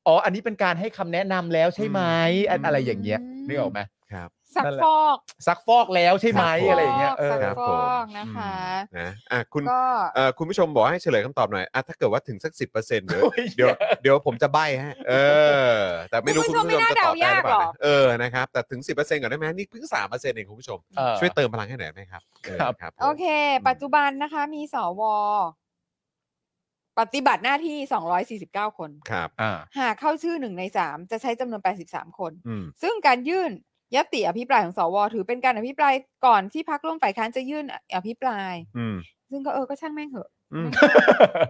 Speaker 6: อ๋ออันนี้เป็นการให้คำแนะนำแล้วใช่ไหม
Speaker 3: อืม
Speaker 6: อะไรอย่างเงี้ยนึกออกไหม
Speaker 3: ครับ
Speaker 4: สัก
Speaker 6: นั่นแหละ
Speaker 4: ฟอก
Speaker 6: ซักฟอกแล้วใช่ไหม
Speaker 3: ซักฟอก
Speaker 6: อะไรอย่างเงี้ยเอ
Speaker 4: สัก
Speaker 6: อ
Speaker 3: ครับ
Speaker 4: ฟ
Speaker 3: ผม
Speaker 4: อกนะคะ
Speaker 3: อืมนะอ่ะคุณ
Speaker 4: ก็
Speaker 3: เอ่อคุณผู้ชมบอกให้เฉลยคำตอบหน่อยอ่ะถ้าเกิดว่าถึงสักสิบเปอร์เซ็นต์เดี๋ยว
Speaker 6: โอ้ย
Speaker 3: เดี๋ยวเดี๋ยวผมจะใบ้ฮะ เออ แต่ไม่รู้
Speaker 4: คุ
Speaker 3: คุณ ณ
Speaker 4: ผู้ชม
Speaker 3: ผู้
Speaker 4: ไม่
Speaker 3: ชม
Speaker 4: น่า
Speaker 3: จะต
Speaker 4: เดา
Speaker 3: อบได้
Speaker 4: ยา
Speaker 3: หรือเป
Speaker 4: กหร
Speaker 3: ล่า
Speaker 4: อก
Speaker 3: นะเออนะครับแต่ถึงสิบเปอร์เซ็นต์ก่อนได้ไหมนี่เพิ่งสามเปอร์เซ็นต์เองคุณผู้ชม
Speaker 6: เออ
Speaker 3: ช่วยเติมพลังให้หน่อยได้ไหมครับ
Speaker 6: ค
Speaker 3: เออ
Speaker 6: รับ
Speaker 3: ครับผม
Speaker 4: โอเค ปัจจุบันนะคะมีสว ปฏิบัติหน้าที่ 249 คน
Speaker 3: ครับ
Speaker 6: อ่า
Speaker 4: หากเข้าชื่อหนึ่งในสามจะใช้จำนวน 83 คน
Speaker 3: อืม
Speaker 4: ซึ่งการยื่นยติอภิปรายของสว ถือเป็นการอภิปรายก่อนที่พักร่วมฝ่ายค้านจะยื่นอภิปราย
Speaker 3: อืม
Speaker 4: ซึ่งก็เออก็ช่างแม่งเหอะ
Speaker 3: อืม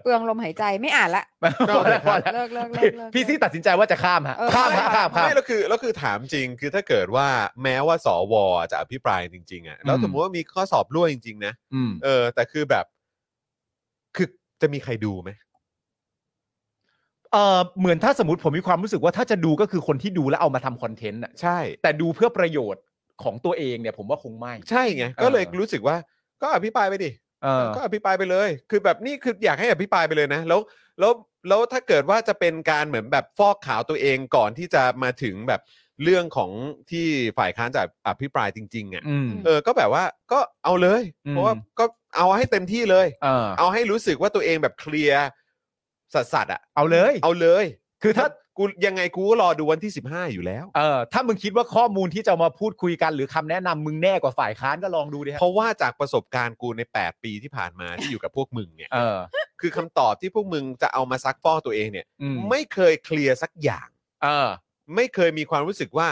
Speaker 4: เปลืองลมหายใจไม่อ่านละ
Speaker 3: ก็ได้ครับ
Speaker 4: เลิกเลิกเลิ
Speaker 6: พี่
Speaker 4: กเลิก
Speaker 6: พี่ซี่ตัดสินใจว่าจะข้ามฮะ
Speaker 4: เออ
Speaker 6: ข้ามฮะข้ามข้าม
Speaker 3: ไม่แล้วคือแล้วคือถามจริง คือถ้าเกิดว่าแม้ว่าสวจะอภิปรายจริง ๆอ่ะแล้ว
Speaker 6: อืม
Speaker 3: สมมติว่ามีข้อสอบรั่วจริง ๆ นะ
Speaker 6: อืม
Speaker 3: เออ แต่คือแบบ คือจะมีใครดูไหม
Speaker 6: เออเหมือนถ้าสมมติผมมีความรู้สึกว่าถ้าจะดูก็คือคนที่ดูแล้วเอามาทำคอนเทนต์อ่ะ
Speaker 3: ใช่
Speaker 6: แต่ดูเพื่อประโยชน์ของตัวเองเนี่ย ผมว่าคงไม่
Speaker 3: ใช่ไง
Speaker 6: เออ
Speaker 3: ก็เลยรู้สึกว่า ก็อภิปรายไปดิ
Speaker 6: เออ
Speaker 3: ก็อภิปรายไปเลย คือแบบนี่คืออยากให้อภิปรายไปเลยนะ แล้ว แล้วแล้วถ้าเกิดว่าจะเป็นการเหมือนแบบฟอกขาวตัวเองก่อนที่จะมาถึงแบบเรื่องของที่ฝ่ายค้านจะอภิปรายจริงๆอ่ะ
Speaker 6: อืม
Speaker 3: เออ ก็แบบว่าก็เอาเลย
Speaker 6: อืม
Speaker 3: เพราะว่าก็เอาให้เต็มที่เลย
Speaker 6: เออ
Speaker 3: เอาให้รู้สึกว่าตัวเองแบบเคลียร์สัสสัอ่ะ
Speaker 6: เอาเลย
Speaker 3: เอาเลย
Speaker 6: คือถ้า
Speaker 3: กูยังไงกูก็รอดูวันที่ 15 อยู่แล้ว
Speaker 6: เออถ้ามึงคิดว่าข้อมูลที่จะมาพูดคุยกันหรือคำแนะนำมึงแน่กว่าฝ่ายค้านก็ลองดูดิฮะ
Speaker 3: เพราะว่าจากประสบการณ์กูใน 8 ปีที่ผ่านมาที่อยู่กับพวกมึง เนี่ย
Speaker 6: เออ
Speaker 3: คือคำตอบที่พวกมึงจะเอามาซักฟอกตัวเองเนี่ย
Speaker 6: อืม
Speaker 3: ไม่เคยเคลียร์สักอย่าง
Speaker 6: เออ
Speaker 3: ไม่เคยมีความรู้สึกว่า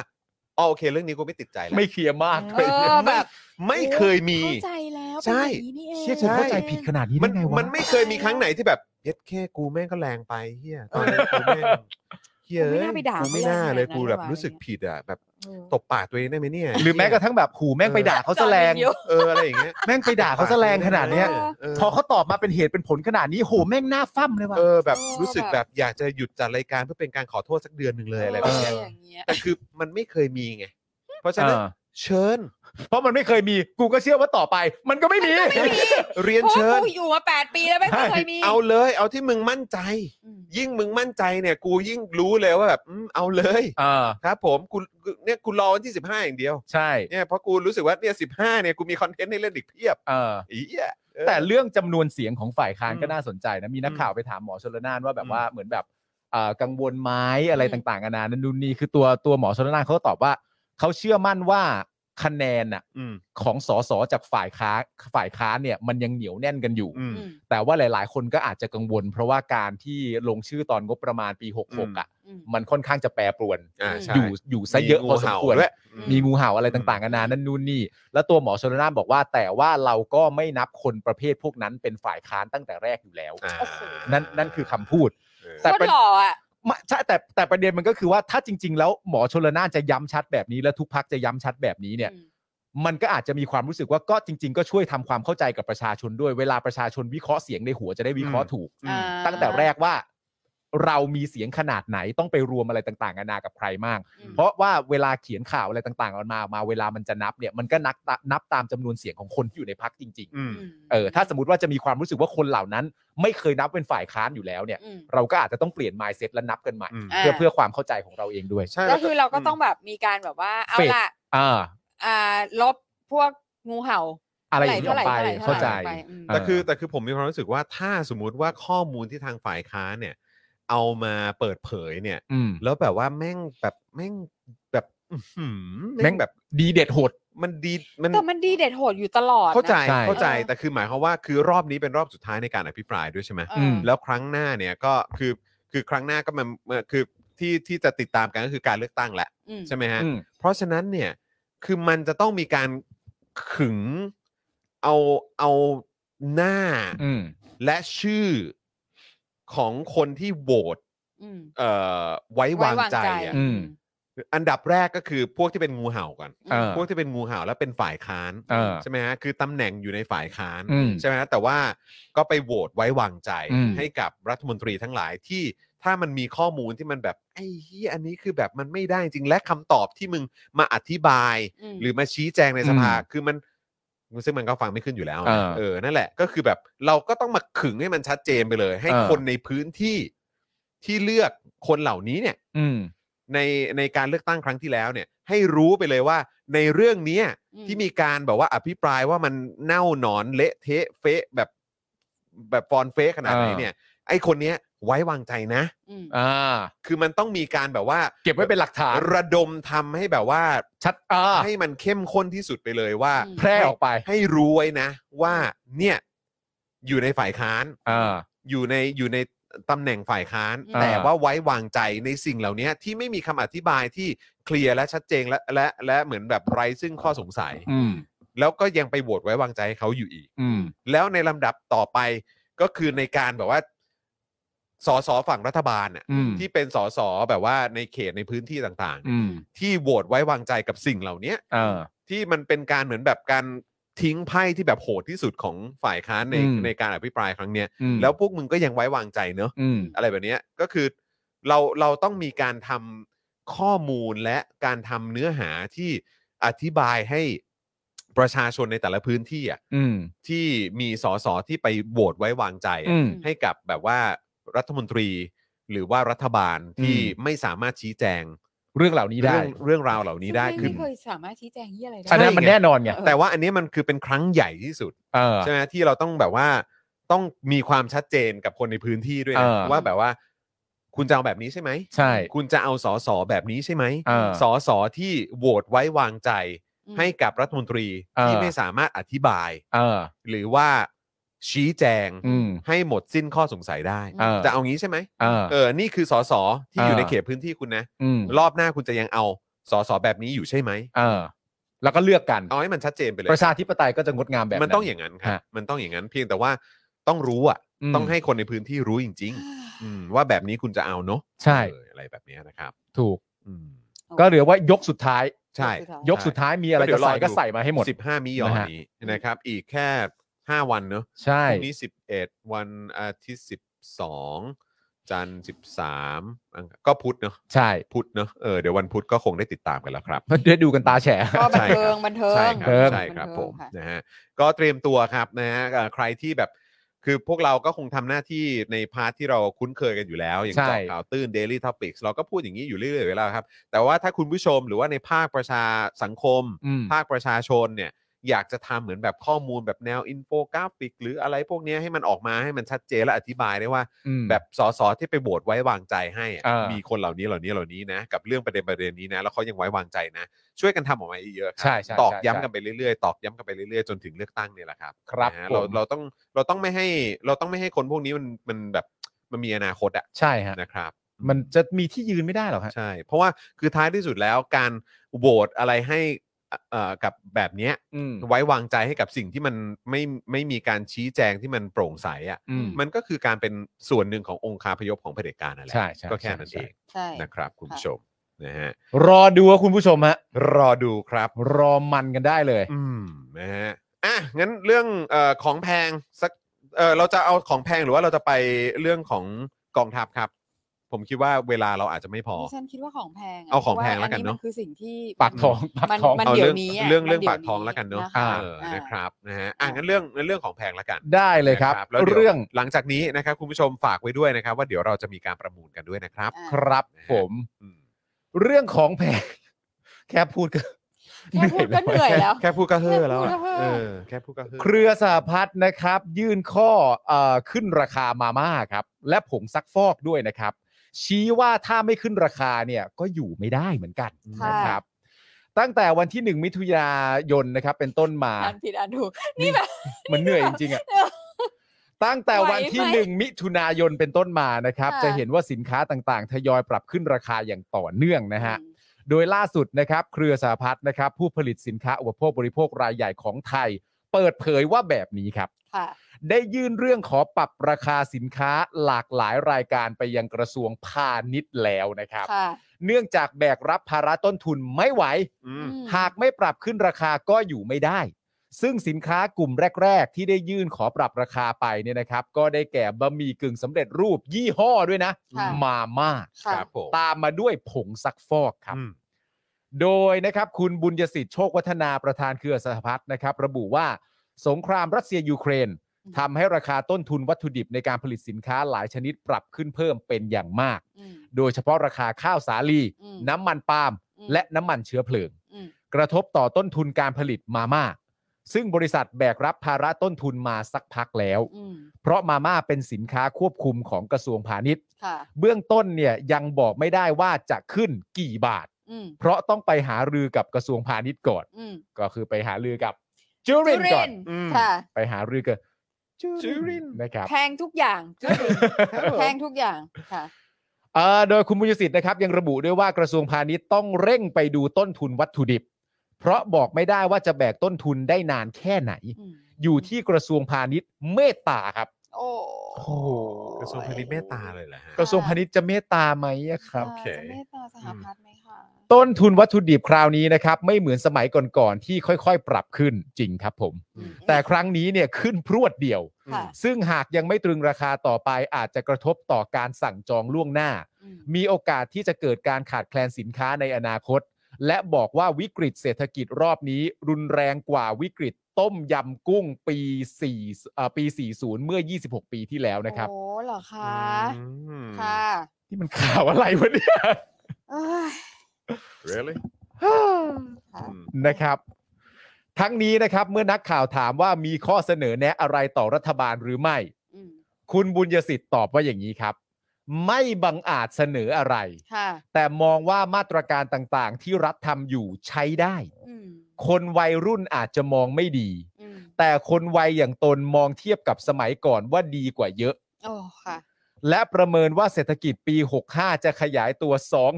Speaker 3: อ๋อโอเค เรื่องนี้กูไม่ติดใจแล้ว
Speaker 6: ไม่เคลียร์มาก
Speaker 4: เออแบบ
Speaker 3: ไม่เคยมี
Speaker 4: เข้าใจแล้ว
Speaker 3: ใช่
Speaker 4: เป็นอย่างนี้นี่เอง
Speaker 6: เชี่ยกูเข้าใจผิดขนาดนี้
Speaker 3: มั
Speaker 6: ได้
Speaker 3: น
Speaker 6: ไงวะ
Speaker 3: มันไม่เคยมีครั้งไหนที่แบบเย็ดแค่กูแม่งก็แรงไปเฮียตอนนี้นกูแม่ง เหี้ย
Speaker 4: กูไม่น่าไปด่า
Speaker 3: กูไม่น่าเลย
Speaker 4: เขาเลย
Speaker 3: กูแบบ
Speaker 4: นะ
Speaker 3: รู้สึกผิดอ่ะแบบ
Speaker 4: เออ
Speaker 3: ตบปากตัวเองได้ไหมเนี่ย
Speaker 6: หรือแม้กระทั่งแบบขู่แม่งไปด่าเขาแสลง
Speaker 4: จอห์นวินยู
Speaker 3: เอออะไรอย่างเงี้ย
Speaker 6: แม่งไปด่าเขาแสลงขนาดเนี้ย
Speaker 3: เออ
Speaker 6: พอเขาตอบมาเป็นเหตุเป็นผลขนาดนี้โหแม่งหน้าฟั่มเลยว่ะ
Speaker 3: เออแบบ
Speaker 4: เออ
Speaker 3: รู้สึกแบบอยากจะหยุดจัดรายการเพื่อเป็นการขอโทษสักเดือนหนึ่งเลยอะไรแบบเนี้ย
Speaker 4: เอออย่างเงี้ย
Speaker 3: แต่คือมันไม่เคยมีไง เพราะฉะนั้น
Speaker 6: เออ
Speaker 3: เชิญ
Speaker 6: เพราะมันไม่เคยมีกูก็เชื่อว่าต่อไป มันก็ไม่มี
Speaker 3: เรียน
Speaker 4: เพราะ
Speaker 3: เชิ
Speaker 4: ว่า
Speaker 3: ญ
Speaker 4: กูอยู่มาแปดปีแล้วไม่เคยมี
Speaker 3: เอาเลยเอาที่มึงมั่นใจ
Speaker 4: อืม
Speaker 3: ยิ่งมึงมั่นใจเนี่ย กูยิ่งรู้เลยว่าแบบอืมเอาเลย
Speaker 6: เออ
Speaker 3: ครับผมกูกูเนี่ยกูรอวันที่ 15 อย่างเดียว
Speaker 6: ใช่
Speaker 3: เนี่ยเพราะกูรู้สึกว่าเนี่ย15เนี่ยกูมีคอนเทนต์ให้เล่นอีกเพียบ
Speaker 6: เออ
Speaker 3: อีเหี้ยเออ
Speaker 6: แต่เรื่องจำนวนเสียงของฝ่ายค้าน
Speaker 3: อืม
Speaker 6: ก็น่าสนใจนะ มีนักข่าวไปถามหมอชลนานว่าแบ
Speaker 3: อื
Speaker 6: บ
Speaker 3: ม
Speaker 6: ว่าเหมือนแบบเอ่อกังวลไหม้อะไรต่างๆนานานันนูนนี่คือตัวตัวหมอชลนานเขาก็ตอบว่า เขาเชื่อมั่นว่าคะแนนน่ะ
Speaker 3: อืม
Speaker 6: ของสสจากฝ่ายค้านฝ่ายค้านเนี่ยมันยังเหนียวแน่นกันอยู่
Speaker 3: อืม
Speaker 4: อืม
Speaker 6: แต่ว่าหลาย ๆ คนก็อาจจะกังวล เพราะว่าการที่ลงชื่อตอนงบประมาณปี 66 อ่ะ
Speaker 4: อืม
Speaker 6: มันค่อนข้างจะแปรปรวน
Speaker 3: อ่าใช่
Speaker 6: อยู่อยู่ซะเยอะพอสมควร
Speaker 3: งูเห่าด้วย
Speaker 4: อืม
Speaker 6: มีงูเห่าอะไรต่างๆนานานั่นนู่นนี่ แล้วตัวหมอชนละนานบอกว่า แต่ว่าเราก็ไม่นับคนประเภทพวกนั้นเป็นฝ่ายค้านตั้งแต่แรกอยู่แล้ว
Speaker 3: อ่า
Speaker 6: นั่นนั่นคือคำพูด
Speaker 3: เออ
Speaker 4: โคตรหล่ออ่ะ
Speaker 6: ไม่ใช่แต่แต่ประเด็นมันก็คือว่าถ้าจริง ๆ แล้วหมอชนละนานจะย้ำชัดแบบนี้และทุกพักจะย้ำชัดแบบนี้เนี่ย
Speaker 4: อืม
Speaker 6: มันก็อาจจะมีความรู้สึกว่าก็จริง ๆ ก็ช่วยทำความเข้าใจกับประชาชนด้วยเวลาประชาชนวิเคราะห์เสียงในหัวจะได้วิเคราะห์ถูก
Speaker 3: อืม
Speaker 6: ตั้งแต่แรกว่าเรามีเสียงขนาดไหนต้องไปรวมอะไรต่างๆนานากับใครมาก
Speaker 4: อืม
Speaker 6: เพราะว่าเวลาเขียนข่าวอะไรต่างๆออกมามาเวลามันจะนับเนี่ยมันก็นับตานับตามจำนวนเสียงของคนที่อยู่ในพักจริง
Speaker 3: อืม
Speaker 6: ๆ เออถ้าสมมติว่าจะมีความรู้สึกว่าคนเหล่านั้น ไม่เคยนับเป็นฝ่ายค้านอยู่แล้วเนี่ย
Speaker 4: อืม
Speaker 6: เราก็อาจจะต้องเปลี่ยน mindset และนับกันใหม่
Speaker 3: อืม
Speaker 6: เพื่อเพื่อความเข้าใจของเราเองด้วย
Speaker 3: ใช่
Speaker 4: ก็
Speaker 3: แล้ว
Speaker 4: คือเราก็ต้องแบบมีการแบบว่า เอา
Speaker 6: เฟด
Speaker 4: ละ
Speaker 6: อ่า
Speaker 4: อ่าลบพวกงูเห่า
Speaker 6: อะไรอย่างนี้อ
Speaker 4: เท่า
Speaker 6: อ
Speaker 4: ไหร่
Speaker 6: กไป
Speaker 4: เท่าไหร่
Speaker 6: เข้าใจ
Speaker 4: ท่ไหร่อืม
Speaker 6: เออ
Speaker 3: แต่คือแต่คือผมมีความรู้สึกว่าถ้าสมมุติว่าข้อมูลที่ทางฝ่ายค้านเนี่ย เอามาเปิดเผยเนี่ย
Speaker 6: อืม
Speaker 3: แล้วแบบว่าแม่งแบบแม่งแบบอื้อหือ
Speaker 6: แม่
Speaker 3: แม่ง
Speaker 6: ง
Speaker 3: แบบ
Speaker 6: ดีเด็ดโหด
Speaker 3: มันดีมัน
Speaker 4: แต่มันดีเด็ดโหดอยู่ตลอดนะ
Speaker 3: เข้าใจ
Speaker 6: ใช่
Speaker 3: เข้าใจ
Speaker 4: เออ
Speaker 3: แต่คือหมายความว่าคือรอบนี้เป็นรอบสุดท้ายในการอภิปรายด้วยใช่ไหม
Speaker 4: เอออ
Speaker 6: ม
Speaker 3: แล้วครั้งหน้าเนี่ยก็คือคือครั้งหน้าก็มันเอ่อคือที่ที่จะติดตามกันก็คือการเลือกตั้งแหละ
Speaker 4: อืม
Speaker 3: ใช่ไหมฮะ
Speaker 6: อืม
Speaker 3: เพราะฉะนั้นเนี่ยคือมันจะต้องมีการขึงเอาเอาหน้า
Speaker 6: อืม
Speaker 3: และชื่อของคนที่โหวต
Speaker 4: อืม
Speaker 3: เอ่อไว้วางใจอะ
Speaker 6: อืม
Speaker 3: อันดับแรกก็คือพวกที่เป็นงูเห่าก่อน
Speaker 6: เออ
Speaker 3: พวกที่เป็นงูเห่าแล้วเป็นฝ่ายค้าน
Speaker 6: เออ
Speaker 3: ใช่ไหมฮะคือตำแหน่งอยู่ในฝ่ายค้าน
Speaker 6: อืม
Speaker 3: ใช่ไหมฮะแต่ว่าก็ไปโหวตไว้วางใจ
Speaker 6: อืม
Speaker 3: ให้กับรัฐมนตรีทั้งหลายที่ถ้ามันมีข้อมูลที่มันแบบไอ้เฮียอันนี้คือแบบมันไม่ได้จริงและคำตอบที่มึงมาอธิบาย
Speaker 4: อืม
Speaker 3: หรือมาชี้แจงในสภาคือมันซึ่งมันก็ฟังไม่ขึ้นอยู่แล้ว
Speaker 6: เอ
Speaker 3: นะ
Speaker 6: อ
Speaker 3: เออนั่นแหละ ก็คือแบบเราก็ต้องมาขึงให้มันชัดเจนไปเลย ให้
Speaker 6: เออ
Speaker 3: คนในพื้นที่ที่เลือกคนเหล่านี้เนี่ย
Speaker 6: อืม
Speaker 3: ในในการเลือกตั้งครั้งที่แล้วเนี่ย ให้รู้ไปเลยว่าในเรื่องเนี้ย
Speaker 4: อืม
Speaker 3: ที่มีการแบบว่าอภิปรายว่ามันเน่าหนอนเละเทะเฟะแบบแบบฟอนเฟะขนาดไหน
Speaker 6: อ่า
Speaker 3: เนี่ย ไอคนเนี้ยไว้วางใจนะ
Speaker 4: อืม
Speaker 6: อ่า
Speaker 3: คือมันต้องมีการแบบว่า
Speaker 6: เก็บไว้เป็นหลักฐาน
Speaker 3: ระดมทำให้แบบว่า
Speaker 6: ชัดอ่า
Speaker 3: ให้มันเข้มข้นที่สุดไปเลยว่า
Speaker 4: อืม
Speaker 6: แพร่ออกไป
Speaker 3: ให้รู้ไว้นะ ว่าเนี่ยอยู่ในฝ่ายค้าน
Speaker 6: อ่า
Speaker 3: อยู่ในอยู่ในตำแหน่งฝ่ายค้าน
Speaker 4: อ่า
Speaker 3: แต่ว่าไว้วางใจในสิ่งเหล่านี้ที่ไม่มีคำอธิบายที่เคลียร์และชัดเจนและและและเหมือนแบบไร้ซึ่งข้อสงสัย
Speaker 6: อืม
Speaker 3: แล้วก็ยังไปโหวตไว้วางใจให้เขาอยู่อีก
Speaker 6: อืม
Speaker 3: แล้วในลำดับต่อไปก็คือในการแบบว่าสสฝั่งรัฐบาลน่ะ
Speaker 6: อืม
Speaker 3: ที่เป็นสสแบบว่าในเขตในพื้นที่ต่าง
Speaker 6: อืม
Speaker 3: ๆ ที่โหวตไว้วางใจกับสิ่งเหล่านี้
Speaker 6: เออ
Speaker 3: ที่มันเป็นการเหมือนแบบการทิ้งไพ่ที่แบบโหดที่สุดของฝ่ายค้านใน
Speaker 6: อืม
Speaker 3: ในการอภิปรายครั้งเนี้ย
Speaker 6: อืม
Speaker 3: แล้วพวกมึงก็ยังไว้วางใจเนอะ
Speaker 6: อืม
Speaker 3: อะไรแบบเนี้ยก็คือเราเราต้องมีการทำข้อมูลและการทำเนื้อหาที่อธิบายให้ประชาชนในแต่ละพื้นที่อ่ะ
Speaker 6: อืม
Speaker 3: ที่มีสสที่ไปโหวตไว้วางใจอะ
Speaker 6: อืม
Speaker 3: ให้กับแบบว่ารัฐมนตรี หรือว่ารัฐบาลที่
Speaker 6: อืม
Speaker 3: ไม่สามารถชี้แจง
Speaker 6: เรื่องเหล่านี้ได้
Speaker 3: เรื่องเรื่องราวเหล่านี้ได้คื
Speaker 4: ซึ่ง
Speaker 3: อ
Speaker 4: ไม่เคยสามารถชี้แจงยี่อะไรได้
Speaker 6: อันนั้นมันแน่นอนไง
Speaker 4: เออ
Speaker 3: แต่ว่าอันนี้มันคือเป็นครั้งใหญ่ที่สุด
Speaker 6: เออ
Speaker 3: ใช่ไหมที่เราต้องแบบว่าต้องมีความชัดเจนกับคนในพื้นที่ด้วย
Speaker 6: เอ
Speaker 3: นะ
Speaker 6: อ
Speaker 3: ว่าแบบว่า คุณจะเอาแบบนี้ใช่ไหม
Speaker 6: ใช่
Speaker 3: คุณจะเอาสอสอแบบนี้ใช่ไหม
Speaker 6: เออ
Speaker 3: สอสอที่โหวตไว้วางใจ
Speaker 4: อืม
Speaker 3: ให้กับรัฐมนตรี
Speaker 6: เออ
Speaker 3: ที่ไม่สามารถอธิบาย
Speaker 6: เออ
Speaker 3: หรือว่าชี้แจง
Speaker 6: อืม
Speaker 3: ให้หมดสิ้นข้อสงสัยได้
Speaker 6: เออ
Speaker 3: จะเอางี้ใช่ไหม
Speaker 6: เออ
Speaker 3: เออนี่คือสอสอที่อยู่
Speaker 6: เออ
Speaker 3: ในเขตพื้นที่คุณนะ
Speaker 6: อืม
Speaker 3: รอบหน้าคุณจะยังเอาสอสอแบบนี้อยู่ใช่ไหม
Speaker 6: เออ แล้วก็เลือกกัน
Speaker 3: เอาให้มันชัดเจนไปเลย
Speaker 6: ประชาธิปไตยก็จะงดงามแบบ
Speaker 3: มันต้องอย่างนั้นครับ
Speaker 6: ฮะ
Speaker 3: มันต้องอย่างนั้นเพียงแต่ว่าต้องรู้อ่ะ
Speaker 6: อืม
Speaker 3: ต้องให้คนในพื้นที่รู้จริง
Speaker 4: อ่า
Speaker 3: อืมว่าแบบนี้คุณจะเอาเนาะ
Speaker 6: ใช่
Speaker 3: เอออะไรแบบเนี้ยนะครับ
Speaker 6: ถูก
Speaker 3: อืม
Speaker 6: ก็เหลือว่ายกสุดท้าย
Speaker 3: ใช่
Speaker 6: ยกสุดท้ายมีอะไรจะใส่ก็ใส่มาให้หมด
Speaker 3: 15มิยอ
Speaker 6: นะฮะ
Speaker 3: นี้นะครับ อีกแค่ 5 วันเนอะ
Speaker 6: ใช่
Speaker 3: พรุ่งนี้ 11 วันอาทิตย์ 12 จันทร์13อังคารก็พุธเนอะ
Speaker 6: ใช่
Speaker 3: พุธเนอะเออเดี๋ยววันพุธก็คงได้ติดตามกันแล้วครับ
Speaker 6: ได้ดูกันตาแฉะ
Speaker 4: ก็บันเทิง
Speaker 3: ใช่ครับ
Speaker 4: บันเทิง
Speaker 6: เทิง
Speaker 3: ใช่ครับใช่ครับผม
Speaker 4: บันเทิงค่ะ
Speaker 3: นะฮะก็เตรียมตัวครับนะฮะเอ่อใครที่แบบคือพวกเราก็คงทำหน้าที่ในพาร์ทที่เราคุ้นเคยกันอยู่แล้ว อย่าง
Speaker 6: ใช่
Speaker 3: เจาะข่าวตื้น Daily Topics เราก็พูดอย่างนี้อยู่เรื่อยๆเวลาครับ แต่ว่าถ้าคุณผู้ชมหรือว่าในภาคประชาสังคม
Speaker 6: อืม
Speaker 3: ภาคประชาชนเนี่ยอยากจะทำเหมือนแบบข้อมูลแบบแนวอินโฟกราฟิก หรืออะไรพวกเนี้ยให้มันออกมาให้มันชัดเจนและอธิบายได้ว่า แบบสสที่ไปโหวตไว้วางใจให้อะ
Speaker 6: เออ
Speaker 3: มีคนเหล่านี้เหล่านี้เหล่านี้นะ กับเรื่องประเด็นประเด็นนี้นะ แล้วเขายังไว้วางใจนะ ช่วยกันทำออกมาเยอะๆครั
Speaker 6: ใช่ใช่
Speaker 3: ตอก
Speaker 6: ใช่
Speaker 3: ย้ำ
Speaker 6: ใช่
Speaker 3: กันไปเรื่อยๆตอกย้ำกันไปเรื่อยๆจนถึงเลือกตั้งเนี่ยแหละครับ
Speaker 6: ครับ
Speaker 3: นะฮะเรา
Speaker 6: ผม
Speaker 3: เราต้องเราต้องไม่ให้เราต้องไม่ให้คนพวกนี้มันมันแบบมันมีอนาคตอะ
Speaker 6: ใช่ฮะ
Speaker 3: นะครับ
Speaker 6: มันจะมีที่ยืนไม่ได้หรอกฮะ
Speaker 3: ใช่ เพราะว่าคือท้ายที่สุดแล้วการโหวตอะไรให้เอ่อกับแบบเนี้ย
Speaker 6: อืม
Speaker 3: ไว้วางใจให้กับสิ่งที่มันไม่ไม่มีการชี้แจงที่มันโปร่งใสอะ่ะ
Speaker 6: อืม
Speaker 3: มันก็คือการเป็นส่วนหนึ่งขององค์คาพยพของเผด็จการนั่นแหละ
Speaker 6: ใช่ใช่
Speaker 3: ก็แค่
Speaker 6: ใช่
Speaker 3: นั้น
Speaker 6: ใช่
Speaker 3: เอง
Speaker 4: ใช่
Speaker 3: นะครับคุณผู้ชมนะฮะ
Speaker 6: รอดูว่าคุณผู้ชมฮะ
Speaker 3: รอดูครับ
Speaker 6: รอมันกันได้เลย
Speaker 3: อืมนะฮะอ่ะงั้นเรื่องเอ่อของแพงสักเออเราจะเอาของแพงหรือว่าเราจะไปเรื่องของกองทัพครับ ผมคิดว่าเวลาเราอาจจะไม่พอ
Speaker 4: ดิฉันคิดว่าของแพงะ
Speaker 3: เอาของแพงแล้วกันเนอะ
Speaker 4: พรมัคือสิ่งที่
Speaker 6: ปากท้องปากท้อง
Speaker 4: มัน
Speaker 3: เอา
Speaker 4: เดี๋ย
Speaker 3: เรื่
Speaker 4: วนี้อะ
Speaker 3: เรื่องเรื่อง
Speaker 4: มันเดี๋ยว
Speaker 3: ปากท้อง
Speaker 4: นี้
Speaker 3: แล้วกันเนาะ
Speaker 4: นะคะ
Speaker 6: อ่า
Speaker 3: เออ
Speaker 4: อ่าน
Speaker 3: นะครับนะฮะอ่ะงั้นเรื่องเรื่องของแพงแล้วกัน
Speaker 6: ได้เลยครับ
Speaker 3: นะแล้วดี๋ยว
Speaker 6: เรื่อง
Speaker 3: หลังจากนี้นะครับคุณผู้ชมฝากไว้ด้วยนะครับ ว่าเดี๋ยวเราจะมีการประมูลกันด้วยนะครับ
Speaker 4: อ่า
Speaker 6: ครับผม
Speaker 3: อืม
Speaker 6: เรื่องของแพง แค่พูดก็
Speaker 4: แค่พูดก็เหนื่อยแล้ว
Speaker 3: แค่พูดก็เฮ่อแล้วอะ
Speaker 4: แค่พูดก็เฮ่
Speaker 3: เอ
Speaker 4: อ
Speaker 3: อแค่พูดก็เฮ่อ
Speaker 6: เครือสหพัฒน์นะครับ ยื่นข้อเอ่อขึ้นราคามาม่าครับ และผงซักฟอกด้วยนะครับ ชี้ว่าถ้าไม่ขึ้นราคาเนี่ยก็อยู่ไม่ได้เหมือนกัน
Speaker 4: ค่ะ
Speaker 6: นะครับ ตั้งแต่วันที่ 1 มิถุนายนนะครับ เป็นต้นมา
Speaker 4: อ่านผิดอ่านถูกนี่แบบ
Speaker 6: เหมันเหนื่อยจริงๆอ่ะ
Speaker 4: เออ
Speaker 6: ตั้งแต่วันที่
Speaker 4: ไหวไหม
Speaker 6: 1 มิถุนายนเป็นต้นมานะครับ
Speaker 4: ค่ะ
Speaker 6: จะเห็นว่าสินค้าต่างๆ ทยอยปรับขึ้นราคาอย่างต่อเนื่องนะฮะ โดยล่าสุดนะครับ เครือสหพัฒน์นะครับ ผู้ผลิตสินค้าอุปโภคบริโภครายใหญ่ของไทย เปิดเผยว่าแบบนี้ครับ
Speaker 4: ค่ะ
Speaker 6: ได้ยื่นเรื่องขอปรับราคาสินค้าหลากหลายรายการไปยังกระทรวงพาณิชย์แล้วนะครับ
Speaker 4: ค่ะ
Speaker 6: เนื่องจากแบกรับภาระต้นทุนไม่ไหว
Speaker 3: อืม
Speaker 4: อืม
Speaker 6: หากไม่ปรับขึ้นราคาก็อยู่ไม่ได้ ซึ่งสินค้ากลุ่มแรก ๆ ที่ได้ยื่นขอปรับราคาไปเนี่ยนะครับ ก็ได้แก่บะหมี่กึ่งสำเร็จรูปยี่ห้อด้วยนะ
Speaker 4: ค่ะ
Speaker 6: มาม่า
Speaker 4: ค่ะ
Speaker 3: ครับผม
Speaker 6: ตามมาด้วยผงซักฟอกครับ
Speaker 3: อืม
Speaker 6: โดยนะครับคุณบุญยสิทธิ์โชควัฒนาประธานเครือสหพัฒน์นะครับ ระบุว่าสงครามรัสเซียยูเครน
Speaker 4: อืม
Speaker 6: ทำให้ราคาต้นทุนวัตถุดิบในการผลิตสินค้าหลายชนิดปรับขึ้นเพิ่มเป็นอย่างมาก
Speaker 4: อืม
Speaker 6: โดยเฉพาะราคาข้าวสาลี
Speaker 4: อืม
Speaker 6: น้ำมันปาล์ม
Speaker 4: อืม
Speaker 6: และน้ำมันเชื้อเพลิง
Speaker 4: อืม
Speaker 6: กระทบต่อต้นทุนการผลิตมาม่า ซึ่งบริษัทแบกรับภาระต้นทุนมาสักพักแล้ว
Speaker 4: อืม
Speaker 6: เพราะมาม่าเป็นสินค้าควบคุมของกระทรวงพาณิชย์
Speaker 4: ค่ะ
Speaker 6: เบื้องต้นเนี่ยยังบอกไม่ได้ว่าจะขึ้นกี่บาท
Speaker 4: อืม
Speaker 6: เพราะต้องไปหารือกับกระทรวงพาณิชย์ก่อน
Speaker 4: อืม
Speaker 6: ก็คือไปหารือกับจุรินทร์ก่อน
Speaker 3: อืม
Speaker 4: ค่ะ
Speaker 6: ไปหารือกับ
Speaker 3: จุรินทร์
Speaker 6: นะครับ
Speaker 4: แพงทุกอย่างจุรินทร์แพงทุกอย่างค่ะ
Speaker 6: เอ่อโดยคุณบุญยสิทธิ์นะครับ ยังระบุด้วยว่ากระทรวงพาณิชย์ต้องเร่งไปดูต้นทุนวัตถุดิบ เพราะบอกไม่ได้ว่าจะแบกต้นทุนได้นานแค่ไหน
Speaker 4: อืม
Speaker 6: อยู่ที่กระทรวงพาณิชย์เมตตาครับ
Speaker 4: โอ้
Speaker 6: โอ้โห
Speaker 3: กระทรวงพาณิชย์เมตตาเลยแหละฮะ
Speaker 6: กระทรวงพาณิชย์จะเมตตาไหมอะครับ
Speaker 4: ะ
Speaker 3: โอเค
Speaker 4: จะเมตตาสหพัฒน์ไหมคะ
Speaker 6: ต้นทุนวัตถุดิบคราวนี้นะครับ ไม่เหมือนสมัยก่อนๆที่ค่อยๆ ปรับขึ้นจริงครับผม
Speaker 4: อืม
Speaker 6: แต่ครั้งนี้เนี่ยขึ้นพรวดเดียว
Speaker 4: ค่ะ
Speaker 6: ซึ่งหากยังไม่ตรึงราคาต่อไปอาจจะกระทบต่อการสั่งจองล่วงหน้า
Speaker 4: อืม
Speaker 6: มีโอกาสที่จะเกิดการขาดแคลนสินค้าในอนาคต และบอกว่าวิกฤตเศรษฐกิจรอบนี้ รุนแรงกว่าวิกฤตต้มยำกุ้งปี4เอ่อปี 40 เมื่อ 26 ปีที่แล้วนะครับ
Speaker 4: โอ้เหรอคะ
Speaker 3: อืม
Speaker 4: ค่ะ
Speaker 6: นี่มันข่าวอะไรวะเนี่ย
Speaker 4: เอ้ย
Speaker 3: really
Speaker 4: ค่ะ
Speaker 3: อืม
Speaker 6: นะครับ ทั้งนี้นะครับเมื่อนักข่าวถามว่ามีข้อเสนอแนะอะไรต่อรัฐบาลหรือไม่
Speaker 4: อืม
Speaker 6: คุณบุญยสิทธิ์ตอบว่าอย่างนี้ครับ ไม่บังอาจเสนออะไร
Speaker 4: ค่ะ
Speaker 6: แต่มองว่ามาตรการต่างๆ ที่รัฐทำอยู่ใช้ได้
Speaker 4: อืม
Speaker 6: คนวัยรุ่นอาจจะมองไม่ดี
Speaker 4: อืม
Speaker 6: แต่คนวัยอย่างตนมองเทียบกับสมัยก่อนว่าดีกว่าเยอะ
Speaker 4: โอ้ค่ะ
Speaker 6: และประเมินว่าเศรษฐกิจปี 65 จะขยายตัว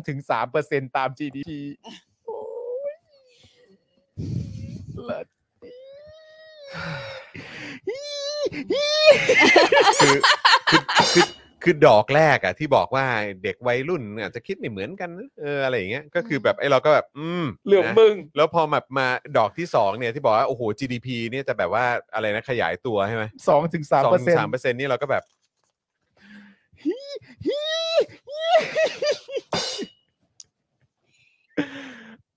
Speaker 6: 2-3%ตาม GDP
Speaker 3: คือดอกแรกอะที่บอกว่าเด็กวัยรุ่นอาจจะคิดไม่เหมือนกันนะเอออะไรอย่างเงี้ยก็คือแบบไอ้เราก็แบบอืม
Speaker 5: เรื่อง
Speaker 3: นะ
Speaker 5: มึง
Speaker 3: แล้วพอแบบมาดอกที่สองเนี่ยที่บอกว่า โอ้โห GDP เนี่ยจะแบบว่าอะไรนะขยายตัวใช่ไหม
Speaker 6: สองถึงสาม
Speaker 3: สอง
Speaker 6: เปอร์
Speaker 3: ถึ
Speaker 6: เซ็น
Speaker 3: ง
Speaker 6: ต์
Speaker 3: สามเปอร์เซ็นต์นี่เราก็แบบ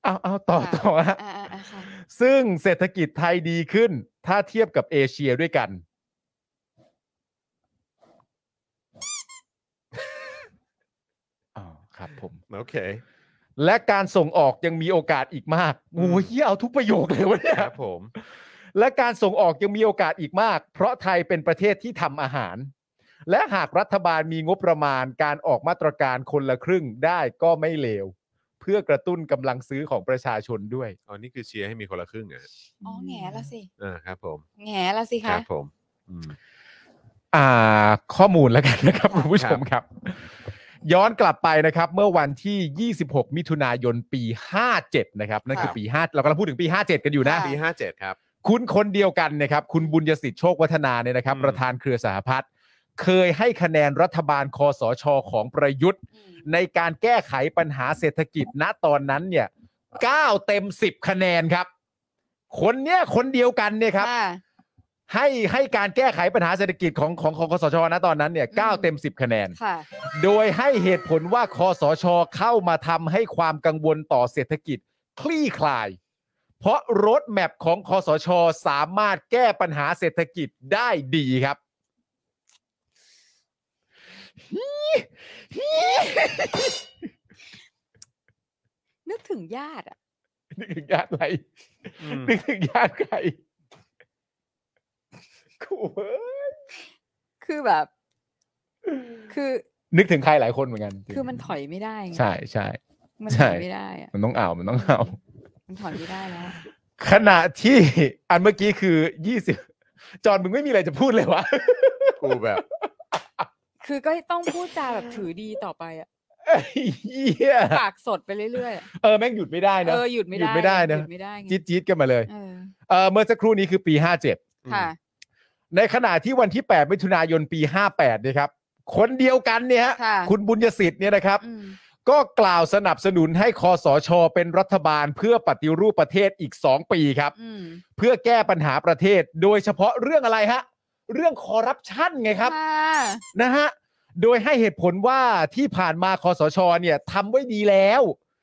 Speaker 6: เอาเอาต่อต่อฮะ
Speaker 4: อ่าอ่าค่ะ
Speaker 6: ซึ่งเศรษฐกิจไทยดีขึ้น ถ้าเทียบกับเอเชียด้วยกัน อ๋อครับผม
Speaker 3: โอเค
Speaker 6: และการส่งออกยังมีโอกาสอีกมาก โอ้ยเหี้ยเอาทุกประโยคเลยวะเนี่ย
Speaker 3: ครับผม
Speaker 6: และการส่งออกยังมีโอกาสอีกมาก เพราะไทยเป็นประเทศที่ทำอาหาร และหากรัฐบาลมีงบประมาณการออกมาตรการคนละครึ่งได้ก็ไม่เลว เพื่อกระตุ้นกำลังซื้อของประชาชนด้วย
Speaker 3: อ๋อ นี่คือเชียร์ให้มีคนละครึ่งเหรอ่ะ
Speaker 4: อ๋อแง่ละสิ
Speaker 3: อ่าครับผม
Speaker 4: แง่ละสิ
Speaker 3: ครั
Speaker 4: คะ
Speaker 3: บผมอืม
Speaker 6: อ่าข้อมูลแล้วกัน นะครับ คุณผู้ช
Speaker 3: ครั
Speaker 6: ม
Speaker 3: บ
Speaker 6: ครับ ย้อนกลับไปนะครับ เมื่อวันที่ 26 มิถุนายนปี 57 นะครับนั่นคือ
Speaker 4: ครับ
Speaker 6: ปี 5 เรากำลังพูดถึงปี 57 กันอยู่นะ
Speaker 4: ค่ะ
Speaker 3: ปีห้าเจ็ดครับ
Speaker 6: คุณคนเดียวกันนะครับ คุณบุญยสิทธิ์โชควัฒนาเนี่ยนะครับ
Speaker 3: อืม
Speaker 6: ประธานเครือสหพัฒน์เคยให้คะแนนรัฐบาลคอสชของประยุทธ์
Speaker 4: อืม
Speaker 6: ในการแก้ไขปัญหาเศรษฐกิจณตอนนั้นเนี่ย 9 เต็ม 10 คะแนนครับ คนเนี้ยคนเดียวกันเนี่ยครับ
Speaker 4: ค่ะ
Speaker 6: ให้ให้การแก้ไขปัญหาเศรษฐกิจของของของคสชนะตอนนั้นเนี่ย
Speaker 4: อืม
Speaker 6: เก้าเต็ม 10 คะแนน
Speaker 4: ค่ะ
Speaker 6: โดยให้เหตุผลว่าคอสชเข้ามาทำให้ความกังวลต่อเศรษฐกิจคลี่คลาย เพราะรถแมพของคอสชสามารถแก้ปัญหาเศรษฐกิจได้ดีครับ
Speaker 4: นึกถึงญาติอ่ะ
Speaker 6: นึกถึงญาติอะไร
Speaker 3: อืม
Speaker 6: นึกถึงญาติใครกูเอ้ย
Speaker 4: คือแบบ คือ
Speaker 6: นึกถึงใครหลายคนเหมือนกัน
Speaker 4: คือมันถอยไม่ได้ไง
Speaker 6: ใช่ใช่
Speaker 4: มัน
Speaker 6: ใช่
Speaker 4: ถอยไม่ได้อ่ะ
Speaker 6: มันต้องเอามันต้องเอา
Speaker 4: มันถอยไม่ได้แล้ว
Speaker 6: ขณะที่ อันเมื่อกี้คือ 20 จอนมึงไม่มีอะไร จะพูดเลยวะ
Speaker 3: กูแบบ
Speaker 4: คือก็ต้องพูดจาแบบถือดีต่อไปอ่ะ
Speaker 6: ไอ้เหี้ย
Speaker 4: ปากสดไปเรื่อยๆอะ
Speaker 6: เออ แม่งหยุดไม่ได้นะ
Speaker 4: เออหยุดไม่
Speaker 6: หยุ
Speaker 4: ได้
Speaker 6: ดไม่ได้นะ
Speaker 4: หยุดไม่ได้ไง
Speaker 6: จี๊ดจี๊ดกันมาเลย
Speaker 4: เออ
Speaker 6: เออเมื่อสักครู่นี้คือปี
Speaker 4: ค่ะ
Speaker 6: 57 ในขณะที่วันที่ 8 มิถุนายนปี 58เนี่ยครับ คนเดียวกันเนี่ยฮะ
Speaker 4: ค่ะ
Speaker 6: คุณบุญยสิทธิ์เนี่ยนะครับ
Speaker 4: อืม
Speaker 6: ก็กล่าวสนับสนุนให้คอสช เป็นรัฐบาลเพื่อปฏิรูปประเทศอีก 2 ปีครับ
Speaker 4: อืม
Speaker 6: เพื่อแก้ปัญหาประเทศ โดยเฉพาะเรื่องอะไรฮะ เรื่องคอร์รัปชันไงครับ
Speaker 4: ค่ะ
Speaker 6: นะฮะ โดยให้เหตุผลว่าที่ผ่านมาคอสช เนี่ยทำไว้ดีแล้ว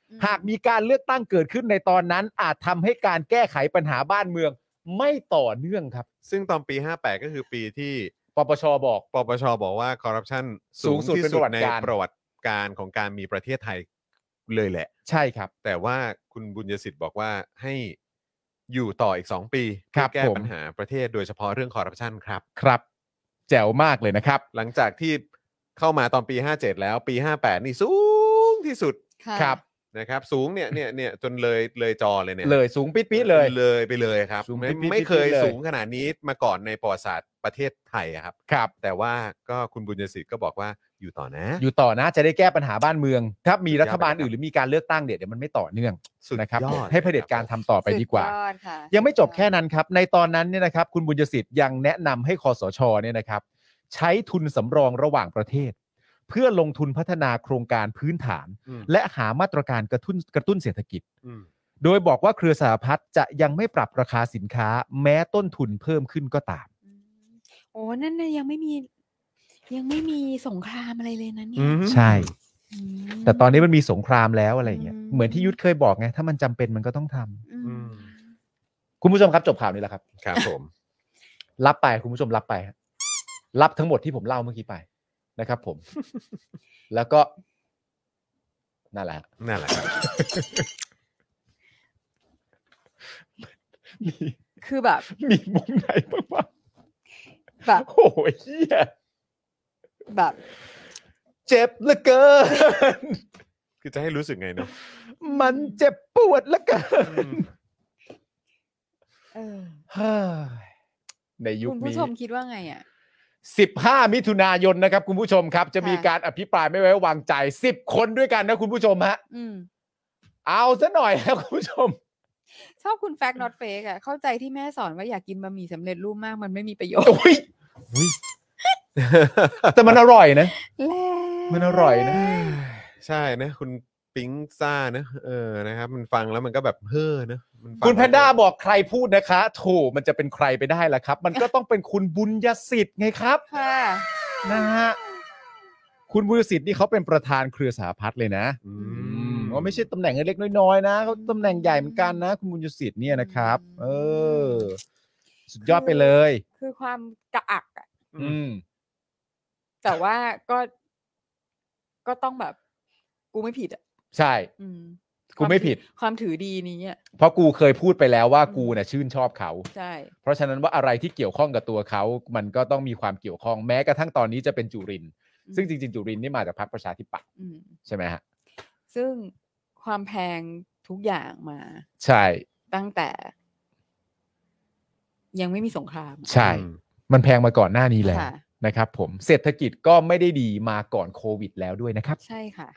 Speaker 4: อืม
Speaker 6: หากมีการเลือกตั้งเกิดขึ้นในตอนนั้น อาจทำให้การแก้ไขปัญหาบ้านเมือง ไม่ต่อเนื่องครับ
Speaker 3: ซึ่งตอนปี 58 ก็คือปีที่
Speaker 6: ปปชบอก
Speaker 3: ปปชบอกว่าคอร์รัปชัน
Speaker 6: สูงสุด
Speaker 3: ที่
Speaker 6: เป็น
Speaker 3: สุด
Speaker 6: ประวัติ
Speaker 3: ใน
Speaker 6: การ
Speaker 3: ประวัติการของการมีประเทศไทยเลยแหละ
Speaker 6: ใช่ครับ
Speaker 3: แต่ว่าคุณบุญยสิทธิ์บอกว่าให้อยู่ต่ออีก 2 ปี
Speaker 6: ค
Speaker 3: เพื่
Speaker 6: รั
Speaker 3: อบแก้
Speaker 6: ผม
Speaker 3: ปัญหาประเทศโดยเฉพาะเรื่องคอร์รัปชันครับ
Speaker 6: ครับ แจ๋วมากเลยนะครับ
Speaker 3: หลังจากที่เข้ามาตอนปี 57 แล้วปี 58 นี่สูงที่สุด
Speaker 4: ค่ะ
Speaker 6: ครับ
Speaker 3: นะครับ สูงเนี่ยเนี่ยเนี่ยจนเลยเลยจอเลยเนี่ย
Speaker 6: เลยสูงปิดปิดๆเลย
Speaker 3: เลยไปเลยครับ
Speaker 6: สูง
Speaker 3: ไม่
Speaker 6: ปิ๊ดปิ๊ด
Speaker 3: ไม่เคย
Speaker 6: ปิ๊ดเลย
Speaker 3: สูงขนาดนี้มาก่อนในประวัติศาสตร์ประเทศไทยอะครับ
Speaker 6: ครับ
Speaker 3: แต่ว่าก็คุณบุญยสิทธิ์ก็บอกว่าอยู่ต่อนะ
Speaker 6: อยู่ต่อนะจะได้แก้ปัญหาบ้านเมือง ถ้ามีรัฐบาล
Speaker 3: สุดยอดเลยครับ
Speaker 6: อื่นหรือมีการเลือกตั้งเนี่ยเดี๋ยวมันไม่ต่อเนื่อง
Speaker 3: สุด
Speaker 6: นะครับ
Speaker 3: ยอ
Speaker 6: ผม
Speaker 3: ด
Speaker 6: ให้เผด็จการทำต่อไปดีกว่า
Speaker 4: สุยอดค่ะ
Speaker 6: ยังไม่จบแค่นั้นครับ ในตอนนั้นเนี่ยนะครับ คุณบุญยสิทธิ์ยังแนะนำให้คอสชเนี่ยนะครับ ใช้ทุนสำรองระหว่างประเทศ เพื่อลงทุนพัฒนาโครงการพื้นฐาน
Speaker 3: อืม
Speaker 6: และหามาตรการกระตุ้นกระตุ้นเศรษฐกิจ
Speaker 3: อืม
Speaker 6: โดยบอกว่าเครือสหพัฒน์จะยังไม่ปรับราคาสินค้า แม้ต้นทุนเพิ่มขึ้นก็ตาม
Speaker 4: อืมโอ้นั่นนะยังไม่มี ยังไม่มีสงครามอะไรเลยนะเนี่ย
Speaker 6: ใช่
Speaker 4: อืม
Speaker 6: แต่ตอนนี้มันมีสงครามแล้วอะไรอย่างเงี้ย
Speaker 4: อืม
Speaker 6: เหมือนที่ยุทธเคยบอกไงถ้ามันจำเป็นมันก็ต้องทำ
Speaker 4: อื
Speaker 3: อื
Speaker 4: ม
Speaker 3: ม
Speaker 6: คุณผู้ชมครับจบข่าวนี้แล้วครับ
Speaker 3: ครับผม
Speaker 6: รับไปคุณผู้ชมรับไปฮะรับทั้งหมดที่ผมเล่าเมื่อกี้ไปนะครับผม แล้วก็ นั่นแหละฮะ
Speaker 3: นั่นแหละครับ
Speaker 6: มี
Speaker 4: คือแบบ
Speaker 6: มีมุมไหนบ้างวะ
Speaker 4: แบบ
Speaker 6: โอ้ยเหี้ย
Speaker 4: แบบ
Speaker 6: เจ็บเหลือเกิน
Speaker 3: คือจะให้รู้สึกไงเนาะ
Speaker 6: มันเจ็บปวดเหลือเกิน
Speaker 4: เออ
Speaker 6: เฮ้ยในยุค
Speaker 4: คุณผู้
Speaker 6: นี้
Speaker 4: ชมคิดว่าไงอ่ะ
Speaker 6: 15 มิถุนายนนะครับ คุณผู้ชมครับ จะมี
Speaker 4: ค่ะ
Speaker 6: การอภิปรายไม่ไว้วางใจ 10 คนด้วยกันนะคุณผู้ชมฮะ
Speaker 4: อืม
Speaker 6: เอาซะหน่อย นะคุณผู้ชม
Speaker 4: ชอบคุณแฟกต์ not fake อ่ะ เข้าใจที่แม่สอนว่าอยากกินบะหมี่สำเร็จรูปมากมันไม่มีประโยชน์
Speaker 6: โอ้ย แต่มันอร่อยนะ
Speaker 4: แล
Speaker 6: มันอร่อยนะ
Speaker 3: ใช่นะ คุณปิงซ่านะเออนะครับ มันฟังแล้วมันก็แบบเฮ้อนะมันฟัง
Speaker 6: คุณแพนด้า
Speaker 3: ล้ว
Speaker 6: บอกใครพูดนะคะโถูกมันจะเป็นใครไปได้ล่ะครับ มันก็ต้องเป็นคุณบุญยสิทธิ์ไงครับ
Speaker 4: ค่ะ
Speaker 6: นะฮะ คุณบุญยสิทธิ์นี่เขาเป็นประธานเครือสหพัฒน์เลยนะ
Speaker 3: อืม
Speaker 6: ว่าไม่ใช่ตำแหน่งเล็กๆน้อยๆนะเขาตำแหน่งใหญ่เหมือนกันนะ คุณบุญยสิทธิ์เนี่ยนะครับ เออ สุดยอดไปเลย
Speaker 4: คือความกระอักอะ
Speaker 6: อืม
Speaker 4: แต่ว่าก็ก็ต้องแบบ กูไม่ผิดอ่ะ
Speaker 6: ใช่
Speaker 4: อืม
Speaker 6: กูไม่ผิด
Speaker 4: ความถือดีนี้อะ
Speaker 6: เพราะกูเคยพูดไปแล้วว่า
Speaker 4: อืม
Speaker 6: กูเนี่ยชื่นชอบเขา
Speaker 4: ใช่
Speaker 6: เพราะฉะนั้นว่าอะไรที่เกี่ยวข้องกับตัวเขา มันก็ต้องมีความเกี่ยวข้องแม้กระทั่งตอนนี้จะเป็นจุรินทร์
Speaker 4: อืม
Speaker 6: ซึ่งจริงๆ จุรินทร์นี่มาจากพรรคประชาธิปัตย์
Speaker 4: อืม
Speaker 6: ใช่ไหมฮะ
Speaker 4: ซึ่งความแพงทุกอย่างมา
Speaker 6: ใช่
Speaker 4: ตั้งแต่ ยังไม่มีสงครามอะ
Speaker 6: ใช่
Speaker 3: อืม
Speaker 6: มันแพงมาก่อนหน้านี้แล้ว
Speaker 4: ค่ะ
Speaker 6: นะครับ ผมเศรษฐกิจก็ไม่ได้ดีมาก่อนโควิดแล้วด้วยนะครับ
Speaker 4: ใช่ค่ะ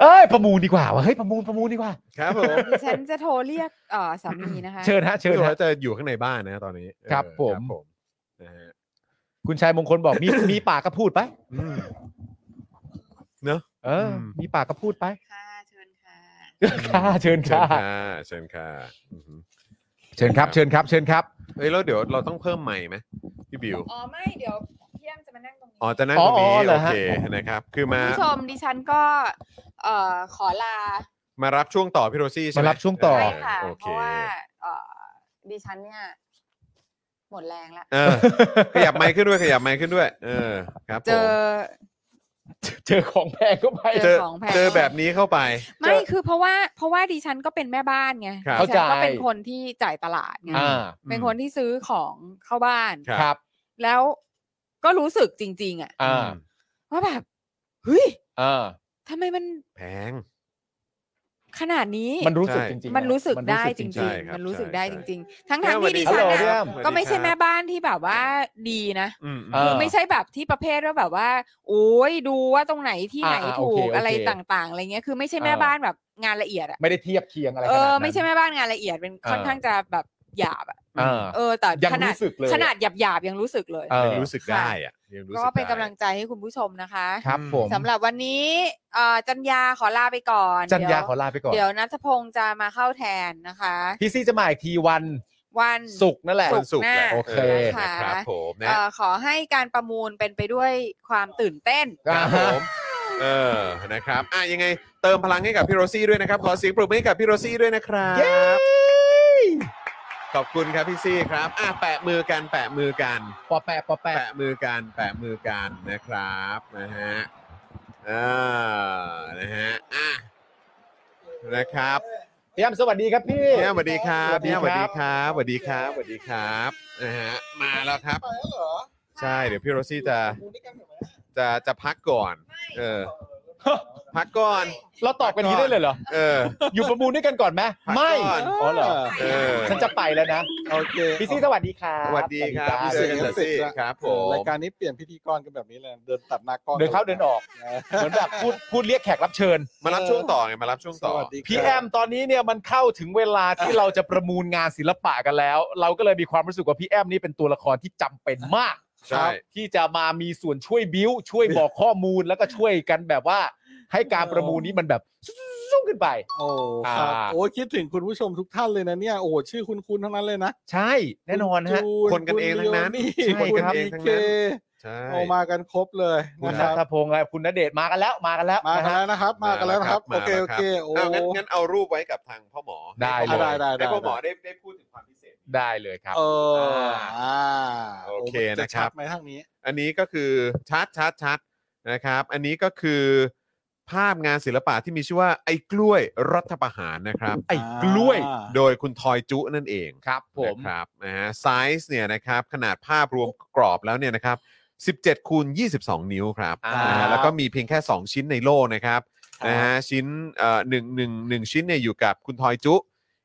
Speaker 6: เอ้ยประมูลดีกว่าว่าเฮ้ยประมูลประมูลดีกว่า
Speaker 3: ครับผม
Speaker 4: ดิฉันจะโทรเรียกเอ่อสามีนะคะ
Speaker 6: เชิญฮะเชิญ
Speaker 3: เชื่อว่า
Speaker 6: ฮะ
Speaker 3: จะอยู่ข้างในบ้านนะตอนนี้เออ
Speaker 6: ครับผม
Speaker 3: นะฮะ
Speaker 6: คุณชายมงคลบอกมี มีปากก็พูดไป
Speaker 3: อืม
Speaker 6: เอออ
Speaker 3: ม
Speaker 6: มีปากก็พูดไป
Speaker 4: ค่ะเชิญค่ะ
Speaker 6: ค่ะเชิญ
Speaker 3: เชิญ
Speaker 6: ค่ะ
Speaker 3: ค่ะเชิญค่ะอือหือ
Speaker 6: เชิญครับเชิญครับเชิญครับ
Speaker 3: เอ้ยแล้วเดี๋ยวเราต้องเพิ่มใหม่ไหมพี่บิว
Speaker 4: อ๋อไม่เดี๋ยวพี่ยังจะมานั่งตรงนี้
Speaker 3: อ๋อจะนั่งตรง
Speaker 6: อ๋
Speaker 3: นี้
Speaker 6: อเหร
Speaker 3: โอ
Speaker 6: อฮะ
Speaker 3: เคนะครับ คือมา
Speaker 4: คุณผู้ชมดิฉันก็ เอ่อขอลา
Speaker 3: มารับช่วงต่อพี่โรซี่ใช่ไหม
Speaker 6: มารับช่วงต่อ
Speaker 4: ใช่ค่ะ
Speaker 3: เโอ
Speaker 4: เพ
Speaker 3: เค
Speaker 4: ราะว่าเอ่อดิฉันเนี่ย หมดแรงละ
Speaker 3: เออขยับไมค์ขึ้นด้วยขยับไมค์ขึ้นด้วย เออครับผม
Speaker 4: เจอ
Speaker 6: เจอของแพงก็ไป
Speaker 4: เจอของแพง
Speaker 3: เจอแบบนี้เข้าไป
Speaker 4: ไม่คือเพราะว่าเพราะว่าดิฉันก็เป็นแม่บ้านไง
Speaker 3: ครับ
Speaker 4: ดิฉันก็
Speaker 6: เข้าใจ
Speaker 4: เป็นคนที่จ่ายตลาดไง
Speaker 6: อ่า
Speaker 4: เป็นคนที่ซื้อของเข้าบ้าน
Speaker 3: ครับ
Speaker 6: ครับ
Speaker 4: แล้วก็รู้สึกจริง ๆ อ่ะ
Speaker 6: อ่า
Speaker 4: ว่าแบบเฮ้ย
Speaker 6: อ่า
Speaker 4: ทำไมมัน
Speaker 3: แพง
Speaker 4: ขนาดนี้
Speaker 6: มันรู้สึก
Speaker 3: ใช่
Speaker 6: จริงๆ
Speaker 4: มันรู้สึก
Speaker 6: นะ
Speaker 4: ได้จริง
Speaker 3: ใช่ครับ
Speaker 4: ๆ มันรู้สึก
Speaker 3: ใช่
Speaker 4: ได้
Speaker 3: ใช่
Speaker 4: จริง ๆ ทั้งทั้งๆที่ดิ
Speaker 6: ฮัล
Speaker 4: ฉั
Speaker 6: โหล
Speaker 4: น
Speaker 6: พี่
Speaker 4: อะ
Speaker 6: อ้ำ
Speaker 4: ก็ไม่ใช่แม่บ้านที่แบบว่าดีนะ
Speaker 3: อืม
Speaker 6: เอ
Speaker 4: คือ อไม่ใช่แบบที่ประเภทว่าแบบว่า โอ้ยดูว่าตรงไหนที่
Speaker 6: อ่า
Speaker 4: ไหน
Speaker 6: อ่าโอ
Speaker 4: ถู
Speaker 6: เค
Speaker 4: ก
Speaker 6: โอเค
Speaker 4: อะไรต่างๆอะไรเงี้ยคือไม่ใช่แม่
Speaker 6: อ่า
Speaker 4: บ้านแบบงานละเอียดอะ
Speaker 6: ไม่ได้เทียบเคียงอะไรข
Speaker 4: เอ
Speaker 6: นาด
Speaker 4: อ
Speaker 6: นั้น
Speaker 4: ไม่ใช่แม่บ้านงานละเอียดเป็น
Speaker 6: อ่า
Speaker 4: ค่อนข้างจะแบบหยาบอะ
Speaker 6: อ่า
Speaker 4: เออแต่
Speaker 6: ยัง
Speaker 4: ขนาด
Speaker 6: รู้สึกเลย
Speaker 4: ขนาดหยาบหยาบๆยังรู้สึกเลย
Speaker 6: เออ
Speaker 3: ยังรู้สึกได้อะยังรู้สึ
Speaker 4: ก็
Speaker 3: ได้
Speaker 4: เป็นกำลังใจให้คุณผู้ชมนะคะ
Speaker 6: ครับผม
Speaker 4: สำหรับวันนี้เอ่อจันยาขอลาไปก่อน
Speaker 6: จันยา
Speaker 4: เดี๋ว
Speaker 6: ขอลาไปก่อน
Speaker 4: เดี๋ยวนัทพงศ์จะมาเข้าแทนนะคะ
Speaker 6: พี่ซี่จะมาอีกทีวัน
Speaker 4: วัน
Speaker 6: ศุกร์นั่นแหละ
Speaker 3: วันศุกร์แหละ
Speaker 4: หน้า
Speaker 3: โอเค
Speaker 4: นะคะ
Speaker 3: นะครับผมนะ
Speaker 4: เอ่อขอให้การประมูลเป็นไปด้วยความตื่นเต้น
Speaker 3: ค
Speaker 6: อ่า
Speaker 3: รับ
Speaker 6: ฮะ
Speaker 3: ผมเออนะครับอ่ะยังไงเติมพลังให้กับพี่โรซี่ด้วยนะครับขอเสียงปรบมือให้กับพี่โรซี่ด้วยนะครับ
Speaker 6: เย้
Speaker 3: ขอบคุณครับพี่ซี่ครับ อ่ะแปะมือกันแปะมือกัน
Speaker 6: ปอแปะปอแปะ
Speaker 3: แปะมือกันแปะมือกันนะครับนะฮะอ่านะฮะอ่ะนะครับ
Speaker 6: พี่อ้ำสวัสดีครับพี่
Speaker 3: พี่อ้ำสวัสดีครับพี่อ้ำส
Speaker 6: สวั
Speaker 3: วัส
Speaker 6: สดี
Speaker 3: ดีค
Speaker 6: ครั
Speaker 3: รับบ สวัสดีครับสวัสดีครับนะฮะมาแล้วครับ ใช่เดี๋ยวพี่โรซี่จะจะจะพักก่อน เออ พักก่อน
Speaker 6: เราตอบกันอย่างนี้ได้เลยเหรอ
Speaker 3: เออ
Speaker 6: อยู่ประมูลด้วยกันก่อนไหม
Speaker 3: พัก
Speaker 6: ไม่
Speaker 3: ก่อน
Speaker 6: อ๋อเหรอ
Speaker 3: เออ
Speaker 6: ฉันจะไปแล้วนะ
Speaker 5: โอเค
Speaker 6: พี่ซี่สวัสดีครับ
Speaker 3: สวัสดีครับพี่
Speaker 6: ส
Speaker 3: เจ
Speaker 6: วัสดี
Speaker 3: อกันเดี๋ยวสิครับผม
Speaker 5: รายการนี้เปลี่ยนพิธีกรกันแบบนี้เลย เดินตัดหน้ากล้อง
Speaker 6: เดินเข้าเดินออก เหมือนแบบพูดพูดเรียกแขกรับเชิญ
Speaker 3: มารับช่วงต่อไงมารับช่วง
Speaker 5: ส
Speaker 3: ต่อ
Speaker 5: วัสดีครับ
Speaker 6: พี่แอมตอนนี้เนี่ยมันเข้าถึงเวลาที่เราจะประมูลงานศิลปะกันแล้ว เราก็เลยมีความรู้สึกว่าพี่แอมนี่เป็นตัวละครที่จำเป็นมาก
Speaker 3: ใช่
Speaker 6: ครับที่จะมามีส่วนช่วยบิ้ว ช่วยบอกข้อมูลแล้วก็ช่วยกันแบบว่า ให้การประมูลนี้มันแบบสูงขึ้นไป
Speaker 5: โอ้ครับ
Speaker 6: อ่า
Speaker 5: โอ้คิดถึงคุณผู้ชมทุกท่านเลยนะเนี่ย โอ้ชื่อคุณๆทั้งนั้นเลยนะ
Speaker 6: ใช่แน่นอนฮะ
Speaker 5: จู
Speaker 3: คนกันเองทั้งนั้น
Speaker 5: คุณโย
Speaker 6: ใช่
Speaker 5: คุณ
Speaker 6: ครับ
Speaker 5: มิเค
Speaker 3: ใช่
Speaker 5: โอมากันครบเลย
Speaker 6: คุณ
Speaker 5: นะค
Speaker 6: นั
Speaker 5: รับ
Speaker 6: ทพงศ์และคุณณเดชน์มากันแล้วมากันแล้ว
Speaker 5: มากัน
Speaker 6: นะฮะ
Speaker 5: แล้วนะครับ มากันแล้วนะครับ
Speaker 3: มา
Speaker 5: โอเค
Speaker 3: แล้ว
Speaker 5: โอ
Speaker 3: ครับเอา
Speaker 5: เคโอ้
Speaker 3: งั้นงั้นเอารูปไว้กับทางพ่อหมอ
Speaker 6: ได้เลย
Speaker 5: ได้ได้ได้
Speaker 3: ให้พ่อหมอได้ได้พูดถึงความพิเศษ
Speaker 6: ได้เลยครับ
Speaker 5: เอออ่า
Speaker 3: โอเค
Speaker 5: มัจ
Speaker 3: นะครับ
Speaker 5: ชัดไหมทางนี้
Speaker 3: อันนี้ก็คือชัดชัดชัดนะครับ อันนี้ก็คือภาพงานศิลปะที่มีชื่อว่าไอ้กล้วยรัฐประหารนะครับ
Speaker 6: ไอ้กล้วย
Speaker 5: อ่า
Speaker 3: โดยคุณทอยจุนั่นเอง
Speaker 6: ครับผม
Speaker 3: นะครับนะฮะไซส์เนี่ยนะครับขนาดภาพรวมกรอบแล้วเนี่ยนะครับ 17คูณ22 นิ้วครับ
Speaker 6: อ่า
Speaker 3: นะฮะแล้วก็มีเพียงแค่ 2 ชิ้นในโลกนะครับนะฮะชิ้นเอ่อหนึ่งหนึ่งหนึ่งชิ้นเนี่ยอยู่กับคุณทอยจุ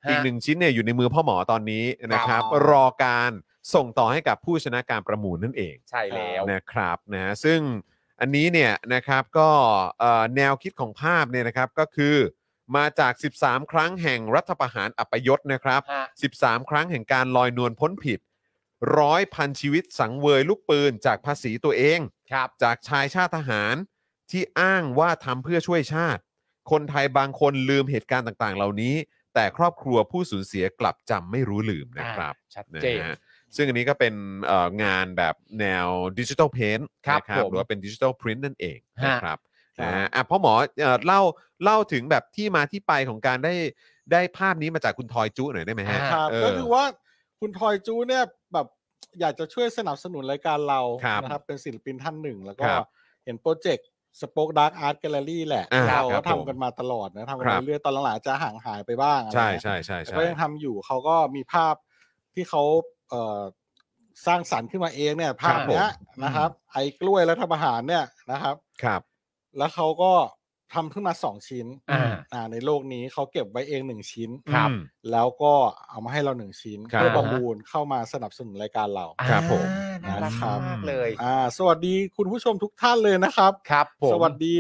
Speaker 3: อีกหนึ่งชิ้นเนี่ยอยู่ในมือพ่อหมอตอนนี้นะครับ
Speaker 5: ครับ
Speaker 3: รอการส่งต่อให้กับผู้ชนะการประมูลนั่นเอง
Speaker 6: ใช่แล้ว
Speaker 3: นะครับนะซึ่งอันนี้เนี่ยนะครับก็เอ่อแนวคิดของภาพเนี่ยนะครับก็คือมาจาก 13 ครั้งแห่งรัฐประหารอัปยศนะครับ
Speaker 6: ฮะ
Speaker 3: 13 ครั้งแห่งการลอยนวลพ้นผิด ร้อยพันชีวิตสังเวยลูกปืนจากภาษีตัวเองครับจากชายชาติทหารที่อ้างว่าทำเพื่อช่วยชาติ คนไทยบางคนลืมเหตุการณ์ต่างๆ เหล่านี้ แต่ครอบครัวผู้สูญเสียกลับจำไม่รู้ลืมนะครับ
Speaker 6: อ่าชัด
Speaker 3: นะ
Speaker 6: เจน
Speaker 3: ฮะซึ่งอันนี้ก็เป็นเอ่องานแบบแนวดิจิทัลเพน
Speaker 6: ครับ
Speaker 3: นะครั
Speaker 6: ผม
Speaker 3: หรือว่าเป็นดิจิทัลพรินต์นั่นเอง
Speaker 6: ฮะ
Speaker 3: นะครับนะฮะอ่ะพ่อหมอเอ่อเล่าเล่าถึงแบบที่มาที่ไปของการได้ได้ภาพนี้มาจากคุณทอยจุหน่อยได้ไหมฮะ
Speaker 5: ครับ
Speaker 3: เ
Speaker 5: ก็คือว่าคุณทอยจูเนี่ยแบบอยากจะช่วยสนับสนุนรายการเรา
Speaker 3: ครับ
Speaker 5: นะครับเป็นศิลปินท่านหนึ่ง แล้วก็
Speaker 3: ครับ
Speaker 5: เห็นโปรเจกต์สป็อคดักอาร์ตแกลเลอรี่แหละ
Speaker 3: อ่า
Speaker 5: เรา
Speaker 3: ครั
Speaker 5: ก็
Speaker 3: บผม
Speaker 5: ทำกันมาตลอดนะทำกัน
Speaker 3: ครั
Speaker 5: มา
Speaker 3: บ
Speaker 5: เรื่อยๆตอนหลังๆอาจจะห่างหายไปบ้างอะไร
Speaker 3: ใช่
Speaker 5: เงี้ย
Speaker 3: ใช่ใช่
Speaker 5: แต่
Speaker 3: ใช่
Speaker 5: ก็ยังทำอยู่เขาก็มีภาพที่เขาเอ่อสร้างสรรค์ขึ้นมาเองเนี่ย ภาพเนี้ย
Speaker 6: ผม
Speaker 5: นะครับ ไอ้กล้วยรัฐประหารเนี่ยนะครับ
Speaker 3: ครับ
Speaker 5: แล้วเขาก็ทำขึ้นมาสองชิ้น
Speaker 6: อ่า
Speaker 5: อ่าในโลกนี้เขาเก็บไว้เองหนึ่งชิ้น
Speaker 3: ครับ
Speaker 5: แล้วก็เอามาให้เราหนึ่งชิ้น
Speaker 3: ครับ
Speaker 5: เพื่อประมูลเข้ามาสนับสนุนรายการเรา
Speaker 3: ครับผม
Speaker 6: อ่าน่ารัก
Speaker 5: นะครับ
Speaker 6: มากเลย
Speaker 5: อ่า สวัสดีคุณผู้ชมทุกท่านเลยนะครับ
Speaker 6: ครับผม
Speaker 5: สวัสดี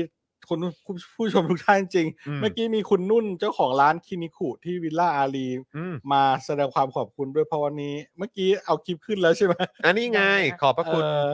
Speaker 5: คุณคุณผู้ชมทุกท่านจริง
Speaker 3: อืม
Speaker 5: เมื่อกี้มีคุณนุ่นเจ้าของร้านคินิคุที่วิลล่าอารี
Speaker 3: อืม
Speaker 5: มาแสดงความขอบคุณด้วยเพราะวันนี้ เมื่อกี้เอาคลิปขึ้นแล้วใช่ไหม
Speaker 3: อันนี้ไงขอบพระคุณ
Speaker 5: เออ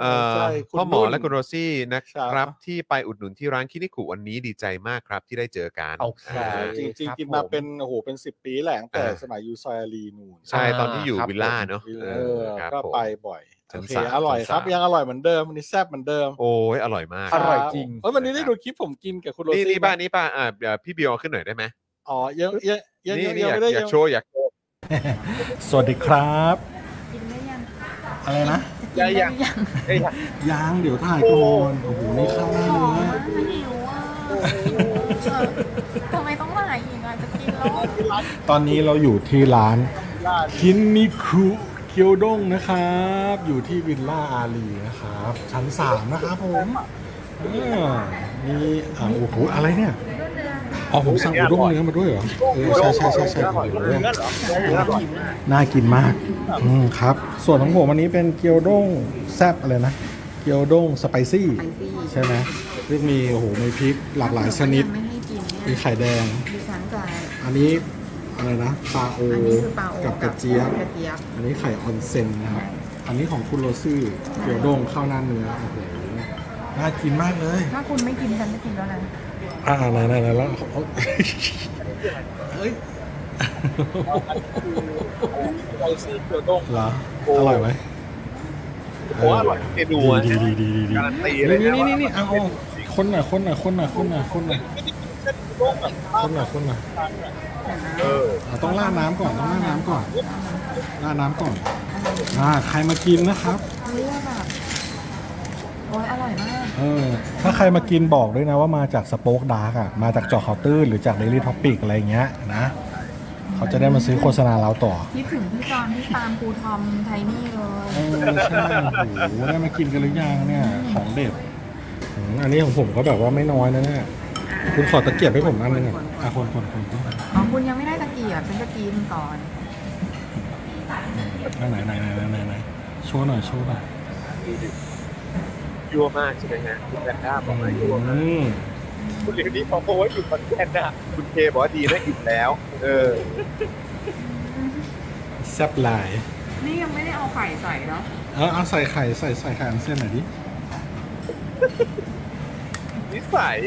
Speaker 3: เอ่อ
Speaker 5: ใช่คุณ
Speaker 3: พ่อหมอ
Speaker 5: นุ่น
Speaker 3: และคุณโรซี่นะค
Speaker 5: ครั
Speaker 3: รับบ ที่ไปอุดหนุนที่ร้านคินิคุวันนี้ดีใจมากครับที่ได้เจอกัน
Speaker 6: โอเค
Speaker 3: อ่า
Speaker 5: จริง
Speaker 6: ครับ
Speaker 5: ๆ กินมา
Speaker 6: ผม
Speaker 5: เป็นโอ้โหเป็นสิบปีแหละตั้งแต่
Speaker 3: อ่า
Speaker 5: สมัยยูซอยอารีนูน
Speaker 3: ใช่ตอนที่อยู่
Speaker 6: ครับ
Speaker 3: วิลล่าเนอะ
Speaker 5: เอ
Speaker 3: เอ
Speaker 5: อ
Speaker 3: อครับ
Speaker 5: ก็
Speaker 3: ผม
Speaker 5: ไปบ่อย
Speaker 3: ชั้
Speaker 5: โอน เค
Speaker 3: สาม
Speaker 5: อร่อย
Speaker 3: ชั้น
Speaker 5: ครับ
Speaker 3: สาม
Speaker 5: ยังอร่อยเหมือนเดิมวันนี้แซ่บเหมือนเดิม
Speaker 3: โอ้ยอร่อยมาก
Speaker 6: อร่อยจริง
Speaker 5: เอ้ยวันนี้ได้ดูคลิปผมกินกับคุณโร
Speaker 3: นี่
Speaker 5: ซี่
Speaker 3: นี่ป้านี่ป้าอ่าเดี๋ยวพี่บิวเอาขึ้นหน่อยได้ไหม
Speaker 5: อ๋อยังยังยัง
Speaker 3: นี่
Speaker 5: ยัง
Speaker 3: นี่
Speaker 5: ยั
Speaker 3: อยาก
Speaker 5: งไม่ได้
Speaker 3: อยา
Speaker 5: ยั
Speaker 3: ก
Speaker 5: ง
Speaker 3: โชว์อยาก
Speaker 1: สวัสดีครับ
Speaker 8: กินได้ยัง
Speaker 1: อะไรนะ
Speaker 8: กินได้ยัง
Speaker 1: ยางเดี๋ยวถ่ายก่อนโอ้โหนี่ข้าวหน้า
Speaker 8: หอม
Speaker 1: เนื้อ
Speaker 8: มากหิวอ่ะหิวอ่ะทำไมต้องมาอีกอ่ะจะกินแล้ว
Speaker 1: ตอนนี้เราอยู่ที่ร้านคินนิคุเคียวด้งนะครับ อยู่ที่วิลล่าอารีนะครับ ชั้นสามนะครับผมอ่ามีอ่าโอ้โหอะไรเนี่ยอ๋อผมสั่งอุด้งเนื้อมาด้วยเหรอเออใช่ใช่ใช่ใช่ผมเห็นด้วย น่ากินมาก อืมครับ ส่วนของผมวันนี้เป็นเกี๊ยวด้งแซบอะไรนะ เกี๊ยวด้งสไปซี่ ใช่ไหมซึ่งมีโอ้โหมีพริกหลากหลายชนิดมี
Speaker 8: ไม่ให้กินเนี่ย
Speaker 1: ไข่แดง
Speaker 8: ดิฉันจะ
Speaker 1: อันนี้อะไรนะปลาโอ
Speaker 8: อันนี้คือปลาโอ
Speaker 1: กับกระเจี๊ยบ
Speaker 8: กระเจี๊ยบ
Speaker 1: อันนี้ไข่ออนเซ็นนะครับ อันนี้ของคุณโรซี่เกี๊ยวด้งข้าวหน้าเนื้อ โอ้โห น่ากินมากเลย
Speaker 8: ถ้าคุณไม่กินฉันจะกินแล้วนะ
Speaker 1: อ่าไหนไหนไหนแล้วเอาเอาเอ้ยเหรออร่อยไหมโอ้อร่อยเมนูดีดีดีดีดีการันตีเลยนี่นี่นี่เอาเอาคนหน่อยคนหน่อยคนหน่อยคนหน่อยคนหน่อยคนหน่อยคนหน่อยเอาต้องล่าดน้ำก่อนต้องล่าดน้ำก่อนล่าดน้ำก่อนอ่าใครมากินนะครับ
Speaker 8: เลือกแบบโอ้ยอร่อยมาก
Speaker 1: เออถ้าใครมากินบอกด้วยนะว่ามาจากสป็อคดาร์กอ่ะ มาจากเจอข่าวตื้นหรือจากเดลี่ท็อปิกอะไรอย่างเงี้ยนะ เขาจะได้มาซื้อโฆษณาเราต่อ
Speaker 8: คิดถึงพี่จอนที่ตามครูทอมไทนี่เลย
Speaker 1: เออใช่โอ้โหได้มากินกันหรือยังเนี่ย ของเด็ดอืมอันนี้ของผมก็แบบว่าไม่น้อยนะเนี่ย คุณขอตะเกียบให้ผมอันหนึงอ่ะอ่ะคนคนคนคน
Speaker 8: ของคุณยังไม่ได้ตะเกียบฉันจะกินก่อน
Speaker 1: อ่ะไหนไหนไหนไหนไหนไหนโชว์หน่อยโชว์หน่อย
Speaker 9: ยั่วมากใช่ไหมฮะคุณแพนด้าบอกว่ายั่ว
Speaker 1: อืม
Speaker 9: คุณเหลียวนี้พอโพสต์อยู่คอนเทนต์นะคุณเคบอกว่าดีนะอิ่มแล้ว เออ
Speaker 1: แซ่บหลาย
Speaker 8: นี่ยังไม่ได้เอาไข่ใส่เนาะ
Speaker 1: เออเอาใส่ไข่ใส่ใส่ไข่อันเส้นหน่อยดิ
Speaker 9: นิสั ย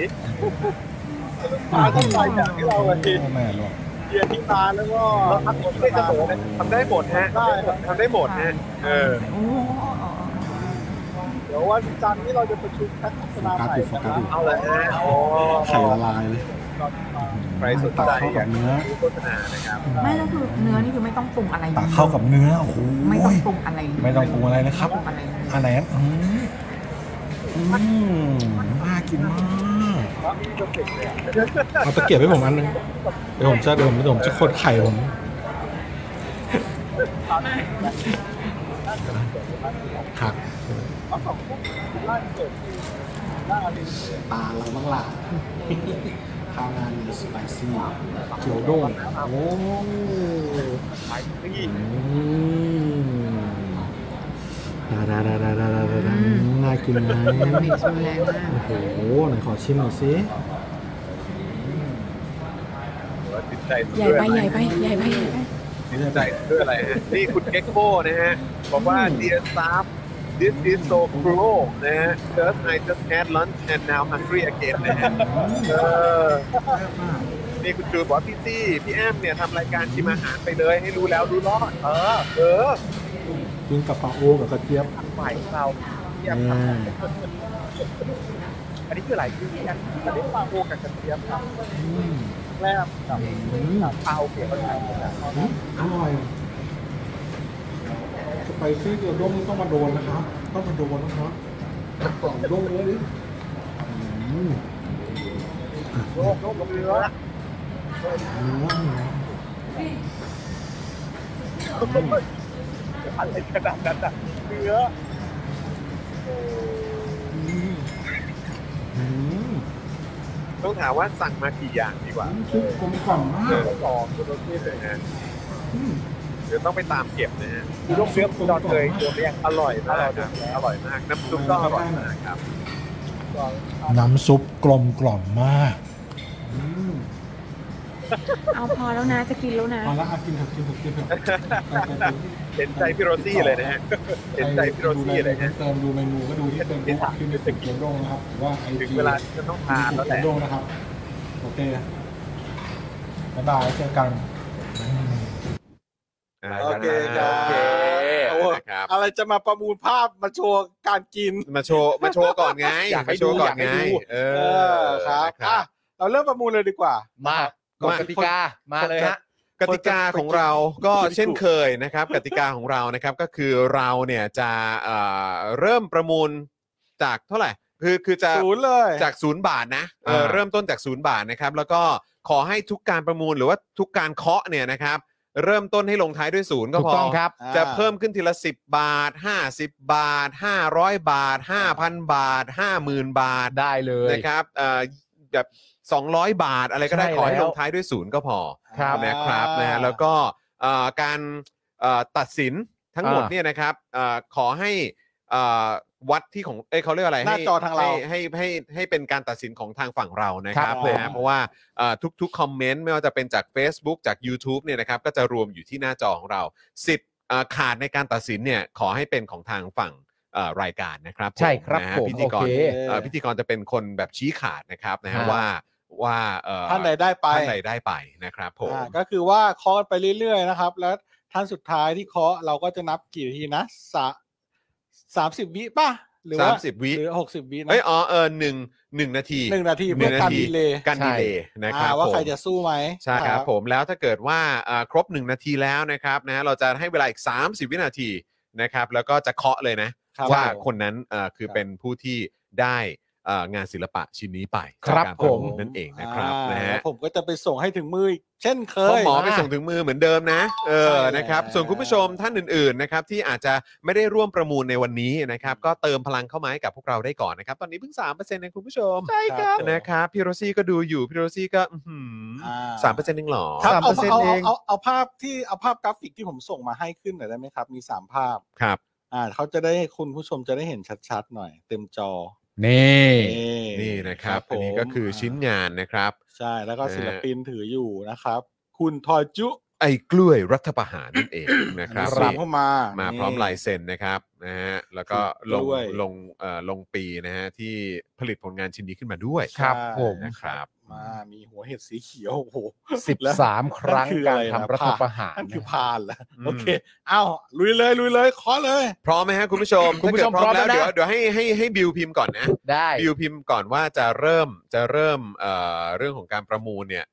Speaker 9: ตาต้องใส่จากที่เราเลย
Speaker 1: โอ้แม่หลวง
Speaker 9: เดียที่ตาแล้วก็ทำได้เสมอนะทำได้หมดฮะได้ทำได้หมดฮะเออ
Speaker 8: โอ้โหอ๋ออ๋ออ๋อ
Speaker 9: เดี๋ยววันจันทร์ที่เราจะประชุมทัศน
Speaker 1: โฟกัสอยู่โฟกัสอยู่
Speaker 9: เอาเลยฮะโอ้
Speaker 1: ไข่ละลายเลย
Speaker 9: ใครสน
Speaker 1: ตัก
Speaker 9: ใจ
Speaker 1: เข้า
Speaker 9: อ
Speaker 1: กั
Speaker 9: ยา
Speaker 1: บ
Speaker 9: ก
Speaker 1: เนื้อ
Speaker 9: ดูโฆษณานะครับ
Speaker 8: ไม่แล้วคือเนื้อนี่คือไม่ต้องปรุงอะไรลย
Speaker 1: ตักเข้ากับเนื้อโอ้โห
Speaker 8: ไม่ต้องปรุงอะไรเลย
Speaker 1: ไม่ต้องปรุงอะไรนะครับ
Speaker 8: ไม่ต้องปรุงอะไรเลย
Speaker 1: อันไหนอ่ะอืมอืมน่ากินมากเอาตะเกียบให้ผมอันหนึงเดี๋ยวผมจะเดี๋ยวผมเดี๋ยวผมจะคดไข่ผมหักตาเราบ้างล่ะข้าวงานมีสไปซี่เกี๊ยวด้งโอ้
Speaker 9: นี่
Speaker 1: ดาดาดาดาดาดาดาดา
Speaker 8: อืม
Speaker 1: น่ากินไหม
Speaker 8: มีชูแรงมาก
Speaker 1: โอ้โหไหนขอชิมหน่อยสิ
Speaker 9: ติดใจสุด
Speaker 8: ใหญ่
Speaker 9: ด้ว
Speaker 8: ไป
Speaker 9: ย
Speaker 8: ใหญ่ไปใหญ่ไปใหญ่ไป
Speaker 9: นี่
Speaker 3: ใจเพื่ออะไรฮะนี่คุณเก็กโก้นะฮะ บอกว่า dear staff this is so cruel นะฮะ just I just had lunch and now hungry again นะฮะเออนี่คุณจูนบอกว่าพี่ซี่พี่แอมเนี่ยทำรายการชิมอาหารไปเลยให้รู้แล้วรู้รอด เออ เออ
Speaker 5: กินกับปลาโอกับกระเทียม
Speaker 9: ฝ่ายเราที่อันอันนี้คืออะไรคืออันอันนี้ปลาโอกับกระเทียมครับแรมกับกับเปาเกี่ยวกับไทยนะครับ
Speaker 5: อร่อยสไปซี่เกลือด้งนี่ต้องมาโดนนะครับ ต้องมาโดนนะครับกล่องด้งเยอะดิอืม
Speaker 9: โลกโลกกับเนื้อ
Speaker 5: อืม
Speaker 9: อะไรขนาดนั้นอะเนื้อ
Speaker 5: อืมอืม
Speaker 3: ต้องถามว่าสั่งมากี่อย่างดีกว่า
Speaker 5: ชุดกลมกล่อมมา
Speaker 3: เดี๋ย
Speaker 5: ก
Speaker 3: วสองคุณโรซี่เลยนะ
Speaker 5: อืม
Speaker 3: เดี๋ยวต้องไปตามเก็บนะฮะ
Speaker 9: คือลูกเชื้อคุณดอนเคยเจอไหมยัง
Speaker 3: อร่อยมากครับอร่อยมาก น้ำซุปก็อร่อยมากครับ
Speaker 1: น้ำซุปกลมกล่อมมาก
Speaker 5: อืม
Speaker 8: เอาพอแล้วนะจะกินแล้วนะ
Speaker 5: เอาละอ่ะกินเถอะกินเถอะกินเถอะไปไปไป
Speaker 3: เห็นใจพี่โรซี่เลยนะฮะ เห็นใจพี่โรซี่เลยนะฮะ
Speaker 5: เติมดูเมนูก็ดูที่เติมดูคือมีตึกเกียวด้งนะครับหรือว่าไอ
Speaker 3: ถึง
Speaker 5: จี
Speaker 3: เวลาที่จะต้องทาน
Speaker 5: ตึ
Speaker 3: แล้ว
Speaker 5: ก
Speaker 3: แห
Speaker 5: เกียว
Speaker 3: ละ
Speaker 5: ด้งนะครับ โอเคบ๊ายบายเจอกัน
Speaker 3: โอเค
Speaker 5: ครับ
Speaker 3: โอเคนะครับ
Speaker 5: อะไรจะมาประมูลภาพมาโชว์การกิน
Speaker 3: มาโชว์ มาโชว์ก่อนไง
Speaker 5: อยากให้
Speaker 3: มาโชว์ก่อน
Speaker 5: ดูอยาก
Speaker 3: ไง
Speaker 5: ให้ดู
Speaker 3: เอ
Speaker 5: เอ
Speaker 3: อ
Speaker 5: อครับ
Speaker 3: นะ
Speaker 5: อ่ะเราเริ่มประมูลเลยดีกว่า
Speaker 6: มากกฎกติกามาเลยฮะ
Speaker 3: กติกาของเราก็เช่นเคยนะครับ กติกาของเรานะครับก็คือเราเนี่ยจะเอ่อเริ่มประมูลจากเท่าไหร่ คือคือจะ
Speaker 5: ศูนย์เลย
Speaker 3: จากศูนย์บาทนะเออ
Speaker 2: อ่า
Speaker 3: เริ่มต้นจากศูนย์บาทนะครับ แล้วก็ขอให้ทุกการประมูลหรือว่าทุกการเคาะเนี่ยนะครับ เริ่มต้นให้ลงท้ายด้วยศูนย์ก็
Speaker 6: ถูก
Speaker 3: พอ
Speaker 6: ต้องครับ
Speaker 3: จะเพิ่มขึ้นทีละ 10 บาท 50 บาท 500 บาท 5,000 บาท 50,000 บาท
Speaker 6: ได้เลย
Speaker 3: นะครับเอ่อแบบ 200 บาทอะไรก็ได้
Speaker 6: ใช่แล้ว
Speaker 3: ขอให้ลงท้ายด้วยศูนย์ก็พอ
Speaker 6: ครับ
Speaker 3: นะครับ
Speaker 5: อ่าน
Speaker 3: นะฮะแล้วก็เอ่อการเอ่อตัดสินทั้งหมด
Speaker 6: อ่า
Speaker 3: เนี่ยนะครับเอ่อขอให้เอ่อวัดที่ของเอ้ยเขาเรียกอะไร
Speaker 5: หน้าจอทางเรา
Speaker 3: ให้ให้ให้ให้เป็นการตัดสินของทางฝั่งเรานะ
Speaker 6: ค
Speaker 3: ครั
Speaker 6: รั
Speaker 3: บบ
Speaker 6: ผม
Speaker 3: นะฮะเพราะว่าเอ่อทุกๆ คอมเมนต์ ไม่ว่าจะเป็นจาก Facebook จาก YouTube เนี่ยนะครับก็จะรวมอยู่ที่หน้าจอของเรา สิทธิ์เอ่อขาดในการตัดสินเนี่ยขอให้เป็นของทางฝั่งเอ่อรายการนะครับ
Speaker 6: ใช่ครับ
Speaker 3: นะฮะ
Speaker 6: ผม
Speaker 3: พิธี
Speaker 6: โอก
Speaker 3: ร
Speaker 6: เค
Speaker 3: เอ่อพิธีกรจะเป็นคนแบบชี้ขาดนะครับนะฮะ
Speaker 6: ฮะ
Speaker 3: ว่าว่าเอ่อ
Speaker 5: ท่านใดได้ไป
Speaker 3: ท่านใดได้ไปนะครับผม
Speaker 5: อ่าก็คือว่าเคาะไปเรื่อยๆนะครับ แล้วท่านสุดท้ายที่เคาะเราก็จะนับกี่นาทีนะสะสามสิบวิป่ะหรือว่า
Speaker 3: 30วิ
Speaker 5: หรือหกสิบวินะ
Speaker 3: เอ้ยอ๋อเออหนึ่งหนึ่งนาที
Speaker 5: หนึ่งนาที
Speaker 3: ห
Speaker 5: เพื่อการ
Speaker 3: ที
Speaker 5: ดีเลย์
Speaker 3: การดีเลย์นะครับ
Speaker 5: อ่าว่า
Speaker 3: ผม
Speaker 5: ใครจะสู้ไหม
Speaker 3: ใช่ครับผมแล้วถ้าเกิดว่าอ่าครบ 1 นาทีแล้วนะครับนะเราจะให้เวลาอีก 30 วินาทีนะครับแล้วก็จะเคาะเลยนะ
Speaker 5: ครับ
Speaker 3: ว่า
Speaker 5: ผม
Speaker 3: คนนั้นอ่าคือ
Speaker 5: ครับ
Speaker 3: เป็นผู้ที่ได้อ่างานศิลปะชิ้นนี้ไป
Speaker 6: ครับ
Speaker 3: จากกา
Speaker 6: ผม
Speaker 3: ปะลนั่นเองนะครับ
Speaker 5: า
Speaker 3: นะฮะ
Speaker 5: ผมก็จะไปส่งให้ถึงมืออีกเช่นเค
Speaker 3: เพราะ
Speaker 5: ย
Speaker 3: หมอไปส่งถึงมือเหมือนเดิมนะเออ
Speaker 5: ใช่
Speaker 3: นะครับ
Speaker 5: แล้ว
Speaker 3: ส่วนคุณผู้ชมท่านอื่นๆนะครับที่อาจจะไม่ได้ร่วมประมูลในวันนี้นะครับก็เติมพลังเข้ามาให้กับพวกเราได้ก่อนนะครับตอนนี้เพิ่ง3%เองคุณผู้ชม
Speaker 5: ใช่ครับ
Speaker 3: นะครับพี่โรซี่ก็ดูอยู่พี่โรซี่ก็อื้อหือ
Speaker 5: อ่า
Speaker 3: สามเปอร์เซ็นต์เองเหรอ
Speaker 5: ครับเอา
Speaker 6: 3%
Speaker 5: เอา
Speaker 6: เอ
Speaker 5: เอา
Speaker 6: ง
Speaker 5: เอาเอาภาพที่เอาภาพกราฟิกที่ผมส่งมาให้ขึ้นหน่อยได้ไหมครับ มีสามภาพ
Speaker 3: ครับ
Speaker 5: อ่าเขาจะได้คุณผู้ชมจะได้เห็นชัดๆหน่อย เต็มจอ
Speaker 6: นี่
Speaker 3: นี่นะครับ
Speaker 5: ผม
Speaker 3: อันนี้ก็คือชิ้นงานนะครับ
Speaker 5: ใช่แล้วก็
Speaker 3: นะฮะ
Speaker 5: ศิลปินถืออยู่นะครับ คุณทอยจุ
Speaker 3: ไอ้กล้วยรัฐประหารนั่นเองนะครับ
Speaker 5: รับ
Speaker 3: นี่
Speaker 5: เข้ามา
Speaker 3: มา
Speaker 5: มา
Speaker 3: พร้อมลายเซ็นนะครับนะฮะแล้วก็ลง
Speaker 5: กล้วย
Speaker 3: ลงเอ่อลงปีนะฮะที่ผลิตผลงานชิ้นนี้ขึ้นมาด้วย
Speaker 6: ครับผม
Speaker 3: นะครับ
Speaker 5: มา มีหัวเห็ดสีเขียวโอ้โห
Speaker 6: สิบ
Speaker 5: แล้ว
Speaker 6: สามครั้ง
Speaker 5: คือ
Speaker 6: การ
Speaker 5: อะไรนะ
Speaker 6: ทำรัฐประหาร
Speaker 5: นั่นคือ
Speaker 6: นะ
Speaker 5: พานแล้วโอเค เอ้าลุยเลยลุยเลยขอเลย
Speaker 3: พร้อมไหมฮะคุณผู้ชม
Speaker 6: คุณผู้ชม
Speaker 3: ถ้าเกิดพร้อม
Speaker 6: พร้
Speaker 3: แล้
Speaker 6: อ
Speaker 3: ว
Speaker 6: มแล้วนะ
Speaker 3: เดี๋ยวเดี๋ยวให้ให้ให้บิวพิมพ์ก่อนนะ
Speaker 6: ได้
Speaker 3: บิวพิมพ์ก่อนว่าจะเริ่มจะเริ่มเอ่อเรื่องของการประมูลเนี่ย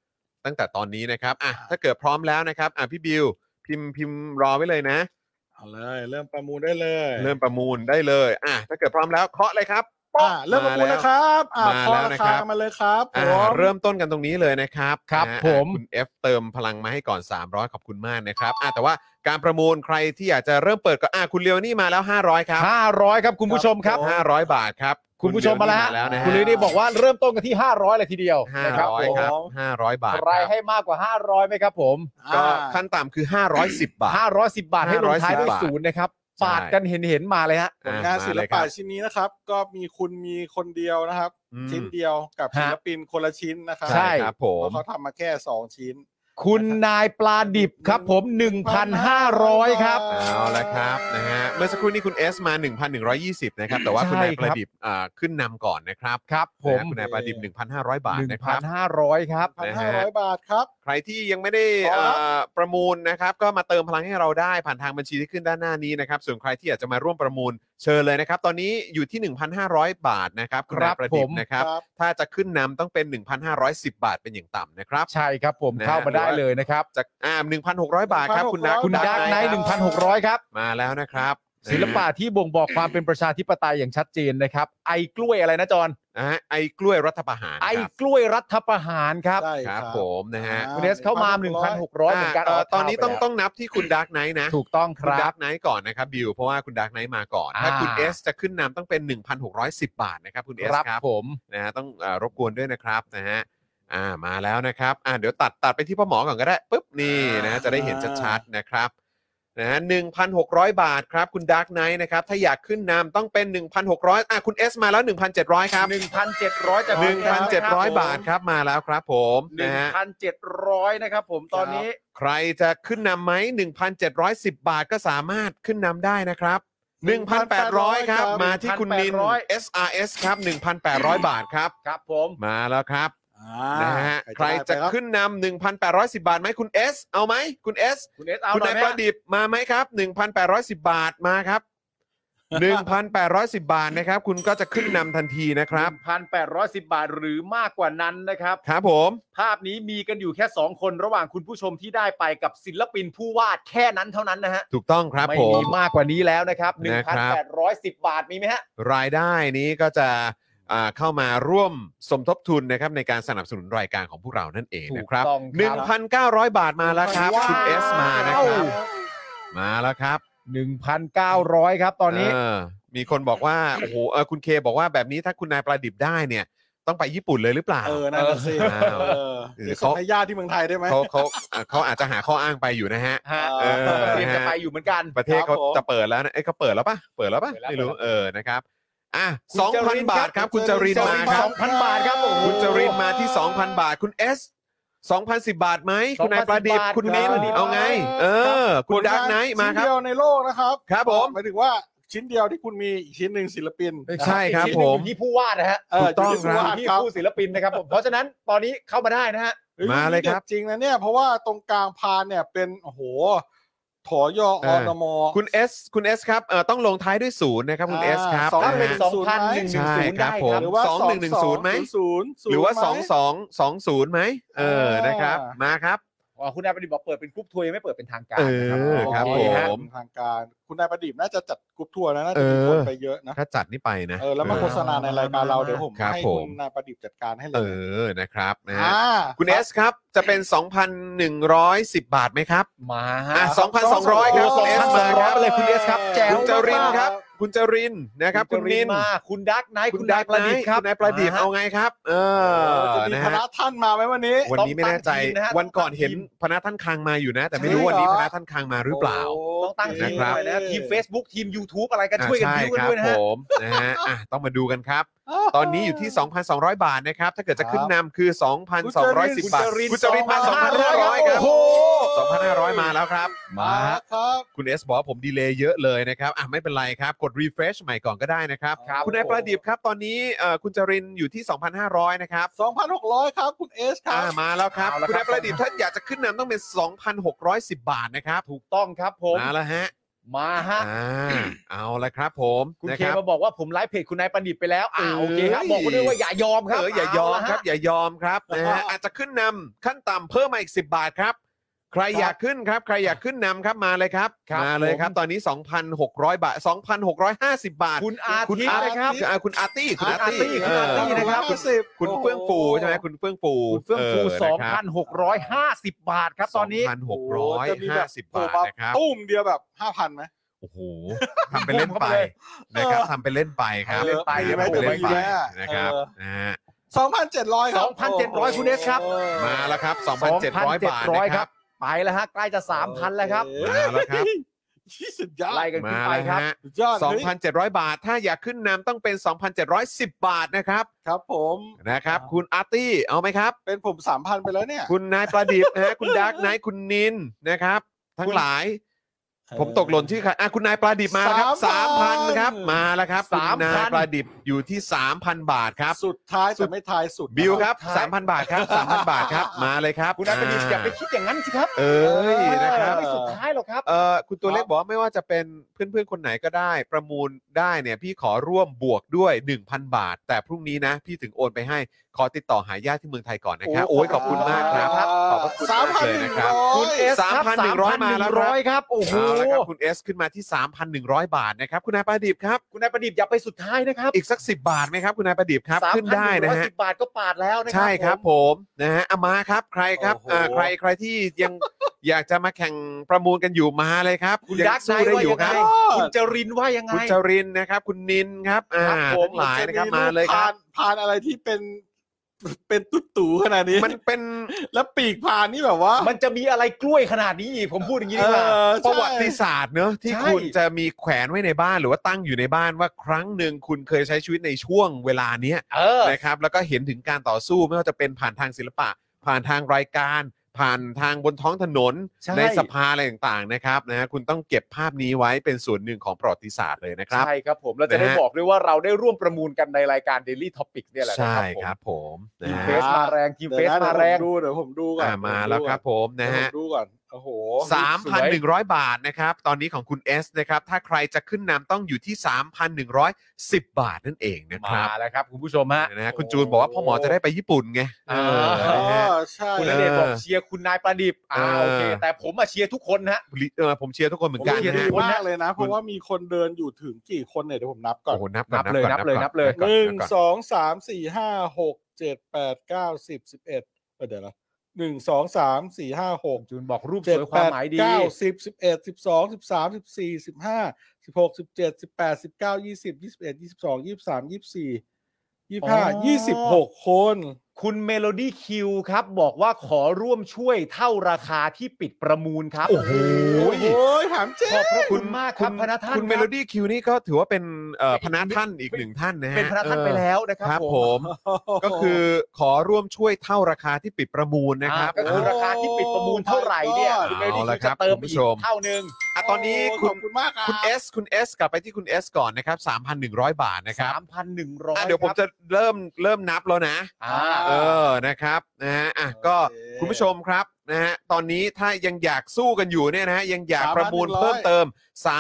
Speaker 3: ตั้งแต่ตอนนี้นะครับอ่ะถ้าเกิดพร้อมแล้วนะครับอ่ะพี่บิวพิมพ์พิมพ์รอไว้เลยนะ
Speaker 5: เอาเลย เริ่มประมูลได้เลย
Speaker 3: เริ่มประมูลได้เลย อ่ะ ถ้าเกิดพร้อมแล้วเคาะเลยครับ
Speaker 5: อ่า
Speaker 3: โป๊ะ
Speaker 5: เริ่มประมูล
Speaker 3: แว
Speaker 5: นะครับอ่า
Speaker 3: มา
Speaker 5: พอ
Speaker 3: แล้ว
Speaker 5: รา
Speaker 3: นะค
Speaker 5: คา
Speaker 3: รับ
Speaker 5: กันมาเลยครับผ
Speaker 3: อ่าม เริ่มต้นกันตรงนี้เลยนะครับ
Speaker 6: ครับ
Speaker 3: นะฮะ
Speaker 6: ผม
Speaker 3: คุณ F เติมพลังมาให้ก่อน 300 ขอบคุณมากนะครับอ่ะแต่ว่าการประมูลใครที่อยากจะเริ่มเปิดก็อ่ะคุณเลียวนี่มาแล้ว 500 ครับ
Speaker 6: ห้าร้อยครับคุณผู้ชมครับ
Speaker 3: 500 บาทครับ
Speaker 6: คุณผู้ชมมาแล้ว
Speaker 3: เยนี่นะฮะ
Speaker 6: คุณลุยนี่บอกว่าเริ่มต้นกันที่ 500เลยทีเดียว
Speaker 3: ห้า
Speaker 6: นะครับ
Speaker 3: ร้อย
Speaker 6: ผม
Speaker 3: ครับ
Speaker 5: ผม
Speaker 3: ห้าร้อยบาท
Speaker 6: ใครให้มากกว่า 500ไหมครับผม
Speaker 3: ก็
Speaker 5: อ่า
Speaker 3: ขั้นต่ำคือ 510 บาท
Speaker 6: 510 บาทให้ลงท้ายด้วย
Speaker 3: บาท
Speaker 6: ศูนย์นะครับ
Speaker 3: ใช่
Speaker 6: ปาดกันเห็นเห็นๆมาเลยฮะ
Speaker 5: ผลงาน
Speaker 3: อ่ะ
Speaker 5: ศิ
Speaker 3: ม
Speaker 5: ล
Speaker 3: เยค
Speaker 5: ปะ
Speaker 3: รับ
Speaker 5: ชิ้นนี้นะครับ ก็มีคุณมีคนเดียวนะครับ
Speaker 3: อืม
Speaker 5: ชิ้นเดียวกับ
Speaker 6: ฮะ
Speaker 5: ศิลปินคนละชิ้นนะครับ
Speaker 6: ใช่
Speaker 3: ครับผ
Speaker 5: เพ
Speaker 3: ม
Speaker 5: ราะเขาทำมาแค่สองชิ้น
Speaker 6: คุณนายปลาดิบครับผม 1,500 ครับ
Speaker 3: เอาละครับนะฮะเมื่อสักครู่นี้คุณเอสมา 1,120 นะครับ แต่ว่าคุณนาย
Speaker 6: ใช่
Speaker 3: ป
Speaker 6: ครับ
Speaker 3: ระดิบอ่าขึ้นนำก่อนนะครับ
Speaker 6: ครับผ
Speaker 3: นะ
Speaker 6: ม
Speaker 3: ฮะคุณนายประดิบ 1,500 บาทนะครับ
Speaker 6: 1,500 ครับ
Speaker 5: พัน
Speaker 3: นะ
Speaker 5: ห้า
Speaker 3: ฮะ
Speaker 5: ร้อยบาทครับ
Speaker 3: ใครที่ยังไม่ได้
Speaker 5: พอแล้ว
Speaker 3: เอ่อประมูลนะครับ ก็มาเติมพลังให้เราได้ผ่านทางบัญชีที่ขึ้นด้านหน้านี้นะครับ ส่วนใครที่อยากจะมาร่วมประมูลเชิญเลยนะครับ ตอนนี้อยู่ที่ 1,500 บาทนะครับณนายประดิ
Speaker 6: ครับผ
Speaker 3: ษฐ์
Speaker 6: ม
Speaker 3: นะครับ ถ้าจะขึ้นนำต้องเป็น 1,510 บาทเป็นอย่างต่ำนะครับ
Speaker 6: ใช่ครับผม
Speaker 3: นะฮะ
Speaker 6: เข้ามาได้เลยนะครับ
Speaker 3: จากอ่า1,600 บาทครับคุณดัก
Speaker 6: คุณดักไนท์1,600 ครับ
Speaker 3: มาแล้วนะครับ
Speaker 6: ศิลปะที่บ่งบอกความเป็นประชาธิปไตยอย่างชัดเจนนะครับ ไอ้กล้วยอะไรนะจอน
Speaker 3: นะฮะไอ้กล้วยรัฐประหาร
Speaker 6: ไอ้
Speaker 3: ครับ
Speaker 6: กล้วยรัฐประหารครับ
Speaker 5: ใช่
Speaker 3: ครับผมนะฮะ
Speaker 6: คุณเอสเข้ามา 1,600 เหมือนกัน
Speaker 3: อ่าเอ่อ
Speaker 6: เา
Speaker 3: ตอนนี้ต้อง
Speaker 6: เข้าไป
Speaker 3: ต้องนับที่คุณดักไนท์นะ
Speaker 6: แล้วถูกต้องค
Speaker 3: คุณดั
Speaker 6: รับ
Speaker 3: กไนท์ก่อนนะครับบิวเพราะว่าคุณดักไนท์มาก่อน
Speaker 6: อ่า
Speaker 3: ถ้าคุณเอสจะขึ้นนำต้องเป็น 1,610 บาทนะครับคุณเอส
Speaker 6: ครับ
Speaker 3: ครับ
Speaker 6: ผม
Speaker 3: นะฮะต้องเอ่อรบกวนด้วยนะครับนะฮะอ่ามาแล้วนะครับอ่าเดี๋ยวตัดตัดไปที่พ่อหมอก่อนก็ได้ปุ๊บนี่นะจะได้เห็นชัดๆนะครับนะฮะหนึ่งพันหกร้อยบาทครับคุณดักไนท์นะครับถ้าอยากขึ้นนำต้องเป็น 1,600อ่ะคุณเอสมาแล้ว 1,700 ครับ
Speaker 6: 1,700จากคุณเอสค
Speaker 3: 1,700 บาทครับมาแล้วครับผมนะฮะ
Speaker 6: 1,700 นะครับผมตอนนี้
Speaker 3: ใครจะขึ้นนำไหม1,710 บาทก็สามารถขึ้นนำได้นะครับ 1,800 ครับ มาที่คุณนิน
Speaker 6: 1,800
Speaker 3: SRS ครับ 1,800 บาทครับ
Speaker 6: ครับผม
Speaker 3: มาแล้วครับนะฮะใครจะขึ้นนำ1,810 บาทไหมคุณ S เอาไหมคุณ S
Speaker 6: คุณเอสเอา
Speaker 3: คุ
Speaker 6: หน่อน
Speaker 3: ณาย
Speaker 6: ไห
Speaker 3: ย
Speaker 6: ม
Speaker 3: ประดิษฐ์มาไหมครับ 1,810 บาทมาครับ 1,810 บาทนะครับ คุณก็จะขึ้นนำทันทีนะครับ
Speaker 6: 1,810 บาทหรือมากกว่านั้นนะครับ
Speaker 3: ครับผม
Speaker 6: ภาพนี้มีกันอยู่แค่ 2 คนระหว่างคุณผู้ชมที่ได้ไปกับศิลปินผู้วาดแค่นั้นเท่านั้นนะฮะ
Speaker 3: ถูกต้องครับ
Speaker 6: ไม่
Speaker 3: ผม
Speaker 6: มีมากกว่านี้แล้วนะครับ
Speaker 3: นะครับ
Speaker 6: 1,810 บาทมีไหมฮะ
Speaker 3: รายได้นี้ก็จะอ่าเข้ามาร่วมสมทบทุนนะครับในการสนับสนุนรายการของพวกเรานั่นเองนะครับ
Speaker 6: ถูกต้องครับ
Speaker 3: 1,900 บาทมาแล้วครับ คุณเอสมานะครับ มาแล้วครับ
Speaker 6: 1,900 ครับตอนนี้
Speaker 3: เอมีคนบอกว่า โอ้โหเออคุณเคบอกว่าแบบนี้ถ้าคุณนายประดิบได้เนี่ย ต้องไปญี่ปุ่นเลยหรือเปล่า
Speaker 5: เออนั่นน่ะสิ
Speaker 3: อ้าว
Speaker 5: เออเดี๋ยวส่งให้ญาติที่เมืองไทยได้ไหม
Speaker 3: เขาเขาอ่ะเขาอาจจะหาข้ออ้างไปอยู่นะฮะ
Speaker 6: ฮะ
Speaker 3: เออ
Speaker 6: เตรียมจะไปอยู่เหมือนกัน
Speaker 3: ประเทศ
Speaker 5: ครั
Speaker 3: เขา
Speaker 5: บผม
Speaker 3: จะเปิดแล้วนะเอ้ยเขาเปิดแล้วปะเปิดแล้วปะ
Speaker 6: เปิดแล้ว
Speaker 3: ไม่รู้เออนะครับอ่ะ
Speaker 6: คุณจริน
Speaker 3: 2,000 บาทครับ คุณจรินมาครับ
Speaker 6: สองพันบาทครับโอ้โห
Speaker 3: คุณจรินมาที่ 2,000 บาท คุณเอส2,010 บาทไหม คุณนาย
Speaker 6: 2,010
Speaker 3: ประดิษฐ์
Speaker 6: บาท
Speaker 3: คุณนิน
Speaker 6: ครับ
Speaker 3: เอาไง เออ คุณดักไนท์มาครั
Speaker 5: ชิ้นเดี
Speaker 3: บ
Speaker 5: ยวในโลกนะครับ
Speaker 3: ครับผม
Speaker 5: หมายถึงว่าชิ้นเดียวที่คุณมีอีกชิ้นหนึ่งศิลปิน
Speaker 3: ใช่ครับผม
Speaker 6: ที่ผู้วาดนะฮะ
Speaker 5: เออ
Speaker 3: ถูกต้อง
Speaker 5: ยู่ที่
Speaker 3: ครับ
Speaker 5: วาด
Speaker 6: ที่
Speaker 5: ครับ
Speaker 6: ผู้ศิลปินนะครับผมเพราะฉะนั้นตอนนี้เข้ามาได้นะฮะ
Speaker 5: ฮ้
Speaker 3: มาเลยครับ
Speaker 5: นี่ด็ดจริงนะเนี่ยเพราะว่าตรงกลางพานเนี่ยเป็นโอ้โหถอยอ
Speaker 3: เอ
Speaker 5: อ
Speaker 3: อ
Speaker 5: นม
Speaker 3: คุณเอสคุณเอสครับเออต้องลงท้ายด้วยศูนย์นะครับ คุณเอ
Speaker 5: อ่า
Speaker 3: สครับ
Speaker 5: สอง
Speaker 6: ถ้าเป็น
Speaker 3: ะฮะ
Speaker 5: สอง
Speaker 6: 2,110
Speaker 3: ใช่ครับ
Speaker 6: ได้
Speaker 3: ผม
Speaker 5: หรือว่า
Speaker 3: สองหนึ่งหนึ่งศูนย์ไหม
Speaker 5: ศูนย์ศูนย์
Speaker 3: หรือว่า
Speaker 5: ไหม
Speaker 3: 2220ไหมเออ
Speaker 5: อ่าน
Speaker 3: นะครับ มาครับ
Speaker 6: อ๋อคุณนายประดิษฐ์บอกเปิดเป็นกรุ๊ปทัวร์ยังไม่เปิดเป็นทางการ
Speaker 3: เอ
Speaker 6: นะ
Speaker 3: อครับ
Speaker 6: โอ
Speaker 3: ผ
Speaker 6: เฮะ
Speaker 3: ม
Speaker 5: ทางการคุณนายประดิษฐ์น่าจะจัดกรุ๊ปทัวร์นะน่าจะมีคน
Speaker 3: เออ
Speaker 5: ไปเยอะนะ
Speaker 3: ถ้าจัดนี่ไปนะ
Speaker 5: เออแล้วมาโฆษณาในรายการเราเดี๋ยวผม
Speaker 3: ครับ
Speaker 5: ให้
Speaker 3: ผม
Speaker 5: คุณนายประดิษฐ์จัดการให้เล
Speaker 3: เอย อนะครับนะฮะ
Speaker 5: อ่า
Speaker 3: คุณเอสครับจะเป็น 2,110 บาทไหมครับ
Speaker 6: มาฮะ
Speaker 3: อ่ะ2,200 ครับคุณเอสมาครับ
Speaker 6: 2,200ไปเลยคุณเอสครับแจ๋ว
Speaker 3: คุณจรินครับ
Speaker 5: มาก
Speaker 3: คุณจรินนะครับ คุณนิน
Speaker 6: มาคุณดักไนท์
Speaker 3: คุ
Speaker 6: คุณ ณ
Speaker 3: ดา
Speaker 6: ดา
Speaker 3: ร์ก
Speaker 6: ประดิษ
Speaker 3: ไน
Speaker 6: ฐ์
Speaker 3: ท์
Speaker 6: ครับ
Speaker 3: คุณนายประดิษฐ์
Speaker 6: มฮ
Speaker 3: เอาไงครับ เออ
Speaker 5: จะมี
Speaker 3: นะ
Speaker 5: พ
Speaker 3: ฮะ
Speaker 5: ระท่านมาไหมวันนี้
Speaker 3: วันนี้ไม่แน่ใจ
Speaker 6: ต้องตั้งทีมนะฮะ
Speaker 3: วันก่อนเห็น
Speaker 6: ต้องตั้งทีม
Speaker 3: พนักท่านคลังมาอยู่นะ แต่ไม่รู้
Speaker 5: ใช่
Speaker 3: วันนี้
Speaker 5: เหร
Speaker 3: พ
Speaker 5: อ
Speaker 3: นักท่านคลังมาหรือเปล่า
Speaker 6: ต้องตั้งทีม
Speaker 3: นะครับ
Speaker 6: ด้วยนะทีม Facebook ทีม YouTube อะไรกันช่วยกัน
Speaker 3: อ่ะ
Speaker 6: บิ้ว
Speaker 3: ใช่
Speaker 6: กัน
Speaker 3: ครั
Speaker 6: ด้วยนะ
Speaker 3: ผ
Speaker 6: ฮะ
Speaker 3: มนะฮะอ่ะต้องมาดูกันครับ ตอนนี้อยู่ที่ 2,200 บาทนะครับ ถ้าเกิดจะขึ้นนำคือ 2,210 บาท
Speaker 6: คุณจริน
Speaker 3: มา2,500
Speaker 6: 2,500
Speaker 3: ครับ
Speaker 6: โอ้โห
Speaker 3: 2,500 มาแล้วครับ
Speaker 5: มาครับ
Speaker 3: คุณเอสบอกว่าผมดีเลย์เยอะเลยนะครับอ่ะไม่เป็นไรครับ กด refresh ใหม่ก่อนก็ได้นะครับ
Speaker 5: ครับ
Speaker 3: คุณนายประดิษฐ์ครับ ตอนนี้เอ่อคุณจรินอยู่ที่ 2,500 นะครับ
Speaker 5: 2,600 ครับ คุณเอสค
Speaker 3: อ่า
Speaker 5: รับ
Speaker 3: มาแล้วครับ
Speaker 6: เอาละค
Speaker 3: คุณ
Speaker 6: รับ
Speaker 3: นายประดิษฐ์ถ้าอยากจะขึ้นนำต้องเป็น 2,610 บาทนะครับ
Speaker 6: ถูกต้องครับผม
Speaker 3: มาแล้วฮะ
Speaker 6: มาฮะ
Speaker 3: อ่าเอาละครับผม
Speaker 6: คุณ
Speaker 3: นะ
Speaker 6: เค
Speaker 3: ครับ
Speaker 6: มาบอกว่าผมไลฟ์เพจคุณนายประดิษฐ์ไปแล้วอ่าโอเคครับ บอกคุณด้วยว่าอย่ายอมครับ
Speaker 3: เอออย่ายอม
Speaker 6: เละ
Speaker 3: ค
Speaker 6: ฮะ
Speaker 3: รับ อย่ายอมครับนะฮะอาจจะขึ้นนำขั้นต่ำเพิ่มมาอีก 10 บาทครับ ใครอยากขึ้นครับ ใครอยากขึ้นนำครับมาเลยครับมาเลยครับ ตอนนี้ 2,600 บาท 2,650 บาท
Speaker 6: คุณอา
Speaker 3: คุณ
Speaker 6: ทิต
Speaker 3: อา
Speaker 6: ย์
Speaker 3: ร์
Speaker 6: นะ
Speaker 3: ต
Speaker 6: ค
Speaker 3: ครั
Speaker 6: รั
Speaker 3: บบ อ่าคุณอาร์ตี้คุณอาร์ตี้
Speaker 6: คุณ
Speaker 3: เอ
Speaker 6: อาร์ตี้
Speaker 3: อ
Speaker 6: นี่นะครับ
Speaker 3: คุณเฟื่องฟูใช่ไหมคุณเฟื่องฟู
Speaker 6: คุณเฟื่องฟู
Speaker 3: นะครั
Speaker 6: 2,650
Speaker 3: บ
Speaker 6: บาทครับตอนนี้
Speaker 3: สงพัหกร้อยห้าสิบบาทนะครับ
Speaker 5: ตุ้มเดียวแบบ 5,000ไหม
Speaker 3: โอ้โหทำเป็นเล่นไปนะครับทำเป็นเล่นไปครับ
Speaker 5: เล่นไป
Speaker 3: ทำเป็นเล่นไป
Speaker 5: เล่นไป
Speaker 3: นะครับ
Speaker 5: เออ
Speaker 3: นะฮะ
Speaker 5: 2,700 ครับ
Speaker 6: 2,700คุณเอสครับ
Speaker 5: โ
Speaker 3: มาแล้วครับ 2,700 บาทนะ
Speaker 6: 2,700
Speaker 3: ครับ
Speaker 6: ไปแล้วฮะใกล้จะ 3,000 แล้วครับ
Speaker 3: มาแล้วครับ
Speaker 5: สุดยอด
Speaker 6: ไล่กันขึ้น
Speaker 3: มา
Speaker 6: ไป
Speaker 3: แล้ว
Speaker 6: ครับ
Speaker 3: ฮะ
Speaker 5: สุดยอดเฮ้ย
Speaker 3: 2,700 บาท ถ้าอยากขึ้นนำต้องเป็น 2,710 บาทนะครับ
Speaker 5: ครับผม
Speaker 3: นะครับ คุณอาร์ตี้เอาไหมครับ
Speaker 5: เป็นผมสามพันไปแล้วเนี่ย
Speaker 3: คุณนายประดิษฐ์ นะฮะคุณดาร์กไนท์คุณนินนะครับ ทั้งหลาย ผมตกหล่นชื่อใครอ่ะคุณนายปลาดิบมาแล้วครับสามพันครับมาแล้วครับคุณ
Speaker 6: 3,000
Speaker 3: นายปลาดิบอยู่ที่สามพันบาทครับ
Speaker 5: สุดท้ายแต่ไม่ท้ายสุดนะ
Speaker 3: บิวครับ
Speaker 5: ท้ย
Speaker 3: สามพันบาทครับสามพันบาทครับมาเลยครับ
Speaker 6: คุณนัทประดิษฐ์อย่าไปคิดอย่างนั้นสิครับ
Speaker 3: เอ้ยนะครับ
Speaker 6: ไม่สุดท้ายหรอกครับ
Speaker 3: เออคุณตัวเล็กบอกว่าไม่ว่าจะเป็นเพื่อนๆคนไหนก็ได้ ประมูลได้เนี่ยพี่ขอร่วมบวกด้วย 1,000 บาท แต่พรุ่งนี้นะ พี่ถึงโอนไปให้ขอติดต่อหาญาติที่เมืองไทยก่อนนะครับโอ้ยขอบคุณมากครับขอบพระคุณมากเลยนะครับ
Speaker 5: 3,100
Speaker 3: คุณเอสสามพันหนึ่งร้อยมาแล้วครับ
Speaker 6: 3,100ครับโอ้โห
Speaker 3: เอาละครับคุณเอสขึ้นมาที่ 3,100 บาทนะครับ คุณนายประดิบครับ
Speaker 6: คุณนายประดิษฐ์อย่าไปสุดท้ายนะครับ
Speaker 3: อีกสัก 10 บาทไหมครับ คุณนายประดิบครับ
Speaker 6: สาม
Speaker 3: ขึ้น
Speaker 6: พั
Speaker 3: ได้
Speaker 6: หง
Speaker 3: นะ
Speaker 6: ร้อย
Speaker 3: ฮะ
Speaker 6: สิบบาทก็ปาดแล้วนะครั
Speaker 3: ใช่ครับ
Speaker 6: ผม
Speaker 3: ผมนะฮะอามาครับใครครับ
Speaker 6: โอ้โห
Speaker 3: อ่าใครใครที่ยัง อยากจะมาแข่งประมูลกันอยู่มาเลยครับ
Speaker 6: คุณ
Speaker 3: ยัง
Speaker 6: ยักษ์
Speaker 3: สู้ได้อยู่ครับ
Speaker 6: ไง คุณจรินว่ายังไง
Speaker 3: คุณจรินนะครับ คุณนินครับอ่า
Speaker 6: ครับผม
Speaker 3: ทั้งหลายนะครับมาเลยครับ
Speaker 5: ผ่านผ่านอะไรที่เป็น เป็นตุ๊ดตูขนาดนี้
Speaker 3: มันเป็น
Speaker 5: แล้วปีกผ่านนี่แบบว่า
Speaker 6: มันจะมีอะไรกล้วยขนาดนี้อีกผมพูดอย่างนี้ดีกว่า
Speaker 5: เออใช่
Speaker 3: ประวัติศาสตร์เนอะที่
Speaker 6: ใช่
Speaker 3: คุณจะมีแขวนไว้ในบ้านหรือว่าตั้งอยู่ในบ้านว่าครั้งหนึ่งคุณเคยใช้ชีวิตในช่วงเวลาเนี้ย
Speaker 6: เออ
Speaker 3: นะครับแล้วก็เห็นถึงการต่อสู้ไม่ว่าจะเป็นผ่านทางศิลปะ ผ่านทางรายการ ผ่านทางบนท้องถนน
Speaker 6: ใช่
Speaker 3: สภาอะไรต่างๆนะครับนะฮะคุณต้องเก็บภาพนี้ไว้เป็นส่วนหนึ่งของประวัติศาสตร์เลยนะครับ
Speaker 6: ใช่ครับผมเราจะได้
Speaker 3: นะฮะ
Speaker 6: บอกด้วยว่าเราได้ร่วมประมูลกันในรายการ Daily Topics เนี่ยแหละนะ
Speaker 3: ใช่
Speaker 6: ครับผม
Speaker 3: ค
Speaker 6: ทีม
Speaker 3: รับผมนะ
Speaker 6: เฟ
Speaker 3: ฮะ
Speaker 6: สมาแรงทีมเฟสมาแรง
Speaker 5: เดี๋ยวนะเดี๋ยวผมดูเดี๋ยวผมดูก่อน
Speaker 3: อ่ามาแล้วครับผม
Speaker 5: เดี๋ย
Speaker 3: นะ
Speaker 5: วผม
Speaker 3: ฮะ
Speaker 5: ดูก่อนโอ้โห
Speaker 3: สามพันหนึ่งร้อยบาทนะครับ ตอนนี้ของคุณเอสนะครับ ถ้าใครจะขึ้นนำต้องอยู่ที่ 3,110 บาทนั่นเองนะครับ
Speaker 6: มาแล้วครับคุณผู้ชมฮะ
Speaker 3: นะฮะคุณจูนบอกว่าพ่อหมอจะได้ไปญี่ปุ่นไงเออ
Speaker 6: เ
Speaker 5: อ๋อ
Speaker 3: นะฮะ
Speaker 5: ใช่
Speaker 6: คุณณ
Speaker 3: อ
Speaker 6: เดชน์บอกเชียร์คุณนายประดิษฐ์อ่า
Speaker 3: เออ
Speaker 6: โอเค แต่ผมอะเชียร์ทุกคนนะฮะ
Speaker 3: เออผมเชียร์ทุกคนเหมือนกัน
Speaker 6: ผมเชียร์
Speaker 3: นะ
Speaker 6: ทุ
Speaker 3: ฮะ
Speaker 5: ดี
Speaker 6: ค
Speaker 5: มากเลยนะ เพราะว่ามีคนเดินอยู่ถึงกี่คนเนี่ยเดี๋ยวผมนับก่อน
Speaker 3: โอ้โหนับ
Speaker 6: นับเลยนับเลยนับเลย
Speaker 5: หนึ่ง
Speaker 3: ก่อน
Speaker 5: สองสามสี่ห้าหกเจ็ดแปดเก้าสิบสิบเอ็ดเออเดี๋ยวนะหนึ่งสองสามสี่ห้าหก
Speaker 6: จูนบอกรูปส
Speaker 5: เจ็ด
Speaker 6: วยค
Speaker 5: แป
Speaker 6: วาม
Speaker 5: ด
Speaker 6: หมายดี
Speaker 5: เก้าสิบสิบเอ็ดสิบสองสิบสามสิบสี่สิบห้าสิบหกสิบเจ็ดสิบแปดสิบเก้ายี่สิบยี่สิบเอ็ดยี่สิบสองยี่สิบสามยี่สิบสี่ยี่สิบห้า
Speaker 6: อ๋อ
Speaker 5: ยี่สิบหกคน
Speaker 6: คุณเมโลดี้คิวครับ บอกว่าขอร่วมช่วยเท่าราคาที่ปิดประมูลครับ โอ้โห
Speaker 5: โอ้ยถามเจ๊
Speaker 6: ขอบพระคุณมากครับพนักท่าน
Speaker 3: คุณเม
Speaker 6: รับ
Speaker 3: โลดี้คิวนี่ก็ถือว่าเป็นเอ่อ
Speaker 6: เป็นอีก
Speaker 3: พนักท่านอีกหนึ่งท่านนะฮะ
Speaker 6: เป็นพนักท่าน
Speaker 3: เออ
Speaker 6: ไปแล้วนะครับ
Speaker 3: ครับ
Speaker 6: ผ
Speaker 3: ผม ม ก็คือขอร่วมช่วยเท่าราคาที่ปิดประมูลนะครับ
Speaker 6: อ่าก็คือราคาที่ปิดประมูลเท่าไหร่เนี่ยคุณเมโลดี้
Speaker 3: เอาละ
Speaker 6: คิว
Speaker 3: ครั
Speaker 6: จะ
Speaker 3: บ
Speaker 6: เติม
Speaker 3: คุณผู้
Speaker 6: อีก
Speaker 3: ชม
Speaker 6: เท่านึง
Speaker 3: อ่ะตอนนี้
Speaker 5: ข
Speaker 3: คุ
Speaker 5: อ
Speaker 3: ณ
Speaker 5: บคุณมากครับ
Speaker 3: คุณเอสคุณเอสกลับไปที่คุณเอสก่อนนะครับ 3,100 บาทนะครับ
Speaker 6: 3,100
Speaker 3: อ่ะเดี๋ยวผม
Speaker 6: ครับ
Speaker 3: จะเริ่มเริ่มนับแล้วนะ
Speaker 6: อ่า
Speaker 3: เออ นะครับ นะฮะ อ่ะ ก็คุณผู้ชมครับ นะฮะ ตอนนี้ถ้ายังอยากสู้กันอยู่เนี่ยนะฮะ ยังอยากประมูลเพิ่มเติม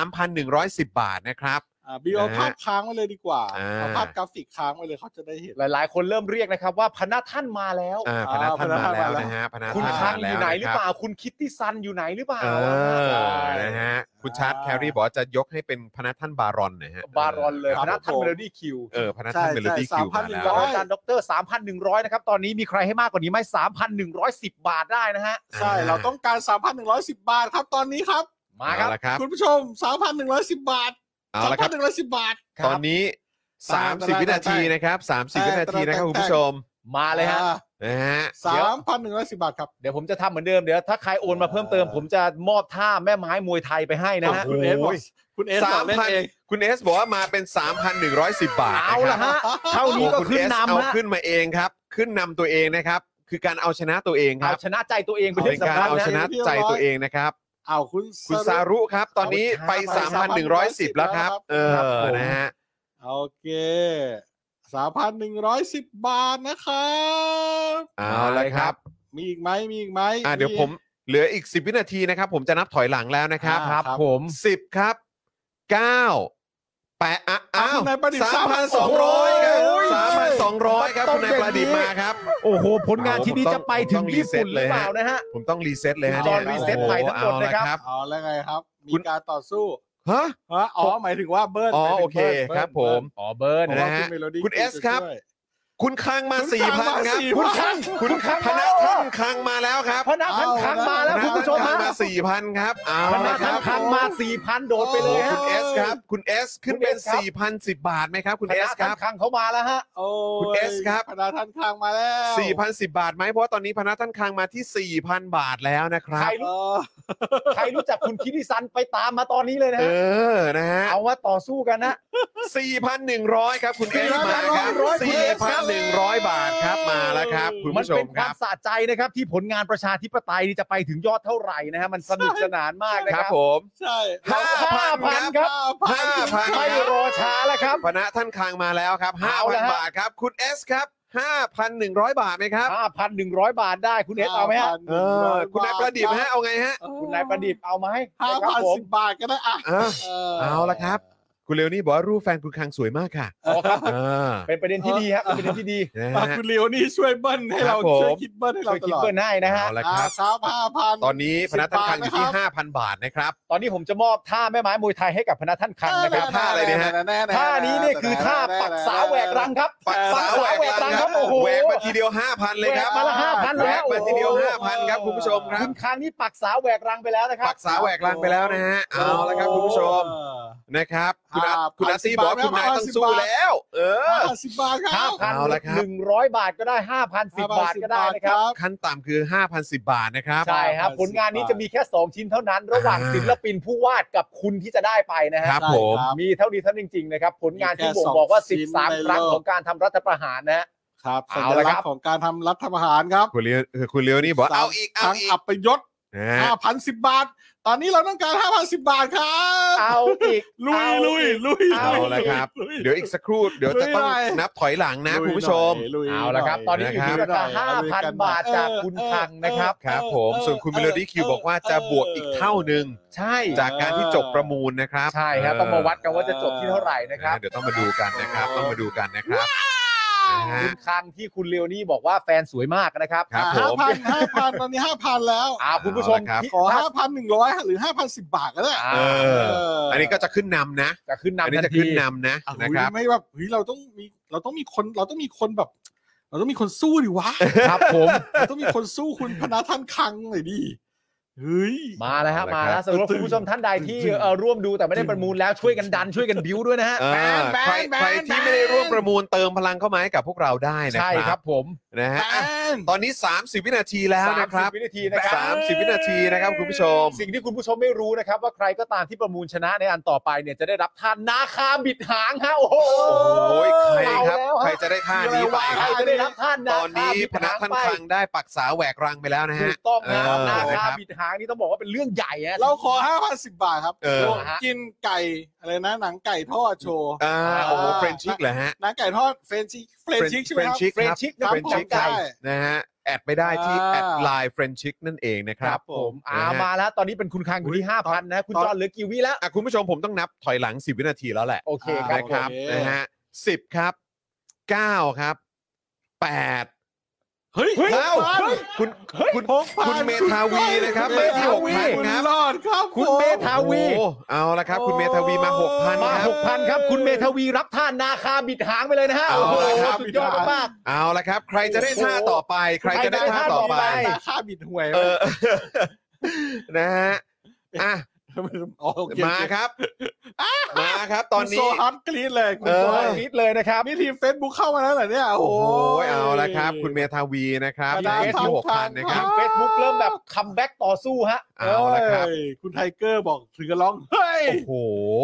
Speaker 3: 3,110 บาทนะครับ
Speaker 5: อ่ะบิวเอาภาพค้างไว้เลยดีกว่า
Speaker 3: อ่า
Speaker 5: เอาภาพกราฟิกค้างไว้เลยเขาจะได้เห็น
Speaker 6: หลาย ๆ คนเริ่มเรียกนะครับว่าพนักท่านมาแล้ว
Speaker 3: อ่าพ
Speaker 5: อ่า
Speaker 3: นักท่านมา
Speaker 5: พนัก
Speaker 3: แล้ว
Speaker 5: ท่านมาแล้ว
Speaker 3: นะฮะพนัก
Speaker 6: คุณ
Speaker 3: ท่าน
Speaker 6: คั
Speaker 3: มาง
Speaker 6: อ
Speaker 3: แล้ว
Speaker 6: ยู่ไหนหรือเป
Speaker 3: ะคบ
Speaker 6: ล่า คุณคิตตี้ซันอยู่ไหนหรือเปล่า
Speaker 3: เออ
Speaker 6: ใช่
Speaker 3: นะฮะ คุณชาร์ตแครีบอกว่าจะยกให้เป็นพนักท่านบารอนนะฮะ
Speaker 6: บารอนเลย
Speaker 3: ค
Speaker 6: พ
Speaker 3: รับ
Speaker 6: นักท่าน
Speaker 5: ผม
Speaker 6: เมโลดี้คิว
Speaker 3: เออพนักท่าน
Speaker 5: ใช่
Speaker 3: เมโลดี้
Speaker 5: ใช่
Speaker 3: คิวมาแล้ว
Speaker 6: ศาสตรา
Speaker 5: 3,100
Speaker 6: จารย์ดร3,100 นะครับ ตอนนี้มีใครให้มากกว่านี้ไหม3,110 บาทได้นะฮะ
Speaker 5: ใช่เราต้องการ 3,110 บาทครับตอนนี้ครับ
Speaker 6: มาค
Speaker 3: เอา
Speaker 6: รับ
Speaker 3: ละครับ
Speaker 5: คุณผู้ชม 3,110 บาท
Speaker 3: เอาละครับ
Speaker 5: 3,110 บาท
Speaker 3: ตอนนี้ 30 วินาทีนะครับ 30 วินาทีนะครับคุณผู้ชม
Speaker 6: มาเลยฮะ
Speaker 3: นะฮะ
Speaker 5: สามพันหนึ่งร้อยสิบบาทครับ
Speaker 6: เดี๋ยวผมจะทำเหมือนเดิม เดี๋ยวถ้าใครโอนมาเพิ่มเติม ผมจะมอบท่าแม่ไม้มวยไทยไปให้นะฮะ
Speaker 5: คุณเอสบอกคุณเอสบ
Speaker 3: สา
Speaker 5: อ
Speaker 3: ม
Speaker 5: กเล่น
Speaker 3: พัน
Speaker 5: เอง
Speaker 3: คุณเอสบอกว่ามาเป็น 3,110 บาท
Speaker 6: เอาละฮะ เท่า
Speaker 3: เท่า
Speaker 6: นี้
Speaker 3: นี้
Speaker 6: ก็
Speaker 3: ก็
Speaker 6: ขึ้
Speaker 3: ขึ้
Speaker 6: น
Speaker 3: น
Speaker 6: นำ
Speaker 3: นำเอา
Speaker 6: ฮะ
Speaker 3: ขึ้นมาเองครับ ขึ้นนำตัวเองนะครับ คือการเอาชนะตัวเองค
Speaker 6: เอา
Speaker 3: รับ
Speaker 6: ชนะใจตัวเองไป
Speaker 3: เป็น
Speaker 6: เรื่อง
Speaker 3: การ
Speaker 6: สำคัญ
Speaker 3: เอาช
Speaker 6: นะ
Speaker 3: นะใจตัวเองนะครับ
Speaker 5: อ้าวคุณ
Speaker 3: คุณซารุครับ ตอนนี้ไป 3,110 แล้วครับ เออนะฮะ
Speaker 5: โอเคสามพันหนึ่งร้อยสิบบาทนะครับ
Speaker 3: เอาละครับ
Speaker 5: มีอีกไหมมีอีกไหม
Speaker 3: อ่ะเดี๋ยวผมเหลืออีก 10 วินาทีนะครับ ผมจะนับถอยหลังแล้วนะครับ
Speaker 5: อ่า
Speaker 6: ครับผม
Speaker 3: 10 ครับ 9 แปะอ่ะอ้าว
Speaker 5: คุณนายประดิษฐ์
Speaker 3: สามพันสองร้อยครับ
Speaker 5: โอ้ย
Speaker 3: สามพันสองร้อยครับ
Speaker 6: ต้อง
Speaker 3: คุณนายประดิษฐ์
Speaker 6: อย่างนี้
Speaker 3: มาครับ
Speaker 6: โอ้โห ผลงานที่นี้
Speaker 3: ผมต้อง
Speaker 6: จะไปถึ
Speaker 3: ผ
Speaker 6: ง
Speaker 3: มต้อง
Speaker 6: ญี่ปุ่นห
Speaker 3: รีเซ็ตเล
Speaker 6: รือย เป
Speaker 3: ฮะ
Speaker 6: ล่านะฮะ
Speaker 3: ผมต้องรีเซ็ตเลยฮะ
Speaker 6: จอห์น
Speaker 3: ย
Speaker 6: รีเซ็ตใหม่ทั้งหมดเลยครับ
Speaker 3: อา
Speaker 5: เอาแล้วไงครับ มี
Speaker 3: คุณ
Speaker 5: การต่อสู้
Speaker 3: ฮะ
Speaker 5: ฮะอ๋อหมายถึงว่าเบิร์น
Speaker 3: อ๋อ
Speaker 5: หมายถึง
Speaker 3: โอเค
Speaker 5: บิล
Speaker 3: ครับผม
Speaker 6: อ๋อเบิร์น
Speaker 5: เบิลเพราะว่า
Speaker 3: นะฮะ
Speaker 5: คุณเมโลดี้
Speaker 3: คุณเอสครับ
Speaker 5: ด้วย
Speaker 3: คุณคังมาสี่พันครับ
Speaker 6: คุณคัง
Speaker 3: คุณคังพนักท่านคังมาแล้วครับ
Speaker 6: พนักท่านคังมาแล้วคุณผู้ชม
Speaker 3: พนัก
Speaker 6: ฮะ
Speaker 3: ท่านคังมาสี่พันครับเอา
Speaker 6: พนั
Speaker 3: ละ
Speaker 6: ก
Speaker 3: ค
Speaker 6: ท่า
Speaker 3: รั
Speaker 6: น
Speaker 3: บ
Speaker 6: คังมาสี่พันโดดไปเลยฮะ
Speaker 3: คุณเอสครับ คุณเอสขึ้นเป็น
Speaker 6: คุณ S ครับ
Speaker 3: สี่พันสิบบาทไหมครับ คุณเอสครับ
Speaker 6: คังเขามาแล้วฮะ
Speaker 5: โอ้ย
Speaker 3: คุณ S ครับ
Speaker 5: พนาท่านข้างมาแล้ว
Speaker 3: สี่พันสิบบาทไหมเพราะว่าตอนนี้พนักท่านคังมาที่สี่พันบาทแล้วนะครั
Speaker 6: ใคร
Speaker 3: บ
Speaker 5: เอ
Speaker 6: รู้
Speaker 5: อ
Speaker 6: ใครรู้จักคุณคิดิซันไปตามมาตอนนี้เลยนะ
Speaker 3: เอ
Speaker 6: ฮะ
Speaker 3: อนะฮะ
Speaker 6: เอาว่าต่อสู้กันนะ
Speaker 3: 4,100 ครับ คุณเอสมาครับ
Speaker 5: 4,100
Speaker 3: 4,100 บาทครับมาแล้วครับ คุณ
Speaker 6: มัน
Speaker 3: ผู้ช
Speaker 6: เป็
Speaker 3: ม
Speaker 6: น
Speaker 3: ค
Speaker 6: คา
Speaker 3: วรั
Speaker 6: ม
Speaker 3: บ
Speaker 6: สะใจนะครับ ที่ผลงานประชาธิปไตยนี่จะไปถึงยอดเท่าไหร่นะฮะมันสนุกสนานมากนะ
Speaker 3: ค
Speaker 6: ครั
Speaker 3: รับบ ผม
Speaker 5: ใช่
Speaker 3: 5,000ค
Speaker 6: พัน
Speaker 3: รับ
Speaker 6: ครับ
Speaker 3: 5,000
Speaker 6: ไม่รอช้าแล้วครับ
Speaker 3: พนะท่านคางมาแล้วครับ
Speaker 6: เอาแล้วฮะ
Speaker 3: 5,000 บาทครับ คุณเอสครับ 5,100 บาทไหมครับ
Speaker 6: ห้าพันหนึ่งร้อยบาทได้คุณเอสเอาไหมฮะ
Speaker 3: เออ คุณนายประดิษฐ์ฮะเอาไงฮะ
Speaker 6: คุณนายประดิษฐ์เอาไหม
Speaker 5: ห้า
Speaker 6: ครับ
Speaker 5: พัน
Speaker 6: ผม
Speaker 5: สิบบาทก็ได้อ่ะ
Speaker 3: อ่ะ
Speaker 5: เ
Speaker 3: เอาละครับ คุณเร็วนี่บอกว่ารูปแฟนคุณคางสวยมากค่ะ
Speaker 6: อ๋อครับ
Speaker 3: อ่า
Speaker 6: เป็นประเด็นที่ดีครับเป็นประเด็นที่ดี
Speaker 3: นะ
Speaker 5: อ่ะ
Speaker 3: ฮะ
Speaker 5: คุณเลียวนี่ช่วยเบิ้ลให้เรา
Speaker 3: ครับผม
Speaker 5: ช่วยคิดเบิ้ลให้
Speaker 6: ช่
Speaker 5: เรา
Speaker 6: วย
Speaker 5: ต
Speaker 6: คิด
Speaker 5: ลอด
Speaker 6: เพื่อนให้นะฮะ
Speaker 3: เอาละครับ
Speaker 5: สามห้าพัน
Speaker 3: ตอนนี้พนะท่านคางอยู่ที่
Speaker 5: สิบบาทนะครับ
Speaker 3: 5,000 บาทนะครับ
Speaker 6: ตอนนี้ผมจะมอบท่าแม่ไม้มวยไทยให้กับพนักท่านคังนะครับ
Speaker 3: ท่าอะไรเนี่ยฮะ
Speaker 6: ท่านี้เนี่ยคือท่าปักสาแหวกรังครับ
Speaker 3: ปักสาวแหวกรังครับ
Speaker 6: โอ้โห
Speaker 3: แหวกมาทีเดียว 5,000 เลยครับ
Speaker 6: แหวกมาละ5,000เลย
Speaker 3: แหว
Speaker 6: ฮะ
Speaker 3: กมาทีเดียว
Speaker 6: โอ้โห
Speaker 3: 5,000 ครับคุณผู้ชมครับ
Speaker 6: คุณคังนี่ปักสาแหวกรังไปแล้วนะครั
Speaker 3: ปั
Speaker 6: บ
Speaker 3: กษาแหวกลางไปแล้วนะฮะ เอาละครับคุณผู้ชมนะครับ คุณอา
Speaker 5: ครับ
Speaker 3: คุณอาซีบอกว่าคุณนาย
Speaker 5: ครับ
Speaker 3: ต้องสู้แล้ว เออ
Speaker 5: ห้าสิบบาทค
Speaker 6: ห้า
Speaker 5: รับ
Speaker 6: พัน
Speaker 3: เอาละครับ
Speaker 6: หนึ่งร้อยบาทก็ได้ห้าพันสิบบาทก็ได้นะครับ
Speaker 5: ห้าพัสิ
Speaker 3: ขั้นต่ำคือ 5,010 บาทนะครับ
Speaker 6: ใช่ครับ
Speaker 5: 5,010
Speaker 6: ผลงานนี้จะมีแค่ 2 ชิ้นเท่านั้น ระหว่าง
Speaker 3: อ่า
Speaker 6: ศิลปินผู้วาดกับคุณที่จะได้ไปนะฮะ
Speaker 3: ครับ
Speaker 5: ใช่
Speaker 3: ผม
Speaker 5: ครับ
Speaker 6: มีเท่านี้เท่านั้นจริงๆนะครับ ผลงานที่
Speaker 5: มีแค่
Speaker 6: ผม
Speaker 5: สอง
Speaker 6: บอกว่า
Speaker 5: ชิ้นใน
Speaker 6: 13 ค
Speaker 5: โลก
Speaker 6: รั้งของการทำรัฐประหารนะฮะ
Speaker 5: ครับสั
Speaker 6: เอา
Speaker 5: ญ
Speaker 6: ละ
Speaker 5: ลั
Speaker 6: ค
Speaker 5: ก
Speaker 6: รับ
Speaker 5: ษณ์ของการทำรัฐประหารครับ
Speaker 3: คุณเลี้ยวคุณเลี้ยวนี่บอกว่าเอาอีก
Speaker 5: ทา
Speaker 3: เอา
Speaker 5: ง
Speaker 3: อีก
Speaker 5: อับประยศ
Speaker 3: นะฮะ
Speaker 5: ห้าพันสิบบาท ตอนนี้เราต้องการห้าพันสิบบาทครับ
Speaker 6: เอาอีก
Speaker 5: ลุยลุยลุย
Speaker 3: เอาละครับ
Speaker 5: ลุย
Speaker 3: เดี๋ยวอีกสักครู่เดี๋ยวจะต้อง
Speaker 5: ลุยหน่อย
Speaker 3: นับถอยหลังนะ
Speaker 5: ย
Speaker 3: คุณผู้ชม
Speaker 5: หน่ยย
Speaker 6: เอาละครับ
Speaker 5: หย
Speaker 6: ตอนนี้อยู่ที่รา
Speaker 5: ห
Speaker 6: คา
Speaker 5: น่อย
Speaker 6: ห้า
Speaker 5: ลุย
Speaker 6: พัน
Speaker 5: กัหอย
Speaker 6: บาทจาก
Speaker 5: เออ
Speaker 6: คุณ
Speaker 5: เออ
Speaker 6: คังนะครับ
Speaker 5: เออ
Speaker 3: ครับผม
Speaker 5: เออ
Speaker 3: ส่วนคุณเมโลดี้คิวบอกว่าจะบวกอีกเท่าหนึ่ง
Speaker 6: ใช่
Speaker 3: จากการที่จบประมูลนะครับ
Speaker 6: ใช่ครับต้องมาวัดกันว่าจะจบที่เท่าไหร่นะครับ
Speaker 3: เดี๋ยวต้องมาดูกันนะครับ ต้องมาดูกันนะครับนะฮะ
Speaker 6: คุณคังที่คุณเลวนี่บอกว่าแฟนสวยมากนะครับ
Speaker 3: ครับผ
Speaker 5: ห้าม พันห้าพันตอนนี้ห้าพันแล้ว
Speaker 6: อ่าคุณผู้ชม
Speaker 3: เอาละครับ
Speaker 6: ที่
Speaker 5: ขอห้าพันหนึ่งร้อยหรือห้าพันสิบบาทก็ได้
Speaker 6: อ่า
Speaker 3: เออ อันนี้ก็จะขึ้นนำนะ
Speaker 6: จะขึ้น
Speaker 3: อัน
Speaker 6: นำ
Speaker 3: นี้
Speaker 6: ทัน
Speaker 3: จะ
Speaker 6: ที
Speaker 3: ขึ้นนำนะ
Speaker 5: นะ
Speaker 3: นะ
Speaker 5: ค
Speaker 3: ค
Speaker 5: รั
Speaker 3: รั
Speaker 5: บบ ไม่แบบเฮ้ยเราต้องมีเราต้องมีคนเราต้องมีคนแบบ เราต้องมีคนสู้ดิวะ
Speaker 6: ครับผม
Speaker 5: เราต้องมีคนสู้คุณพนาท่านคังหน่อยดิเฮ้ย
Speaker 6: มาแล้วฮะมา
Speaker 3: มาแล้
Speaker 6: แล้ว วสำหรับคุณผู้ชมท่านใดที่เอ่อร่วมดูแต่ไม่ได้ประมูลแล้วช่วยกันดันช่วยกันบิ้วด้วยนะฮะ
Speaker 3: เออ
Speaker 5: แบน
Speaker 3: ใคร
Speaker 5: แบน
Speaker 3: ใคร
Speaker 5: แบน
Speaker 3: ที่ไม่ได้ร่วมประมูลเติมพลังเข้ามาให้กับพวกเราได้นะ
Speaker 6: ใช่
Speaker 3: ค
Speaker 6: ค
Speaker 3: รั
Speaker 6: รั
Speaker 3: บบ
Speaker 6: ผม
Speaker 3: นะฮะ
Speaker 5: แบ
Speaker 3: อ่ะ
Speaker 5: น
Speaker 3: ตอนนี้ 30 วินาทีแล้วนะครับ
Speaker 6: 30วินาทีนะครับ
Speaker 3: 30 วินาทีนะครับคุณผู้ชม
Speaker 6: สิ่งที่คุณผู้ชมไม่รู้นะครับ ว่าใครก็ตามที่ประมูลชนะในอันต่อไปเนี่ยจะได้รับท่านนาคาบิดหางฮะโอ้โห
Speaker 3: โอ้ยใครครับ
Speaker 6: เอาแล้ว
Speaker 3: ใคร
Speaker 6: ฮะ
Speaker 3: จะได้ท่านี้ไป
Speaker 6: ใครจะได้รับท่าน
Speaker 3: ต
Speaker 6: นา
Speaker 3: อน
Speaker 6: คา
Speaker 3: นี้
Speaker 6: บิด
Speaker 3: พนั
Speaker 6: หาก ง
Speaker 3: ท่าน
Speaker 6: ไป
Speaker 3: คลังได้ปักษาแหวกรังไปแล้วนะ
Speaker 6: ถู
Speaker 3: ฮะ
Speaker 6: กต้อง
Speaker 3: เอ
Speaker 6: นะ
Speaker 3: อ
Speaker 6: นาคา
Speaker 3: นะครับ
Speaker 6: บิดหางนี่ต้องบอกว่าเป็นเรื่องใหญ่ฮะ
Speaker 5: เราขอห้าพันสิบบาทครับ
Speaker 3: เออ
Speaker 5: ลงกินไก่อะไรนะ หนังไก่ทอดโชว์
Speaker 3: อ่าโอ้โหเฟรนชิกเหรอฮะ
Speaker 5: หนังไก่ทอดเฟรนชิกเฟรนชิกใช่ไหมครับ
Speaker 3: ชิก
Speaker 6: เฟรนชิกนะ
Speaker 3: เฟรนชิก
Speaker 5: ผมจำได้
Speaker 3: นะฮะแอดไปได้ที่
Speaker 5: อ่า
Speaker 3: แอดไลน์เฟรนชิกนั่นเองนะครับ
Speaker 5: ครับผม
Speaker 6: อ่า
Speaker 3: นะฮะ
Speaker 6: มาแล้ว ตอนนี้เป็นคุณคังอยู่ที่5,000นะคุณจอนเหลือกี่วิแล้ว
Speaker 3: อ่ะคุณผู้ชมผมต้องนับถอยหลัง 10 วินาทีแล้วแหละ
Speaker 6: โอเค
Speaker 5: อ่า
Speaker 6: ครับ
Speaker 3: นะครับ
Speaker 5: โอเค
Speaker 3: นะฮะสิบครับเก้าครับแปด
Speaker 5: เฮ้ย
Speaker 6: เฮ้ย
Speaker 3: เอ้า
Speaker 5: เฮ้ย
Speaker 3: คุณคุณ
Speaker 5: หกพัน
Speaker 3: คุณเมธาวีนะครับมาที่หกพัน
Speaker 5: คุณ
Speaker 3: ครับ
Speaker 5: รอดครับ
Speaker 6: คุณ
Speaker 5: ผม
Speaker 6: เมธาวี
Speaker 3: โอ้เอาละครับ คุณเมธาวีมาหกพัน
Speaker 6: มา
Speaker 3: ครับ
Speaker 6: 6,000ครับ คุณเมทวีรับท่านนาคาบิดหางไปเลยนะฮะ
Speaker 3: เอา
Speaker 6: โอ้โห
Speaker 3: ละครับ
Speaker 6: สุดยอดมาก
Speaker 3: เอาละครับ ใครจะได้ท่าต่อไป ใครจะได้ท่าต่อไป
Speaker 6: ใครจะได้
Speaker 5: ราคาบิดหวย
Speaker 3: เออ นะฮะอ่ะ
Speaker 5: โอเค
Speaker 3: มาครับ มาครับ ตอน
Speaker 5: คุณ
Speaker 3: นี้
Speaker 5: โซฮอตกรี๊ดเลยคุณ
Speaker 3: เออ
Speaker 5: โซฮอต
Speaker 6: นิดเลยนะครับ
Speaker 5: นี่ทีมเฟซบุ๊กเข้ามาแล้วเหรอเนี่ย โอ้
Speaker 3: โอ้
Speaker 5: โห
Speaker 3: ยเอาละครับ คุณเมธาวีนะครับ
Speaker 5: มา
Speaker 3: ได้
Speaker 5: ดาม
Speaker 3: ที่หก
Speaker 5: ทา
Speaker 3: พั
Speaker 5: ง
Speaker 3: นนะค
Speaker 5: ทา
Speaker 3: รั
Speaker 5: ง
Speaker 3: บ
Speaker 6: เฟซบุ๊กเริ่มแบบคัมแบ็กต่อสู้ฮะ
Speaker 3: เอาละครับ
Speaker 5: เอ้ยคุณไทเกอร์บอกถึงกับร้อง เฮ้ย
Speaker 3: โอ้โห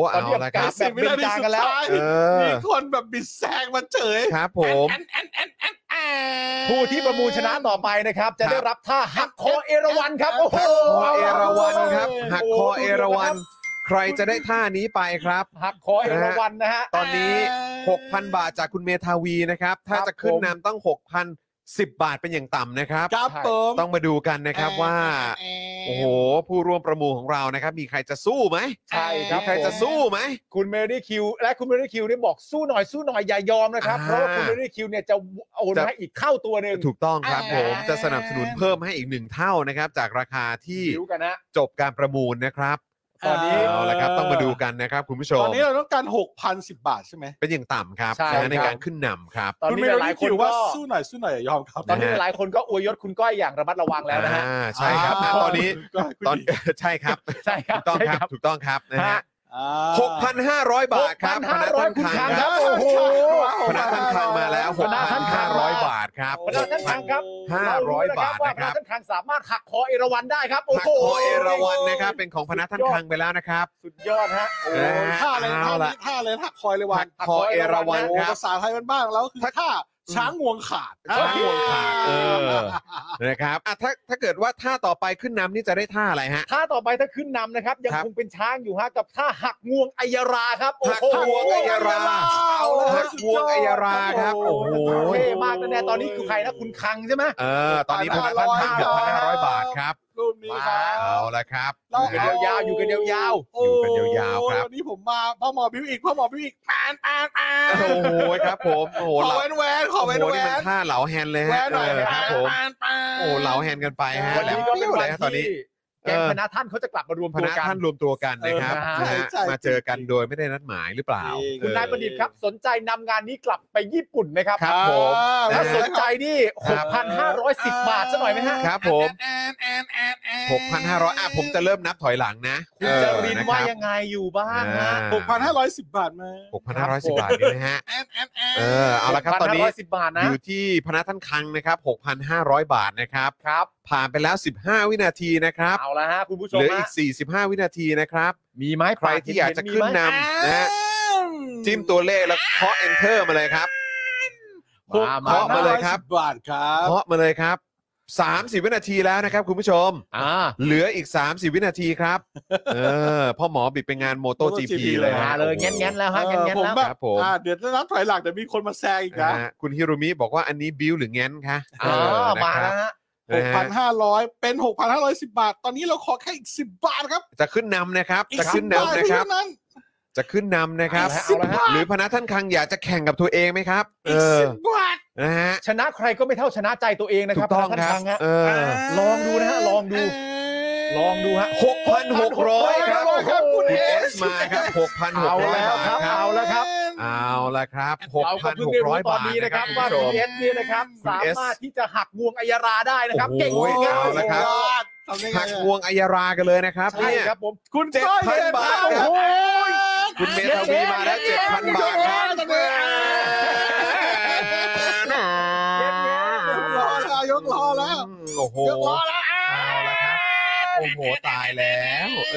Speaker 3: เอาละครับ
Speaker 6: แบบ
Speaker 5: วินาที
Speaker 6: เป็นจานกัน
Speaker 5: สุด
Speaker 6: แล้ว
Speaker 5: ท้าย
Speaker 3: เออ
Speaker 5: มีคนแบบบิดแซงมาเฉย
Speaker 3: ครับผม
Speaker 6: ผู้ที่ประมูลชนะต่อไปนะครับ จะได้รับท่าหักคอเอราวันครับ โอ้โห
Speaker 3: คอเอราวันครับ หักคอ
Speaker 6: โโ
Speaker 3: เอราวัน ใครจะได้ท่านี้ไปครับ
Speaker 6: หักคอเอราวันนะฮะ
Speaker 3: ตอนนี้ 6,000 บาทจากคุณเมธาวีนะครับ ถ้า
Speaker 6: ครับ
Speaker 3: จะขึ้น
Speaker 6: ผม
Speaker 3: นำต้อง 6,000 10 บาทเป็นอย่างต่ำนะครับ
Speaker 5: ครับผม
Speaker 3: ต้องมาดูกันนะครับว่า โอ้โห ผู้ร่วมประมูลของเรานะครับ มีใครจะสู้ไหม
Speaker 6: ใช่ครั
Speaker 3: มี
Speaker 6: บ
Speaker 3: ใครจะสู้ไหม
Speaker 6: คุณเมรี่คิว และคุณเมรี่คิวได้บอกสู้หน่อยสู้หน่อยอย่ายอมนะครับ
Speaker 3: อ่า
Speaker 6: เพราะว่าคุณเมรี่คิวเนี่ยจะโอน
Speaker 3: จะ
Speaker 6: มาให้อีกเท่าตัวหนึ่ง
Speaker 3: ถูกต้องครับผม
Speaker 5: อ่า
Speaker 3: จะสนับสนุนเพิ่มให้อีกหนึ่งเท่านะครับ จากราคาที่
Speaker 6: หิวกันนะ
Speaker 3: จบการประมูลนะครับ ตอนนี้
Speaker 5: เออ
Speaker 3: เอาละครับต้องมาดูกันนะครับคุณผู้ชม
Speaker 5: ตอนนี้เราต้องการ6,010 บาทใช่ไหม
Speaker 3: เป็นอย่างต่ำครับ
Speaker 6: ใช่
Speaker 3: นะใน
Speaker 6: ครับ
Speaker 3: การขึ้นนำครับ
Speaker 6: ตอน
Speaker 5: คุณ
Speaker 6: นี้
Speaker 5: ไม่รู้
Speaker 6: หลาย
Speaker 5: ที่
Speaker 6: ๆค
Speaker 5: คิ
Speaker 6: น
Speaker 5: วว่า
Speaker 6: ก็
Speaker 5: สู้หน่อยสู้หน่อยอย่ายอมครับ
Speaker 6: ตอนนี้
Speaker 3: นะฮะ
Speaker 6: หลายๆคนก็อวยยศคุณก้อยอย่างระมัดระวังแล้วนะฮะ
Speaker 3: อ่าใช่ครับอ่ะตอนนี้
Speaker 5: ก็คุณ
Speaker 3: ตอน ใช่ครับ
Speaker 6: ใช่ครับ
Speaker 3: ถูกต้องค
Speaker 6: ใช่ค
Speaker 3: รับ
Speaker 6: รับ
Speaker 3: ถูกต้องครับนะฮะ
Speaker 6: ฮะ
Speaker 5: อ่า
Speaker 3: หกพันห้าร้อยบาทครับ
Speaker 6: ห้าร้อยคุณค้างครับ บโอ้โห
Speaker 3: คณะท่านคลังมาแล้ว
Speaker 6: คณะท่านคลัง
Speaker 3: 6,500 บาทครับ
Speaker 6: พระท่านคลังครับ
Speaker 3: ห้าร้อยบาทนะครับ
Speaker 6: เเท่านคลังสามารถหักคอเอราวัณได้ครับโอ้
Speaker 3: หัก
Speaker 6: โห
Speaker 3: คอเอราวันนะครับเป็นของพนักท่านคลังไปแล้วนะครับ
Speaker 6: สุดยอดฮะโอ้
Speaker 3: นะฮะ
Speaker 5: ท่าอะไร
Speaker 3: เอา
Speaker 5: ท่า
Speaker 3: ละ
Speaker 5: นี้ท่าอะไรท่าคอยเลยวั
Speaker 3: ั
Speaker 5: น
Speaker 3: กคอเอราวัน
Speaker 5: โอ้
Speaker 3: ครับ
Speaker 5: ภาษาไทยมันบ้างแล้วคือท่าช้างงวงขาด
Speaker 3: ช้างงวงขาดเออ นะครับอ่ะถ้าถ้าเกิดว่าท่าต่อไปขึ้นนำนี่จะได้ท่าอะไรฮะ
Speaker 6: ถ้าต่อไปถ้าขึ้นนำนะครับ ยัง
Speaker 3: ครับ
Speaker 6: คงเป็นช้างอยู่ฮะกับท่าหักงวงอัยราครับโอ้
Speaker 3: หัก
Speaker 6: โห
Speaker 3: งวงอัยรา
Speaker 5: เอาละ
Speaker 3: หักงวงอัยราครับโอ้โห
Speaker 6: เท่มากนะแน่ยตอนนี้คือใครนะคุณคังใช่ไหม
Speaker 3: เออตอนนี้พนักท่านคลังอยู่พันห้าร้อยบาทครับ
Speaker 5: รูปนี้ครับ
Speaker 3: เอาละครับ
Speaker 5: เรา
Speaker 6: อยู่กันยาวๆอยู่กันยาวๆ
Speaker 5: โอ้
Speaker 3: อยู่กันยาวๆครับ
Speaker 5: วันนี้ผมมาพ่อหมอบิวอีกพ่อหมอบิวอีกแปนแปนแปน
Speaker 3: โอ้โหครับผมโอ้โห
Speaker 5: ข
Speaker 3: เห
Speaker 5: อ
Speaker 3: ลา
Speaker 5: แหวนแหวนขอ
Speaker 3: โอ้
Speaker 5: แหวน
Speaker 3: โห
Speaker 5: แหว
Speaker 3: นี่มันนท่าเหลาแฮนด์เลย
Speaker 5: แหว
Speaker 3: ฮะเอ
Speaker 5: นหน่อย
Speaker 3: อครับผม
Speaker 5: แปนแปน
Speaker 3: โอ้โหเหลาแฮนด์กันไปฮะ
Speaker 6: วัน
Speaker 3: แหลม
Speaker 6: นี้ก็เป็
Speaker 3: เปี้
Speaker 6: น
Speaker 3: ยว
Speaker 6: วั
Speaker 3: เลย
Speaker 6: น
Speaker 3: ฮะตอนนี้
Speaker 6: ที่แกง
Speaker 3: เออ
Speaker 6: คณะท่านเขาจะกลับมารวม
Speaker 3: พ
Speaker 6: ตัว
Speaker 3: นัก
Speaker 6: กัน
Speaker 3: ท่านรวมตัวกันนะครับ
Speaker 6: เออ
Speaker 3: นะฮะ
Speaker 5: ใช่ใช่
Speaker 3: มาเจอกันโดยไม่ได้นัดหมายหรือเปล่า
Speaker 6: คุณนายประดิษฐ์ครับ สนใจนำงานนี้กลับไปญี่ปุ่นไหมครับ
Speaker 3: ครับผม
Speaker 6: ถ้า
Speaker 3: นะ
Speaker 6: สน
Speaker 3: ฮะ
Speaker 6: ใจนี่
Speaker 3: ครับ
Speaker 6: 6,510 บาทซะหน่อยไหมฮะ
Speaker 3: ครับผม6,500อ่ะผมจะเริ่มนับถอยหลังนะ
Speaker 6: คุณจรินว่ายังไงอยู่บ้างฮะ
Speaker 5: หกพันห้าร้อยสิบบาทมา
Speaker 3: 6,510 บาทนี่นะฮะเออเอาละครับตอนนี้
Speaker 6: 6,510บาทนะ
Speaker 3: อยู่ที่พนักท่านคลังนะครับ6,500 บาทนะครับ
Speaker 6: ครับ
Speaker 3: ผ่านไปแล้ว 15 วินาทีนะครับ
Speaker 6: เอาละฮะคุณผู้ช
Speaker 3: เห
Speaker 6: ม
Speaker 3: ลืออี
Speaker 6: ฮะ
Speaker 3: ก 45 วินาทีนะครับ
Speaker 6: มีไหม
Speaker 3: ใครที่อยากจะขึ้นนำนะฮะจิ้มตัวเลขแล้วเคาะ enter มาเลยครับ
Speaker 6: มามา
Speaker 3: เคาะมาเลยครับ
Speaker 5: บาทครับ
Speaker 3: เคาะมาเลยครับ 30 วินาทีแล้วนะครับคุณผู้ชม
Speaker 6: อ่า
Speaker 3: เหลืออีก 30 วินาทีครับ เออพ่อหมอบิดเป็นงานโมโต GP เลยฮะ
Speaker 6: มาเลยแง้นๆแล้วฮะแง้น
Speaker 5: ผ
Speaker 6: ๆ
Speaker 5: ม
Speaker 6: แล้ว
Speaker 5: แบบ
Speaker 3: ครับผม
Speaker 5: อ่าเดี๋ยวจะนับถอยหลังเดี๋ยวมีคนมาแซงอีก
Speaker 3: นะ
Speaker 5: นะ
Speaker 3: ฮะคุณฮิโรมิบอกว่าอันนี้บิวหรือแง้นคะ
Speaker 6: อ๋อมา
Speaker 3: เออนะค
Speaker 6: แล้
Speaker 3: รั
Speaker 6: วฮะ
Speaker 3: บนะ
Speaker 5: หก
Speaker 3: ฮะ
Speaker 5: พันห้าร้อยเป็นหกพันห้าร้อยสิบบาท ตอนนี้เราขอแค่อีกสิบบาทครับ
Speaker 3: จะขึ้นนำนะครับ
Speaker 5: อีก
Speaker 3: จะ
Speaker 5: สิ
Speaker 3: ขึ้
Speaker 5: บ
Speaker 3: น
Speaker 5: บาท
Speaker 3: นำนะค
Speaker 5: เท่า
Speaker 3: รับ
Speaker 5: นั้น
Speaker 3: จะขึ้นนำนะครับ
Speaker 6: เอาละฮะ
Speaker 3: หรือพนักท่านคังอยากจะแข่งกับตัวเองไหมครับ เอ
Speaker 5: อีก
Speaker 3: อ
Speaker 5: สิบบาท
Speaker 3: นะฮะ
Speaker 6: ชนะใครก็ไม่เท่าชนะใจตัวเองนะ
Speaker 3: ถู
Speaker 6: ครั
Speaker 3: ก
Speaker 6: บ
Speaker 3: ต้อง
Speaker 6: ท่าน
Speaker 3: ครับ
Speaker 6: ทางฮะ
Speaker 3: เออ
Speaker 6: ลองดูนะฮะลองดู ลองดูฮะ
Speaker 3: 6,600 ครับ
Speaker 5: ครับคุ
Speaker 3: คุณ
Speaker 5: ณเอ
Speaker 3: เอ
Speaker 5: ส
Speaker 3: สมาครับ6,600
Speaker 6: เอาแล้ว
Speaker 3: บาท
Speaker 6: ครับเอาแล้วครับ
Speaker 3: เอาละครับ
Speaker 6: เราก็เพิ่งได้รู้ตอบ
Speaker 3: 6,600าน ท
Speaker 6: นี้
Speaker 3: นะ
Speaker 6: นะ
Speaker 3: ค
Speaker 6: ค
Speaker 3: รั
Speaker 6: รั
Speaker 3: บบ คุณ
Speaker 6: ว่า
Speaker 3: ผู้ช
Speaker 6: คุณ
Speaker 3: ม
Speaker 6: เอสเนี่ยนะครับ
Speaker 3: คุณ
Speaker 6: สา
Speaker 3: เอส
Speaker 6: มารถที่จะหักงวงอัยาราได้นะครับ
Speaker 3: โอ้โห
Speaker 6: เก่งมาก
Speaker 3: เอาละครับ
Speaker 5: ทำได้ไง
Speaker 3: หัก
Speaker 5: อะ
Speaker 3: งวงอัยรากันเลยนะครับ
Speaker 6: ใช่
Speaker 3: เนี่ย
Speaker 6: ครับผม
Speaker 5: คุณ
Speaker 3: 7,000
Speaker 5: ก้อย7,000
Speaker 3: บาท
Speaker 5: โอ้โห
Speaker 3: คุณเมธาวีมาแล้ว7,000 บาทครับ
Speaker 5: เย้ ยกล้อแล้วยกล้อแล้ว
Speaker 3: โอ้โห
Speaker 5: ยกล้อแล้วอ่ะ
Speaker 3: เอาละครับ โอ้โห ตายแล้ว เอ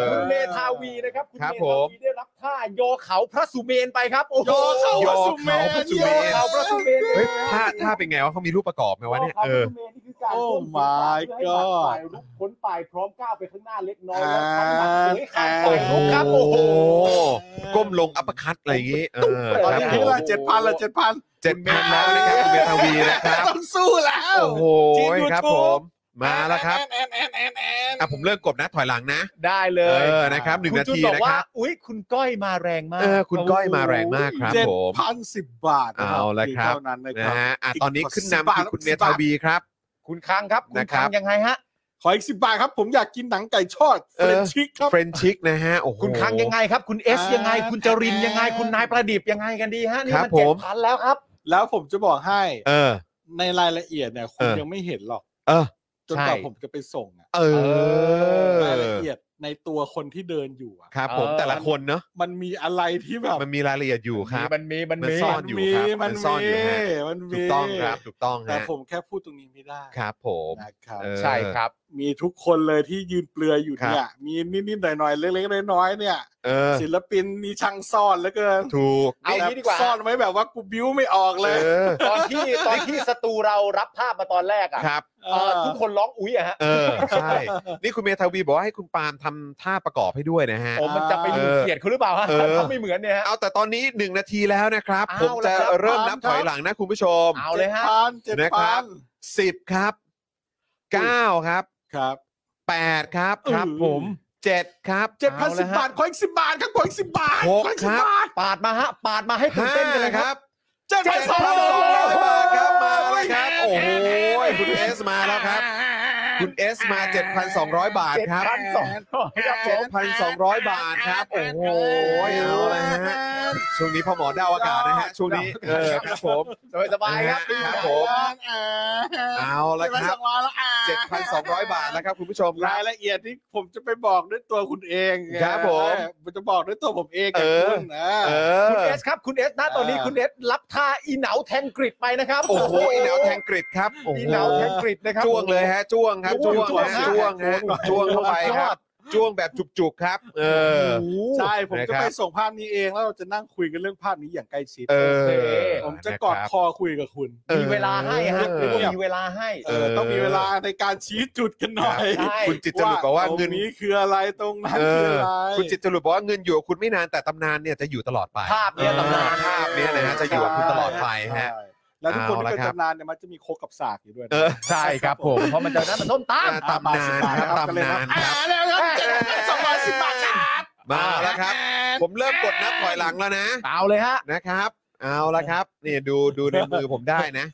Speaker 3: อ
Speaker 6: คุณเมธาวีนะครับคุณ
Speaker 3: ค
Speaker 6: เม
Speaker 3: รับ
Speaker 6: ธา
Speaker 3: ผม
Speaker 6: วีได้รับท่ายอเขาพระสุเมนไปครับโอ้โห
Speaker 5: โยกเขา
Speaker 3: โย
Speaker 5: พระ
Speaker 3: ก
Speaker 5: สุเม
Speaker 3: เขา
Speaker 5: น
Speaker 3: พระสุ
Speaker 5: โย
Speaker 3: เมน
Speaker 5: กเขา
Speaker 6: เขาพ
Speaker 5: พระ
Speaker 6: ระ
Speaker 5: สุ
Speaker 6: สุ
Speaker 5: เม
Speaker 6: เม
Speaker 5: น
Speaker 6: น
Speaker 3: เฮ้ยท่าท่าเป็นไงวะเขามีรูปประกอบไหมวะเนี่ย เออ
Speaker 6: ยกขาพระสุเมนนี่คือการ
Speaker 5: โอ้
Speaker 6: ก้ม
Speaker 5: my
Speaker 6: ศีรษะเพื่อให้บัตรฝ่ายลุกพ้นไปพร้อมก้าวไปข้างหน้าเล็กน้อยแล้วทั้งหมัดสวยขา
Speaker 3: โอ้
Speaker 6: ย
Speaker 3: โห
Speaker 6: ลุกครับโอ้โห
Speaker 3: ก้มลงอัปคัตอะไรอย่างงี้ เออ
Speaker 5: ตอน
Speaker 3: ครับ
Speaker 5: นี้
Speaker 3: ผ
Speaker 5: เท่ามไหร่เจ็ดพันละเจ็ดพัน
Speaker 3: เจ็ดพันแล้วนะครับคุณเมธาวีนะครับ
Speaker 5: ต้องสู้แล้ว
Speaker 3: โอ้โห
Speaker 5: จีน YouTube
Speaker 3: ครับผม มาแล้วครับ
Speaker 5: แอนแอนแอนแอน
Speaker 3: อ่ะผมเลิกกดนะถอยหลังนะ
Speaker 6: ได้เล
Speaker 3: เอย อ นะครับหนึ่ง
Speaker 6: คุณ
Speaker 3: นา
Speaker 6: จูน
Speaker 3: ที
Speaker 6: บอก
Speaker 3: นะค
Speaker 6: ว่า
Speaker 3: รับ
Speaker 6: อุ๊ย คุณก้อยมาแรงมาก
Speaker 3: เออ คุณก้อยมาแรงมากครับ
Speaker 5: เจ็ด
Speaker 3: ผม
Speaker 5: พันสิบบาทนะ
Speaker 3: เอาละครับ
Speaker 5: เท่านั้นนะค
Speaker 3: นะ
Speaker 5: รับ
Speaker 3: ฮะอ่ะตอนนี้ขึ้นนำคือคุณเมธาวีครับ
Speaker 6: คุณคังครับคุณ
Speaker 3: นะครั
Speaker 6: คัง
Speaker 3: บ
Speaker 6: ยังไงฮะ
Speaker 5: ขออีกสิบบาทครับ ผมอยากกินหนังไก่ทอดเฟ
Speaker 3: เออ
Speaker 5: รนช์ชิกครับ
Speaker 3: เฟรนชิกนะฮะ โอ้โห
Speaker 6: คุณคังยังไงครับ คุณเอส
Speaker 5: อ่ายั
Speaker 6: ยังไง คุณจรินยังไง
Speaker 5: อ่า
Speaker 6: คุณนายประดิษฐ์ยังไงกันดีฮะ นี่
Speaker 3: ครับ
Speaker 6: มันเจ็
Speaker 3: ผ
Speaker 6: ด
Speaker 3: ม
Speaker 6: พันแล้วครับ
Speaker 5: แล้วผมจะบอกให้
Speaker 3: เออ
Speaker 5: ในรายละเอียดเนี่ยคุณ
Speaker 3: เออ
Speaker 5: ยังไม่เห็นหรอก
Speaker 3: เออ
Speaker 5: จนกว่า
Speaker 6: ใช่
Speaker 5: ผมจะไปส่งอะ
Speaker 3: เออ
Speaker 5: รายละเอียดในตัวคนที่เดินอยู่อะ
Speaker 3: ครับผม
Speaker 6: เออ
Speaker 3: แต่ละคนเนาะ
Speaker 5: มันมีอะไรที่แบบ
Speaker 3: มันมีรายละเอียดอยู่ครับ
Speaker 6: มันมีมัน
Speaker 3: มัน
Speaker 6: มี
Speaker 3: ซ่อนอยู่ครับ
Speaker 5: มัน
Speaker 3: มันซ่อน
Speaker 5: มี
Speaker 3: อยู่ฮะ
Speaker 5: มันมี
Speaker 3: ถูกต้องครับ ถูกต้อง
Speaker 5: แต่
Speaker 3: ฮะ
Speaker 5: ผมแค่พูดตรงนี้ไม่ได้
Speaker 3: ครับผม
Speaker 5: นะครับ
Speaker 3: เออ
Speaker 6: ใช่ครับ
Speaker 5: มีทุกคนเลยที่ยืนเปลือยอยู่เนี่ย มีนิดๆหน่อยๆเล็กๆน้อยๆเนี่ย
Speaker 3: เออ
Speaker 5: ศิลปินมีช่างซ่อนเหลือเกิน
Speaker 3: ถูก
Speaker 6: เอางี้ดีกว่า
Speaker 5: ซ่อนไว้แบบว่ากูบิ้วไม่ออก
Speaker 3: เอ
Speaker 5: เลย
Speaker 3: อ
Speaker 6: ตอนที่ตอนที่สตูเรารับภาพมาตอนแรกอ่ะ
Speaker 3: ครับ
Speaker 6: เอ่อทุกคนร้องอุ๊ยอะฮะ
Speaker 3: เออ ใช่ นี่คุณเมธาวีบอกว่าให้คุณปาล์มทำท่าประกอบให้ด้วยนะฮะ
Speaker 6: ผมมันจะไปดู
Speaker 3: เออ
Speaker 6: เกียรติเขาหรือเปล่าฮะ
Speaker 3: เออ
Speaker 6: เขาไม่เหมือนเนี่ยฮะ
Speaker 3: เอาแต่ตอนนี้1นาทีแล้วนะครับ
Speaker 6: เอา
Speaker 3: ผมจะ
Speaker 6: ละครับ
Speaker 3: เริ่มนับถอยหลังนะคุณผู้ชม
Speaker 6: เอาเลยฮะ
Speaker 5: พันเจ็ด
Speaker 3: นะครั
Speaker 5: พั
Speaker 3: บ
Speaker 5: น
Speaker 3: 10 ครับ 9 ครับ
Speaker 5: ครับ
Speaker 3: 8 ครับ
Speaker 5: ครับผม
Speaker 3: 7ครับ
Speaker 5: เจ็ดพัน
Speaker 6: เอา
Speaker 5: สิ
Speaker 6: ละ
Speaker 5: บ
Speaker 6: ฮะ
Speaker 5: บาทขออีกสิบบาทครับขออีกสิบบาท
Speaker 3: หก
Speaker 5: ขออีกสิบ
Speaker 3: ครับ
Speaker 5: บาท
Speaker 6: ปาดมาฮะ ปาดมาให้คุณเต้นกันเลย
Speaker 3: 5
Speaker 6: ค
Speaker 3: ค
Speaker 6: รั
Speaker 3: รับ บ
Speaker 5: เจ็ดพันสองร้อย
Speaker 3: 7,200
Speaker 5: บา
Speaker 3: บา
Speaker 5: ท
Speaker 3: ทค
Speaker 5: ครั
Speaker 3: รั
Speaker 5: บบ มา
Speaker 3: มา
Speaker 5: เล
Speaker 3: แล้ว
Speaker 5: ย
Speaker 3: ค
Speaker 5: ค
Speaker 3: รั
Speaker 5: รับบ โอ้
Speaker 3: โอ้
Speaker 5: โห
Speaker 3: โหคุณเอสมาแล้วครับ คุณเอสมา 7,200 บาทครับ
Speaker 6: พันสองร้อยครับผม
Speaker 3: 7,200 บาทครับ โอ้โหเอาละฮะช่วงนี้พ่อหมอเดาอากาศนะฮะช่วงนี้เออครับผม
Speaker 6: สบายๆครับ
Speaker 3: ครับผมเอาละครับ 7,200 บาทแล้วครับคุณผู้ชมครับ
Speaker 5: รายละเอียดที่ผมจะไปบอกด้วยตัวคุณเองไง
Speaker 3: ครับผม
Speaker 5: ผมจะบอกด้วยตัวผมเองกับ
Speaker 3: เออ
Speaker 5: คุณนะ
Speaker 3: เอ
Speaker 6: คุณ
Speaker 3: อ
Speaker 6: เอสครับ คุณเอสนะตอนนี้คุณเอสรับท่าอีเหนาแทงกริดไปนะครับ
Speaker 3: โอ้โหอีเหนาแทงกริดครับโอ้โห
Speaker 6: อีเหนาแทงกริดนะครับ
Speaker 3: จ้วงเลยฮะจ้วงครับ
Speaker 6: จ้
Speaker 3: จ้ว
Speaker 6: วง
Speaker 3: งฮะจ้วงฮะจ้วงเข้าไปครับจ้วงแบบจุกๆครับ เออ
Speaker 6: โอ้โห
Speaker 5: ใช่ ผมจะ
Speaker 3: นะครับ
Speaker 5: ไปส่งภาพนี้เอง แล้วเราจะนั่งคุยกันเรื่องภาพนี้อย่างใกล้ชิด
Speaker 3: เออ
Speaker 5: ผมจะกอด
Speaker 3: นะครับ
Speaker 5: คอคุยกับคุณ
Speaker 3: ออ
Speaker 6: มีเวลาให้ฮะ
Speaker 3: เออ
Speaker 6: มีเวลาให้
Speaker 5: เออต้องมีเวลาในการชี้จุดกันหน่อย
Speaker 6: ครับ
Speaker 3: คุณจิตจรุดบอกว่าเงิน
Speaker 5: ตรงนี้คืออะไรตรงนั้น
Speaker 3: เอ
Speaker 5: คือ
Speaker 3: อ
Speaker 5: อะไร
Speaker 3: คุณจิตจรุดบอกว่าเงินอยู่กับคุณไม่นานแต่ตำนานเนี่ยจะอยู่ตลอดไป
Speaker 6: ภาพเนี่ยตำนาน
Speaker 3: ภาพเนี่ยนะฮะจะอยู่กับคุณตลอดไปฮะ
Speaker 5: ใช่แล้วทุกคนที่เป็
Speaker 3: เอาละ
Speaker 5: น
Speaker 3: ครับ
Speaker 5: ตำนานเนี่ยมันจะมีโคกกับสากอยู่ด้วยนะ
Speaker 3: เออ
Speaker 6: ใช่ครับผม เพราะมันจะนั้นมันส้มตำ
Speaker 3: อ่าตำนานครับตำนานครับ
Speaker 5: อ่าแล้วครับเจ็ดพันสองร้อยสิบบาทครับ
Speaker 3: มาแล้วครับ ผมเริ่มกดนับถอยหลังแล้วนะ
Speaker 6: เอาเลยฮะ
Speaker 3: นะครับ เอาละครับ นี่ดูดูในมือผมได้นะ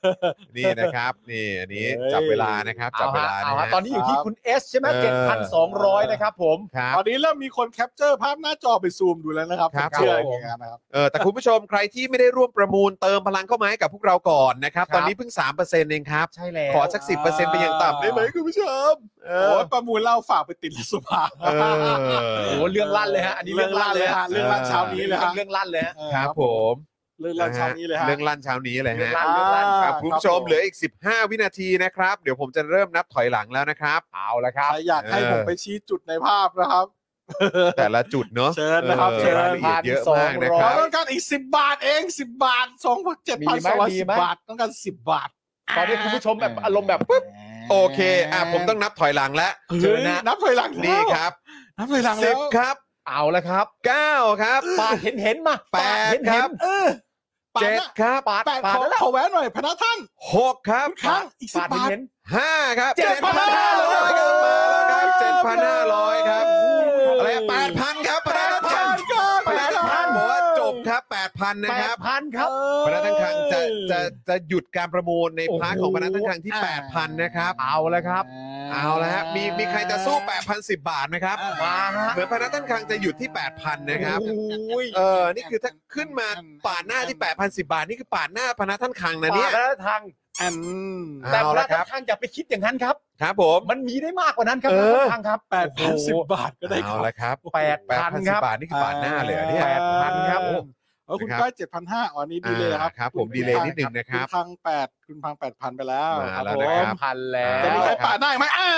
Speaker 3: นี่นะครับ นี่อันนี้
Speaker 5: เฮ้ย
Speaker 3: จับเวลานะครับ จั
Speaker 6: เอา
Speaker 3: บเว
Speaker 6: ฮะ
Speaker 3: ลา
Speaker 6: เอา
Speaker 3: นะ
Speaker 6: ฮะ
Speaker 3: ฮะ
Speaker 6: ตอนนี้อยู่ที่คุณเอสใช่ไหม
Speaker 3: เออ
Speaker 6: เจ็ดพันสองร้อยนะครับผม
Speaker 3: ครับ
Speaker 5: ตอนนี้เริ่มมีคนแคปเจอร์ภาพหน้าจอไปซูมดูแล้วนะครับ
Speaker 3: ครับ
Speaker 5: ผมเชื่อ
Speaker 6: ผม
Speaker 5: อย่างนั้นนะครับ
Speaker 3: เออแต่คุณผู้ชมใครที่ไม่ได้ร่วมประมูลเติมพลังเข้ามาให้กับพวกเราก่อนนะครับ
Speaker 6: ครับ
Speaker 3: ตอนนี้เพิ่ง 3%เองครับ
Speaker 6: ใช่แล้ว
Speaker 3: ขอสัก 10%เป็นอย่างต่ำได้ไหมคุณผู้ชม เอ
Speaker 5: โอ้
Speaker 3: อย
Speaker 5: ประมูลเหล่าฝากไปติดรัฐสภา
Speaker 3: เอ
Speaker 6: โอ้
Speaker 3: อ
Speaker 6: โหเรื่องลั่นเลยฮะ อันนี้
Speaker 5: เรื่
Speaker 6: เรื่
Speaker 5: อ
Speaker 6: อง ง
Speaker 5: ล่า
Speaker 6: ลั่นเลย ยฮะ
Speaker 5: เลฮะเรื่องล่าเช้านี้เลยฮะ
Speaker 6: เรื่องลั่นเลยฮะ
Speaker 3: ครับผม
Speaker 5: เรื่องล่าเช้านี้เลยฮะ
Speaker 3: เรื่องลั่นเช้านี้เลยฮะ
Speaker 6: เรื่องลั่น
Speaker 3: ครับคุณผู้ชมเหลืออีก 15 วินาทีนะครับ เดี๋ยวผมจะเริ่มนับถอยหลังแล้วนะครับ เอาละครับ
Speaker 5: ใครอยากให้ผมไปชี้จุดในภาพนะครับ
Speaker 3: แต่ละจุดเนาะ
Speaker 5: เชิญนะครับ
Speaker 3: ออ
Speaker 5: เชิญ
Speaker 3: รายละเอียดเยอะมากนะครับ
Speaker 5: ต้องการอีกสิบบาทเองสิบบาทสองพันเจ็ด
Speaker 6: มี
Speaker 5: พัน
Speaker 6: ไหม
Speaker 5: สองร้อย
Speaker 6: มี
Speaker 5: สิบ
Speaker 6: ไหม
Speaker 5: บาทต้องการสิบบาท
Speaker 6: ตอนนี้คุณผู้ชมแบบอารมณ์แบบปึ๊บ
Speaker 3: โอเค อ่ะ ผมต้องนับถอยหลังแล้ว
Speaker 6: เจอ
Speaker 5: ฮ้ย
Speaker 6: นะ
Speaker 5: นับถอยหลังแล้ว
Speaker 3: นี่ครับ
Speaker 5: นับถอยหลัง
Speaker 3: สิ
Speaker 5: แล้
Speaker 3: บ
Speaker 5: ว
Speaker 3: ครับ
Speaker 6: เอาละครับ
Speaker 3: เก้าครับ
Speaker 6: ปาดเห็นเห็นๆมา
Speaker 3: แปด
Speaker 6: เห็น
Speaker 3: ค
Speaker 6: เห็
Speaker 3: รั
Speaker 6: น
Speaker 3: บ
Speaker 5: เออปาด
Speaker 3: เจ็ด
Speaker 5: นะครับ
Speaker 6: ปาด
Speaker 5: แปด
Speaker 6: ปา
Speaker 5: ข
Speaker 6: ด
Speaker 5: อ
Speaker 6: แล้วล่ะ
Speaker 5: ขอแวะหน่อยพนักท่าน
Speaker 3: หกครับ
Speaker 5: ครั้งอีกสิบ
Speaker 6: ปาด
Speaker 5: บาท
Speaker 6: เห็น
Speaker 3: ห้าครับ
Speaker 6: เจ็ดพันห้าร้อย
Speaker 3: 7,500ครับมาแล้วครับเจ็ดพันห้าร้อยครับอะไรแปดพันครับพนักงานพนักงานบอกว่าจบครับแปดพันนะ
Speaker 6: แป
Speaker 3: ครั
Speaker 6: ด
Speaker 3: บ
Speaker 6: พันครับ
Speaker 3: พนักงานจะจะจะหยุดการประมูลใน
Speaker 6: โอ้โห
Speaker 3: พาร์ทของพนักงานที่แปดพันนะครับ
Speaker 6: เอาละครับ
Speaker 3: เอาละฮะมีมีใครจะสู้8,010บาทไหมครับ
Speaker 6: มาฮะ
Speaker 3: เหมือนพนักงานจะหยุดที่ 8,000 นะครับ
Speaker 6: โอ้ย
Speaker 3: เออ นี่คือถ้าขึ้นมาป่าดหน้าที่ 8,010 บาท นี่คือป่าดหน้าพนักท่านคังนะ
Speaker 6: ปา
Speaker 3: เนี่
Speaker 6: ด
Speaker 3: ย
Speaker 6: แล้วทาง
Speaker 5: อัน
Speaker 6: แต่
Speaker 3: เอา
Speaker 6: พ
Speaker 3: ละ
Speaker 6: ระ
Speaker 3: ครับ
Speaker 6: ทางอย่าไปคิดอย่างนั้นครับ
Speaker 3: ครับผม
Speaker 6: มันมีได้มากกว่านั้นครับ
Speaker 3: เออ
Speaker 6: ทางครับ
Speaker 5: แปดพันสิบบาทก็ได้ค
Speaker 3: เอา
Speaker 5: รับ
Speaker 3: ละครับ
Speaker 6: แปดพันครับ
Speaker 3: 8,010บาท นี่คือป่าดหน้าเลยเหรอเนี่ย
Speaker 6: แปด 8,000ครับ
Speaker 5: เออเออคุณ
Speaker 3: นะครับ
Speaker 5: ก้อยเจ็ดพันห้าอ๋อนี่ดีเลยครับ
Speaker 3: ครับ ผมดีเลยนิดนึงนะครับ
Speaker 5: ณพังแปดคุณพังแปดพันไปแล้ว
Speaker 3: มา
Speaker 5: ครับ
Speaker 3: แล้ว
Speaker 5: ผ
Speaker 3: นะครั
Speaker 5: ม
Speaker 3: บ
Speaker 6: พันแล้
Speaker 5: จะมี
Speaker 6: ว
Speaker 5: ใครปาดได้ไหมอ่า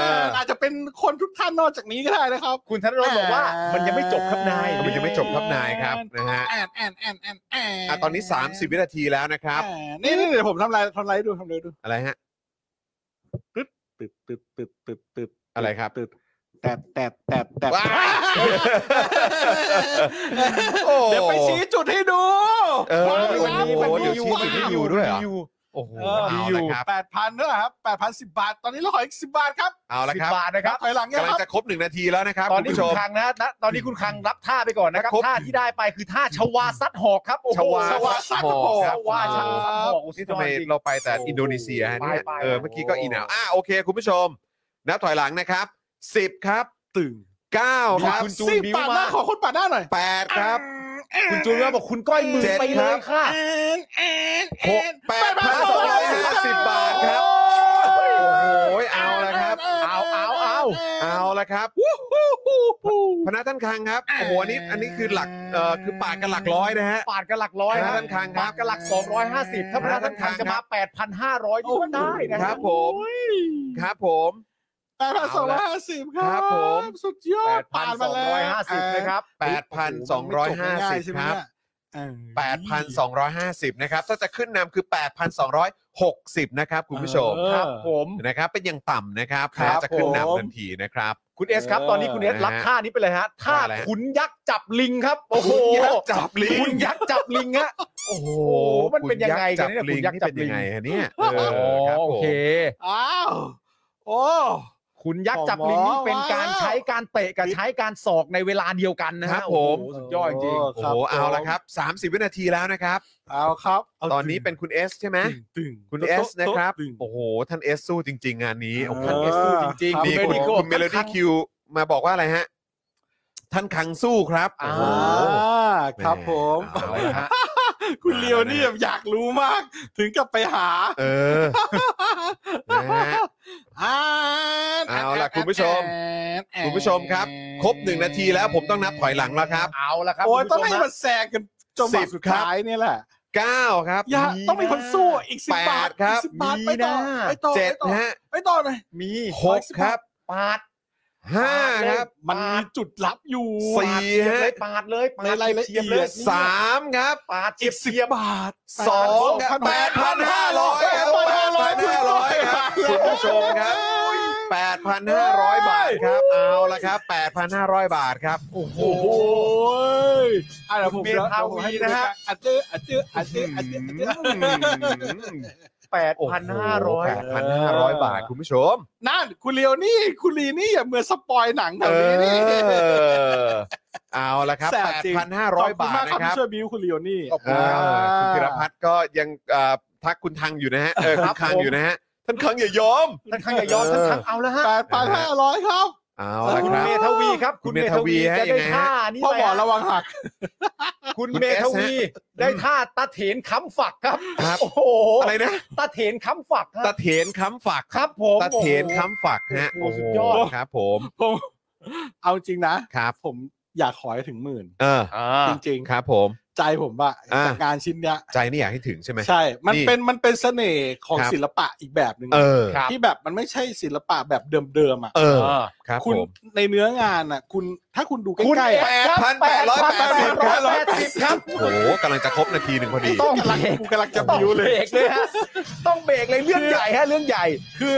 Speaker 3: อ
Speaker 5: อาจจะเป็นคนทุกท่านนอกจากนี้ก็ได้นะครับ
Speaker 6: คุณธนรสบอกว่ามันยังไม่จบครับนาย
Speaker 3: มันยังไม่จบครับนายครับนะฮะ
Speaker 5: แอนแอนแอนแอนแอน
Speaker 3: อ่ะตอนนี้ 30 วินาทีแล้วนะครับ
Speaker 5: อ่านี่นี่เดี๋ยวผมทำลายทำลายให้ดูทำลายให้ดู
Speaker 3: อะไรฮะ
Speaker 5: ตึดตึดตึดตึดตึด
Speaker 3: อะไรครับ
Speaker 5: ตึดแตดแตดแตดแตด
Speaker 3: ว้ายโอ้
Speaker 5: เดี๋ยวไปชี้จุดให้ดู
Speaker 3: เออ
Speaker 5: ว้าว
Speaker 3: โอ้โห
Speaker 5: ว้าว
Speaker 3: เดี๋ยวชี้จุดให้ดูด้วยเหรอ
Speaker 6: มีอยู่
Speaker 3: โอ้โห
Speaker 5: เอ
Speaker 3: เอา
Speaker 5: อ
Speaker 3: ละครับ
Speaker 5: แปดพันนั่นแหละครับแปดพันสิบบาท ตอนนี้เราขออีกสิบบาทครับ
Speaker 3: เอาละ
Speaker 6: สิ
Speaker 3: ครับ
Speaker 6: บาทนะครับ
Speaker 5: ถอยหลังยัง
Speaker 3: กำลัง
Speaker 5: ครับ
Speaker 3: จะครบหนึ่งนาทีแล้วนะครับ
Speaker 6: ตอน
Speaker 3: คุณ
Speaker 6: นี้
Speaker 3: ผู้ช
Speaker 6: คุณ
Speaker 3: ม
Speaker 6: คังนะนะตอนนี้คุณคังรับท่าไปก่อนนะครับ
Speaker 3: ครับ
Speaker 6: ท่าที่ได้ไปคือท่าชวาซัดหอกครับโอ้โห
Speaker 3: ชวาซัดหอก
Speaker 6: ชวาซัดหอกชวาซัดหอกโอ้โห
Speaker 3: นี่ทำไม
Speaker 6: จริง
Speaker 3: เราไปแต่อินโดนีเซียฮะเนี่ย
Speaker 6: ไปๆ
Speaker 3: เออเมื่อกี้ก็อีหนาวอ่ะโอเค คุณผู้ชม นับถอยหลังนะครับ 10 ครับ
Speaker 5: ตึง
Speaker 3: 9 ครับ
Speaker 6: คุณจูน
Speaker 5: สิบ
Speaker 6: บิ้ว
Speaker 5: ปาดห
Speaker 6: มา
Speaker 5: น้าขอคนปาดหน้าหน่อย
Speaker 3: 8 ครับ
Speaker 6: คุณจูนว่าบอกคุณก้อยมือ
Speaker 3: เจ็ด
Speaker 6: ไป
Speaker 3: ค
Speaker 6: เล
Speaker 3: รั
Speaker 6: ย
Speaker 3: บ
Speaker 6: ค่ะ
Speaker 3: หกแปดพันสองร้อยห้าสิบบาทครับ โอ้โห เอาละครับ
Speaker 6: เอาเอาเอา
Speaker 3: เอาละครับพนักท่านคลังครับ โอ้โหอันนี้อันนี้คือหลักเอ่อคือปากกันหลักร้อยนะฮะ
Speaker 6: ปาดกันหลักร้อย
Speaker 3: พ
Speaker 6: ฮะ
Speaker 3: ระท่านคังค
Speaker 6: ปา
Speaker 3: รับ
Speaker 6: ดกันหลัก 250 ถ้าพระท่านคังจะมา 8,500นี่ก็ได้นะ
Speaker 3: ค
Speaker 6: ค
Speaker 3: รั
Speaker 6: รั
Speaker 3: บบ ผม ครับผม
Speaker 5: แปดพันสองร้อยห้าสิบ
Speaker 3: ค
Speaker 5: ค
Speaker 3: รั
Speaker 5: รั
Speaker 3: บบผม
Speaker 5: สุดยอดปาดมาแล้ว
Speaker 6: 8,250นะครับ
Speaker 3: 8,250 ครับ
Speaker 5: เออ
Speaker 3: 8,250 นะครับ ถ้าจะขึ้นนำคือ 8,260 นะครับ คุณผู้ชม
Speaker 5: เออ
Speaker 6: ครับผม
Speaker 3: นะครับ เป็นอย่างต่ำนะครับ
Speaker 5: ครับ
Speaker 3: นะจะขึ้น
Speaker 5: ผม
Speaker 3: นำทันทีนะครับ
Speaker 6: คุณเอสครับ
Speaker 5: เออ
Speaker 6: ตอนนี้คุณเอส
Speaker 3: นะฮะ
Speaker 6: รับท่านี้ไปเลยฮะท่า
Speaker 3: ท่าอะไรฮะ
Speaker 6: ขุนยักษ์จับลิงครับ โอ้โห
Speaker 3: คุณยักษ์จับลิง
Speaker 6: คุณยักษ์จับลิงฮะ
Speaker 3: โอ้โห
Speaker 6: มันเป็นยังไงกันเนี่ย
Speaker 3: คุณยักษ์จับลิง
Speaker 6: คุณยักษ์จับลิง
Speaker 3: นี่เป็นยังไงฮะเนี่ย
Speaker 6: โอ้
Speaker 3: เออครับผม
Speaker 6: โอเค
Speaker 5: อ้าว โอ้
Speaker 6: ขุนยักษ์จับลิงนี่เป็นการใช้การเตะกับใช้การศอกในเวลาเดียวกันนะฮะ
Speaker 3: ครับผม
Speaker 6: โอ้โหสุดยอดจริง
Speaker 3: โอ้โหเอาละครับ 30 วินาทีแล้วนะครับ
Speaker 5: เอาครับา
Speaker 3: ตอนนี้เป็นคุณเอสใช่ไหม
Speaker 5: ตึงตึง
Speaker 3: คุณ
Speaker 5: ตึง
Speaker 3: เอสนะครับ
Speaker 5: ตึง
Speaker 3: โอ้โห ท่านเอสสู้จริง ๆ งานนี้โอ้โหท่าน
Speaker 5: เออ
Speaker 3: เอสสู้จริง
Speaker 5: ครับ
Speaker 3: ๆดี
Speaker 6: Melody
Speaker 3: คุณคุณเมโลดี้คิวมาบอกว่าอะไรฮะ ท่านคังสู้ครับ
Speaker 6: อ่า
Speaker 3: โอ้โห
Speaker 5: อ่าครับผม
Speaker 3: เอาละฮะ
Speaker 5: คุณเลียวนี่อยากรู้มาก ถึงกับไปหา
Speaker 3: เออนะฮะ
Speaker 5: อ่าน
Speaker 3: เอาล่ะคุณผู้ชม คุณผู้ชมครับ ครบหนึ่งนาทีแล้วผมต้องนับถอยหลังแล้วครับ
Speaker 6: เอาละครับ
Speaker 5: โอ้ย
Speaker 6: คุณ
Speaker 5: ต้อง
Speaker 6: ผู้ช
Speaker 5: ให้
Speaker 6: ม
Speaker 5: มันแซงกันจน
Speaker 3: สิ
Speaker 5: วั
Speaker 3: บ
Speaker 5: สุดท้ายเนี่ยแหละ
Speaker 3: เก้าครับ
Speaker 5: อย่าต้องมีคนสู้อีกสิบบา
Speaker 3: แปด
Speaker 5: ท
Speaker 3: ครับ
Speaker 5: อีกสิบบาทไปต่อไปต่อ
Speaker 3: เจ็ด
Speaker 5: ไปต่อ
Speaker 3: ฮะ
Speaker 5: ไปต่อหน่อย
Speaker 6: มี
Speaker 3: หกครับ
Speaker 6: ปาด
Speaker 3: ห้าครับ
Speaker 5: มันมีจุดลับอยู่
Speaker 3: สี่
Speaker 6: เฉียบ
Speaker 3: ฮะ
Speaker 6: เลยปาดเลยปาด
Speaker 5: ในรายละเอียด
Speaker 6: ฉีบเลย
Speaker 3: สามครับ
Speaker 6: ปาด
Speaker 5: อี
Speaker 6: เฉียบ
Speaker 5: กสิบ
Speaker 6: เฉียบบ
Speaker 5: าท
Speaker 3: สองครับแปดพันห้าร้อยครับแปดพันห้าร้อยครับคุณผู้ชมครับแปดพันห้าร้อยบาทครับ เอาละครับแปดพันห้าร้อยบาทครับ
Speaker 5: โอ้โหอ่ะเดี๋ยวผม
Speaker 6: เบียร์ทาวีนะฮะ
Speaker 5: อัดเจออัดเจออัดเจออัดเจออัดเจอ
Speaker 6: แปดพันห้าร้อย
Speaker 3: แปดพันห้าร้อยบาทคุณผู้ชม
Speaker 5: นั่นคุณเลียวนี่ คุณลีนี่อย่าเหมือนสปอยหนังแบ
Speaker 3: เอบ
Speaker 5: นี้นี่
Speaker 3: อ เอาละครับ
Speaker 5: แส
Speaker 3: แป
Speaker 5: บ
Speaker 3: ด
Speaker 5: จริง
Speaker 3: พันห้าร้อยบาท
Speaker 5: ขอบ
Speaker 3: นะ
Speaker 5: คุณ
Speaker 3: ครับ
Speaker 5: มากที่ช่วยบิวคุณเลียวนี่
Speaker 6: ขอบ
Speaker 3: เอ
Speaker 6: คุณค
Speaker 3: อ
Speaker 6: รับ
Speaker 3: คุณธีรพัฒน์ก็ยังเอ่อทักคุณทังอยู่นะฮะเออคุณคังอยู่นะฮะท่านคังอย่ายอม
Speaker 6: ท่านข้างอย่ายอม
Speaker 3: เออ
Speaker 6: ท่านข้างเอาแล้วฮะ
Speaker 5: แปดพันห้าร้อยครับ
Speaker 3: เอา
Speaker 6: คุ
Speaker 3: ละ
Speaker 6: ณ
Speaker 3: ค
Speaker 6: เม
Speaker 3: รับ
Speaker 6: ทวีครับ
Speaker 3: คุ
Speaker 6: คุณ ณ
Speaker 3: เม
Speaker 6: เม
Speaker 3: ท
Speaker 6: ท
Speaker 3: วี
Speaker 6: วี
Speaker 3: ฮะ
Speaker 6: จะ
Speaker 3: ยั
Speaker 6: ได้
Speaker 3: งไงฮะ
Speaker 6: ท่านี่
Speaker 5: พ่อหมอ
Speaker 6: ไปฮ
Speaker 5: ระวังหัก
Speaker 6: คุณ
Speaker 3: คุณ
Speaker 6: เมท
Speaker 3: S
Speaker 6: วีได้ท่าตะเถนค้ำฝักครับ
Speaker 3: ครับ
Speaker 6: โอ้โห
Speaker 3: อะไรนะ
Speaker 6: ตะเถนค้ำฝักฮะ
Speaker 3: ตะเถนค้ำฝัก
Speaker 6: ครับผม
Speaker 3: ตะเถน
Speaker 6: โอ้โห
Speaker 3: ค้ำฝักฮะ
Speaker 6: โอ้
Speaker 3: โอ้
Speaker 6: โห
Speaker 3: โห
Speaker 6: สุดยอด
Speaker 3: ครับผม
Speaker 5: ผมเอาจริงนะ
Speaker 3: ครับ
Speaker 5: ผมอยากขอให้ถึงหมื่น
Speaker 3: เออ
Speaker 6: อ่า
Speaker 5: จริง
Speaker 3: ครับผม
Speaker 5: ๆ ใจผมอะ
Speaker 3: อ่ะ
Speaker 5: จากงานชิ้นเนี้ย
Speaker 3: ใจนี่อยากให้ถึงใช่ไหม
Speaker 5: ใช่ มัน
Speaker 3: นี่
Speaker 5: เป็นมันเป็นเสน่ห์ของ
Speaker 3: ครับ
Speaker 5: ศิลปะอีกแบบหนึ่ง
Speaker 3: เออ
Speaker 6: ครับ
Speaker 5: ที่แบบมันไม่ใช่ศิลปะแบบเดิมๆอะ
Speaker 3: เออ
Speaker 6: อ่า
Speaker 3: ครับผ
Speaker 5: คุณ
Speaker 3: ม
Speaker 5: ในเนื้องานอะคุณถ้าคุณดูใก
Speaker 6: คุณ
Speaker 5: ล้ๆอะ
Speaker 3: แปดพันแปดร้อยแปดสิบครับ
Speaker 6: 8,880ครับ
Speaker 3: โอ้โหกำลังจะครบนาทีหนึ่งพอดี
Speaker 6: ต้อง
Speaker 5: กำลัง
Speaker 6: เบรก
Speaker 5: กูกำลังจะบิวเลย
Speaker 6: ต้องเบรกเลยฮะต้องเบรกเลยเรื่องใหญ่ฮะเรื่องใหญ่
Speaker 5: คือ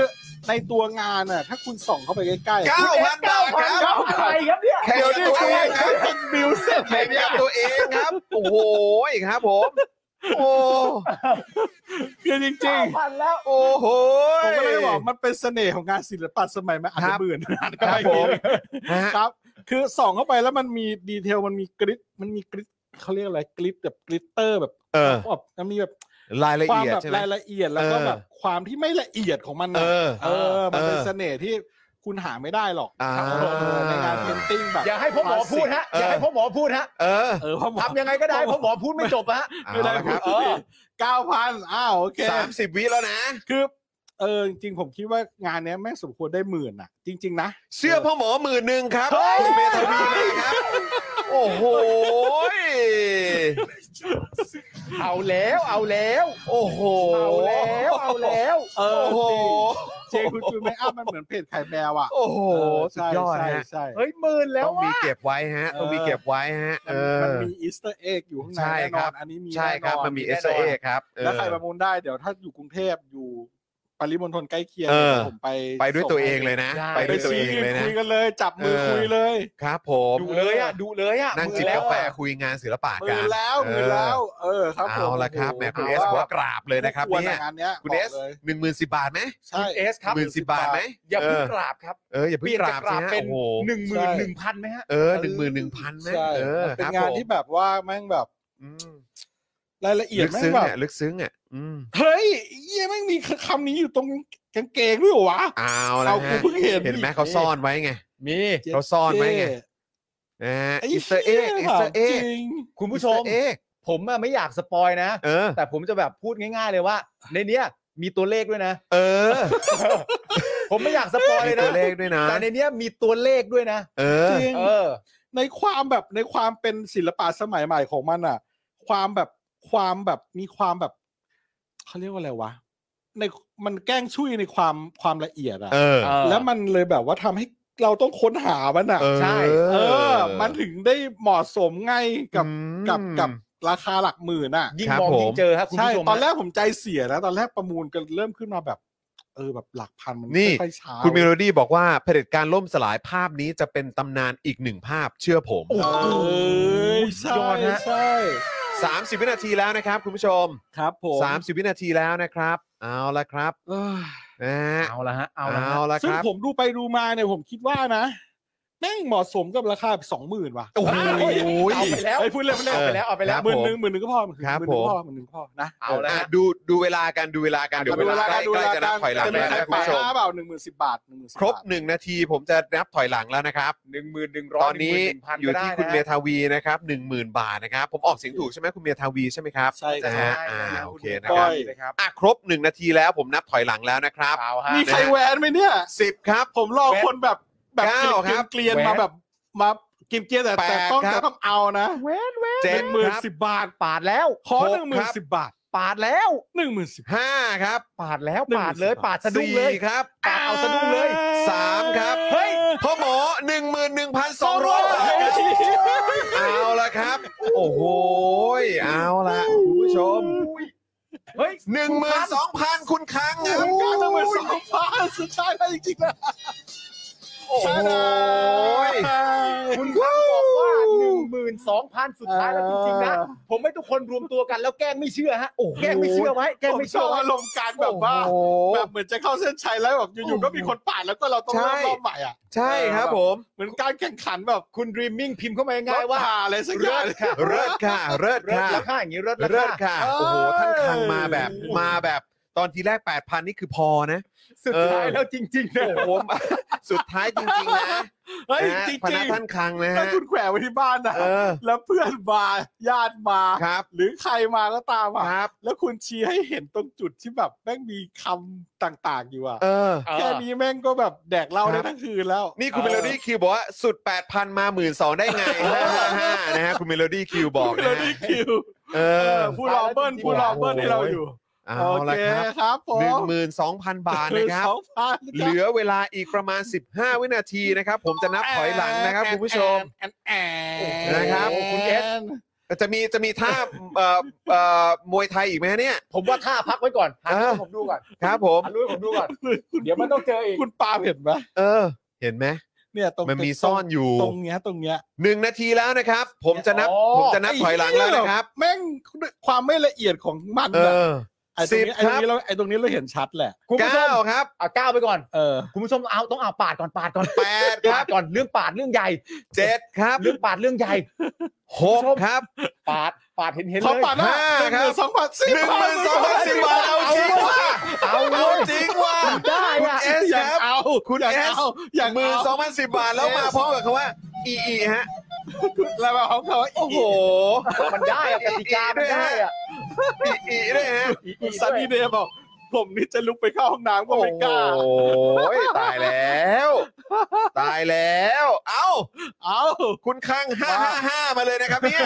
Speaker 5: ในตัวงานน่ะถ้าคุณส่องเข้าไปใกล้ๆ
Speaker 3: เก้า
Speaker 5: อะ
Speaker 3: พันบาทครับ
Speaker 6: เก้าพันอะไรครับเนี่ย
Speaker 3: แข่งกับตัวเองครับ
Speaker 5: คุณบิวเสร็จ
Speaker 3: แข่งกับตัวเองครับ โอ้โหครับผม โอ้
Speaker 5: คือจริงๆ
Speaker 6: พันแล้ว
Speaker 3: โอ้โห
Speaker 5: ผมก็เลยบอกมันเป็นเสน่ห์ของงานศิลปะสมัยใหม่อาจ
Speaker 3: ครั
Speaker 5: จะ
Speaker 3: บ
Speaker 5: เบื่อหนาน
Speaker 3: ค
Speaker 5: ก็
Speaker 3: รับ
Speaker 5: ไม่
Speaker 3: ผ
Speaker 5: ดี
Speaker 3: มนะฮะ
Speaker 5: ครับ คือส่องเข้าไปแล้วมันมีดีเทลมันมีกริดมันมีกริดเขาเรียกอะไรกริดแบบกริตเตอร์แบบ
Speaker 3: เออ
Speaker 5: แบบมันมีแบบ
Speaker 3: รายละ
Speaker 5: ความ
Speaker 3: เอียด
Speaker 5: แบบ
Speaker 3: ใช่ไหม
Speaker 5: รายละเอียดแล้วก็
Speaker 3: เออ
Speaker 5: แบบความที่ไม่ละเอียดของมัน
Speaker 3: เอ
Speaker 5: น่ะ
Speaker 3: อ
Speaker 5: เออ มันเป็น
Speaker 3: เออ
Speaker 5: เสน่ห์ที่คุณหาไม่ได้หรอก
Speaker 3: อ่า
Speaker 5: ครับผมเออในงานเพนติ้งแบบ
Speaker 6: อย่าให้พ่อหมอพูดฮะอย่าให้พ่อหมอพูดฮะ
Speaker 3: เออ
Speaker 5: เออพ่อหมอ
Speaker 6: ทำยังไงก็ได้พ่อหมอพูดไม่จบฮะ
Speaker 5: ไม่ได้
Speaker 3: เอาละ
Speaker 5: ค
Speaker 3: ครั
Speaker 5: รับ บเก้าพันอ้าวโอเค
Speaker 3: สามสิบวิแล้วนะ
Speaker 5: คือ เออ จริงๆ ผมคิดว่างานเนี้ยแม่งสมควรได้หมื่นอ่ะ จริง ๆ นะ
Speaker 3: เสื้อพ่อหมอหมื่นหนึ่งครับ
Speaker 5: เฮ้ย
Speaker 3: คุณเมทวีมาครับ โอ้โห
Speaker 6: เอาแล้วเอาแล้ว
Speaker 3: โอ้โห
Speaker 6: เอาแล้วเอาแล้ว
Speaker 5: เออ
Speaker 3: โอ้โห
Speaker 5: เจคุณจูนไม่อัพมันเหมือนเพจไข่แมวอ่ะ
Speaker 3: โอ้โห
Speaker 5: โอ้
Speaker 3: สุดยอด
Speaker 5: ใช่
Speaker 3: ฮะ
Speaker 5: ใช่
Speaker 6: เฮ้ยหมื่นแล้
Speaker 3: ต้
Speaker 6: ว
Speaker 3: องมี
Speaker 6: ว่ะ
Speaker 3: เก็บไว้ฮะ ต้องมีเก็บไว้ฮะ เออ
Speaker 5: มันมีอีสเตอร์เอ็กอยู่ข้างใน
Speaker 3: ใช่
Speaker 5: แน่
Speaker 3: คน รั
Speaker 5: อบ น อันนี้มี
Speaker 3: ใช่ครับ มันมี
Speaker 5: แ
Speaker 3: s อ a ครับเออ
Speaker 5: แล้วใครประมูลได้ เดี๋ยวถ้าอยู่กรุงเทพอยู่ปริมณฑลใกล้เคียง
Speaker 3: เออ
Speaker 5: ผมไป
Speaker 3: ไปด้วยตัวเองเลยนะ ไปด้วยตัวเองเลยนะ
Speaker 5: คุยกันเลย จับมือ
Speaker 3: เออ
Speaker 5: คุยเลย
Speaker 3: ครับผม
Speaker 6: ดูเลยอ่ะดูเลยอ่ะ
Speaker 3: นั่ง
Speaker 6: หมื่
Speaker 3: จิบ
Speaker 6: แล้ว
Speaker 3: กาแฟ
Speaker 6: อะ
Speaker 3: คุยงานศิลปะ
Speaker 5: หมื
Speaker 3: กั
Speaker 5: อน แล้วหมือแล้ว เออครับผม
Speaker 3: เอาละครับแหมคุณเอ
Speaker 5: โโห
Speaker 3: สบอกว่ากราบเลยนะครับ
Speaker 5: กว
Speaker 3: เนี่ย
Speaker 5: งานเนี้ย
Speaker 3: คุณ
Speaker 5: บ
Speaker 3: เอก ส
Speaker 5: ลย
Speaker 3: หนึ่งหมื่นสิบบาทไหม
Speaker 5: ใช่
Speaker 6: เอสครับ
Speaker 3: หมื่นสิบบาทไหม
Speaker 6: อย่า
Speaker 3: เอ
Speaker 6: เพิ่ง
Speaker 3: อก
Speaker 6: ราบครับ
Speaker 3: เอออย่าเพิ่ง
Speaker 6: เปลี่ยน
Speaker 3: ก
Speaker 6: จาก
Speaker 3: ราบ
Speaker 6: กราบ
Speaker 3: สิฮะ
Speaker 6: เป็น
Speaker 3: โอ้โห
Speaker 6: หนึ่งหมื่นหนึ่งพันไหมฮะ
Speaker 3: เออหนึ่งหมื่นหนึ่งพันไหม
Speaker 5: ใช่
Speaker 3: เออ
Speaker 5: มัน
Speaker 3: คน
Speaker 5: เป็
Speaker 3: รับ
Speaker 5: งาน
Speaker 3: ผม
Speaker 5: ที่แบบว่าแม่งแบบ
Speaker 3: อืม
Speaker 5: รายละเอียด
Speaker 3: ลึก
Speaker 5: แม่ง
Speaker 3: ซึ้ง
Speaker 5: แบบ
Speaker 3: อ่ะลึกซึ้งอ่ะอืม
Speaker 5: เฮ้ยเยี่ยแม่งมีคำนี้อยู่ตรงกางเกงด้วยเหรอวะ
Speaker 3: เอาละ
Speaker 5: เอากู
Speaker 3: ฮะ
Speaker 5: เพิ่งเห็น
Speaker 3: เห็นไหมเขาซ่อนไว้ไง
Speaker 6: มี
Speaker 3: เขาซ่อนไว้ไงนะฮะ
Speaker 5: ไอ้
Speaker 3: อิสเตอร์เอ็กอิสเตอร์เอ็ก
Speaker 5: จริง
Speaker 6: คุณผู้ชม
Speaker 3: เอ็ก
Speaker 6: ผมอะไม่อยากสปอยนะ
Speaker 3: เออ
Speaker 6: แต่ผมจะแบบพูดง่าย ๆ เลยว่า ในเนี้ยมีตัวเลขด้วยนะ
Speaker 3: เออ
Speaker 6: ผมไม่อยากสปอย
Speaker 3: มี
Speaker 6: เลย
Speaker 3: ตั
Speaker 6: นะ
Speaker 3: วเลขด้วยนะ
Speaker 6: แต่ในเนี้ยมีตัวเลขด้วยนะ
Speaker 3: เออ
Speaker 5: จริง
Speaker 6: เออ
Speaker 5: ในความแบบในความเป็นศิลปะสมัยใหม่ของมันอ่ะ ความแบบความแบบมีความแบบเขาเรียกว่าอะไรวะในมันแกล้งช่วยในความความละเอียดอ่ะ
Speaker 3: เออ
Speaker 5: แล้วมันเลยแบบว่าทำให้เราต้องค้นหามันอ่ะ
Speaker 6: ใช่
Speaker 5: เออ มันถึงได้เหมาะสมไงกับ
Speaker 3: อืม
Speaker 5: กับกับราคาหลักหมื่นอ่ะ
Speaker 6: ยิ่ง
Speaker 3: ครับ
Speaker 6: มอง
Speaker 3: ผม
Speaker 6: ยิ่งเจอครับคุณ
Speaker 5: ใช่
Speaker 6: ผู้ชม
Speaker 5: ตอน
Speaker 6: ฮะ
Speaker 5: แรกผมใจเสียนะตอนแรกประมูลกันเริ่มขึ้นมาแบบ เออแบบหลักพันมัน
Speaker 3: นี่
Speaker 5: ค่อยๆช้า
Speaker 3: คุณเมโลดี้บอกว่าเผด็จการล่มสลายภาพนี้จะเป็นตำนานอีกหนึ่งภาพเชื่อผม
Speaker 5: เอยใช่
Speaker 6: ยอดฮะ
Speaker 5: ใช่
Speaker 3: 30 วินาทีแล้วนะครับ คุณผู้ชม
Speaker 5: ครับผม
Speaker 3: 30 วินาทีแล้วนะครับ เอาละครับ
Speaker 5: เอ้ย
Speaker 3: นะฮะ
Speaker 6: เอาละฮะเอา
Speaker 3: เอา
Speaker 6: ละฮะ
Speaker 3: ละค
Speaker 5: ซึ่ง
Speaker 3: รับ
Speaker 5: ผมดูไปดูมาเนี่ยผมคิดว่านะแม่งเหมาะสมกับราคาสองหมื่นว่ะ
Speaker 3: โอ้โห
Speaker 5: เย
Speaker 6: เอาไปแล้ว
Speaker 5: ไอ้ยพูดเล่นพูดเล่น
Speaker 6: เอาไปแล้วเอาไปแล้ว
Speaker 3: ครับ
Speaker 5: หมื่น
Speaker 3: ผม
Speaker 5: หนึ่งหมื่นหนึ่งก็พอหมื่นหนึ่ง
Speaker 3: ครับ
Speaker 5: หมื่นหนึ่ง
Speaker 3: ผม
Speaker 5: ก็พอหมื่นหนึ่งก็พอนะ
Speaker 6: เอาละฮะ
Speaker 3: ดูดูเวลากันดูเวลากันเดี๋ยวเวลาใกล้
Speaker 5: ดู
Speaker 3: ใกล้จะนับถอยหลัง
Speaker 5: จะมี
Speaker 3: แล้วนะคุณ
Speaker 5: ใครปา
Speaker 3: ผู้ชม
Speaker 5: ดหน้าเปล่าหนึ่งหมื่นสิบบาทหนึ่งหมื่น
Speaker 3: ครบ 1 นาทีผมจะนับถอยหลังแล้วนะครับ
Speaker 6: 11,100
Speaker 3: ตอนนี้
Speaker 6: 11,100
Speaker 3: อยู่ที่
Speaker 6: ก็ได้นะ
Speaker 3: คุณเมธาวีนะครับ10,000 บาทนะครับ ผมออกเสียงถูกใช่ไหมคุณเมธาวีใช่ไหมครับ
Speaker 5: ใช่
Speaker 3: นะ
Speaker 5: ครั
Speaker 3: ฮะ
Speaker 5: บ
Speaker 3: อ่า
Speaker 6: ได้
Speaker 3: โอเคนะ
Speaker 5: ก้
Speaker 3: ครั
Speaker 5: อบ ย
Speaker 6: นะครับ
Speaker 3: อ่ะครบ 1 นาทีแล้วผมนับถอยหลังแล้วนะครับ
Speaker 6: เอาฮะ
Speaker 5: มีใครแวนไหมเนี่ย
Speaker 3: สิบครับ
Speaker 5: ผมรอคนแบบแบบ
Speaker 3: เก้า
Speaker 5: เกลี
Speaker 3: ค
Speaker 5: ยน
Speaker 3: รับ
Speaker 5: เกลียน
Speaker 6: แว้น
Speaker 5: มาแบบมากินเกลียนแต่แต่ต้อง
Speaker 3: แปดครับ
Speaker 5: แต่ต้องเอานะ
Speaker 6: เว้นเว้น
Speaker 5: ห
Speaker 3: เจ็ด
Speaker 5: นึ่งหมื่
Speaker 3: คน รับ
Speaker 5: สิบบาท
Speaker 6: ปาดแล้ว
Speaker 5: ขอ
Speaker 3: หก
Speaker 5: หนึ่งหมื่
Speaker 3: ครั
Speaker 5: น
Speaker 3: บ
Speaker 5: สิบบาท
Speaker 6: ปาดแล้ว
Speaker 5: หนึ่งหมื่นสิบ
Speaker 3: ห้าครับ
Speaker 6: ปาดแล้วปาดเลย ปาดสะดุ้ง
Speaker 3: สี่
Speaker 6: เลย
Speaker 3: ครับ
Speaker 6: ปาดเอาสะดุ้งเลย
Speaker 3: สามครับ
Speaker 6: เฮ้ย
Speaker 3: พ่อหมอ11,200บาทครับเอาละครับ โอ้โหเอาละคุณผู้ชม
Speaker 6: เฮ้ย
Speaker 3: หนึ่งหมื่นสองพันคุณค้างค
Speaker 5: หนึ่
Speaker 3: รับ
Speaker 5: งเก้าหมื่นสองพันสุดท้ายแล้วจริงๆนะ
Speaker 3: โอ้โห
Speaker 5: ใช่นะ
Speaker 6: คุณค้างบอกว่าหนึ่งหมื่นสองพันสุดท้ายแล้วจริงๆนะ ผมให้ทุกคนรวมตัวกันแล้วแกล้งไม่เชื่อฮะ โอ้โหแกล้งไม่เชื่อไว้ แกล้ง
Speaker 5: ผม
Speaker 6: ไม่
Speaker 5: ช
Speaker 6: เชื่
Speaker 5: อ
Speaker 6: อบ ไว้
Speaker 5: อารมณ์การแบบว่า
Speaker 3: โอ้โห
Speaker 5: แบบเหมือนจะเข้าเส้นชัยแล้วแบบอยู่ๆก็มีคนปาดแล้วก็เราต้องเริ่ม
Speaker 3: ใช่
Speaker 5: รอบใหม่อ่ะ
Speaker 3: ใช่ครับผม
Speaker 5: เหมือนการแข่งขันแบบ
Speaker 6: คุณดรีมมิ่งพิมพ์เข้ามา
Speaker 5: ง่า
Speaker 6: ง่าย ยๆ
Speaker 5: ว่า
Speaker 6: ว่า
Speaker 5: อะไรสักอย่างเลย
Speaker 3: เลิศค่ะเลิศ
Speaker 6: เลิศ
Speaker 3: ค่ะ
Speaker 6: ราคาอย่างนี้เลิศรา
Speaker 3: เลิศ
Speaker 6: คา
Speaker 3: ค่ะ โอ้โห ท่านคังมาแบบมาแบบตอนทีแรก 8,000 นี่คือพอนะ
Speaker 6: สุดท้ายแล้วจริงๆนะ
Speaker 3: โอ้โห สุดท้ายจริง ๆ นะ
Speaker 5: เฮ้ย
Speaker 3: นะ
Speaker 5: จริง
Speaker 3: พนัก
Speaker 5: ๆ
Speaker 3: ท่านคังนะ
Speaker 5: ถ้า
Speaker 3: ฮะ
Speaker 5: คุณแขวนไว้ที่บ้านนะ
Speaker 3: เออ
Speaker 5: แล้วเพื่อนมาญาติมา
Speaker 3: ครับ
Speaker 5: หรือใครมาก็ตาม
Speaker 3: ค
Speaker 5: อ่ะ
Speaker 3: รับ
Speaker 5: แล้วคุณชี้ให้เห็นตรงจุดที่แบบแม่งมีคำต่างๆอยู่อ่ะ
Speaker 3: เออ
Speaker 5: แค่นี้แม่งก็แบบแดกเหล้า
Speaker 3: ครั
Speaker 5: ได้
Speaker 3: บ
Speaker 5: ทั้งคืนแล้ว
Speaker 3: นี่คุณเมโลดี้คิวบอกว่า สุด 8,000 มา1 2ื่นได้ไง555นะฮะคุณเมโลดี้คิวบอก
Speaker 5: คุณ
Speaker 3: นะ
Speaker 5: เรา
Speaker 3: ฮะ
Speaker 5: ดีคิว
Speaker 3: เอ
Speaker 5: เอ
Speaker 3: อ
Speaker 5: อผู้รอเบิ้ลผู้รอเบิ้ลที่เราอยู่
Speaker 3: เอา
Speaker 5: โอ
Speaker 3: ละ
Speaker 5: เค
Speaker 3: ครับ
Speaker 5: ครับผม
Speaker 3: 12,000 บาทนะครับ
Speaker 5: สองพัน
Speaker 3: เหลือเวลาอีกประมาณ 15 วินาทีนะครับ ผมจะนับถอยหลังนะครับคุณผู้ชม
Speaker 5: แอนแอน
Speaker 3: นะครับ
Speaker 5: คุณเอส
Speaker 3: จะมีจะมีท่าเอ่อเอ่อมวยไทยอีกไหมเนี่ย
Speaker 6: ผมว่าท่าพักไว้ก่อนหัน
Speaker 3: เออ
Speaker 6: ให้ผมดูก่อน
Speaker 3: ครับผม
Speaker 6: หันรู้ให้ผมดูก่อน เดี๋ยวมันต้องเจออีก
Speaker 5: คุณปาล์มเห็นไหม
Speaker 3: เออ เห็นไหม
Speaker 5: เนี่ยตรง
Speaker 3: มันมีซ่อนอยู่
Speaker 5: ตรงเนี้ยตรงเนี้ย
Speaker 3: หนึ่งนาทีแล้วนะครับ ผมจะนับ
Speaker 6: โอ้
Speaker 3: ผมจะนับถอยหลังแล้วนะครับ
Speaker 5: แม่งความไม่ละเอียดของมัน
Speaker 3: เอ
Speaker 5: อะ
Speaker 3: อ
Speaker 5: ไอ้ตรงนี้
Speaker 3: สิบค
Speaker 5: ไอ้ต
Speaker 3: รั
Speaker 5: ร
Speaker 3: บ
Speaker 5: งนี้เราไอ้ตรงนี้เราเห็นชัดแหละ
Speaker 6: คุณผู้ช
Speaker 3: เก้าม ครับ
Speaker 6: เอาก้าวไปก่อน
Speaker 5: เออ
Speaker 6: คุณผู้ชมเอาต้องเอาปาดก่อนปาดก่อน
Speaker 3: แปดค
Speaker 6: ปา
Speaker 3: รั
Speaker 6: ด
Speaker 3: บ
Speaker 6: ก่อนเรื่องปาดเรื่องใหญ่
Speaker 3: เจ็ดครับ
Speaker 6: เรื่องปาดเรื่องใหญ่
Speaker 3: หกครับ
Speaker 6: ปาดปาดเห็นเห็น
Speaker 5: ข
Speaker 6: เล
Speaker 5: อย ปาดหน้าหนึ่งหมื่นสองพันสี่
Speaker 3: หนึ่งหมื่นสองพันสิบบาทเอาจริงว่ะ
Speaker 6: เอาเล
Speaker 3: เอา
Speaker 6: ย
Speaker 3: จริงว่ะ
Speaker 6: ได้
Speaker 3: คุณ
Speaker 6: อะ
Speaker 3: เอส
Speaker 5: อยา
Speaker 3: ค
Speaker 5: ก
Speaker 3: รับ
Speaker 5: เอา
Speaker 3: คุณ
Speaker 5: อยาก
Speaker 3: เอส
Speaker 5: เอาอยาก
Speaker 3: หมื่น
Speaker 5: เอา
Speaker 3: สองพันสิบบาทแล้วมาพร้อมกับคำว่าอีอีฮะ
Speaker 5: แล้วมาของเขา
Speaker 3: โอ้โห
Speaker 6: มันได้อะกติกามันได้อะ
Speaker 3: อีอีด้วยฮะ
Speaker 5: คุณซันนี่เดย์บอก ผมนี่จะลุกไปเข้าห้องน้ำก็ไม่กล้า
Speaker 3: โอ้ยตายแล้ว ตายแล้ว เอ้า
Speaker 5: เอา
Speaker 3: คุณคังห้าห้าห้ามาเลยนะครับเนี่ย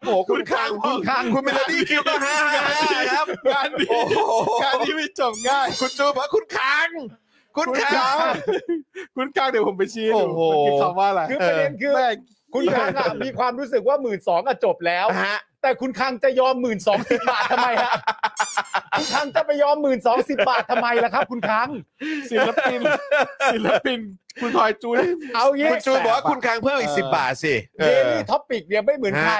Speaker 3: โอ้โหคุณคัง
Speaker 5: คุณคัง
Speaker 3: คุณเมโลดี้คิวก็ห้าห้าห้าครับ
Speaker 5: งานนี้
Speaker 3: โอ้โห
Speaker 5: งานนี้ไม่จบง่าย
Speaker 3: คุณจูบอกว่าคุณคัง คุณคัง
Speaker 5: คุณกลางเดี๋ยวผมไปชี้ให้
Speaker 3: โอ้
Speaker 5: ดู
Speaker 3: โห
Speaker 5: เมื่อกี้คำว่าอะไร
Speaker 6: คือประเด็นคือ
Speaker 5: แม่ง
Speaker 6: คุณคังอะมีความรู้สึกว่าหมื่นสองอะจบแล้ว
Speaker 3: ฮะ
Speaker 6: แต่คุณคังจะยอมหมื่นสองสิบบาททำไมฮะคุณคังจะไปยอมหมื่นสองสิบบาททำไมล่ะครับ คุณคัง
Speaker 5: ศิลปิน ศิลปิน คุณพลอยจูน
Speaker 6: เอาเงี้
Speaker 3: คุณจูบอกว่าคุณคังเพิ่มอีกสิบบาทสิเอ
Speaker 6: เด
Speaker 3: อ
Speaker 6: ลี่ท็อปิกเนี่ยไม่เหมือนใคร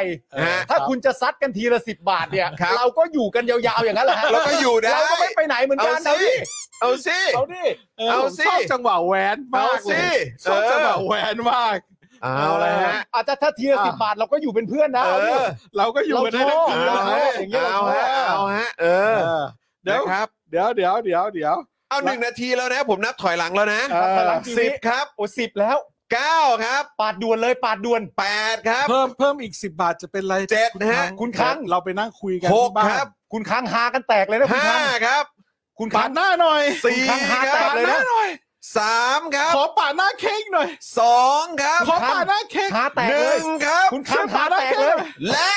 Speaker 3: ฮะ
Speaker 6: ถ้าคุณจะซัดกันทีละสิบบาทเนี่ย
Speaker 3: ครับ
Speaker 6: เราก็อยู่กันยาวๆอย่างนั้นแหละฮะ
Speaker 3: เราก็อยู่ได้
Speaker 6: เราก็ไม่ไปไหนเหมือนกัน
Speaker 3: เอา
Speaker 6: เอา
Speaker 3: สิ
Speaker 6: ดิ
Speaker 3: เอาสิ
Speaker 6: เอาดิ
Speaker 3: เอาสิ
Speaker 5: ชอบจังหวะแหวน
Speaker 3: เอา
Speaker 5: มากเล
Speaker 3: สิ
Speaker 5: ยชอบจังหวะ
Speaker 3: เออ
Speaker 5: แหวนมาก
Speaker 3: เอาละฮะ
Speaker 6: อาจจะถ้าทีละ
Speaker 5: อ่ะ
Speaker 6: สิบบาทเราก็อยู่เป็นเพื่อนนะเอา
Speaker 3: เอ
Speaker 6: ดิ
Speaker 3: อ
Speaker 5: เราก็อยู่กันได้ทั้งคืน
Speaker 3: เอา
Speaker 5: นะ
Speaker 3: ฮะ
Speaker 5: อย่างเงี้ย
Speaker 3: เอาฮะเอาฮะเอ
Speaker 5: เอ
Speaker 3: อ
Speaker 5: อเดี๋ยว
Speaker 3: นะครับ
Speaker 5: เดี๋ยวเดี๋ยวเดี๋ยวเดี๋ยว
Speaker 3: เอาหนึ่งนาทีแล้วนะ ผมนับถอยหลังแล้วนะ
Speaker 5: เออ
Speaker 6: ถอยหลังกี่วิ
Speaker 3: สิบครับ
Speaker 6: โอ้สิบแล้ว
Speaker 3: เก้าครับ
Speaker 6: ปาดด่วนเลยปาดด่วน
Speaker 3: แปดครับ
Speaker 5: เพิ่มเพิ่มอีกสิบบาทจะเป็นไร
Speaker 3: เจ็ดนะฮะ
Speaker 5: คุณครั้งเราไปนั่งคุยกัน
Speaker 3: หก
Speaker 5: ที่บ้าน
Speaker 3: ครับ
Speaker 6: คุณค้างหากันแตกเลยนะคุณ
Speaker 3: ห้า
Speaker 6: ค้าง
Speaker 3: ครับ
Speaker 6: คุณ
Speaker 5: ปา
Speaker 6: ค้าง
Speaker 5: ดหน้าหน่อย
Speaker 3: สี่
Speaker 6: คุณค้าง
Speaker 3: ค
Speaker 6: หาแต
Speaker 3: รั
Speaker 6: ก
Speaker 3: บ
Speaker 6: เลยนะ
Speaker 3: สามครับ
Speaker 5: ขอปาดหน้าเค้กหน่อย
Speaker 3: สองครับ
Speaker 5: ขอปาดหน้าเค้ก
Speaker 6: หาแตก
Speaker 3: ห
Speaker 6: เล
Speaker 3: นึ่
Speaker 6: ย
Speaker 3: งครับ
Speaker 6: คุณค้างหาแตกเลย
Speaker 3: และ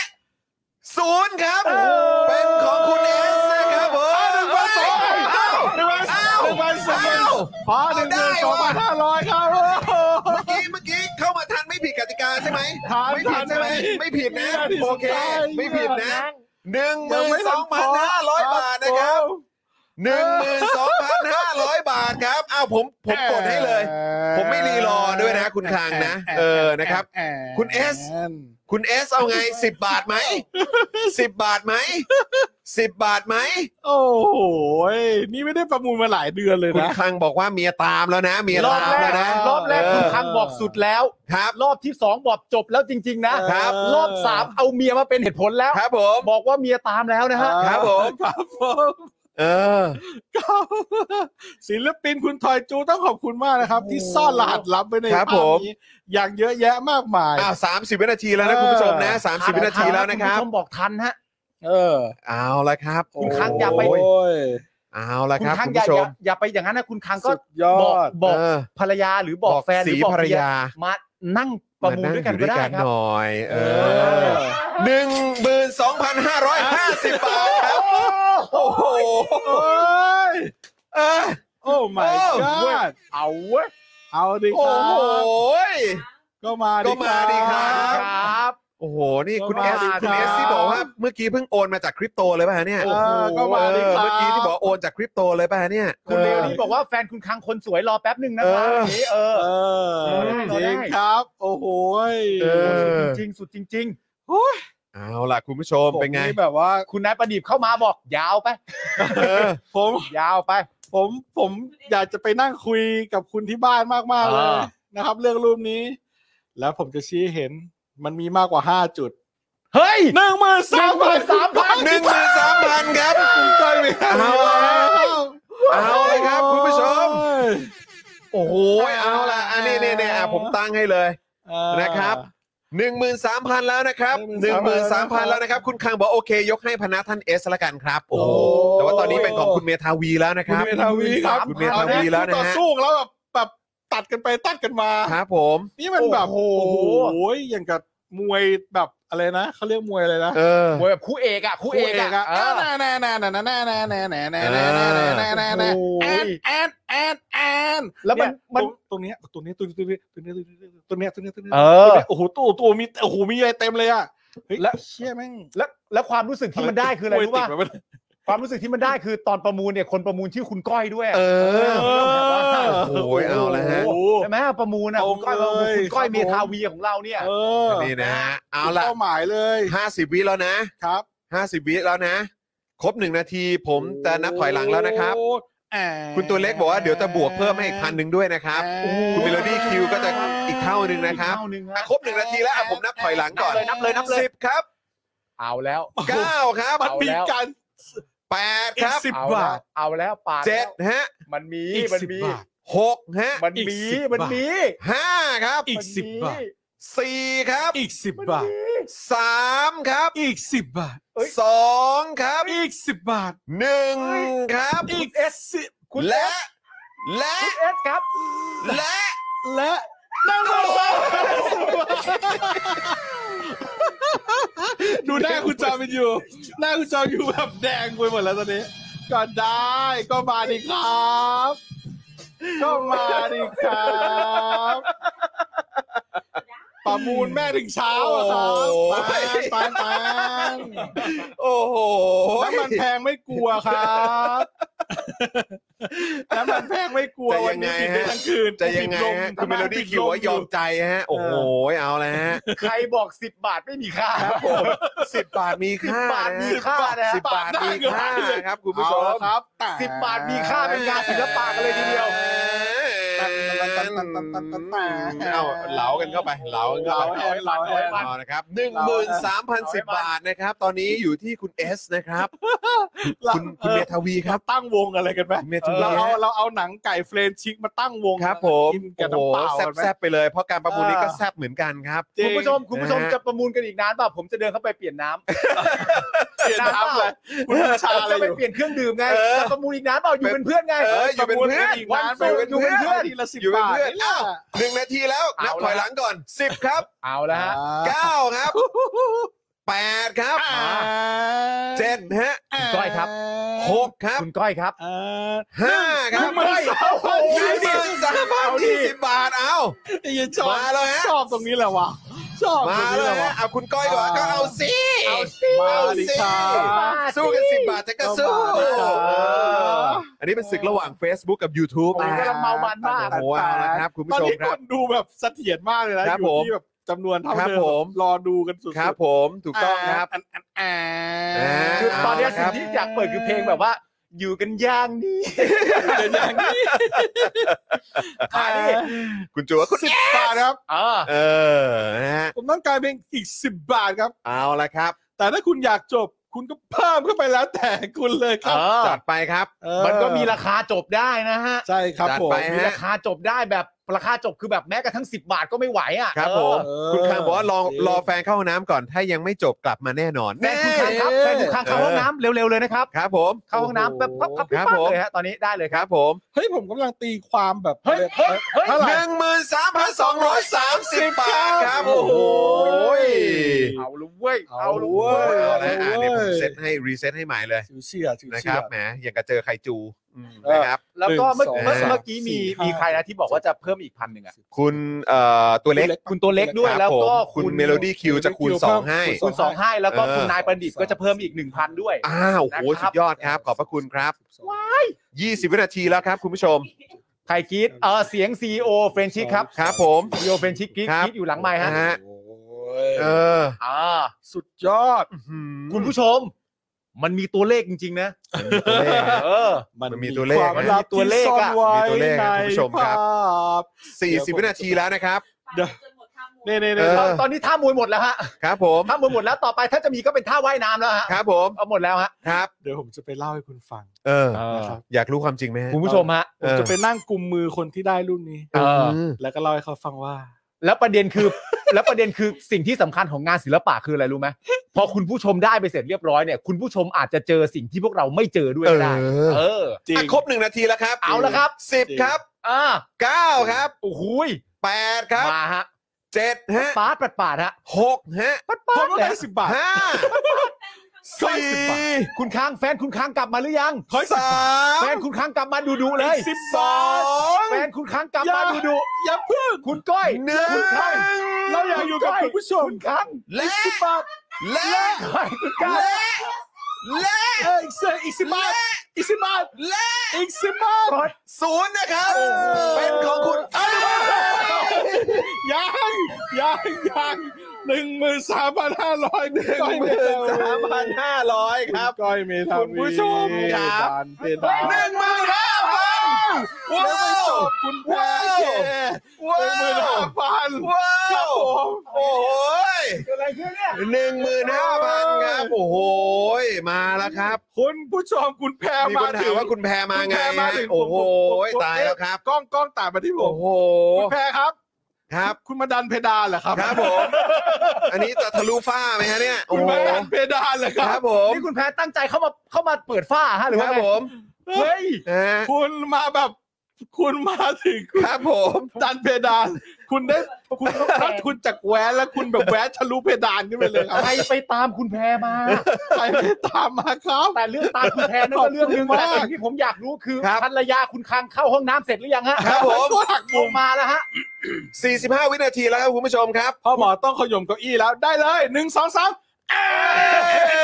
Speaker 3: ศูนย์ครับ
Speaker 6: เออ
Speaker 3: เป็นของคุณเอสนะครับผม
Speaker 5: หนึ่งพันสอง
Speaker 3: เอ้า
Speaker 5: หนึ่งพันสองหนึ่งพันสอง
Speaker 3: เอ้า
Speaker 5: พอหนึ่งหมื่นสองพันห้าร้อยครับโอ้โห
Speaker 3: เมื่อกี้เมื่อกี้เข้ามาทันไม่ผิดกติกาใช่ไหม
Speaker 5: ทัน
Speaker 3: ไม่ผิดใช่ไหม
Speaker 5: ทัน
Speaker 3: ไม่ผิดนะ
Speaker 5: ไม่ผิด
Speaker 3: โอเค ไม่ผิดนะหนึ่งห
Speaker 5: ยั
Speaker 3: มื่น
Speaker 5: ไทั
Speaker 3: สองพันห้าร้อยบาทนะครับ หนึ่งหมื่นสองพัน 1,500 บาทครับอ้าวผมผมกดให้เลย ผมไม่รีรอด้วยนะคุณคางนะเออนะครับ คุณ S คุณเอสเอาไง 10 บาทไหม 10 บาทไหม 10 บาทไหม
Speaker 5: โอ้โหยนี่ไม่ได้ประมูลมาหลายเดือนเลย
Speaker 3: คุณ
Speaker 5: นะ
Speaker 3: คลังบอกว่าเมียตามแล้วนะ เมีย
Speaker 6: รอบ
Speaker 3: ตาม
Speaker 6: แร
Speaker 3: แล้
Speaker 6: ก
Speaker 3: วนะ
Speaker 6: รอบแรก
Speaker 3: เออ
Speaker 6: คุณคังบอกสุดแล้ว
Speaker 3: ครับ
Speaker 6: รอบที่สองบอกจบแล้วจริง ๆ นะครับ รอบสามเอาเมียมาเป็นเหตุผลแล้ว
Speaker 3: ครับผม
Speaker 6: บอกว่าเมียตามแล้วนะฮะ
Speaker 3: ครับผม
Speaker 5: ครับผม
Speaker 3: เออ
Speaker 5: ก็ศิลปินคุณทอยจูต้องขอบคุณมากนะครับ ที่ซ่อนรหัสลับไว้ใน
Speaker 3: ครับ
Speaker 5: ภาพ
Speaker 3: ผม
Speaker 5: นี้อย่างเยอะแยะมากมาย
Speaker 3: อ้าวสามสิบวินาทีแล้วนะคุณผู้ชมนะสามสิบวินาทีแล้วนะครั
Speaker 6: ณ
Speaker 3: บ
Speaker 6: ผู้ชมบอกทันฮะ
Speaker 5: เออ
Speaker 3: เอาละครับ
Speaker 6: คุณคลังอย่าไป
Speaker 5: โอ้ย
Speaker 3: เอาละ
Speaker 6: คุ
Speaker 3: ค
Speaker 6: ณ
Speaker 3: รับ
Speaker 6: คัง
Speaker 3: คุณ
Speaker 6: อย่า
Speaker 3: ผู้ช
Speaker 6: อย่าม อย่าไปอย่างนั้นนะคุณคังก็
Speaker 5: สุดยอ
Speaker 6: บอก
Speaker 5: ด
Speaker 6: บอก
Speaker 3: เออ
Speaker 6: ภรรยาหรือบอกแฟนห
Speaker 3: สี
Speaker 6: รือบอก
Speaker 3: ภรรยา
Speaker 6: มานั่งประมูลด้วยกันก็ได้ค
Speaker 3: มางอ
Speaker 6: รับ
Speaker 3: หน่อย เออ
Speaker 5: อ
Speaker 3: หนึ่งหมื่นสองพันห้าร้อยห้าสิบบาทครับ โอ้โห
Speaker 5: โอ้ย
Speaker 3: เออ
Speaker 5: โอ้ my
Speaker 3: โอ้เว้ย
Speaker 5: god เอาเว้ยเอาดิค
Speaker 3: โอ้
Speaker 5: รั
Speaker 3: โห
Speaker 5: บก็มา
Speaker 3: ก็มาดิครั
Speaker 6: ครับ
Speaker 3: โอ้โห นี่คุณ
Speaker 6: ประ
Speaker 3: เอ
Speaker 6: มาณ
Speaker 3: ส
Speaker 6: นี้
Speaker 3: คุณ
Speaker 6: ค
Speaker 3: เอ
Speaker 6: รับ
Speaker 3: สที่บอกว่าเมื่อกี้เพิ่งโอนมาจากคริปโตเลยป่ะฮะเนี่ย
Speaker 5: เออก็มา
Speaker 3: เอ
Speaker 5: ดิ
Speaker 3: อ
Speaker 5: ครับ
Speaker 3: เมื่อกี้ที่บอกโอนจากคริปโตเลยป่ะฮะเนี่ย
Speaker 6: คุณเลวนี่บอกว่าแฟนคุณคังคนสวยรอแป๊บหนึ่งนะครับ
Speaker 3: เอ
Speaker 6: วัน
Speaker 3: อ
Speaker 6: นี้เออ
Speaker 5: เออ
Speaker 6: เออได้
Speaker 5: จริงครับ โอ้โหย
Speaker 3: เออ
Speaker 6: จริงๆสุดจริง
Speaker 3: เอาล่ะคุณผู้ชมเป็นไง
Speaker 5: ผมแบบว่า
Speaker 6: ๆ คุณนายประดิษฐ์เข้ามาบอกยาวไป
Speaker 3: เออ
Speaker 5: ผม
Speaker 6: ยาวไป
Speaker 5: ผมผมอยากจะไปนั่งคุยกับคุณที่บ้านมาก ๆ เลย
Speaker 6: อ่า
Speaker 5: นะครับ เรื่องรูปนี้ แล้วผมจะชี้ให้เห็นมันมีมากกว่าห้าจุด
Speaker 6: เฮ้ย
Speaker 5: หนึ่งหมื่นสามพันสามพัน
Speaker 3: หนึ่งหมื่นสามพันครับ
Speaker 5: ใช่ไหมครับ
Speaker 3: เอาแล้ว เอาเลยครับคุณผู้ชม โอ้โห เอาล่ะ อันนี้เนี่ยเนี่ยอ่ะผมตั้งให้เลย
Speaker 5: เออ
Speaker 3: นะครับ 13,000 แล้วนะครับ 13,000
Speaker 5: 13,000
Speaker 3: แล้วนะครับ คุณคังบอกโอเค ยกให้พนักท่านเอสละกันครับ โอ้โห
Speaker 5: โอ้
Speaker 3: แต่ว่าตอนนี้เป็นของคุณเมธาวีแล้วนะค
Speaker 5: คุณ
Speaker 3: รับ
Speaker 5: เมธาวีครับ
Speaker 3: คุณเมธาวีแล้วนะ
Speaker 5: ต่อ
Speaker 3: ฮะ
Speaker 5: สู้แล้วแบบแบบตัดกันไปตัดกันมา
Speaker 3: ครับผม
Speaker 5: นี่มันแบบ
Speaker 6: โอ้
Speaker 5: โอ้
Speaker 6: โห
Speaker 5: โหอย่างกับมวยแบบอะไรนะเขาเรียกมวยอะไรนะ
Speaker 3: เออ
Speaker 6: มวยแบบคู่เอกอ่ะคู่เอกอ่ะเอ
Speaker 5: แน่
Speaker 6: อ
Speaker 5: แน่แน่แน่แน่แน่แน่แน่แน่แน่แน่แน่แน่แน่แอนแอนแอนแอน
Speaker 6: แล้วมันมัน
Speaker 5: ตรงนี้ตรงนี้ตรงนี้ตรงนี้ตรงนี้ตรงนี้ตรงนี้ตรงนี้
Speaker 6: เออ
Speaker 5: โอ้โหตัวตัวมีโอ้โหมีอะไรเต็มเลยอ่ะและเชี่ยแม่ง
Speaker 6: แล้วแล้วความรู้สึกที่มันได้คืออะไรรู้ป่ะ
Speaker 5: มวยติด
Speaker 6: ความรู้สึกที่มันได้คือตอนประมูลเนี่ยคนประมูลชื่อคุณก้อยด้วยอะ
Speaker 3: เออ
Speaker 5: แบบ
Speaker 3: โอ้โหเอาละฮะ
Speaker 5: โอ้โห
Speaker 6: ใช่ไหมประมูลอ่ะคุณก้อยประมูลคุณก้อย
Speaker 5: ครับผม
Speaker 6: เมธาวีของเราเนี่ย
Speaker 5: เออ
Speaker 3: นี่นะฮะเอาละ
Speaker 5: เป้าหมายเลย
Speaker 3: 50 วิแล้วนะ
Speaker 5: ครับ
Speaker 3: 50 วิแล้วนะ ครบหนึ่งนาที ผมจะนับถอยหลังแล้วนะครับ คุณตัวเล็กบอกว่าเดี๋ยวจะบวกเพิ่มให้อีกพันหนึ่งด้วยนะครับ
Speaker 6: โอ้โห
Speaker 3: คุณเมโลดี้คิวก็จะอีกเท่าหนึ่งนะครับ
Speaker 6: เท่าหนึง
Speaker 3: อ่ะ
Speaker 6: ฮะ
Speaker 3: ครบหนึ่งนาทีแล้วอ่ะผมนับถอยหลังก่อน
Speaker 6: นับเลยนับเลยนับเลย
Speaker 3: สิบครับ
Speaker 6: เอาแล้ว
Speaker 3: เก้าครับ
Speaker 5: มันมี
Speaker 6: เอาแล้ว
Speaker 5: การ
Speaker 3: แปด
Speaker 5: อี
Speaker 3: ค
Speaker 5: ก
Speaker 3: รับ
Speaker 5: สิบ
Speaker 6: เอา
Speaker 5: บา
Speaker 6: แล้ว
Speaker 5: ท
Speaker 6: เอาแล้วปาด
Speaker 3: เจ็ด
Speaker 6: แล้ว
Speaker 3: ฮะ
Speaker 6: มันมี
Speaker 5: อีก
Speaker 6: มัน
Speaker 5: สิบ
Speaker 6: มี
Speaker 5: บาท
Speaker 3: หกฮะ
Speaker 6: มัน
Speaker 5: อีก
Speaker 6: มี
Speaker 5: สิบ
Speaker 6: มัน
Speaker 5: บาท
Speaker 6: มี
Speaker 3: ห้าครับ
Speaker 5: อีก
Speaker 6: มัน
Speaker 5: สิบ
Speaker 6: มี
Speaker 5: บาท
Speaker 3: สี่ครับ
Speaker 5: อีกสิบบาท
Speaker 3: สามครับ
Speaker 5: อีกสิบบาท
Speaker 3: สองครับ
Speaker 5: อีกสิบบาท
Speaker 3: หนึ่งครับ
Speaker 5: อีกเอสสิบคุณ
Speaker 3: และ และ
Speaker 6: คุณเอสครับ
Speaker 3: และ
Speaker 5: และนั่งบอกว่าดูหน้าคุณจอมันอยู่ หน้าคุณจอมอยู่แบบแดงไปหมดแล้วตอนนี้ ก็ได้ก็มาดิครับ ก็มาดิครับประมูลแม่ถึงเช้าอะครับปานปานปาน
Speaker 3: โอ้โห
Speaker 5: น้ำมันแพงไม่กลัวครับน้ำมันแพงไม่กลัววันนี้กินได้ทั้งคืน
Speaker 3: จะยังไงฮะคุณเมโลดี้คิวว่ายอมใจฮะโอ้โหเอาแล้วฮะ
Speaker 6: ใครบอก 10 บาทไม่มีค่า
Speaker 3: สิบบาทมีค่า
Speaker 6: บาทมี
Speaker 3: นะฮะ
Speaker 6: ค่านะฮะ
Speaker 3: สิบบาทมีค่าครับคุณผู้
Speaker 5: เอา
Speaker 3: ชม
Speaker 5: ละครับแต่
Speaker 6: สิบบาทมีค่าเป็นงานศิลปะกันเลยทีเดียว
Speaker 3: เอาเหลากันเข้าไปเหลากันเข้าไป
Speaker 5: เหลาให้เหลาให้
Speaker 3: เอานะครับหนึ่งหมื่นสามพันสิบบาทนะครับ ตอนนี้อยู่ที่คุณเอสนะครับ
Speaker 5: เรา
Speaker 3: คุณคุณเมธาวีครับ
Speaker 5: ตั้งวงอะไรกันไหม
Speaker 3: คุณเมธาวี
Speaker 5: เรา
Speaker 3: ค
Speaker 5: เอา
Speaker 3: รับ
Speaker 5: เราเอาหนังไก่เฟรนชิกมาตั้งวง
Speaker 3: ครับผม
Speaker 5: กินกับ
Speaker 3: โอ้โห
Speaker 5: น้ำเปล่า
Speaker 3: แซ่บ
Speaker 5: กันไหม
Speaker 3: แซบๆไปเลย เพราะการประมูลนี้ก็
Speaker 5: เออ
Speaker 3: แซ่บเหมือนกันครับ
Speaker 5: จริง
Speaker 6: คุณผู้ชมคุณผู้ชม
Speaker 3: นะฮะ
Speaker 6: จะประมูลกันอีกนานเปล่าผมจะเดินเข้าไปเปลี่ยนน้ำ
Speaker 5: เปลี่ยนน้ำเลยคุณบูชา
Speaker 6: ผม
Speaker 5: อะไร
Speaker 6: จะ
Speaker 5: อ
Speaker 6: ไป
Speaker 5: ยู่
Speaker 6: เปลี่ยนเครื่องดื่มไง
Speaker 3: เออ
Speaker 6: จะประมูลอีกนานเปล่าอยู่เป็นเพื่อนไง
Speaker 3: เออ ยู่เป็นเพื่อน
Speaker 5: อีกนานไป
Speaker 6: อยู่
Speaker 5: อยู่
Speaker 6: เป็
Speaker 5: เป็น
Speaker 6: นเพื่
Speaker 5: เพื่อ
Speaker 6: อน น
Speaker 5: ทีละสิบ
Speaker 3: อยู่เป็น
Speaker 5: บาท
Speaker 3: เพื่อน
Speaker 5: นี่
Speaker 3: อ้าวห
Speaker 5: แหละ
Speaker 3: นึ่งนาทีแล้วนับถอยหลังก่อนสิบครับ
Speaker 6: เอาแล้วฮะ
Speaker 3: เก้าครับแปดครับ
Speaker 5: อ่า
Speaker 3: เจ็ดฮะ
Speaker 6: คุณก้อยครับ
Speaker 3: หกครับ
Speaker 6: คุณก้อยครับ
Speaker 5: อ่า
Speaker 3: ห้าค
Speaker 5: คุ
Speaker 3: รั
Speaker 5: ณ
Speaker 3: บ
Speaker 5: มันสาว
Speaker 3: หนึ่งหมื่นสามพันยี่สิบบาท เอา
Speaker 5: ไอ้เหี้ยชอบ
Speaker 3: มาแล้วฮะ
Speaker 5: ชอบตรงนี้แหละวะ ชอบ
Speaker 3: มา
Speaker 5: คน
Speaker 3: เล
Speaker 5: นี้
Speaker 3: ย
Speaker 5: แหะวะ
Speaker 3: เอาคุณก้อยก่อนก็เอาสิเอาสิ
Speaker 5: มา
Speaker 3: เอา
Speaker 5: ดิ
Speaker 3: สิ
Speaker 5: ครับ
Speaker 3: สู้กันสิบบาทจะก็สู้
Speaker 5: เอามาดิครับ
Speaker 3: เอออันนี้เป็นศึกระหว่าง Facebook กับ YouTube
Speaker 5: ผมกำลังเมามันมาก
Speaker 3: โอ้โหเอาละครับ คุณ
Speaker 5: ตอ
Speaker 3: ผู้
Speaker 5: น
Speaker 3: ชม
Speaker 5: นี้
Speaker 3: ค
Speaker 5: ครับ นดูแบบเสถียรมากเลยนะครับอ
Speaker 3: ผม
Speaker 5: ยู่ที่แบบจำนวนเท่า
Speaker 3: ครับ
Speaker 5: เดิ
Speaker 3: ผม
Speaker 5: มรอดูกันสุดๆ
Speaker 3: ครับผมถูกต้อง
Speaker 5: า
Speaker 3: ครับ
Speaker 5: นอันอ่า
Speaker 3: อ่า
Speaker 6: คือตอนเนี้ย
Speaker 3: ค
Speaker 6: สิ่
Speaker 3: รั
Speaker 6: ง
Speaker 3: บ
Speaker 6: ที่อยากเปิดคือเพลงแบบว่า อยู่กันอย่างนี้
Speaker 5: เป็นอย่างนี้
Speaker 6: อ่า
Speaker 3: คุณจูว่าคุณ
Speaker 5: สิบบาทครับ
Speaker 6: อ่า
Speaker 3: เออนะฮะ
Speaker 5: ผมต้องการเพลงอีกสิบบาทครับ
Speaker 3: เอาละครับ
Speaker 5: แต่ถ้าคุณอยากจบ คุณก็เพิ่มเข้าไปแล้วแต่คุณเลยครับ
Speaker 6: เออ
Speaker 3: จัดไปครับ
Speaker 5: เออ
Speaker 6: มันก็มีราคาจบได้นะฮะ
Speaker 5: ใช่ครับ
Speaker 3: จัด
Speaker 5: ผม
Speaker 3: ไป
Speaker 6: มีราคาจบได้แบบราคาจบคือแบบแม้กระทั่ง 10 บาทก็ไม่ไหวอ่ะ
Speaker 3: ครับ
Speaker 6: เออ
Speaker 3: ผม
Speaker 5: เออ
Speaker 3: คุณคางบอกว่าลอง
Speaker 5: จริง
Speaker 3: รอแฟนเข้าห้องน้ำก่อน ถ้ายังไม่จบกลับมาแน่นอน
Speaker 6: แฟนคุณคางครับแฟนคุณคางเข้าห้องน้ำเร็วๆเลยนะครับ
Speaker 3: ครับผม
Speaker 6: เข้าห้องน้ำแบบปั๊บปั๊บปั๊บ
Speaker 3: ครับผม
Speaker 6: เลยฮะตอนนี้ได้เลย
Speaker 3: ค
Speaker 6: ค
Speaker 3: รั
Speaker 6: รับบ
Speaker 3: ผม
Speaker 5: เฮ้ยผมกำลังตีความแบบ
Speaker 6: เฮ้ยเฮ้ยเฮ้ย
Speaker 5: เท่าไหร่
Speaker 3: หนึ่งหมื่นสามพันสองร้อยสามสิบบาทครับ โอ้โห
Speaker 6: เอาละเว้ย
Speaker 5: เอาละเว้ย
Speaker 3: เอาละ
Speaker 5: เอา
Speaker 3: อ่ะ
Speaker 5: เว้ย
Speaker 3: เดี๋ยวผมเซตให้รีเซตให้ใหม่เลย
Speaker 5: ชิวเชียร์ชิว
Speaker 3: นะค
Speaker 5: เชีย
Speaker 3: รับ
Speaker 5: ร์
Speaker 3: แหมอย่างกับเจอไคจูอืม
Speaker 5: เออ
Speaker 3: นะครับ
Speaker 6: แล้วก็เมื่อ
Speaker 5: หนึ่ง
Speaker 6: เมื่อ
Speaker 3: สอง
Speaker 6: เมื่อกี้มี
Speaker 5: สี่ห้ามี
Speaker 6: มีใครนะที่บอกว่าจะเพิ่มอีกพันหนึ่งอ่ะ
Speaker 3: คุณเอ่อตัวเล็ก
Speaker 6: คุณตัวเล็กด้วย
Speaker 3: ครั
Speaker 6: แล้
Speaker 3: บ
Speaker 6: วก็
Speaker 3: ผมคุณเมโลดี้คิวจะคูณ 2 ให้
Speaker 5: คู
Speaker 6: คูณ
Speaker 5: ณ
Speaker 6: ส
Speaker 5: ส
Speaker 6: อ
Speaker 5: อง ง
Speaker 6: ให้แล้วก็
Speaker 3: เออ
Speaker 6: คุณนายประดิษฐ์ก็จะเพิ่มอีก 1,000 ด้วย
Speaker 3: อ้าวโอ้โห
Speaker 6: นะครับ
Speaker 3: สุดยอดครับ ขอบพระคุณครับ
Speaker 6: ว้าย
Speaker 3: 20 วินาทีแล้วครับ คุณผู้ชม
Speaker 6: ใครคิดเออเสียง CEO เฟรนชิกครับ
Speaker 3: ครับผม
Speaker 6: ซีโอเฟรนชิกคิด
Speaker 3: ครับ
Speaker 6: คิดอยู่หลังไมค์ฮะ
Speaker 3: นะฮะ
Speaker 5: โอ้ย
Speaker 3: เออ
Speaker 6: อ่า
Speaker 5: สุดยอด
Speaker 6: คุณผู้ชม มันมีตัวเลขจริง ๆ นะ
Speaker 3: ตัวเลข
Speaker 6: เออ
Speaker 3: มันมีตัวเลข
Speaker 5: ความลับ
Speaker 6: นะตัวเลข
Speaker 5: ที่ซ่อน
Speaker 6: อะ
Speaker 5: ไว้
Speaker 3: มีตัวเลข
Speaker 5: ใน
Speaker 3: นะคุณผู้ชมครับ
Speaker 5: ภาพ
Speaker 3: 40 วินาทีแล้วนะครับ
Speaker 5: เดี๋ยว เนี่ยเนี่ย
Speaker 3: เอ
Speaker 5: เนี่ย
Speaker 3: อ
Speaker 6: ตอนตอนนี้ท่ามวยหมดแล้วฮะ
Speaker 3: ครับผม
Speaker 6: ท่ามวยหมดแล้วต่อไปถ้าจะมีก็เป็นท่าว่ายน้ำแล้วฮะ
Speaker 3: ครับผม
Speaker 6: เอาหมดแล้วฮะ
Speaker 3: ครับ
Speaker 5: เดี๋ยวผมจะไปเล่าให้คุณฟัง
Speaker 3: เออ
Speaker 5: นะครับ
Speaker 3: อยากรู้ความจริงไหมฮะ
Speaker 6: คุณผู้ชมฮะ
Speaker 3: เอ
Speaker 5: ผ
Speaker 3: อ
Speaker 5: มจะไปนั่งกลุ่มมือคนที่ได้รุ่นนี้
Speaker 6: เออ
Speaker 3: ม
Speaker 5: แล้วก็เล่าให้เขาฟังว่า
Speaker 6: แล้วประเด็นคือ แล้วประเด็นคือสิ่งที่สำคัญของงานศิลปะคืออะไรรู้ไหมพอคุณผู้ชมได้ไปเสร็จเรียบร้อยเนี่ย คุณผู้ชมอาจจะเจอสิ่งที่พวกเราไม่เจอด้วย
Speaker 3: เอ
Speaker 6: ก็ได้
Speaker 3: อ
Speaker 6: เออ
Speaker 5: จริง
Speaker 3: อ่ะครบหนึ่งนาทีแล้วครับ
Speaker 6: เอาละครับ
Speaker 3: สิบ
Speaker 5: จริง
Speaker 3: ครับ
Speaker 6: อ่า
Speaker 3: เก้าครับ
Speaker 6: โอ้โหย
Speaker 3: แปดครับ
Speaker 6: มาฮะ
Speaker 3: เจ็ดฮะ
Speaker 6: ปาดปัดปาดฮะ
Speaker 3: หกฮะ
Speaker 6: ปัดปา
Speaker 5: ผม
Speaker 6: ด
Speaker 5: ต้อง
Speaker 6: เลย
Speaker 5: ได้สิบบาท
Speaker 3: ห้าสี่
Speaker 6: คุณค้างแฟนคุณค้างกลับมาหรือยัง
Speaker 3: สาม
Speaker 6: แฟนคุณค้างกลับมาดูดูๆเลย
Speaker 5: สิบ
Speaker 3: ส
Speaker 5: บา
Speaker 3: อ
Speaker 5: ท
Speaker 3: ง
Speaker 6: แฟนคุณค้างกลับมา
Speaker 5: อ
Speaker 6: ดู
Speaker 5: ย่า
Speaker 6: ดู
Speaker 5: อย่าเพิ่ง
Speaker 6: ๆคุณก้อย
Speaker 3: หนึ่ง
Speaker 6: คุณค้าง
Speaker 5: เราอยากอยู่กับคุณผู้ชม
Speaker 6: คุณค้าง
Speaker 3: และ
Speaker 5: สิบบาท
Speaker 3: และ
Speaker 6: ให้คุณ
Speaker 3: และ
Speaker 6: ก้าง
Speaker 3: และ
Speaker 5: เอออีกสิบอีกสิบบาทอีกสิบบาท
Speaker 3: และ
Speaker 5: อีกสิบบาท
Speaker 3: ศูนย์นะครับ เป็นของคุณอนุวัฒน์
Speaker 5: ยังยังยังหนึ่งหมื่นสามพันห้าร้อยหนึ่ง
Speaker 3: หมื่นสามพันห้าร้อยครับ
Speaker 5: ก้อยเมธาวี
Speaker 3: คุณผู้ชมครับ
Speaker 5: านเพดาน
Speaker 3: หนึ่งหมื่นห้าพันว้าว
Speaker 5: ขอบคุณแพ
Speaker 3: ว้า
Speaker 5: ท
Speaker 3: ว
Speaker 5: ย์
Speaker 3: ว้า
Speaker 5: หนึ่งหมื่น
Speaker 3: ว
Speaker 5: ห้าพัน
Speaker 3: ว้า
Speaker 5: ครับ
Speaker 3: ว
Speaker 5: ผม
Speaker 3: โอ้โหย
Speaker 6: อะไรขึ้นเนี่ย
Speaker 3: หนึ่งหมื่นห้าพันครับ โอ้โหยมาแล้วครับ
Speaker 5: คุณผู้ชมคุณแพร
Speaker 3: มีค
Speaker 5: มาน ถึ
Speaker 3: ถาม
Speaker 5: ง
Speaker 3: ว่าคุณแพรมาไง
Speaker 5: คุณแพรมา
Speaker 3: ฮะ
Speaker 5: ถึงผม
Speaker 3: โอ้โหย
Speaker 5: ผมผม
Speaker 3: ตายแล้วครับ
Speaker 5: กล้องกล้องตามมาที่ผ
Speaker 3: โอ้
Speaker 5: ม
Speaker 3: โห
Speaker 5: คุณแพรครับ
Speaker 3: ครับ
Speaker 5: คุณมาดันเพดานเหรอครับ
Speaker 3: ครับผม อันนี้จะทะลุฟ้าไหมฮะเนี่ย
Speaker 5: คุ
Speaker 3: โอ้
Speaker 5: ณ
Speaker 3: โห
Speaker 5: มาดันเพดานเหรอค
Speaker 3: ค
Speaker 5: รั
Speaker 3: รั
Speaker 5: บบ
Speaker 3: ผม
Speaker 6: นี่คุณแพ้ตั้งใจเข้ามาเข้ามาเปิดฝ้าฮะหรือ
Speaker 3: ค
Speaker 6: ว่า
Speaker 3: รับ
Speaker 6: ไง
Speaker 3: ผม
Speaker 6: เฮ้ย
Speaker 3: นะฮะ
Speaker 5: คุณมาแบบ คุณมาถึงคุณ
Speaker 3: ครับผม
Speaker 5: ดันเพดาน คุณได้คุณถ้าคุณจากแหวนแล้วคุณแบบแหวนทะลุเพดานขึ้นไปเลยครับ
Speaker 6: ใครไปตามคุณแพรมา
Speaker 5: ใครไม่ตามมาครับ
Speaker 6: แต่เรื่องตามคุณแพรนั่นก็เรื่องหนึ่ง
Speaker 5: ขอบคุณ
Speaker 6: แต่
Speaker 5: มาก
Speaker 6: สิ่งที่ผมอยากรู้คือ
Speaker 3: ครับ
Speaker 6: ภรรยาคุณคังเข้าห้องน้ำเสร็จหรือยังฮะ
Speaker 3: ครับผม
Speaker 6: หักมุมมาแล้วฮะ
Speaker 3: 45 วินาทีแล้วครับคุณผู้ชมครับ
Speaker 5: พ่อหมอต้องขย่มเก้าอี้แล้วได้เลยหนึ่งสองสาม
Speaker 3: เอ้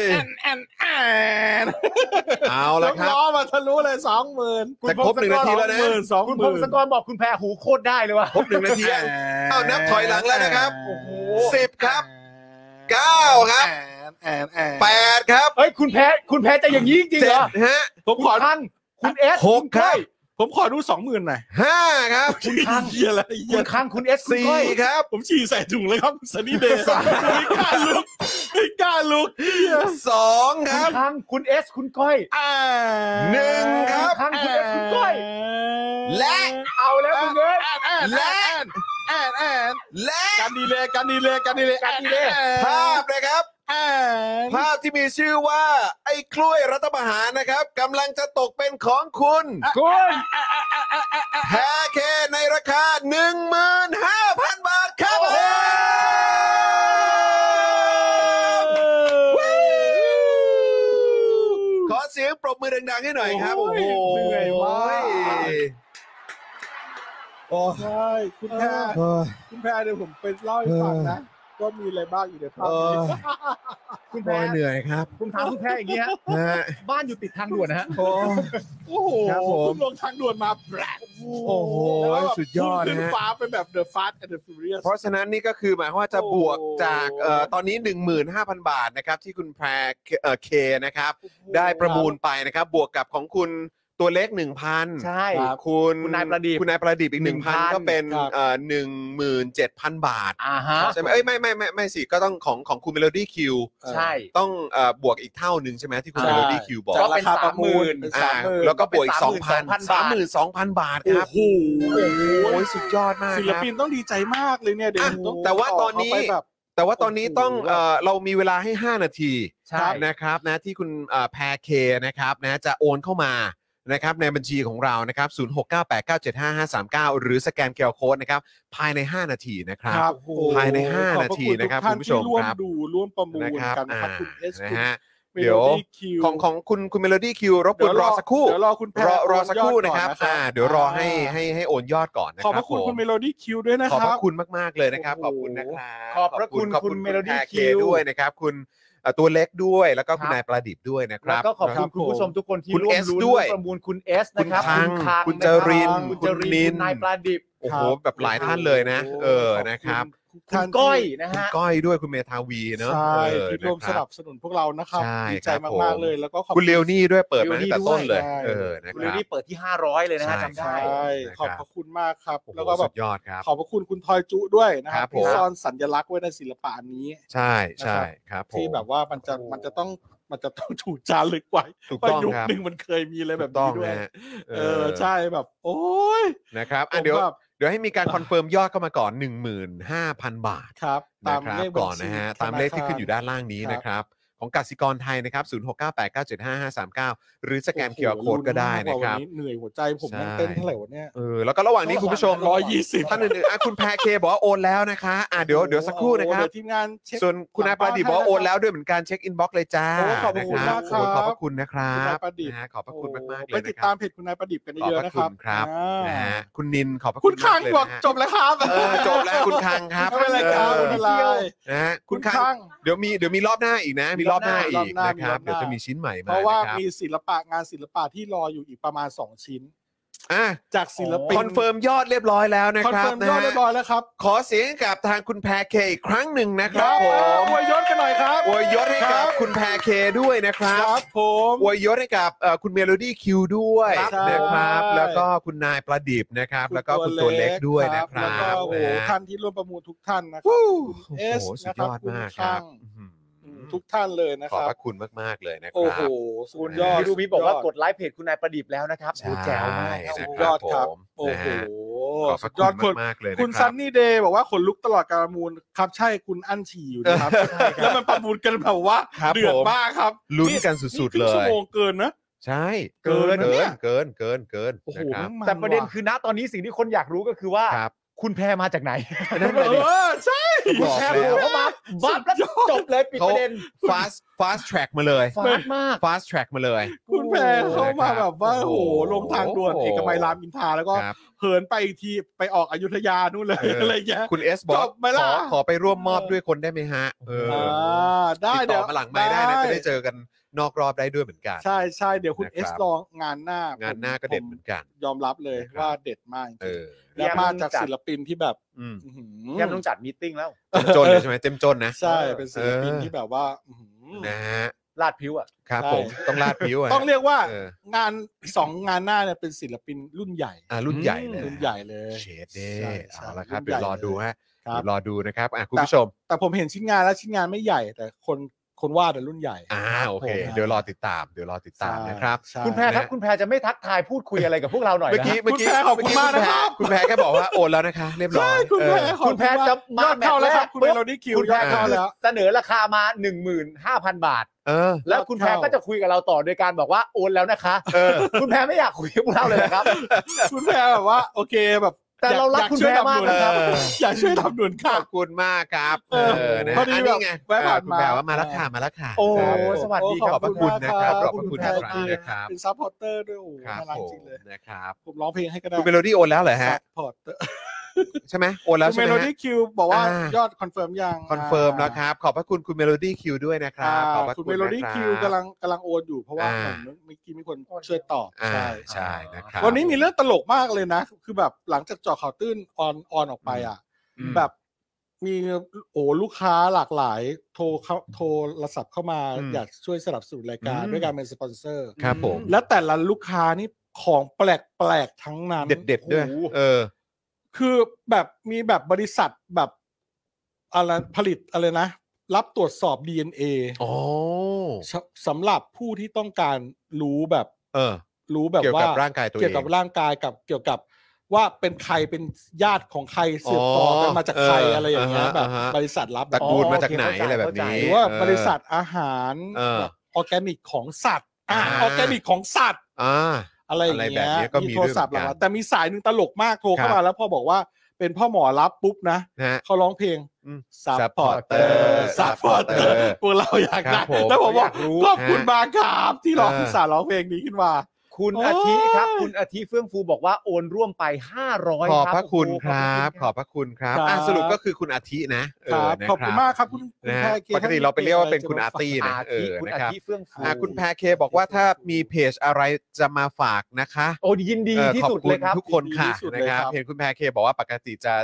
Speaker 3: ย
Speaker 5: แอนแอน
Speaker 3: เอาละ
Speaker 5: แล้ว
Speaker 3: ครับ
Speaker 5: ล้อมาทะลุเลยสองหมื่น
Speaker 3: จะครบหนึ่งนาทีแล้วนะ
Speaker 5: สอง
Speaker 6: คุณ
Speaker 5: ห
Speaker 6: พ
Speaker 5: มื่
Speaker 6: ง
Speaker 5: น
Speaker 6: ศกรบอกคุณแพรหูโคตรได้เลยว่ะ
Speaker 3: ครบหนึ่งนาทียังเอานับถอยหลังแล้วนะครับ
Speaker 6: โอ้โห
Speaker 3: 10 ครับ 9 ครับ
Speaker 5: แอนแอน
Speaker 3: 8 ครับ
Speaker 6: เฮ้ยคุณแพรคุณแพรจะอย่างนี้จริงๆเหรอ
Speaker 3: 7ฮะ
Speaker 5: ผมขอ
Speaker 6: คังคุณเอส
Speaker 3: หกครับ
Speaker 5: ผมขอดูสองหมื่นหน่อย
Speaker 3: 5 ครับ
Speaker 5: คุณทางเยี่ยอะไร
Speaker 6: คุ
Speaker 5: เยี่ย
Speaker 6: ณคังคุณเอสคุณก้อย
Speaker 3: 4 ครับ
Speaker 5: ผมฉี่ใส่ถุงเลยครับสันนี่ เดย์ไม่กล้าลุกไม่กล้าลุก
Speaker 3: 2 ค
Speaker 6: คุณ
Speaker 3: รับ
Speaker 6: คังคุณเอสคุณก้อย
Speaker 5: อ่า
Speaker 3: หนึ่งครับ
Speaker 6: ทางคุณเอสคุณก้อย
Speaker 3: และ
Speaker 6: เอาแล้วคุณเอ้ย
Speaker 5: แอนแอน
Speaker 3: และ
Speaker 5: และแอนแอน
Speaker 3: และ
Speaker 5: การดีเลยการดีเลยการดีเลย
Speaker 6: การดีเลย
Speaker 5: แอน
Speaker 3: ภาพนะครับ
Speaker 5: แอน
Speaker 3: ภาพที่มีชื่อว่า ไอ้กล้วยรัฐประหารนะครับกำลังจะตกเป็นของคุณ
Speaker 6: คุณ
Speaker 3: แพ้แค่ในราคา 15,000 บาทครับขอเสียงปรบมือดังๆให้หน่อยครับ โอ้โห
Speaker 5: เหนื่อยมาก
Speaker 3: โอ้
Speaker 5: ใช่คุณแพรคุณ แพรเดี๋ยวผมไปเล่าให้ฟังนะว่ามีอะไรบ้างอยู่ในภาพนี้
Speaker 6: คุณ
Speaker 10: บ
Speaker 6: แพ้
Speaker 10: อยเหนื่อยครับ
Speaker 6: คุณถามคุณแพ้อย่างเงี้ย
Speaker 10: ฮะ
Speaker 6: บ้านอยู่ติดทางด่วนนะฮะ
Speaker 10: โอ้
Speaker 5: โอ้โห
Speaker 10: ครับผม
Speaker 5: คุณลงทางด่วนมาแบล็ค
Speaker 10: โอ้โหสุดยอดนะฮะ
Speaker 5: ขึ้นฟ้าเป็นแบบ The Fast and the Furious
Speaker 3: เพราะฉะนั้นนี่ก็คือหมายความว่าจะบวกจากเอ่อตอนนี้ 15,000 บาทนะครับที่คุณแพรเคเอ่อเคนะครับ ได้ประมูลไปนะครับ บวกกับของคุณตัวเล็ก 1,000
Speaker 6: ใช่
Speaker 3: ครับคุณ
Speaker 6: คุณนายประดิษฐ์
Speaker 3: คุณนายประดิษฐ์อีก 1,000
Speaker 6: 1,000
Speaker 3: ก็เป็น
Speaker 5: ครับ
Speaker 3: เอ่อ17,000 บาท
Speaker 6: อ่าฮะ
Speaker 3: ใช่ไหมเอ้ยไม่ไม่ไม่ไม่สิก็ต้องของของคุณเมโลดี้คิว
Speaker 6: ใช่
Speaker 3: ต้องเอ่อบวกอีกเท่าหนึ่งใช่ไหมที่คุณ
Speaker 5: ใช่
Speaker 3: เมโลดี้คิวบอก
Speaker 6: ก็เป็น
Speaker 5: จกรค
Speaker 6: สามหมื่น
Speaker 5: ประลเป็
Speaker 3: อ่า
Speaker 5: สามหมื่น
Speaker 3: แล้วก็บวกอีก
Speaker 6: เป็
Speaker 3: สองพัน
Speaker 6: น
Speaker 3: สามหมื่น
Speaker 6: 32,000
Speaker 3: สองพันบาท
Speaker 5: โอ้
Speaker 3: ครับ
Speaker 5: โห
Speaker 3: โอ้ยสุดยอดมาก
Speaker 5: ศิ
Speaker 3: ค
Speaker 5: ล
Speaker 3: รับ
Speaker 5: ปินต้องดีใจมากเลยเนี่ยเดี๋ยว
Speaker 3: อ่ะ
Speaker 5: ผมอง
Speaker 3: แต่ว่า
Speaker 5: ข
Speaker 3: ตอนนี้
Speaker 5: เขไปแบบ
Speaker 3: แต่ว่าตอนนี้ต้อง
Speaker 5: โอ้โห
Speaker 3: เอ่อเรามีเวลาให้ 5 นาที
Speaker 6: ใช่
Speaker 3: นะครับนะที่คุณเอ่อแพรเคนะครับนะจะโอนเข้ามานะครับในบัญชีของเรานะครับ0698975539 หรือสแกนเคอร์โค้ดนะครับภายใน 5 นาทีนะครับ
Speaker 5: ครับโอ้โห
Speaker 3: ภายในห้า
Speaker 5: ขอ
Speaker 3: นา
Speaker 5: พะ
Speaker 3: ที
Speaker 5: ณทุก
Speaker 3: นะครับ
Speaker 5: ท่
Speaker 3: คุณผู้ชม
Speaker 5: ที่ร่ว
Speaker 3: ครับ
Speaker 5: ดูร่วมประมู
Speaker 3: นะ
Speaker 5: ล
Speaker 3: ครับ
Speaker 5: กัน
Speaker 3: อ่า
Speaker 5: ครับคุณเอส
Speaker 3: นะ
Speaker 5: คุณ
Speaker 3: ฮะ
Speaker 5: เม
Speaker 3: เดี๋
Speaker 5: โล
Speaker 3: ยว
Speaker 5: ดี้คิว
Speaker 3: ของของคุณคุณเมโลดี้คิวรบกวนรอสักครู่
Speaker 5: เดี๋ยวรอคุณแพ
Speaker 3: รอรอสักครู่นะครับ
Speaker 5: โอ
Speaker 3: อ่าเดี๋ยวรอให้
Speaker 5: า
Speaker 3: ให้ให้โอนยอดก่อนนะ
Speaker 5: ขอบ
Speaker 3: ค
Speaker 5: พ
Speaker 3: รับ
Speaker 5: ระคุณ
Speaker 3: ผม
Speaker 5: คุณเมโลดี้คิวด้วยนะ
Speaker 3: ขอบ
Speaker 5: ค
Speaker 3: พ
Speaker 5: รั
Speaker 3: ระ
Speaker 5: บ
Speaker 3: คุณมากๆเลยนะครับ ข
Speaker 5: โอ้
Speaker 3: อบ
Speaker 5: โห
Speaker 3: คุณนะครับ
Speaker 6: ขอบพระคุณ
Speaker 3: ขอบคุณ
Speaker 6: คุณ
Speaker 3: คุณ
Speaker 6: Melody
Speaker 3: แพรเค
Speaker 6: Q
Speaker 3: ด้วยนะครับ คุณเอ่อตัวเล็กด้วยแล้วก็
Speaker 6: ค
Speaker 3: คุณ
Speaker 6: รับ
Speaker 3: นายประดิษฐ์ด้วยนะค
Speaker 6: แล้ว
Speaker 3: รับ
Speaker 6: ก็ขอบ
Speaker 5: ค
Speaker 6: คุ
Speaker 5: รั
Speaker 6: ณ
Speaker 5: บ
Speaker 6: คุณผู้ชมทุกคนที่
Speaker 3: คุณ
Speaker 6: ร่วม
Speaker 3: S
Speaker 6: รุ้น
Speaker 3: ด้วย
Speaker 6: ร่วมประมูลคุณเอสนะครับ
Speaker 3: คุณคังคุณ
Speaker 6: นะรับ
Speaker 3: จริน
Speaker 6: คุณ
Speaker 3: คุ
Speaker 6: จ
Speaker 3: ณ
Speaker 6: ริน
Speaker 3: นิน
Speaker 6: คุณนายประดิษฐ์
Speaker 3: โอ้โห
Speaker 5: ครับ
Speaker 3: แบบหลายท่านเลยนะ เออนะครับ
Speaker 5: ข
Speaker 6: คุ
Speaker 5: อณทุท่า
Speaker 6: ณ
Speaker 5: น
Speaker 6: ก้อย
Speaker 5: ที่
Speaker 6: นะ
Speaker 3: คุณ
Speaker 6: ฮะ
Speaker 3: ก้อยด้วยคุณเมธาวีเนอะ
Speaker 5: ใช่
Speaker 3: เออ
Speaker 5: ที่ร่วม
Speaker 3: นะค
Speaker 5: ส
Speaker 3: รั
Speaker 5: นั
Speaker 3: บ
Speaker 5: บสนุนพวกเรานะครับ
Speaker 3: ใช่
Speaker 5: ดีใจ
Speaker 3: ครับผม
Speaker 5: มากๆเลยแล้วก็ขอบ
Speaker 3: คุณเลียวนี่ด้วยเปิดมา
Speaker 6: เลี
Speaker 3: ตั้
Speaker 6: ยวนี่
Speaker 3: งแต่ต้นเลย
Speaker 6: ด้วย
Speaker 3: เออนะค
Speaker 6: เรื่อง
Speaker 3: รับ
Speaker 6: นี้เปิดที่ 500 เลยนะฮะ
Speaker 3: ใช่
Speaker 6: จำ
Speaker 5: ใช
Speaker 6: ได้
Speaker 5: ่
Speaker 3: นะครับ
Speaker 5: ขอบพระคุณมากครับ
Speaker 3: โอ้โห
Speaker 5: แล้วก็แบ
Speaker 3: สุ
Speaker 5: บ
Speaker 3: ดยอดครับ
Speaker 5: ขอบพระคุณคุณทอยจุด้วยนะค
Speaker 3: ครั
Speaker 5: รับบ
Speaker 3: ผม
Speaker 5: ที่ซ่อนสัญลักษณ์ไว้ในศิลปะอันนี้
Speaker 3: ใช่ใช่
Speaker 5: นะครับ
Speaker 3: ครับผม
Speaker 5: ที่แบบว่ามันจะมันจะต้องมันจะต้อง ถูกจารึกไว้
Speaker 3: ถูก
Speaker 5: ว่า
Speaker 3: ต้อง
Speaker 5: ยุค
Speaker 3: ครับ
Speaker 5: หนึ่งมันเคยมีอะไรแบบ
Speaker 3: ถูกต้อง
Speaker 5: นี้ด้วย
Speaker 3: ฮะเออ
Speaker 5: เออใช่แบบ โอ้ย
Speaker 3: นะครับ
Speaker 5: ผ
Speaker 3: อ่ะ
Speaker 5: ม
Speaker 3: เดี๋ยว
Speaker 5: แบบ
Speaker 3: เดี๋ยวให้มีการคอนเฟิร์มยอดเข้ามาก่อน 15,000 บาท
Speaker 5: ครับ ตา
Speaker 3: นะ
Speaker 5: ม
Speaker 3: ครับ
Speaker 5: เลขบัญ
Speaker 3: ก่อน
Speaker 5: ชี
Speaker 3: นะฮะ
Speaker 5: ธ
Speaker 3: ตาม
Speaker 5: คร
Speaker 3: เลขที่ขึ้นอยู่ด้านล่างนี้
Speaker 5: ครับ
Speaker 3: นะครับ ของกสิกรไทยนะครับ 0698975539 หรือสแกนเคอร์โคด
Speaker 5: อ้ห
Speaker 3: ก็ได้นะ
Speaker 5: ลุ้
Speaker 3: ค
Speaker 5: มา
Speaker 3: รับ
Speaker 5: กว่าวันนี้เหนื่อยหัวใจผมนั่ง
Speaker 3: ใช่
Speaker 5: เต้นเท่าไหร่วะเนี่ย
Speaker 3: เออแล้วก็ระหว่างนี้คุณผู้ชม
Speaker 5: ร้อยยี่สิบ
Speaker 3: ท่านอื่นๆอ่ะคุณแพรเคบอกว่าโอนแล้วนะคะอ่ะเดี๋ยวเดี๋ยวสักครู่นะครับ
Speaker 5: เดี๋ยวทีมงานเช็ค
Speaker 3: ส่วนคุณนายประดิษฐ์บอกว่าโอนแล้วด้วยเหมือนกันเช็คอินบ็อกซ์เลยจ้า
Speaker 5: โอ้ขอบพระคุณมากครับ
Speaker 3: โอ้ขอบพระคุณนะครับ
Speaker 5: คุณนายประดิษฐ์
Speaker 3: นะฮะขอบพระคุณมากๆเล
Speaker 5: ไป
Speaker 3: ย
Speaker 5: ติด
Speaker 3: นะค
Speaker 5: ตา
Speaker 3: รั
Speaker 5: ม
Speaker 3: บ
Speaker 5: เพจคุณนายประดิษฐ์กัน
Speaker 3: ขอบ
Speaker 5: เยอะ
Speaker 3: พ
Speaker 5: ๆ
Speaker 3: ระ
Speaker 5: นะ
Speaker 3: คุณครับนะฮะ
Speaker 5: ครับอ่า
Speaker 3: คุณนินขอบพระ
Speaker 5: คุ
Speaker 3: คุณ ณ
Speaker 5: ข้าง
Speaker 3: มากเลย
Speaker 5: บอ
Speaker 3: นะ
Speaker 5: ก
Speaker 3: ฮะ
Speaker 5: จบแล้วครับ
Speaker 3: เออจบแล้วคุณคังครับ
Speaker 5: ไม่เป็นไรครับไม่เป็นไร
Speaker 3: เออนะฮะคุณคัง เดี๋ยวมีเดี๋ยวมีรอบหน้าอีกนะ มีรอบหน้าอีกนะครับเดี๋ยวจะมีชิ้นใหม่
Speaker 5: เพ
Speaker 3: มา
Speaker 5: ราะว่า
Speaker 3: ครับ
Speaker 5: มีศิลปะงานศิลปะที่รออยู่อีกประมาณ 2 ชิ้น
Speaker 3: อ่ะ
Speaker 5: จากศิลปิน
Speaker 3: คอนเฟิร์มยอดเรียบร้อยแล้วนะ
Speaker 5: คอน
Speaker 3: ครั
Speaker 5: เฟิ
Speaker 3: บ
Speaker 5: ร์ม
Speaker 3: นะ
Speaker 5: ยอด
Speaker 3: ฮะ
Speaker 5: เรียบร้อยแล้วครับ
Speaker 3: ขอเสียงให้กับทางคุณแพรเคอีกครั้งหนึ่งนะค
Speaker 5: ค
Speaker 3: รั
Speaker 5: รั
Speaker 3: บบผ
Speaker 5: ผม
Speaker 3: ม
Speaker 5: อวยยศกันหน่อยครับ
Speaker 3: อวยยศให้กับ
Speaker 5: ค
Speaker 3: คุณแพรเคด้วยนะค
Speaker 5: รั
Speaker 3: รับ
Speaker 5: ครับผม
Speaker 3: อวยยศให้กับเอ่อคุณเมโลดี้คิวด้วย
Speaker 5: ครับ
Speaker 3: นะครับ
Speaker 5: ใช่
Speaker 3: แล้วก็คุณนายประดิษฐ์นะครับ แล้วก็คุณตัวเล็กด้วยนะค
Speaker 5: แล้
Speaker 3: รั
Speaker 5: วก็
Speaker 3: บ
Speaker 5: โอ้โห
Speaker 3: นะฮะ
Speaker 5: ท่านที่ร่วมประมูลทุกท่านนะค
Speaker 3: ว
Speaker 5: รั
Speaker 3: ู้
Speaker 5: บ
Speaker 3: โอ้โห
Speaker 5: คุณ S
Speaker 3: สุดยอด
Speaker 5: นะครับ
Speaker 3: มากครับ
Speaker 5: คุณ
Speaker 3: อื้อหืออ
Speaker 5: ทุกท่านเลยนะ
Speaker 3: ขอ
Speaker 5: ค
Speaker 3: บ
Speaker 5: รับ
Speaker 3: พระคุณมาก ๆ เลยนะค
Speaker 5: โอ้
Speaker 3: รั
Speaker 5: โห
Speaker 3: บ
Speaker 5: สุดยอด
Speaker 3: นะ
Speaker 6: พี่รูบี้บอกว่ากดไลค์เพจคุณนายประดิษฐ์แล้วนะครับ
Speaker 3: ใช
Speaker 6: พูดแจ๋วมา
Speaker 3: ่
Speaker 6: กครับ
Speaker 3: นะ
Speaker 5: สุด
Speaker 3: ค
Speaker 5: ย
Speaker 3: รั
Speaker 5: อด
Speaker 3: บผ
Speaker 5: ครับ
Speaker 3: ม
Speaker 5: โอ้
Speaker 3: นะ
Speaker 5: โห
Speaker 3: ฮะขอบพ
Speaker 5: สุ
Speaker 3: ระ
Speaker 5: ดย
Speaker 3: คุ
Speaker 5: อด
Speaker 3: ณ
Speaker 5: คน
Speaker 3: มาก ๆ เลยนะ
Speaker 5: คุณ
Speaker 3: ค
Speaker 5: ซั
Speaker 3: รับ
Speaker 5: นนี่เดย์บอกว่าขนลุกตลอดการประมูลครับใช่คุณอั้นฉี่อยู่นะครับ แล้วมันประมูลกันแบบว่า
Speaker 3: ครับ
Speaker 5: เดือดมากครับ
Speaker 3: ลุ้นกันสุดๆ
Speaker 5: นี่ครึ่งชั่
Speaker 3: เล
Speaker 5: วย โมงเกินนะ
Speaker 3: ใช่
Speaker 6: เกินนะ
Speaker 3: เกิ
Speaker 6: เนี่
Speaker 3: น
Speaker 6: ย
Speaker 3: เกิน เกิน เกิน
Speaker 5: โอ้โห
Speaker 3: นะครับ
Speaker 5: แม่งมัน
Speaker 6: แต่ประเด็น
Speaker 5: ว่
Speaker 6: คือณตอนนี้สิ่งที่คนอยากรู้ก็คือว่า
Speaker 3: ครับ
Speaker 6: คุณแพรมาจากไหน
Speaker 3: นั่นแหละดิ
Speaker 5: เออใช่
Speaker 3: บอก
Speaker 6: แพร
Speaker 3: แล้
Speaker 6: โผ
Speaker 3: ว
Speaker 6: ล่เข้ามาบับแล้วจบเลยปิดประเด็น
Speaker 3: fast fast track มาเลย
Speaker 6: ฟาดมาก
Speaker 3: fast track มาเลย
Speaker 5: คุณแพรเข้ามาแบบว่า
Speaker 3: โอ้
Speaker 5: โอ้
Speaker 3: โห
Speaker 5: โหลงทางด่วนเอกมัยรามอินทราแล้วก็
Speaker 3: ครับ
Speaker 5: เหินไปอีกทีไปออกอยุธยานู่นเลย
Speaker 3: เอออ
Speaker 5: อะไรอย่างเงี้ย
Speaker 3: คุณเอสบอก
Speaker 5: จบไหมล่ะ
Speaker 3: ขอขอไปร่วมมอบด้วยคนได้ไหมฮะ เออ
Speaker 5: อ่
Speaker 3: อา
Speaker 5: ได้
Speaker 3: ติด
Speaker 5: เดี๋
Speaker 3: ต่
Speaker 5: ย
Speaker 3: อ
Speaker 5: ว
Speaker 3: มาหลังไม่ได้นะจะได้เจอกันนอกรอบได้ด้วยเหมือนกัน
Speaker 5: ใช่ใช่เดี๋ยวคุณ
Speaker 3: นะค
Speaker 5: เอ
Speaker 3: รับ
Speaker 5: สลองงานหน้าง
Speaker 3: งานหน้าก็เด็ดเหมือนกัน
Speaker 5: ยอมรับเลย
Speaker 3: นะครับ
Speaker 5: ว่าเด็ดมากจ
Speaker 3: เอ
Speaker 5: ริง
Speaker 3: อ
Speaker 5: ๆและมาจากศิลปินที่แบบ
Speaker 3: อืม
Speaker 5: อื้อหื
Speaker 6: แยมต้องจัดมีตติ้งแล้ว
Speaker 3: เต็มจนเลยใช่ไหมเต็มจนนะ
Speaker 5: ใช่เป็นศิลปิ
Speaker 3: เอ
Speaker 5: น
Speaker 3: อ
Speaker 5: ที่แบบว่าอื้อหือ
Speaker 3: นะฮะ
Speaker 6: ลาดพิ้วอ่ะ
Speaker 3: ครับ
Speaker 5: ใช่
Speaker 3: ผมต้องลาดผิวอะ
Speaker 5: ต้องเรียกว่า
Speaker 3: เออง
Speaker 5: านสองงานหน้าเนี่ยเป็นศิลปินรุ่นใหญ่
Speaker 3: อ่ารุ่นใหญ่เลย
Speaker 5: รุ่นใหญ่เลย
Speaker 3: เชดเด้
Speaker 5: ใช่ใช่
Speaker 3: เอาละครับ
Speaker 5: นให
Speaker 3: เดี๋ย
Speaker 5: ญ่
Speaker 3: วรอดูฮะ
Speaker 5: ครั
Speaker 3: เดี๋
Speaker 5: บ
Speaker 3: ยวรอดูนะครับอ่ะคุณ
Speaker 5: แต่
Speaker 3: ผู้ชม
Speaker 5: แต่ผมเห็นชิ้นงานแล้วชิ้นงานไม่ใหญ่แต่คนคนวาดแต่ะรุ่นใหญ่
Speaker 3: อ่าโอเค
Speaker 5: ผม
Speaker 3: เดี๋ยวรอติดตาม เดี๋ยวรอติดตาม
Speaker 5: ใช่
Speaker 3: นะครับ
Speaker 5: ใช่
Speaker 6: คุณแพรครับ
Speaker 3: นะ
Speaker 6: คุณแพรจะไม่ทักทายพูดคุยอะไรกับพวกเราหน่อย
Speaker 3: เมื่อ
Speaker 6: นะ
Speaker 3: กี้
Speaker 6: ฮะ
Speaker 3: เมื่อกี้
Speaker 5: คุณแพรขอบคุณมากนะ
Speaker 3: แพ
Speaker 5: ครับ
Speaker 3: คุณแพรแค่บอกว่าโอนแล้วนะคะ เรียบร้อ
Speaker 5: ใช่
Speaker 3: ย
Speaker 5: คุณแพร
Speaker 3: เออ
Speaker 5: ขอบ
Speaker 6: คุณแพรจะมาย
Speaker 5: อดเข้าแล้วครับคุณเม
Speaker 6: ปุ๊
Speaker 5: โลดี้คิว
Speaker 6: คุณแพร
Speaker 5: ยอดเข้าแล้ว
Speaker 6: เสนอราคามา 15,000 บาท
Speaker 3: เออ
Speaker 6: แล้วคุณแพรก็จะคุยกับเราต่อโดยการบอกว่าโอนแล้วนะคะ
Speaker 3: เออ
Speaker 6: คุณแพรไม่อยากคุยกับพวกเราเลยนะครับ
Speaker 5: คุณแพรแบบว่าโอเคแบบ
Speaker 6: แต่เรารัก
Speaker 5: อย
Speaker 6: คุณ
Speaker 5: ช่วย
Speaker 6: แพรมากนะครับ
Speaker 5: ทำหนุอยากช่วยทำหนุน
Speaker 3: ข
Speaker 5: ค่ะ
Speaker 3: อบคุณมากครับ เอ
Speaker 5: เอ
Speaker 3: อ
Speaker 5: อ
Speaker 3: นะ
Speaker 5: พอดี
Speaker 3: น
Speaker 5: แบบ
Speaker 3: นี้ไง
Speaker 5: แวะผ่าน
Speaker 3: เออคุณแพร
Speaker 5: มา
Speaker 3: ว่ามาละค่ะมาละค่ะ
Speaker 6: โอ้
Speaker 3: ครับผม
Speaker 6: สวัสดีค
Speaker 3: ขอ
Speaker 6: รั
Speaker 3: บพระคุณนะครับขอบพระคุณ
Speaker 5: แพ
Speaker 3: มาก
Speaker 5: ร
Speaker 3: ๆนะครับ
Speaker 5: เป็นซัพพอร์เตอร์ด้วยโอ้โห
Speaker 3: ครับ
Speaker 5: น่ารัก
Speaker 3: ผ
Speaker 5: จ
Speaker 3: ม
Speaker 5: ริงเลย
Speaker 3: นะครับ
Speaker 5: ผมร้องเพลงให้ก็ได้
Speaker 3: คุณเมโลดี้โอนแล้วเหรอฮะ
Speaker 5: ซัพพอร์ตเตอร์
Speaker 3: ใช่ไหมโอนแล้ว
Speaker 5: คุณ
Speaker 3: ใช่
Speaker 5: เม
Speaker 3: ไหม
Speaker 5: โล
Speaker 3: ฮะ
Speaker 5: ดี้คิวบอกว่า
Speaker 3: อ่า
Speaker 5: ยอดคอนเฟิร์มยัง
Speaker 3: คอนเฟิร์มแล้วครับ ขอบพระคุณคุณเมโลดี้คิวด้วยนะครั
Speaker 5: อ่า
Speaker 3: บ ขอบพระ
Speaker 5: คุณ
Speaker 3: คุ
Speaker 5: เม
Speaker 3: ณ
Speaker 5: โลดี้
Speaker 3: นะรับ
Speaker 5: คิวกำลังกำลังโอนอยู่เพราะว่า
Speaker 3: อ่า
Speaker 5: เหมือนเมื่อกี้มีคนช่วยตอบ
Speaker 3: อ่า
Speaker 5: ใช่
Speaker 3: ใช่นะครับ
Speaker 5: วันนี้มีเรื่องตลกมากเลยนะ คือแบบหลังจากเจอข่าวตื้นออนออนออกไปอ่ะ
Speaker 3: อืม
Speaker 5: แบบมีโอ้ลูกค้าหลากหลายโทรเข้าโทรศัพท์เข้ามา
Speaker 3: อืม
Speaker 5: อยากช่วยสนับสนุนรายการ
Speaker 3: อืม
Speaker 5: ด้วยการเป็นสปอนเซอร์
Speaker 3: ครับผม
Speaker 5: และแต่ละลูกค้านี่ของแปลกแปลกๆทั้งนั้น
Speaker 3: เด็ดๆด้วย
Speaker 5: โอ้โห
Speaker 3: เออ
Speaker 5: คือแบบมีแบบบริษัทแบบอะไรผลิตอะไรนะ รับตรวจสอบ DNA
Speaker 3: โอ้
Speaker 5: สสำหรับผู้ที่ต้องการรู้แบบ
Speaker 3: เออ
Speaker 5: รู้แบบ
Speaker 3: เกี่ยว
Speaker 5: ว่า
Speaker 3: กับร่างกายตัวเอง
Speaker 5: เกี่ยวกับร่างกายกับเกี่ยวกับว่าเป็นใครเป็นญาติของใครสืบต่อกันมาจากใคร
Speaker 3: เออ
Speaker 5: อะไรอย่างเงี้ย
Speaker 3: อ่าฮะ
Speaker 5: แบบ
Speaker 3: อ่าฮะ
Speaker 5: บริษัทรับ
Speaker 3: ตระกูล
Speaker 5: อ๋อ
Speaker 3: มาจากไหน
Speaker 6: โอเค
Speaker 3: อะไรแบบนี้
Speaker 6: เข้าใจ
Speaker 5: หรือว่าบริษัทอาหาร
Speaker 3: เออ
Speaker 5: แบบออร์แกนิกของสัตว์อ่า
Speaker 3: อ่า
Speaker 5: ออร์แกนิกของสัตว์
Speaker 3: อ่า
Speaker 5: อะไรอย่าง
Speaker 3: อะไรแบบ
Speaker 5: เงี้
Speaker 3: นี้
Speaker 5: ย
Speaker 3: ก็มี
Speaker 5: โทรศัพท์
Speaker 3: ด้วยเหมือนกัน
Speaker 5: หลังๆแต่มีสายหนึ่งตลกมากโทรเข้า
Speaker 3: ครับ
Speaker 5: มาแล้วพอบอกว่าเป็นพ่อหมอรับปุ๊บนะ
Speaker 3: นะฮะ
Speaker 5: เขาร้องเพลง
Speaker 3: อืม
Speaker 5: supporter supporter
Speaker 3: supporter
Speaker 5: พวกเราอยาก
Speaker 3: ครับ
Speaker 5: ได้
Speaker 3: ผม
Speaker 5: แล้วผมบอ
Speaker 3: อยา
Speaker 5: ก
Speaker 3: กรู้
Speaker 5: ขอบคุณ
Speaker 3: ฮะ
Speaker 5: มากครับที่ร้อง
Speaker 3: เออ
Speaker 5: สารร้องเพลงนี้ขึ้นมา
Speaker 6: คุณ
Speaker 5: โอ้ย
Speaker 6: อาทิครับ คุณอาทิเฟื่องฟูบอกว่าโอนร่วมไป 500
Speaker 3: ขอบ
Speaker 6: รับ
Speaker 3: พระคุณ
Speaker 6: โอ้โห
Speaker 3: ครับ ข
Speaker 6: ข
Speaker 3: อ
Speaker 6: อ
Speaker 3: บบพระคุณครับ
Speaker 5: ครับ
Speaker 3: อ่ะสรุปก็คือคุณอาทินะเ
Speaker 5: ครับ
Speaker 3: นะ
Speaker 5: ขอบคุณมากครับคุณคุณ
Speaker 3: นะ
Speaker 5: แพ
Speaker 3: ฮะ
Speaker 5: รเกีย
Speaker 3: ปกติเราไปเรียกว่าเป็นคุณอาร์ตี้
Speaker 6: คุณ
Speaker 3: นะ
Speaker 6: อาทิคุณอา
Speaker 3: เออนะครับ
Speaker 6: ทิเฟื่องฟู
Speaker 3: อ่ะคุณแพรเคบอกว่าถ้ามีเพจอะไรจะมาฝากนะคะ
Speaker 6: โอ้ยินดี
Speaker 3: เออ
Speaker 6: ที่
Speaker 3: ขอบ
Speaker 6: สุด
Speaker 3: คุ
Speaker 6: เล
Speaker 3: ณ
Speaker 6: ยครับ
Speaker 3: ทุกคนค่ะ
Speaker 5: ดีที่สุด
Speaker 3: นะ
Speaker 5: เลย
Speaker 3: ค
Speaker 5: ค
Speaker 3: รั
Speaker 5: รั
Speaker 3: บบ เห็นคุณแพรเคบอกว่าปกติจะ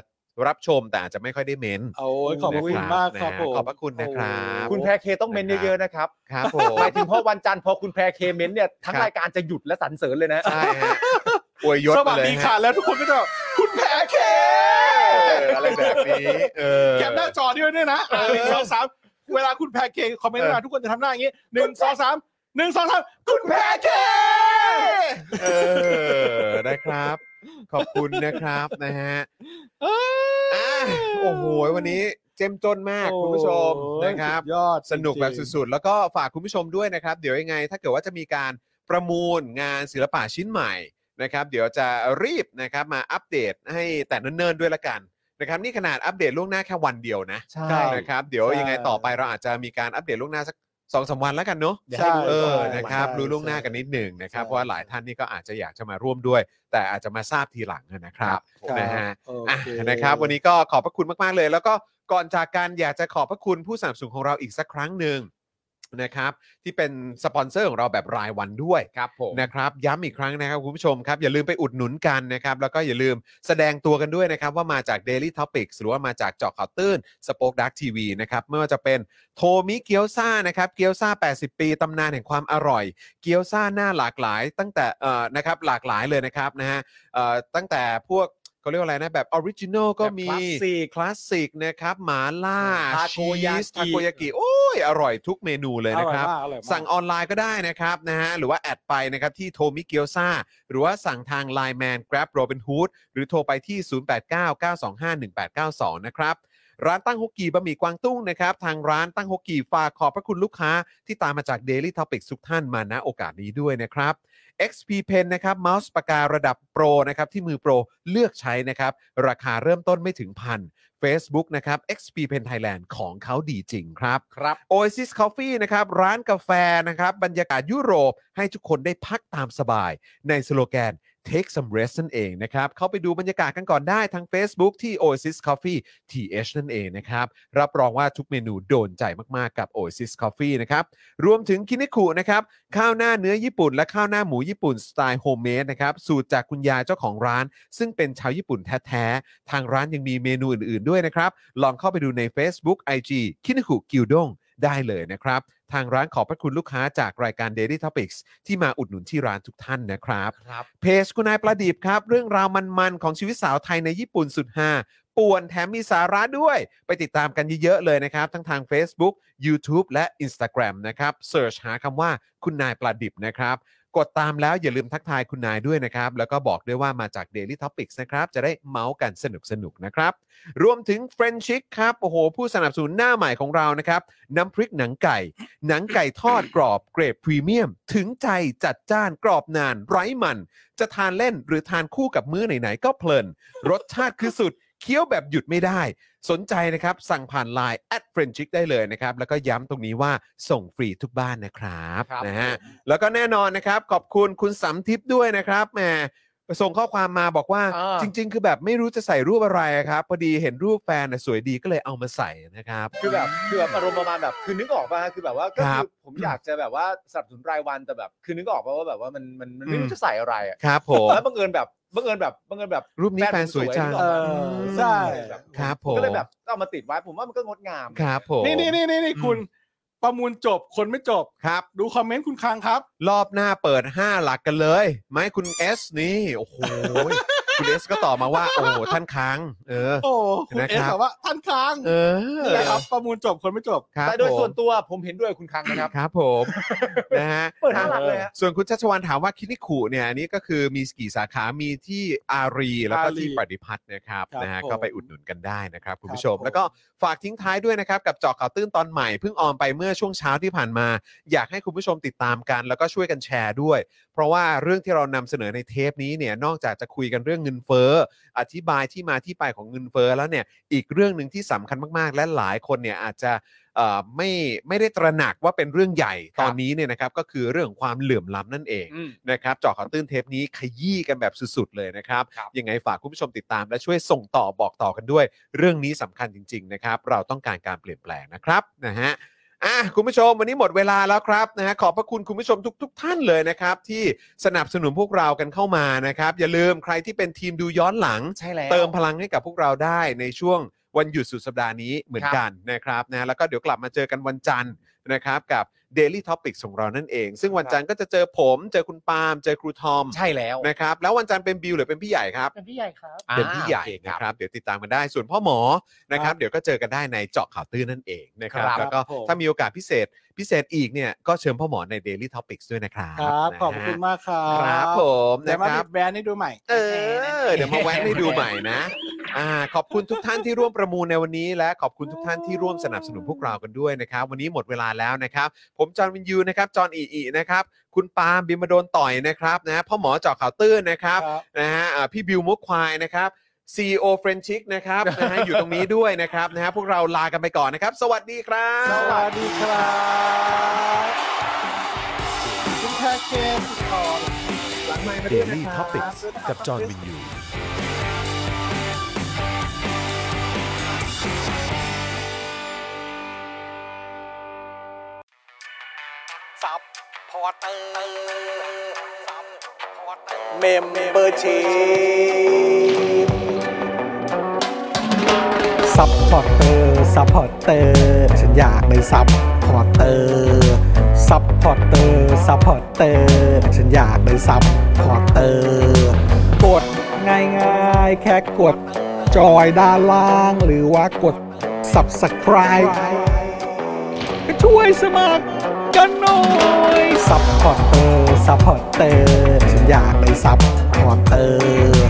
Speaker 3: รับชมแต่อาจจะไม่ค่อยได้เมนต์
Speaker 5: โอ้ยขอบพระคุณมากครับ
Speaker 3: นะ
Speaker 5: ผ
Speaker 3: ฮะ
Speaker 5: ม
Speaker 3: ขอบพระคุณนะครับ
Speaker 6: คุณแพรเคต้องเม้นเยอะๆนะครับ
Speaker 3: ครับผ
Speaker 6: ห
Speaker 3: ม
Speaker 6: มายถึงพอวันจันทร์พอคุณแพรเคเม้นเนี่ยทั้ง
Speaker 3: ครับ
Speaker 6: รายการจะหยุดและสรรเสริญเลยนะ
Speaker 3: ใช่ฮะอวยยศ
Speaker 5: ส
Speaker 3: ไป
Speaker 5: วัส
Speaker 3: เลย
Speaker 5: ดี
Speaker 3: ฮะ
Speaker 5: ค่ะแล้วทุกคนก็จะแบบคุณแพรเก
Speaker 3: เอออะไรแบบนี้เออ
Speaker 5: แกมหน้าจอด้วยด้วยนะอ่ะหนึ่งสองสามเวลาคุณแพรเคคอมเมนต์
Speaker 3: เออ
Speaker 5: มาทุกคนจะทำหน้าอย่างนี้หนึ่งสองสามหนึ่งสองสามคุณแพรเค
Speaker 3: เออนะครับ ขอบคุณนะครับนะฮะอ่ะโอ้โห วันนี้เจ้มจนมากคุณผู้ชม
Speaker 5: โอ้ย
Speaker 3: นะครับ
Speaker 5: สุดยอด
Speaker 3: สนุกแบบ
Speaker 5: จริงๆ
Speaker 3: สุดๆ แล้วก็ฝากคุณผู้ชมด้วยนะครับ เดี๋ยวยังไง ถ้าเกิดว่าจะมีการประมูลงานศิลปะชิ้นใหม่นะครับ เดี๋ยวจะรีบนะครับมาอัปเดตให้แต่เนิ่นๆด้วยละกันนะครับนี่ขนาดอัปเดตล่วงหน้าแค่วันเดียวนะ
Speaker 6: ใช่
Speaker 3: นะครับเดี๋ยว
Speaker 5: ใช่
Speaker 3: ยังไงต่อไปเราอาจจะมีการอัปเดตล่วงหน้าสักสองสามวันแล้วกันเนาะ
Speaker 6: เดี๋ยว
Speaker 5: ใช่
Speaker 6: ให้ดู
Speaker 3: เออ
Speaker 5: ใช่
Speaker 3: นะครับ
Speaker 5: ใช่
Speaker 3: รู้ล่วงหน้า
Speaker 5: ใช่
Speaker 3: กันนิดหนึ่งนะครับ
Speaker 5: ใช่
Speaker 3: เพราะว่าหลายท่านนี่ก็อาจจะอยากจะมาร่วมด้วย แต่อาจจะมาทราบทีหลังนะครับ
Speaker 5: ครับ
Speaker 3: นะฮะ
Speaker 5: โอ
Speaker 3: อ่ะ
Speaker 5: เค
Speaker 3: นะครับ วันนี้ก็ขอบพระคุณมาก ๆ เลย แล้วก็ก่อนจากการอยากจะขอบพระคุณผู้สนับสนุนของเราอีกสักครั้งหนึ่งนะครับ ที่เป็นสปอนเซอร์ของเราแบบรายวันด้วย
Speaker 6: ครับผม
Speaker 3: นะครับย้ำอีกครั้งนะครับคุณผู้ชมครับ อย่าลืมไปอุดหนุนกันนะครับ แล้วก็อย่าลืมแสดงตัวกันด้วยนะครับ ว่ามาจาก Daily Topics หรือว่ามาจากเจาะข่าวตื้นสป็อคดักทีวีนะครับ ไม่ว่าจะเป็นโทมิเกียวซ่านะครับเกียวซ่า 80 ปีตำนานแห่งความอร่อย เกียวซ่าหน้าหลากหลาย ตั้งแต่เอ่อนะครับหลากหลายเลยนะครับนะฮะเอ่อตั้งแต่พวกเขาเรียกว่าอะไรนะ แบบออริจินอลก็มี
Speaker 6: แบบคลาสสิก
Speaker 3: คลาสสิกนะครับหมาล่า
Speaker 6: ทาโกยากิ
Speaker 3: ชีสทาโกยากิโอ้ยอร่อยทุกเมนูเลยนะครับ
Speaker 5: ออยมากออยมาก
Speaker 3: สั่งออนไลน์ก็ได้นะครับนะฮะหรือว่าแอดไปนะครับที่โทมิเกียวซาหรือว่าสั่งทาง Line Man Grab Robin Hood หรือโทรไปที่ 0899251892 นะครับ ร้านตั้งฮกกีบะหมี่กวางตุ้งนะครับ ทางร้านตั้งฮกกีฝากขอบพระคุณลูกค้าที่ตามมาจาก Daily Topic ทุกท่านมาณโอกาสนี้ด้วยนะครับ XP Pen นะครับเมาส์ปากการะดับโปรนะครับที่มือโปรเลือกใช้นะครับ ราคาเริ่มต้นไม่ถึงพัน Facebook นะครับ XP Pen Thailand ของเขาดีจริงครับ
Speaker 6: ครับ
Speaker 3: Oasis Coffee นะครับ ร้านกาแฟนะครับ บรรยากาศยุโรปให้ทุกคนได้พักตามสบาย ในสโลแกน Take some rest นั่นเองนะครับ เข้าไปดูบรรยากาศกันก่อนได้ทาง Facebook ที่ Oasis Coffee TH นั่นเองนะครับ รับรองว่าทุกเมนูโดนใจมาก ๆ กับ Oasis Coffee นะครับ รวมถึงคินิคุนะครับ ข้าวหน้าเนื้อญี่ปุ่นและข้าวหน้าหมูญี่ปุ่นสไตล์โฮมเมดนะครับ สูตรจากคุณยายเจ้าของร้าน ซึ่งเป็นชาวญี่ปุ่นแท้ ๆ ทางร้านยังมีเมนูอื่น ๆ ด้วยนะครับ ลองเข้าไปดูใน Facebook IG คินิคุกิวด้งได้เลยนะครับ ทางร้านขอบพระคุณลูกค้าจากรายการ Daily Topics ที่มาอุดหนุนที่ร้านทุกท่านนะครับ
Speaker 6: ครับ
Speaker 3: เพจคุณนายประดิบครับ เรื่องราวมันๆ ของชีวิตสาวไทยในญี่ปุ่นสุดฮาป่วนแถมมีสาระด้วย ไปติดตามกันเยอะๆเลยนะครับ ทั้งทาง Facebook YouTube และ Instagram นะครับเสิร์ชหาคำว่าคุณนายประดิบนะครับ กดตามแล้วอย่าลืมทักทายคุณนายด้วยนะครับ แล้วก็บอกด้วยว่ามาจาก Daily Topics นะครับ จะได้เมาส์กันสนุกๆนะครับ รวมถึง f r e n c h i c ครับ โอ้โห ผู้สนับสนุนหน้าใหม่ของเรานะครับ น้ำพริกหนังไก่ หนังไก่ทอดกรอบเกรดพรีเมียม ถึงใจจัดจ้านกรอบนาน ไร้มัน จะทานเล่นหรือทานคู่กับมื้อไหน ๆ ก็เพลิน รสชาติคือสุด เคี้ยวแบบหยุดไม่ได้ สนใจนะครับ สั่งผ่าน Line แอดเฟรนชิกได้เลยนะครับ แล้วก็ย้ำตรงนี้ว่าส่งฟรีทุกบ้านนะครับ
Speaker 6: ครับ
Speaker 3: นะฮะแล้วก็แน่นอนนะครับ ขอบคุณคุณสำทิพย์ด้วยนะครับแหม ส่งข้อความมาบอกว่า
Speaker 6: อ่า
Speaker 3: จริง ๆ คือแบบไม่รู้จะใส่รูปอะไรอะครับ พอดีเห็นรูปแฟนน่ะสวยดีก็เลยเอามาใส่นะครับ
Speaker 6: คือแบบคือแบบอารมณ์ประมาณแบบคือนึกออกป่ะฮะคือแบบว่าก็
Speaker 3: ครั
Speaker 6: คื
Speaker 3: บ
Speaker 6: อผมอยากจะแบบว่าสนับสนุนรายวันแต่แบบคือนึกออกป่ะว่าแบบว่ามันมันมันไม่
Speaker 3: อื
Speaker 6: รู้
Speaker 3: ม
Speaker 6: จะใส่อะไรอ่ะ
Speaker 3: ครับผม
Speaker 6: แล้วบังเอิญแบบบังเอิญแบบบังเอิญแบบ
Speaker 3: รูปนี้แฟนสวยจัง
Speaker 6: นึก
Speaker 5: เอ
Speaker 6: ป
Speaker 5: ก
Speaker 6: ะ
Speaker 5: อ
Speaker 3: ม
Speaker 5: ใช่
Speaker 6: แบบ
Speaker 3: ครับผม
Speaker 6: ก็เลยแบบเอามาติดไว้ผมว่ามันก็งดงาม
Speaker 3: ครับผม
Speaker 5: นี่นี่นี่นี่นี่คุณ ประมูลจบคนไม่จบ
Speaker 3: ครับ
Speaker 5: ดูคอมเมนต์คุณค้างครับ
Speaker 3: รอบหน้าเปิด 5 หลักกันเลยไหมคุณเอสนี่โอ้โห คุณเอสก็ตอบมาว่า โอ้โห ท่านค้าง เออ
Speaker 5: โอ้คุณ
Speaker 3: นะ
Speaker 5: เอ
Speaker 3: ครับ
Speaker 5: สถามว่าท่านค้าง
Speaker 3: เออ
Speaker 5: นี่แหละครับ ประมูลจบคนไม่จบ
Speaker 3: ครับ
Speaker 6: แต่โดย
Speaker 3: ผม
Speaker 6: ส่วนตัวผมเห็นด้วยคุณคังนะครับ
Speaker 3: ครับผม นะฮะ
Speaker 6: เปิดห้าหลักเลยฮะ
Speaker 3: ส่วนคุณชัชวานถามว่าคินิคุเนี่ยอันนี้ก็คือมีกี่สาขา มีที่อารีแล้วก็
Speaker 5: อารี
Speaker 3: ที่ปฏิพัฒน์นะครับ
Speaker 5: ครับ
Speaker 3: นะฮะ
Speaker 5: ผม
Speaker 3: ก็ไปอุดหนุนกันได้นะครับคุณผู้ชม
Speaker 5: ครับผม
Speaker 3: แล้วก็ฝากทิ้งท้ายด้วยนะครับ กับเจาะข่าวตื้นตอนใหม่เพิ่งออนไปเมื่อช่วงเช้าที่ผ่านมา อยากให้คุณผู้ชมติดตามกัน แล้วก็ช่วยกันแชร์ด้วย เพราะว่าเรื่องที่เรานำเสนอในเทปนี้เนี่ยนอกจากจะคุยกันเรื่องเงินเฟ้ออธิบายที่มาที่ไปของเงินเฟ้อแล้วเนี่ยอีกเรื่องหนึ่งที่สำคัญมาก ๆ และหลายคนเนี่ยอาจจะเอ่อไม่ไม่ได้ตระหนักว่าเป็นเรื่องใหญ่ตอนนี้เนี่ยนะครับก็คือเรื่องของความเหลื่อมล้ำนั่นเอง
Speaker 6: อืม
Speaker 3: นะครับเจาะข่าวตื้นเทปนี้ขยี้กันแบบสุดๆเลยนะครับ
Speaker 6: ครับ
Speaker 3: ยังไงฝากคุณผู้ชมติดตามและช่วยส่งต่อบอกต่อกันด้วย เรื่องนี้สำคัญจริง ๆ นะครับ เราต้องการการเปลี่ยนแปลงนะครับนะฮะ อ่ะคุณผู้ชมวันนี้หมดเวลาแล้วครับนะฮะขอบพระคุณคุณผู้ชมทุกทท่านเลยนะครับ ที่สนับสนุนพวกเรากันเข้ามานะครับ อย่าลืมใครที่เป็นทีมดูย้อนหลัง
Speaker 6: ใช่แล้ว
Speaker 3: เติมพลังให้กับพวกเราได้ในช่วงวันหยุดสุดสัปดาห์นี้เหมือนกันนะครับนะแล้วก็เดี๋ยวกลับมาเจอกันวันจันทร์นะครับกับ Daily Topic ของเรานั่นเอง ซึ่งวันจันทร์ก็จะเจอผม เจอคุณปาล์มเจอครูทอม
Speaker 6: ใช่แล้ว
Speaker 3: นะครับแล้ววันจันทร์เป็นบิวหรือเป็นพี่ใหญ่ครับ
Speaker 9: เป็นพี่ใหญ่ครับ
Speaker 3: เป็นพี่ใหญ่
Speaker 6: อ่าโอเคค
Speaker 3: นะ
Speaker 6: รับ
Speaker 3: ครับ เดี๋ยวติดตามกันได้ส่วนพ่อหมอนะครับ เดี๋ยวก็เจอกันได้ในเจาะข่าวตื้นนั่นเองนะครับ
Speaker 6: ครับ
Speaker 3: แล้วก็
Speaker 5: ผม
Speaker 3: ถ้ามีโอกาสพิเศษพิเศษอีกเนี่ยก็เชิญพ่อหมอใน Daily Topics ด้วยนะครับ
Speaker 5: ครับ
Speaker 3: นะฮะ
Speaker 5: ขอบคุณมากครั
Speaker 3: ครับ บผม
Speaker 5: เดี๋ย
Speaker 3: นะ
Speaker 5: วมา
Speaker 3: ค
Speaker 5: ปิ
Speaker 3: รับ
Speaker 5: ดแบรนด์ให้ดูใหม่
Speaker 3: เออ เดี๋ยวมาแวะให้ดูใหม่นะอ่าขอบคุณทุกท่านที่ร่วมประมูลในวันนี้ และขอบคุณทุกท่านที่ร่วมสนับสนุนพวกเรากันด้วยนะครับ วันนี้หมดเวลาแล้วนะครับ ผมจอห์นวินยูนะครับจอห์นอีอีนะครับ คุณปาล์มบิมมาโดนต่อยนะครับนะพ่อหมอเจาะข่าวตื้นนะครับ นะฮะอ่าพี่บิวมุกควายนะครับ CEO f r e n c h i k นะครับ นะฮะอยู่ตรงนี้ด้วยนะครับนะฮะพวกเราลากันไปก่อนนะครับ สวัสดีครับ
Speaker 5: สวัสดีครับคุณแพคเกจขอ
Speaker 2: Daily Topics กับจอห์นวินยู
Speaker 7: ซับพอร์เตอร์ซับพอร์เตอร์
Speaker 1: เมมเบอร์ชีซัพพอร์เตอร์ซัพพอร์เตอร์ฉันอยากเป็นซัพพอร์เตอร์ซัพพอร์เตอร์ซัพพอร์เตอร์ฉันอยากเป็นซัพพอร์เตอร์กดง่ายๆ แค่กดจอยด้านล่าง หรือว่ากด subscribe ก็ช่วยสมัครกันหน่อย ซัพพอร์เตอร์ซัพพอร์เตอร์ฉันอยากเป็นซัพพอร์เตอร์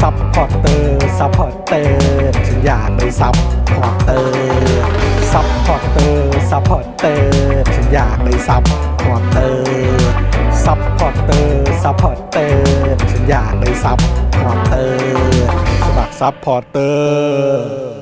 Speaker 1: ซัพพอร์เตอร์ซัพพอร์เตอร์ฉันอยากเป็นซัพพอร์เตอร์ซัพพอร์เตอร์ซัพพอร์เตอร์ฉันอยากเป็นซัพพอร์เตอร์ซัพพอร์เตอร์ซัพพอร์เตอร์ฉันอยากเป็นซัพพอร์เตอร์สมัครซัพพอร์เตอร์